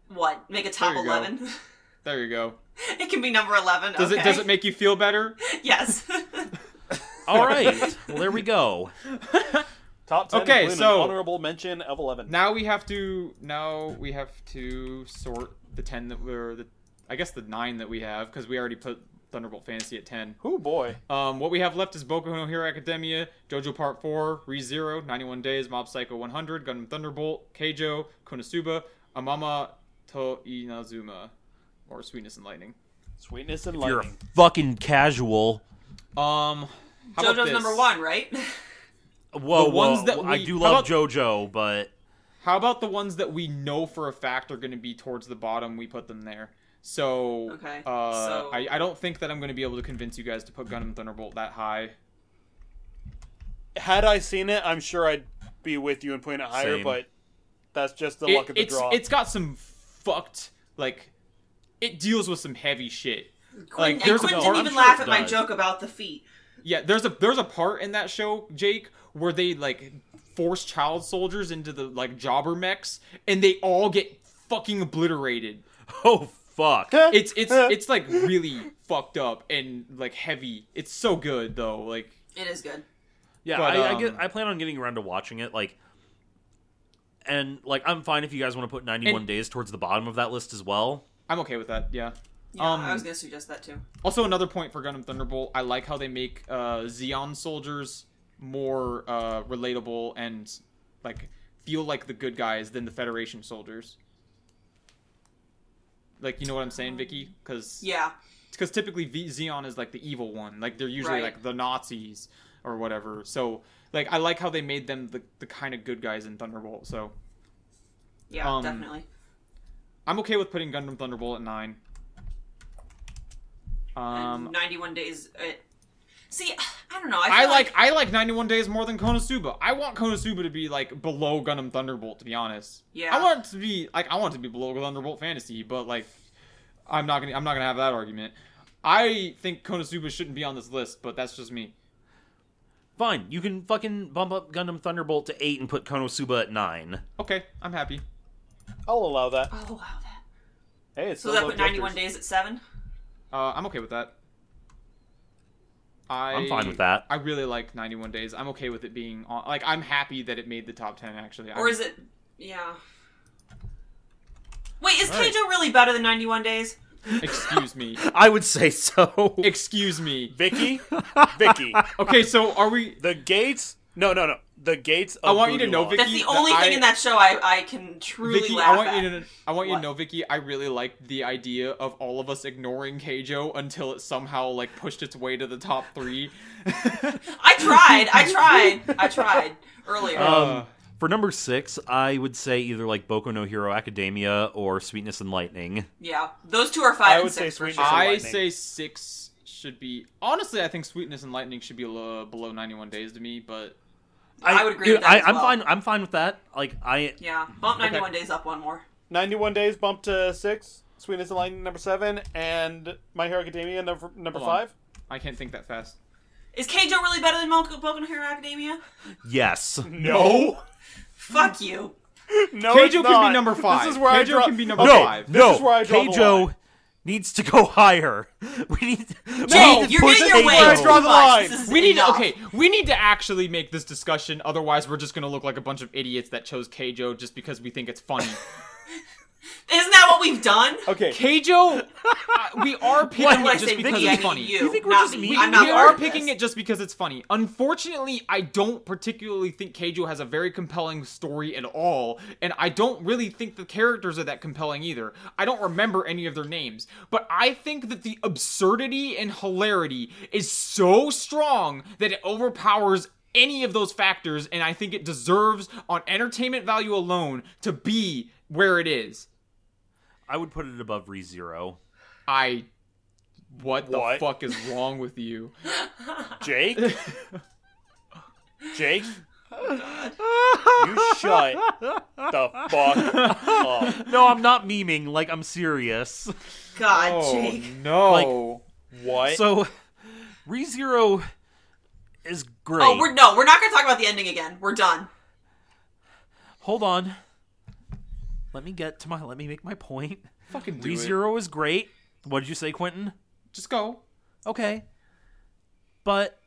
what? Make a top
There you go.
eleven. *laughs*
There you go.
it can be number eleven.
Does
okay.
it does it make you feel better? *laughs*
Yes.
*laughs* all right? well, there we go.
Top 10
Okay,
include an
so-
honorable mention of 11.
Now we have to. Now we have to sort the ten that we're the. I guess the nine that we have because we already put Thunderbolt Fantasy at ten.
oh boy.
Um, what we have left is Boku no Hero Academia, JoJo Part 4, ReZero, 91 Days, Mob Psycho 100, Gundam Thunderbolt, Keijo, Konosuba, Amama to Inazuma, or Sweetness and Lightning.
Sweetness and
You're a
lightning.
fucking casual.
Um, how about
*laughs* JoJo's
this?
number one, right?
Whoa,
The ones
whoa,
that
I
we-
do
how
love
about-
JoJo, but
How about the ones that we know for a fact are going to be towards the bottom? We put them there. So,
Okay,
uh,
so-
I, I don't think that I'm going to be able to convince you guys to put Gundam Thunderbolt that high.
Had I seen it, I'm sure I'd be with you and putting it higher,
Same.
but that's just the
It-
luck of the
it's,
draw.
it's got some fucked, like, it deals with some heavy shit.
Quinn, and
there's a
Quinn
part-
didn't
I'm
even
sure
laugh
it
at my
does.
joke about the feet.
Yeah, there's a there's a part in that show, Jake, where they like force child soldiers into the like jobber mechs, and they all get fucking obliterated.
*laughs* oh *laughs* fuck.
It's
*laughs*
it's it's like really fucked up and like heavy. It's so good though. Like
It is good.
Yeah,
But,
I, I
um,
get. I plan on getting around to watching it. Like, and like, I'm fine if you guys want to put 91
And-
days towards the bottom of that list as well.
I'm okay with that. Yeah.
Yeah,
Um,
I was gonna suggest that too.
Also, another point for Gundam Thunderbolt. I like how they make uh, Xeon soldiers more uh, relatable and like feel like the good guys than the Federation soldiers. Like you know what I'm saying, Vicky? Because
Um, Yeah.
because typically v- Xeon is like the evil one. Like they're usually
Right.
like the Nazis or whatever. So like I like how they made them the, the kind of good guys in Thunderbolt. So
Yeah,
Um,
definitely.
I'm okay with putting Gundam Thunderbolt at nine.
and
Um,
91 days. It... See, I don't know. I, feel
I like I like 91 Days more than Konosuba. I want Konosuba to be like below Gundam Thunderbolt. To be honest,
Yeah.
I want it to be like I want it to be below Thunderbolt Fantasy, but like I'm not gonna I'm not gonna have that argument. I think Konosuba shouldn't be on this list, but that's just me.
Fine, you can fucking bump up Gundam Thunderbolt to eight and put Konosuba at nine.
Okay, I'm happy.
I'll allow that.
Oh wow, that.
Hey, it's
So
still
that
low
put 91
drifters.
days at seven.
Uh, I'm okay with that. I,
I'm fine with that.
I really like 91 Days. I'm okay with it being on. Like, I'm happy that it made the top 10, actually.
Or
I'm-
is it? Yeah. Wait, is
Alright.
Keijo really better than 91 days?
Excuse
*laughs*
me.
I would say so. *laughs*
Excuse me.
Vicky? Vicky.
Okay, so are we.
The gates? No, no, no. The gates of
I want you to know,
Budulong.
Vicky-
That's the
that
only thing
I-
in that show I, I can truly
Vicky,
laugh
I want
at.
you to I want you
What?
to know, Vicky, I really liked the idea of all of us ignoring Keijo until it somehow like pushed its way to the top
*laughs*
three.
I tried.
*laughs*
I tried. I tried earlier.
Uh,
Um, For number six, I would say either like Boku no Hero Academia or Sweetness and Lightning.
yeah, those two are five.
I
and
would say
six for
Sweet
sure.
Tooth.
I
Lightning.
say six should be honestly. I think Sweetness and Lightning should be lo- below 91 Days to me, but
I would agree with that
I,
as
I'm
well.
fine. I'm fine with that. Like I,
Yeah, bump 91 days up one more.
91 days bumped to 6. Sweetness and Lightning number 7. And My Hero Academia number, number
Hold on.
5.
I can't think that fast.
Is Keijo really better than Mo- Boku no Hero Academia?
yes.
No.
Fuck
Oh,
you.
No,
Keijo
it's
can be
not.
number five.
This is where I
Keijo
draw-
can be number
Okay,
no,
five.
This
no.
is where I draw the
Keijo
line.
needs to go *laughs* higher. We need.
No,
we need to
you're
push
getting your way
where I
Keijo.
draw
too
the
much.
line.
This is
We need to,
enough.
okay. We need to actually make this discussion. Otherwise, we're just gonna look like a bunch of idiots that chose Keijo just because we think it's funny.
*laughs* Isn't that what we've done?
Okay.
Keijo, uh, we are
Why
picking
would
When I
it
say
just
Vicky,
because
I
it's
mean
funny.
you,
You think we're
not
just
me.
mean?
I'm not
we
part
are
of this.
picking it just because it's funny. Unfortunately, I don't particularly think Keijo has a very compelling story at all, and I don't really think the characters are that compelling either. I don't remember any of their names, but I think that the absurdity and hilarity is so strong that it overpowers any of those factors, and I think it deserves, on entertainment value alone, to be where it is.
I would put it above ReZero.
I what the
What?
fuck is wrong with you?
Jake?
*laughs*
Jake? You shut the fuck up.
No, I'm not memeing. Like I'm serious.
God,
Oh
Jake.
no!
What?
So, ReZero is great.
Oh, we're no, we're not gonna talk about the ending again. We're done.
Hold on. Let me get to my. Let me make my point.
Fucking do it.
ReZero is great. What did you say, Quentin?
Just go.
Okay, but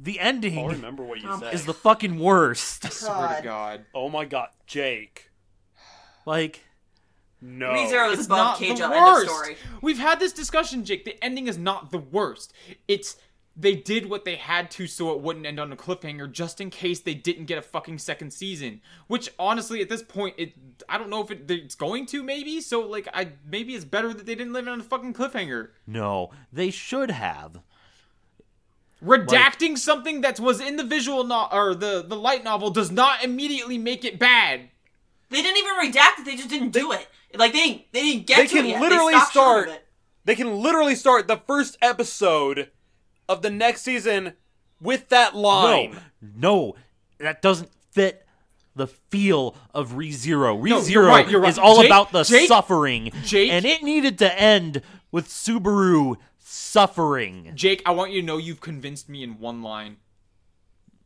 the ending
I'll remember what you
Um,
said.
is the fucking worst.
Swear to God.
oh my god, Jake.
Like,
No.
ReZero is above
not
K
the
Jump. End of
worst.
story.
We've had this discussion, Jake. The ending is not the worst. It's they did what they had to so it wouldn't end on a cliffhanger just in case they didn't get a fucking second season. Which honestly at this point it I don't know if it, it's going to maybe. So like I maybe it's better that they didn't live on a fucking cliffhanger.
no, they should have.
Redacting something that was in the visual no- or the the light novel does not immediately make it bad.
They didn't even redact it. They just didn't do it. Like they didn't, they didn't get
They
to
can
it. Yet.
literally
they stopped short of
start-
it.
They can literally start the first episode of the next season with that line.
No, no, that doesn't fit the feel of ReZero.
you're
ReZero
right, you're right.
is all
Jake-
about the
Jake-
suffering,
Jake-
and it needed to end with Subaru suffering.
Jake, I want you to know you've convinced me in one line.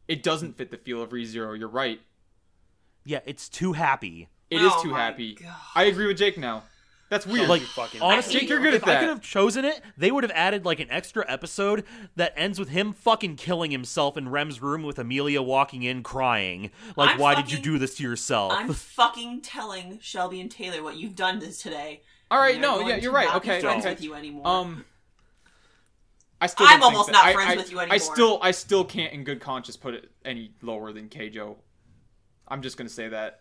It doesn't fit the feel of ReZero. You're right.
Yeah, it's too happy.
It is
Oh
too
my
happy.
God.
I agree with Jake now. That's weird.
Like,
You fucking-
honestly,
Jake, you're good
if
at
I could
that.
have chosen it, they would have added like an extra episode that ends with him fucking killing himself in Rem's room with Amelia walking in crying. Like,
I'm
why did you
fucking-
do this to yourself?
I'm fucking telling Shelby and Taylor what you've done this today.
All right,
They're
no,
going
yeah,
to
you're right.
not be
Okay,
friends
okay.
with you anymore.
Um, I still.
I'm
don't think
almost
that-
not
I-
friends
I-
with you
I
anymore.
still, I still can't, in good conscience, put it any lower than Keijo. I'm just gonna say that.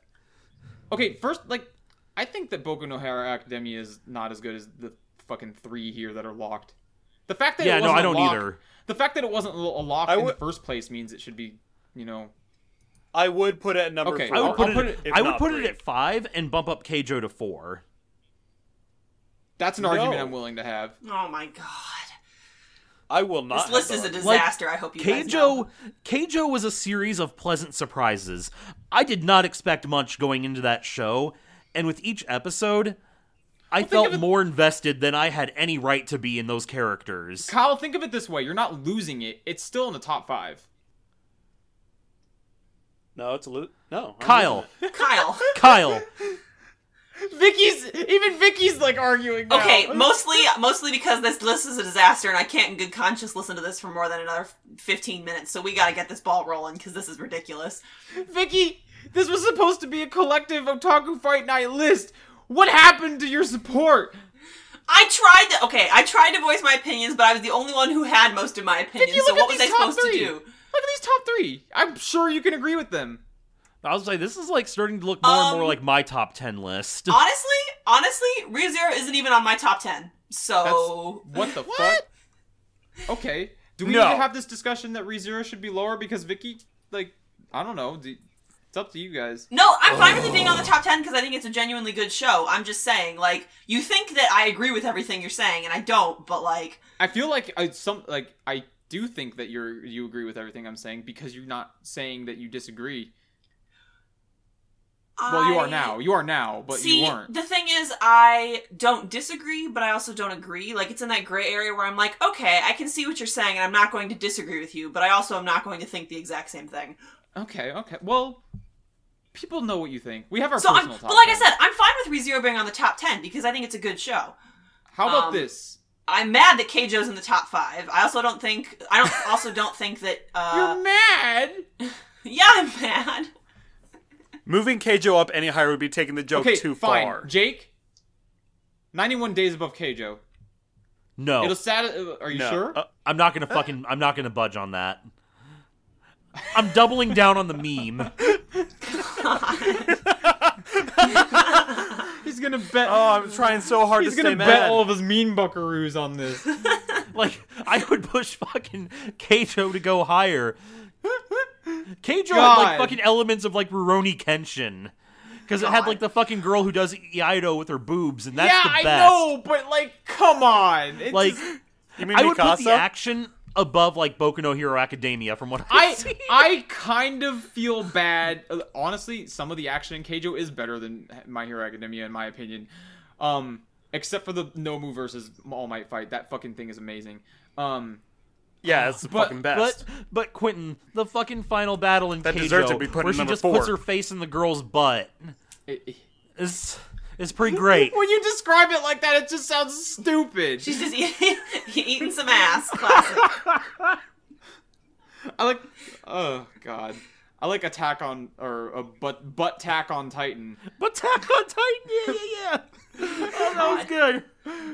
Okay, first, like, I think that Boku no Hero Academia is not as good as the fucking three here that are locked. The fact that
Yeah,
it
no,
wasn't
I
a
don't
lock-
either.
The fact that it wasn't a lo- a lock
I
in
would-
the first place means it should be, you know,
I would put it at number
Okay,
four.
I
I'll
would put,
put
it,
if
I would
not
put
three.
it at five and bump up Keijo to four.
that's an
No.
argument I'm willing to have.
oh my god, Uh,
I will not.
this list
have
is a
done.
disaster. I hope you guys know.
Keijo, Keijo was a series of pleasant surprises. I did not expect much going into that show, and with each episode, I felt
of it-
more invested than I had any right to be in those characters.
Kyle, think of it this way: you're not losing it. It's still in the top five.
No, it's a loot. No, I'm
Kyle,
*laughs*
Kyle.
Kyle,
Vicky's even Vicky's like arguing. Now.
Okay, mostly mostly because this list is a disaster, and I can't in good conscience listen to this for more than another fifteen minutes. So we gotta get this ball rolling because this is ridiculous.
Vicky, this was supposed to be a collective otaku fight night list. What happened to your support?
I tried to okay, I tried to voice my opinions, but I was the only one who had most of my opinions.
Vicky,
so
look
what
at
was
these
I
top
supposed
three.
to
Look
do?
at these top three. I'm sure you can agree with them.
I was like, this is like starting to look more and more
Um,
like my top ten list.
uh,
Honestly, honestly, ReZero isn't even on my top ten.
That's
So
what the
What?
fuck? Okay. Do we
No.
need to have this discussion that ReZero should be lower because Vicky, like, I don't know. d- It's up to you guys.
No, I'm fine with it being on the
Oh.
top 10 because I think it's a genuinely good show. I'm just saying, like, you think that I agree with everything you're saying, and I don't, but, like,
I feel like I some like I do think that you're you agree with everything I'm saying because you're not saying that you disagree. Well, you
I-
are now. You are now, but
See,
you weren't.
the thing is, I don't disagree, but I also don't agree. Like, it's in that gray area where I'm like, okay, I can see what you're saying, and I'm not going to disagree with you, but I also am not going to think the exact same thing.
Okay, okay. Well, people know what you think. We have our
So, I'm,
personal
but
top
like I
ten.
said, I'm fine with ReZero being on the top 10 because I think it's a good show.
how about
um,
this?
I'm mad that Keijo's in the top five. I also don't think, I
*laughs*
don't, also don't think that, uh,
You're mad.
yeah, I'm mad.
Moving Keijo up any higher would be taking the joke
Okay,
too
fine.
far.
Jake, ninety-one days above Keijo.
no,
It'll sat. uh, Are you
Oh. No.
sure?
Uh, I'm not gonna fucking. I'm not gonna budge on that. I'm doubling down on the meme.
He's gonna
*laughs*
bet.
Oh, I'm trying so hard
he's
to
gonna
stay
bet
mad.
all of his mean buckaroos on *laughs* this.
Like I would push fucking Keijo to go higher. Keijo had
God.
like fucking elements of like Rurouni Kenshin. because it had like the fucking girl who does Iaido with her boobs, and that's
yeah,
the best.
I know, but like, come on. It's
Like,
just-
You mean
I would put
Mikasa?
the action above like Boku no Hero Academia from what I,
I I kind of feel bad. Uh, Honestly, some of the action in Keijo is better than My Hero Academia in my opinion. Um except for the Nomu versus All Might fight. That fucking thing is amazing. Um
yeah, it's the
But-
fucking best.
But but Quentin, the fucking final battle in
That
Keijo,
deserves to be put
where
in
she
number
just puts
four.
her face in the girl's butt
it- it-
is is pretty
*laughs*
great.
when you describe it like that, it just sounds stupid.
She's just eating, *laughs* eating some
*laughs*
ass. Classic.
I like oh god. I like attack on or a butt butt tack on Titan.
but *laughs* Attack on Titan, yeah, yeah, yeah. oh, that was good.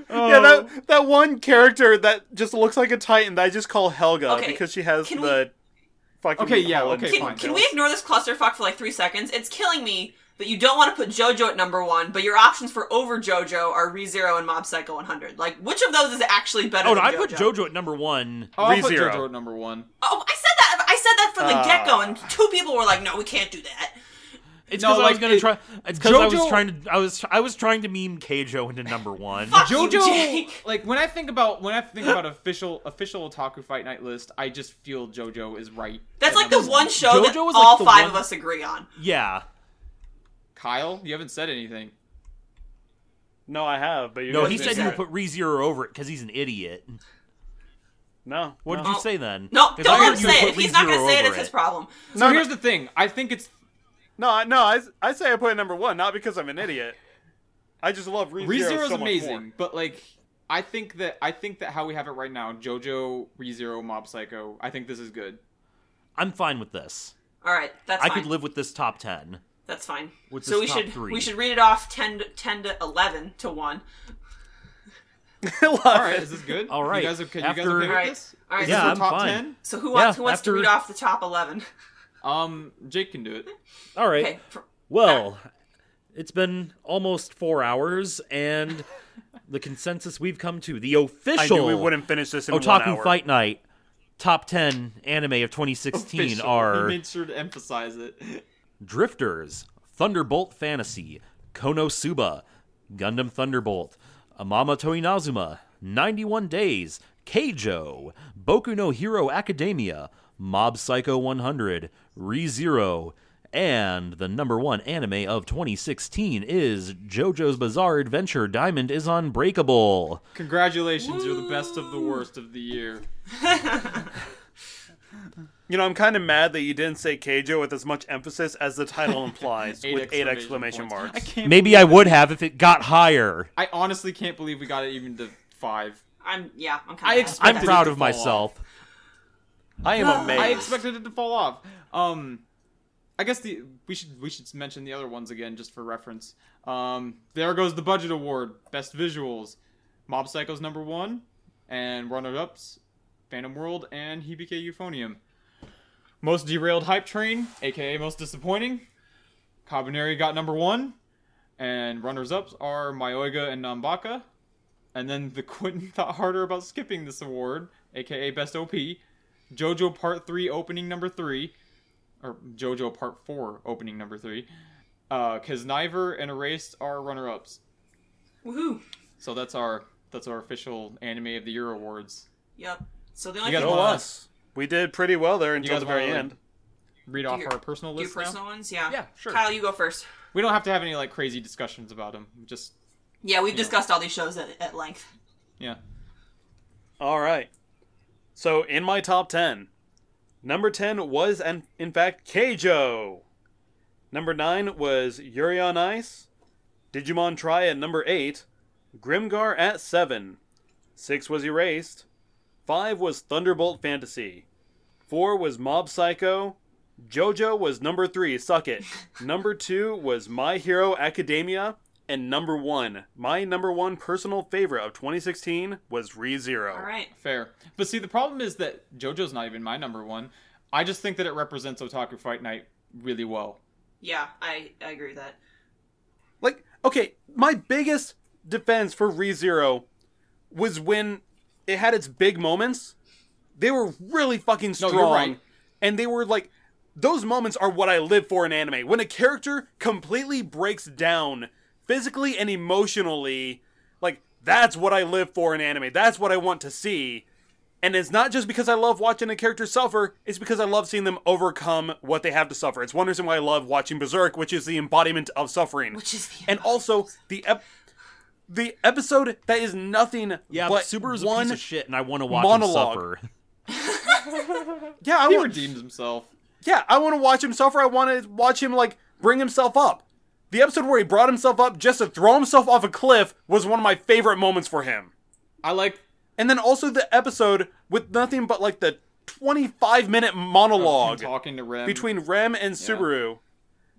yeah, that that one character that just looks like a titan that I just call Helga
Okay,
because she has the
can
fucking
Okay, yeah,
Holland
okay,
Can,
fine.
can we ignore this clusterfuck for like three seconds? It's killing me that you don't want to put JoJo at number one, but your options for over JoJo are ReZero and Mob Psycho 100. Like, which of those is actually better
Oh, no,
than
I
JoJo?
put JoJo at number one.
Oh, I'll put
ReZero.
JoJo at number one.
Oh, I said that. I said that from the
Uh.
Ah.
get go, and two people were like, "No, we can't do that."
It's
No,
because I was
like,
gonna
it-
try. It's because I was
JoJo-
trying to. I was I was trying to meme Keijo into number one.
Fuck
*laughs*
you,
JoJo,
Jake.
like when I think about when I think about official official otaku fight night list, I just feel JoJo is right.
That's
at
like the
number
one show that
JoJo was, like,
all
the
five
one-
of us agree on.
yeah.
Kyle, you haven't said anything.
No, I have, but you
No,
guys
he
didn't
said he
hear
would
it.
put ReZero over it because he's an idiot.
No,
What did
no.
you say then?
No,
'Cause
don't
I
let him
heard you
say it.
put
If he's not going
ReZero
to say it,
over
it's his problem.
So
No,
here's the thing. I think it's
No, I- no, I, I say I put it number one not because I'm an idiot. I just love ReZero.
ReZero is
so much more.
amazing, but like I think that I think that how we have it right now, JoJo, ReZero, Mob Psycho, I think this is good.
I'm fine with this.
All right, that's
I
fine.
could live with this top ten.
That's fine.
What's
so
his
we
top
should
three?
we should read it off 10 to, 10 to 11 to 1.
*laughs* I love
All right,
it.
is this good?
All right,
you guys okay? you guys
after-
okay
All
with
right.
this?
All right.
Is this
Yeah,
our
I'm
top
fine.
ten?
So who wants
Yeah,
who wants
after-
to read off the top 11?
Um, Jake can do it.
All
*laughs*
right.
Okay. for-
Well, it's been almost four hours,
*laughs*
and the consensus we've come to, the
I
official
knew we wouldn't finish this in one
Otaku
hour.
Oh, Fight Night top 10 anime of 2016
Official.
are
He made sure to emphasize it.
Drifters, Thunderbolt Fantasy, Konosuba, Gundam Thunderbolt, Amama Toinazuma, 91 Days, Keijo, Boku no Hero Academia, Mob Psycho 100, ReZero, and the number one anime of 2016 is JoJo's Bizarre Adventure Diamond is Unbreakable.
Congratulations, you're the best of the worst of the year.
You know, I'm kind of mad that you didn't say Keijo with as much emphasis as the
*laughs*
title implies, with eight exclamation
points. I
marks.
can't.
Maybe I would have if it got higher.
I honestly can't believe we got it even to five.
I'm yeah, I'm
I
kind of
expect-
I'm
Did it
proud
to
of
fall off?
myself.
I am amazed.
I expected it to fall off. Um, I guess the we should we should mention the other ones again just for reference. Um, there goes the budget award, best visuals, Mob Psycho's number one, and runner ups, Phantom World and Hibike Euphonium. Most derailed hype train, aka most disappointing. Carbonari got number one, and runners ups are Myoiga and Nambaka. And then the *laughs* Quentin thought harder about skipping this award, aka best OP, JoJo Part 3 opening number 3, or JoJo Part 4 opening number 3, uh, Kizniver and Erased are runner ups.
Woohoo.
So that's our that's our official anime of the year awards.
Yep. So the only
guys
thing
Go
wanna-
Oh, us. We did pretty well there until
guys
the very
wanna-
end.
Read off
your-
our personal
do
list now.
personal ones, yeah.
Yeah, sure.
Kyle, you go first.
We don't have to have any like crazy discussions about them. Just
Yeah, we've discussed all these shows at, at length.
yeah.
All right. So in my top 10, number 10 was, and in fact, Keijo. Number 9 was Yuri on Ice. Digimon Try at number 8. Grimgar at 7. 6 was Erased. 5 was Thunderbolt Fantasy. 4 was Mob Psycho. JoJo was number 3, Suck It. number 2 was My Hero Academia. And number 1, my number 1 personal favorite of 2016 was ReZero.
All right.
Fair. But see, the problem is that JoJo's not even my number one. I just think that it represents Otaku Fight Night really well.
Yeah, I, I agree with that.
Like, okay, my biggest defense for ReZero was when it had its big moments. They were really fucking
No,
strong.
you're right.
And they were like those moments are what I live for in anime. When a character completely breaks down physically and emotionally, like that's what I live for in anime. That's what I want to see. And it's not just because I love watching a character suffer, it's because I love seeing them overcome what they have to suffer. It's one reason why I love watching Berserk, which is the embodiment of suffering.
Which is the *laughs*
and also the ep- the episode that is nothing
Yeah,
but
but Subaru is a
one
piece of shit, and I want to watch
monologue.
him suffer.
Yeah, I
He
want
redeemed himself.
Yeah, I want to watch him suffer. I want to watch him like bring himself up. The episode where he brought himself up just to throw himself off a cliff was one of my favorite moments for him.
I like
And then also the episode with nothing but like the 25 minute
him
monologue
talking to Rem.
between Rem and Subaru.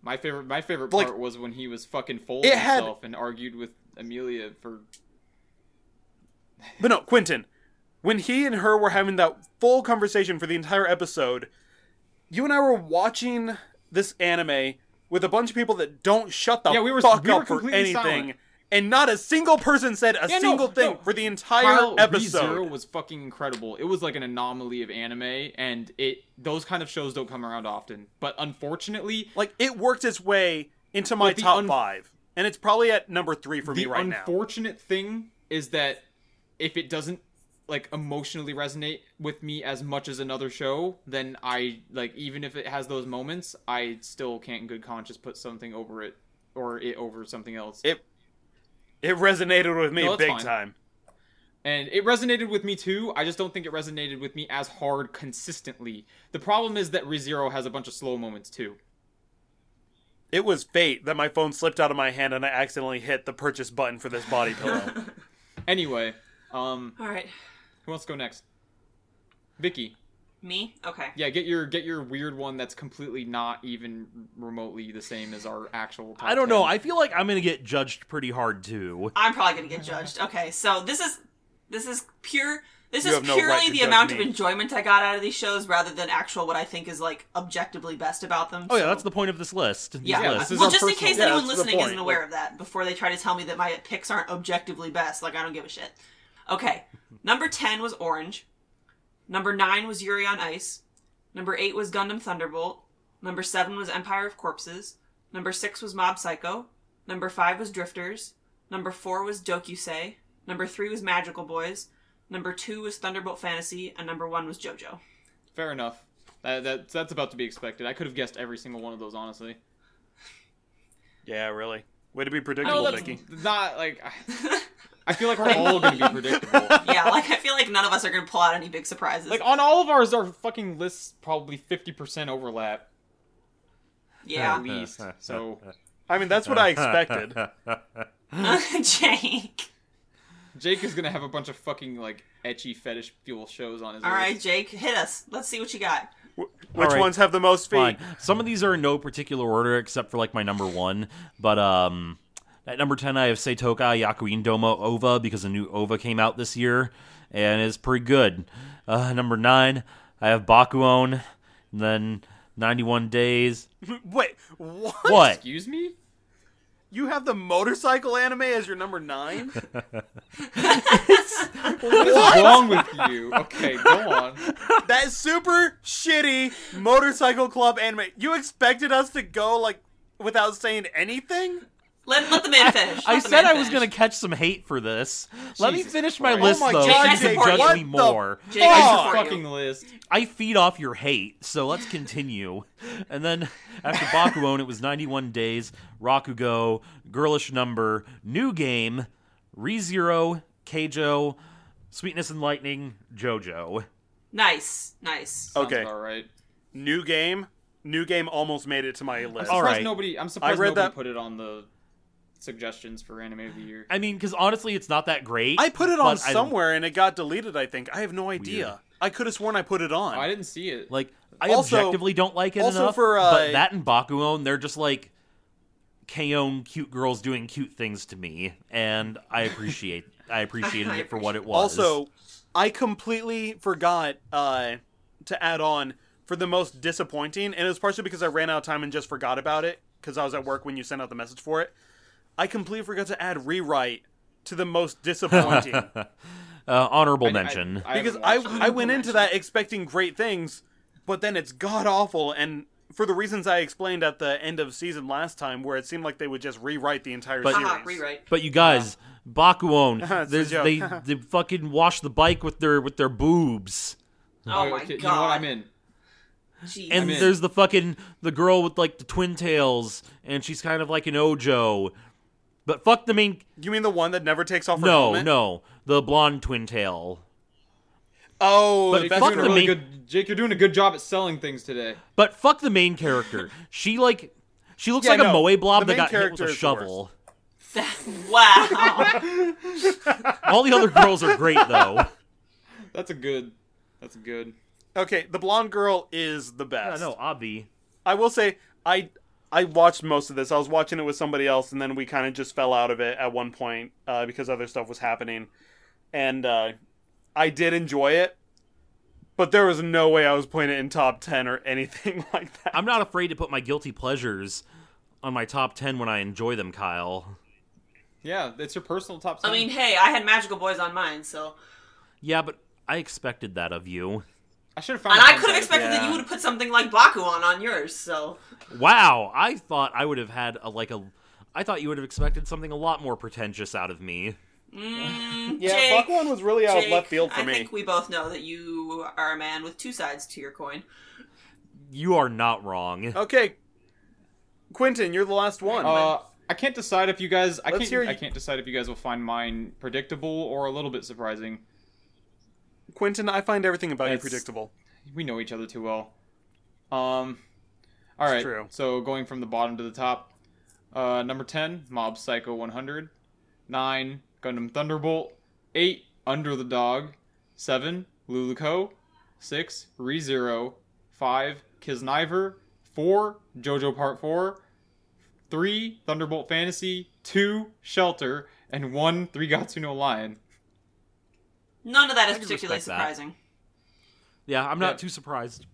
my favorite, my favorite
Like-
part was when he was fucking full of
It had-
himself and argued with Amelia for.
But no, Quentin, when he and her were having that full conversation for the entire episode, you and I were watching this anime with a bunch of people that don't shut the
Yeah, we were-
fuck
we were
up for
completely
anything.
silent.
And not a single person said a
Yeah, no,
single thing
no.
for the entire
Kyle
episode.
ReZero was fucking incredible. It was like an anomaly of anime, and it those kind of shows don't come around often. But unfortunately,
Like it worked its way into my
But the
top
un-
five, and it's probably at number three for me
the
right now.
unfortunate thing is that if it doesn't like emotionally resonate with me as much as another show, then I like even if it has those moments, I still can't in good conscience put something over it or it over something else.
It it resonated with me
No, that's
big
fine.
time.
and it resonated with me too. I just don't think it resonated with me as hard consistently. The problem is that ReZero has a bunch of slow moments too.
It was fate that my phone slipped out of my hand and I accidentally hit the purchase button for this body pillow.
Anyway, um
All right,
who wants to go next? Vicky.
me. Okay.
Yeah, get your get your weird one that's completely not even remotely the same as our actual. Top
*laughs* I don't know.
10.
I feel like I'm gonna get judged pretty hard too.
I'm probably gonna get judged. Okay, so this is this is pure. This
You
is
have no
purely
right to
the
judge
amount
me.
of enjoyment I got out of these shows, rather than actual what I think is like objectively best about them.
Oh yeah, that's the point of this list. These
yeah.
Yeah,
lists.
this is
well,
our
just in
personal-
case
yeah,
anyone
that's the
listening
point.
isn't aware of that, before they try to tell me that my picks aren't objectively best, like I don't give a shit. Okay, number ten was Orange. Number nine was Yuri on Ice. Number eight was Gundam Thunderbolt. Number seven was Empire of Corpses. Number six was Mob Psycho. Number five was Drifters. Number four was Dokusei. Number three was Magical Boys. Number two was Thunderbolt Fantasy, and number one was JoJo.
Fair enough. That, that that's about to be expected. I could have guessed every single one of those honestly.
Yeah, really. Way to be predictable,
that's
Vicky.
not like. I- I feel like we're all going
*laughs*
to be predictable. *laughs*
yeah, like I feel like none of us are gonna pull out any big surprises.
Like on all of ours, our fucking lists probably fifty percent overlap at
yeah, *laughs*
least. So
I mean, that's what I
*laughs*
expected.
Jake.
Jake is going to have a bunch of fucking like etchy fetish fuel shows on his.
All right,
list.
Jake, hit us. Let's see what you got.
Which
right.
ones have the most feet?
Fine. Some of these are in no particular order except for like my number one. But um at number ten I have Seitoka Yakuin Domo Ova because a new Ova came out this year and it's pretty good. Uh number nine, I have Bakuon, and then ninety one days.
Wait, what?
What?
Excuse
*laughs*
me.
You have the motorcycle anime as your number nine?
What's wrong with you? Okay,
*laughs*
go on.
that super shitty motorcycle club anime. You expected us to go like without saying anything?
Let, let the man finish.
I
Let the
said
man
I was
finish.
gonna catch some hate for this. Let me
Jesus
finish my
Christ.
list
Oh my
though,
God,
so you
Jake,
can judge
what
me
the
more.
Jake,
Fuck!
I support
Fucking
you.
list.
I feed off your hate, so let's continue. and then after Bakuon, it was 91 days, Rakugo, Girlish Number, New Game, ReZero, Keijo, Sweetness and Lightning, JoJo.
Nice, nice.
Okay.
Sounds All right.
New game. New game almost made it to my list.
All
surprised
right.
nobody. I'm
I
surprised
read
nobody
that-
put it on the suggestions for anime of the year.
I mean, because honestly, it's not that great.
I put it on
but I-
somewhere and it got deleted, I think. I have no idea.
Weird.
I could have sworn I put it on.
I didn't see it.
like, I
Also-
objectively don't like it
also
enough.
for, uh,
but that and Bakuon, they're just like K-own cute girls doing cute things to me, and I appreciate. I appreciated it for what it was.
Also, I completely forgot uh, to add on for the most disappointing, and it was partially because I ran out of time and just forgot about it because I was at work when you sent out the message for it. I completely forgot to add rewrite to the most
*laughs*
disappointing
uh, honorable
I- I-
mention.
I haven't
because I
watched it.
I went into that expecting great things, but then it's god awful, and for the reasons I explained at the end of season last time, where it seemed like they would just rewrite the entire
But-
series.
Haha, Uh-huh, rewrite.
But you guys, Bakuon,
*laughs* It's a
there's-
joke. *laughs*
they they fucking wash the bike with their with their boobs.
Oh my
okay, You
god.
know what I'm in.
Jeez.
And
I'm in.
there's the fucking the girl with like the twin tails, and she's kind of like an Ojo. But fuck the main.
You mean the one that never takes off her
no,
helmet?
no, the blonde twin tail.
Oh,
But
the
it
best
fuck
You're
one
doing
the
a really
main-
good, Jake, you're doing a good job at selling things today.
But fuck the main
*laughs*
character. she like she looks
Yeah,
like a
no,
moe blob
the
that
main
got hit with
character
a
is the
shovel.
wow.
*laughs* All the other girls
*laughs*
are great though.
That's a good. That's good.
Okay, the blonde girl is the
I
best.
know, Obvi.
I will say I I watched most of this. I was watching it with somebody else, and then we kind of just fell out of it at one point uh, because other stuff was happening, and uh, I did enjoy it. But there was no way I was putting it in top ten or anything *laughs* like that.
I'm not afraid to put my guilty pleasures on my top ten when I enjoy them, Kyle.
Yeah, it's your personal top.
I
selling.
mean, hey, I had Magical Boys on mine, so
Yeah, but I expected that of you.
I should have found.
and
a
I
fun
could have
site.
expected that
yeah.
you would have put something like Bakuan on yours. So
Wow, I thought I would have had a like a I thought you would have expected something a lot more pretentious out of me.
Mm, Jake,
Bakugan was really out
Jake,
of left field for
I
me.
think we both know that you are a man with two sides to your coin.
You are not
*laughs*
wrong.
Okay, Quentin, you're the last one.
Uh, I can't decide if you guys. I
Let's
can't.
hear you-
I can't decide if you guys will find mine predictable or a little bit surprising.
Quentin, I find everything about you
That's-
predictable.
We know each other too well. Um, all right.
true.
So going from the bottom to the top, uh, number ten, Mob Psycho 100, nine, Gundam Thunderbolt, eight, Under the Dog, seven, Luluko, six, ReZero, five, Kisniver, four, JoJo Part Four, three, Thunderbolt Fantasy, two, Shelter, and one, Three Gatsu no Lion.
None of that is
can
particularly
respect that.
surprising.
Yeah, I'm not
Yeah.
too surprised.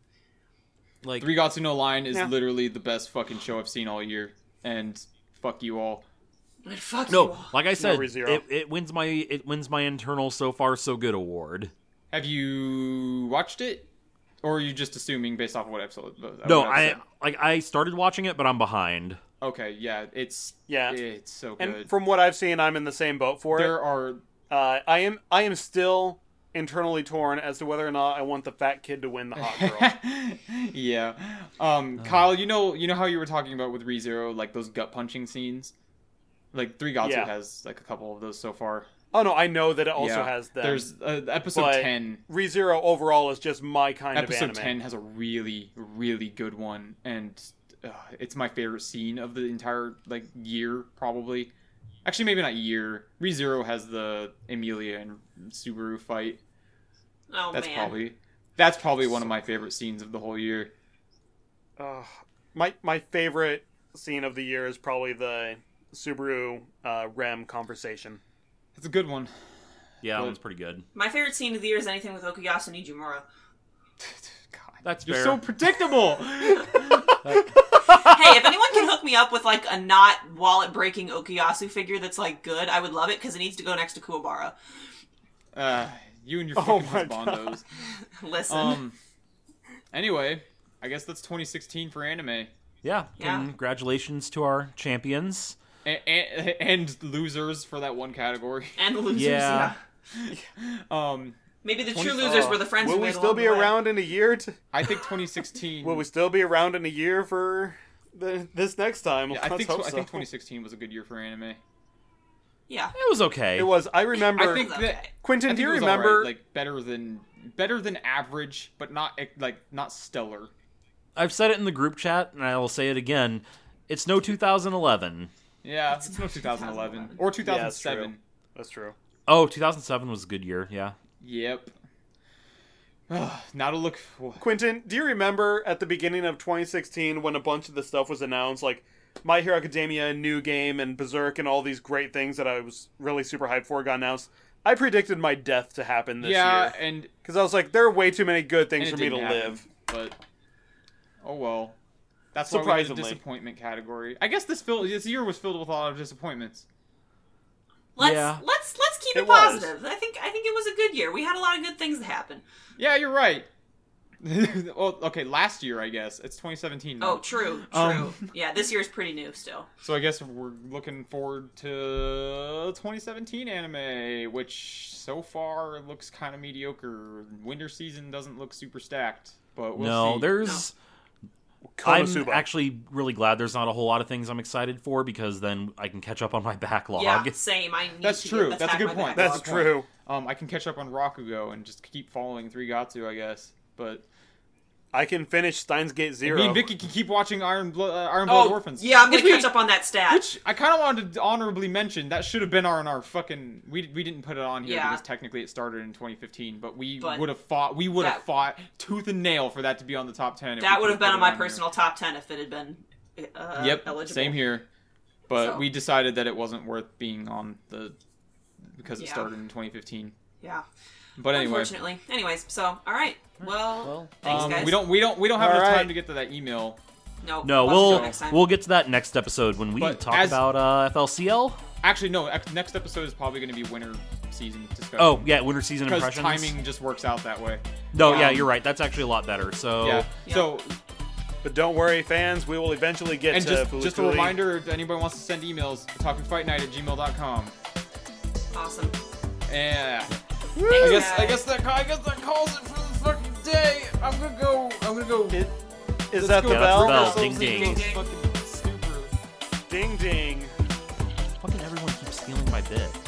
Like
Three Gatsu no Lion is
Yeah.
literally the best fucking show I've seen all year, and fuck you all.
Like, fuck you
no,
all.
like I said,
ReZero.
it, it wins my it wins my internal so far so good award.
Have you watched it, or are you just assuming based off of what episode?
No,
what
I
episode?
like I started watching it, but I'm behind.
Okay, yeah, it's
Yeah.
it's so good.
And from what I've seen, I'm in the same boat for it.
there
*laughs*
are *laughs*
Uh, I am I am still internally torn as to whether or not I want the fat kid to win the hot
*laughs*
girl.
yeah, um, Kyle, you know you know how you were talking about with ReZero, like those gut punching scenes. Like Three Gatsu
Yeah.
has like a couple of those so far.
oh no, I know that it also
Yeah.
has them.
There's uh, episode
but
ten.
ReZero overall is just my kind
Episode
of anime.
ten has a really really good one, and uh, it's my favorite scene of the entire like year probably. Actually, maybe not year. ReZero has the Emilia and Subaru fight.
Oh
That's
man.
probably that's probably one of my favorite scenes of the whole year.
Ugh. my my favorite scene of the year is probably the Subaru uh, Rem conversation.
It's a good one. *laughs*
Yeah, that
But-
one's pretty good.
My favorite scene of the year is anything with Okuyasu Nijimura.
God,
That's
you're
fair.
*laughs*
so predictable.
hey, if anyone can hook me up with like a not wallet breaking Okuyasu figure that's like good, I would love it because it needs to go next to Kuwabara. *laughs*
uh, you and your
Oh
fucking
my
bondos.
Listen,
Um. Anyway, I guess that's 2016 for anime.
Yeah,
Yeah.
congratulations to our champions.
And, and, and losers for that one category. *laughs*
and the losers.
yeah.
Yeah.
Um,
Maybe the true
20
losers
Oh,
were the friends
Will
who
we
made
still
along
be
the way.
around in a year? To,
I
*laughs*
think 2016.
will we still be around in a year for the, this next time?
Yeah, I
Let's
think
hope
tw- I
so.
think 2016 was a good year for anime.
Yeah.
It was okay.
It was. I remember.
I think that
Okay.
I
Quentin,
think
do you
it was all
remember?
right, like better than better than average, but not eh, like not stellar.
I've said it in the group chat, and I will say it again. It's no 2011.
Yeah, it's no 2011 or
Yeah, it's true.
2007.
That's true.
Oh, 2007 was a good year. Yeah.
Yep. Ugh, *sighs* now to look.
Quentin, do you remember at the beginning of 2016 when a bunch of the stuff was announced, like My Hero Academia, New Game, and Berserk, and all these great things that I was really super hyped for got announced? I predicted my death to happen this
yeah,
year
and,
because I was like, there are way too many good
and
things
it
for me to
didn't happen,
live.
But oh well. That's why we had the
Surprisingly.
disappointment category. I guess this fill, this year was filled with a lot of disappointments.
Let's
Yeah.
let's let's keep it,
It was.
positive. I think I think it was a good year. We had a lot of good things that happened.
Yeah, you're right. *laughs* well, okay, last year I guess it's 2017. now.
Oh, true, true.
Um. *laughs*
yeah, this year's pretty new still.
So I guess we're looking forward to 2017 anime, which so far looks kind of mediocre. Winter season doesn't look super stacked, but we'll
no,
see.
there's. I'm
Konosuba.
actually really glad there's not a whole lot of things I'm excited for because then I can catch up on my *laughs* backlog.
Yeah, same. I need
That's
to
true.
Get,
That's a
back
good
my
point.
backlog.
That's true.
Um, I can catch up on Rakugo and just keep following Three Gatsu, I guess. But
I can finish Steins Gate Zero.
me and Vicky can keep watching Iron Blood, uh, Iron Blood
Oh,
Orphans.
yeah, I'm gonna
Which we-
catch up on that stat.
Which I kind of wanted to honorably mention that should have been on our fucking. We, we didn't put it on here
Yeah.
because technically it started in 2015, but we
But
would have fought. We would have
that-
fought tooth and nail for that to be on the top ten. if we
that would
could
have been
put
on
it
my
here.
personal top ten if it had been uh,
yep,
eligible.
same here. But
So-
we decided that it wasn't worth being on the because it
Yeah.
started in 2015.
Yeah.
But anyway,
Unfortunately. Anyways, so all right. Well,
Well,
thanks
um,
guys.
we don't we don't we don't have
All
enough
right.
time to get to that email.
No.
No,
we'll have to do it
we'll
next time.
we'll get to that next episode when we
But
talk
as-
about uh, FLCL.
Actually, no. ex- Next episode is probably going to be winter season discussion.
Oh yeah, winter season
because
impressions.
timing just works out that way.
No, yeah,
um,
you're right. That's actually a lot better. So
Yeah.
Yeah.
So
But don't worry, fans, we will eventually get
and
to
just
Fulu
just a
Kuli.
reminder if anybody wants to send emails, talkingfightnight at gmail.com.
Awesome.
Yeah.
Thanks,
I guess I
guys.
guess that I guess that calls it for the fucking day. I'm gonna go. I'm gonna go.
Is- Is
Let's
that
go
the
Yeah, that's
bell?
the bell.
rehearsals
Ding, ding.
and go fucking stupid.
Ding ding.
fucking everyone keeps stealing my bit.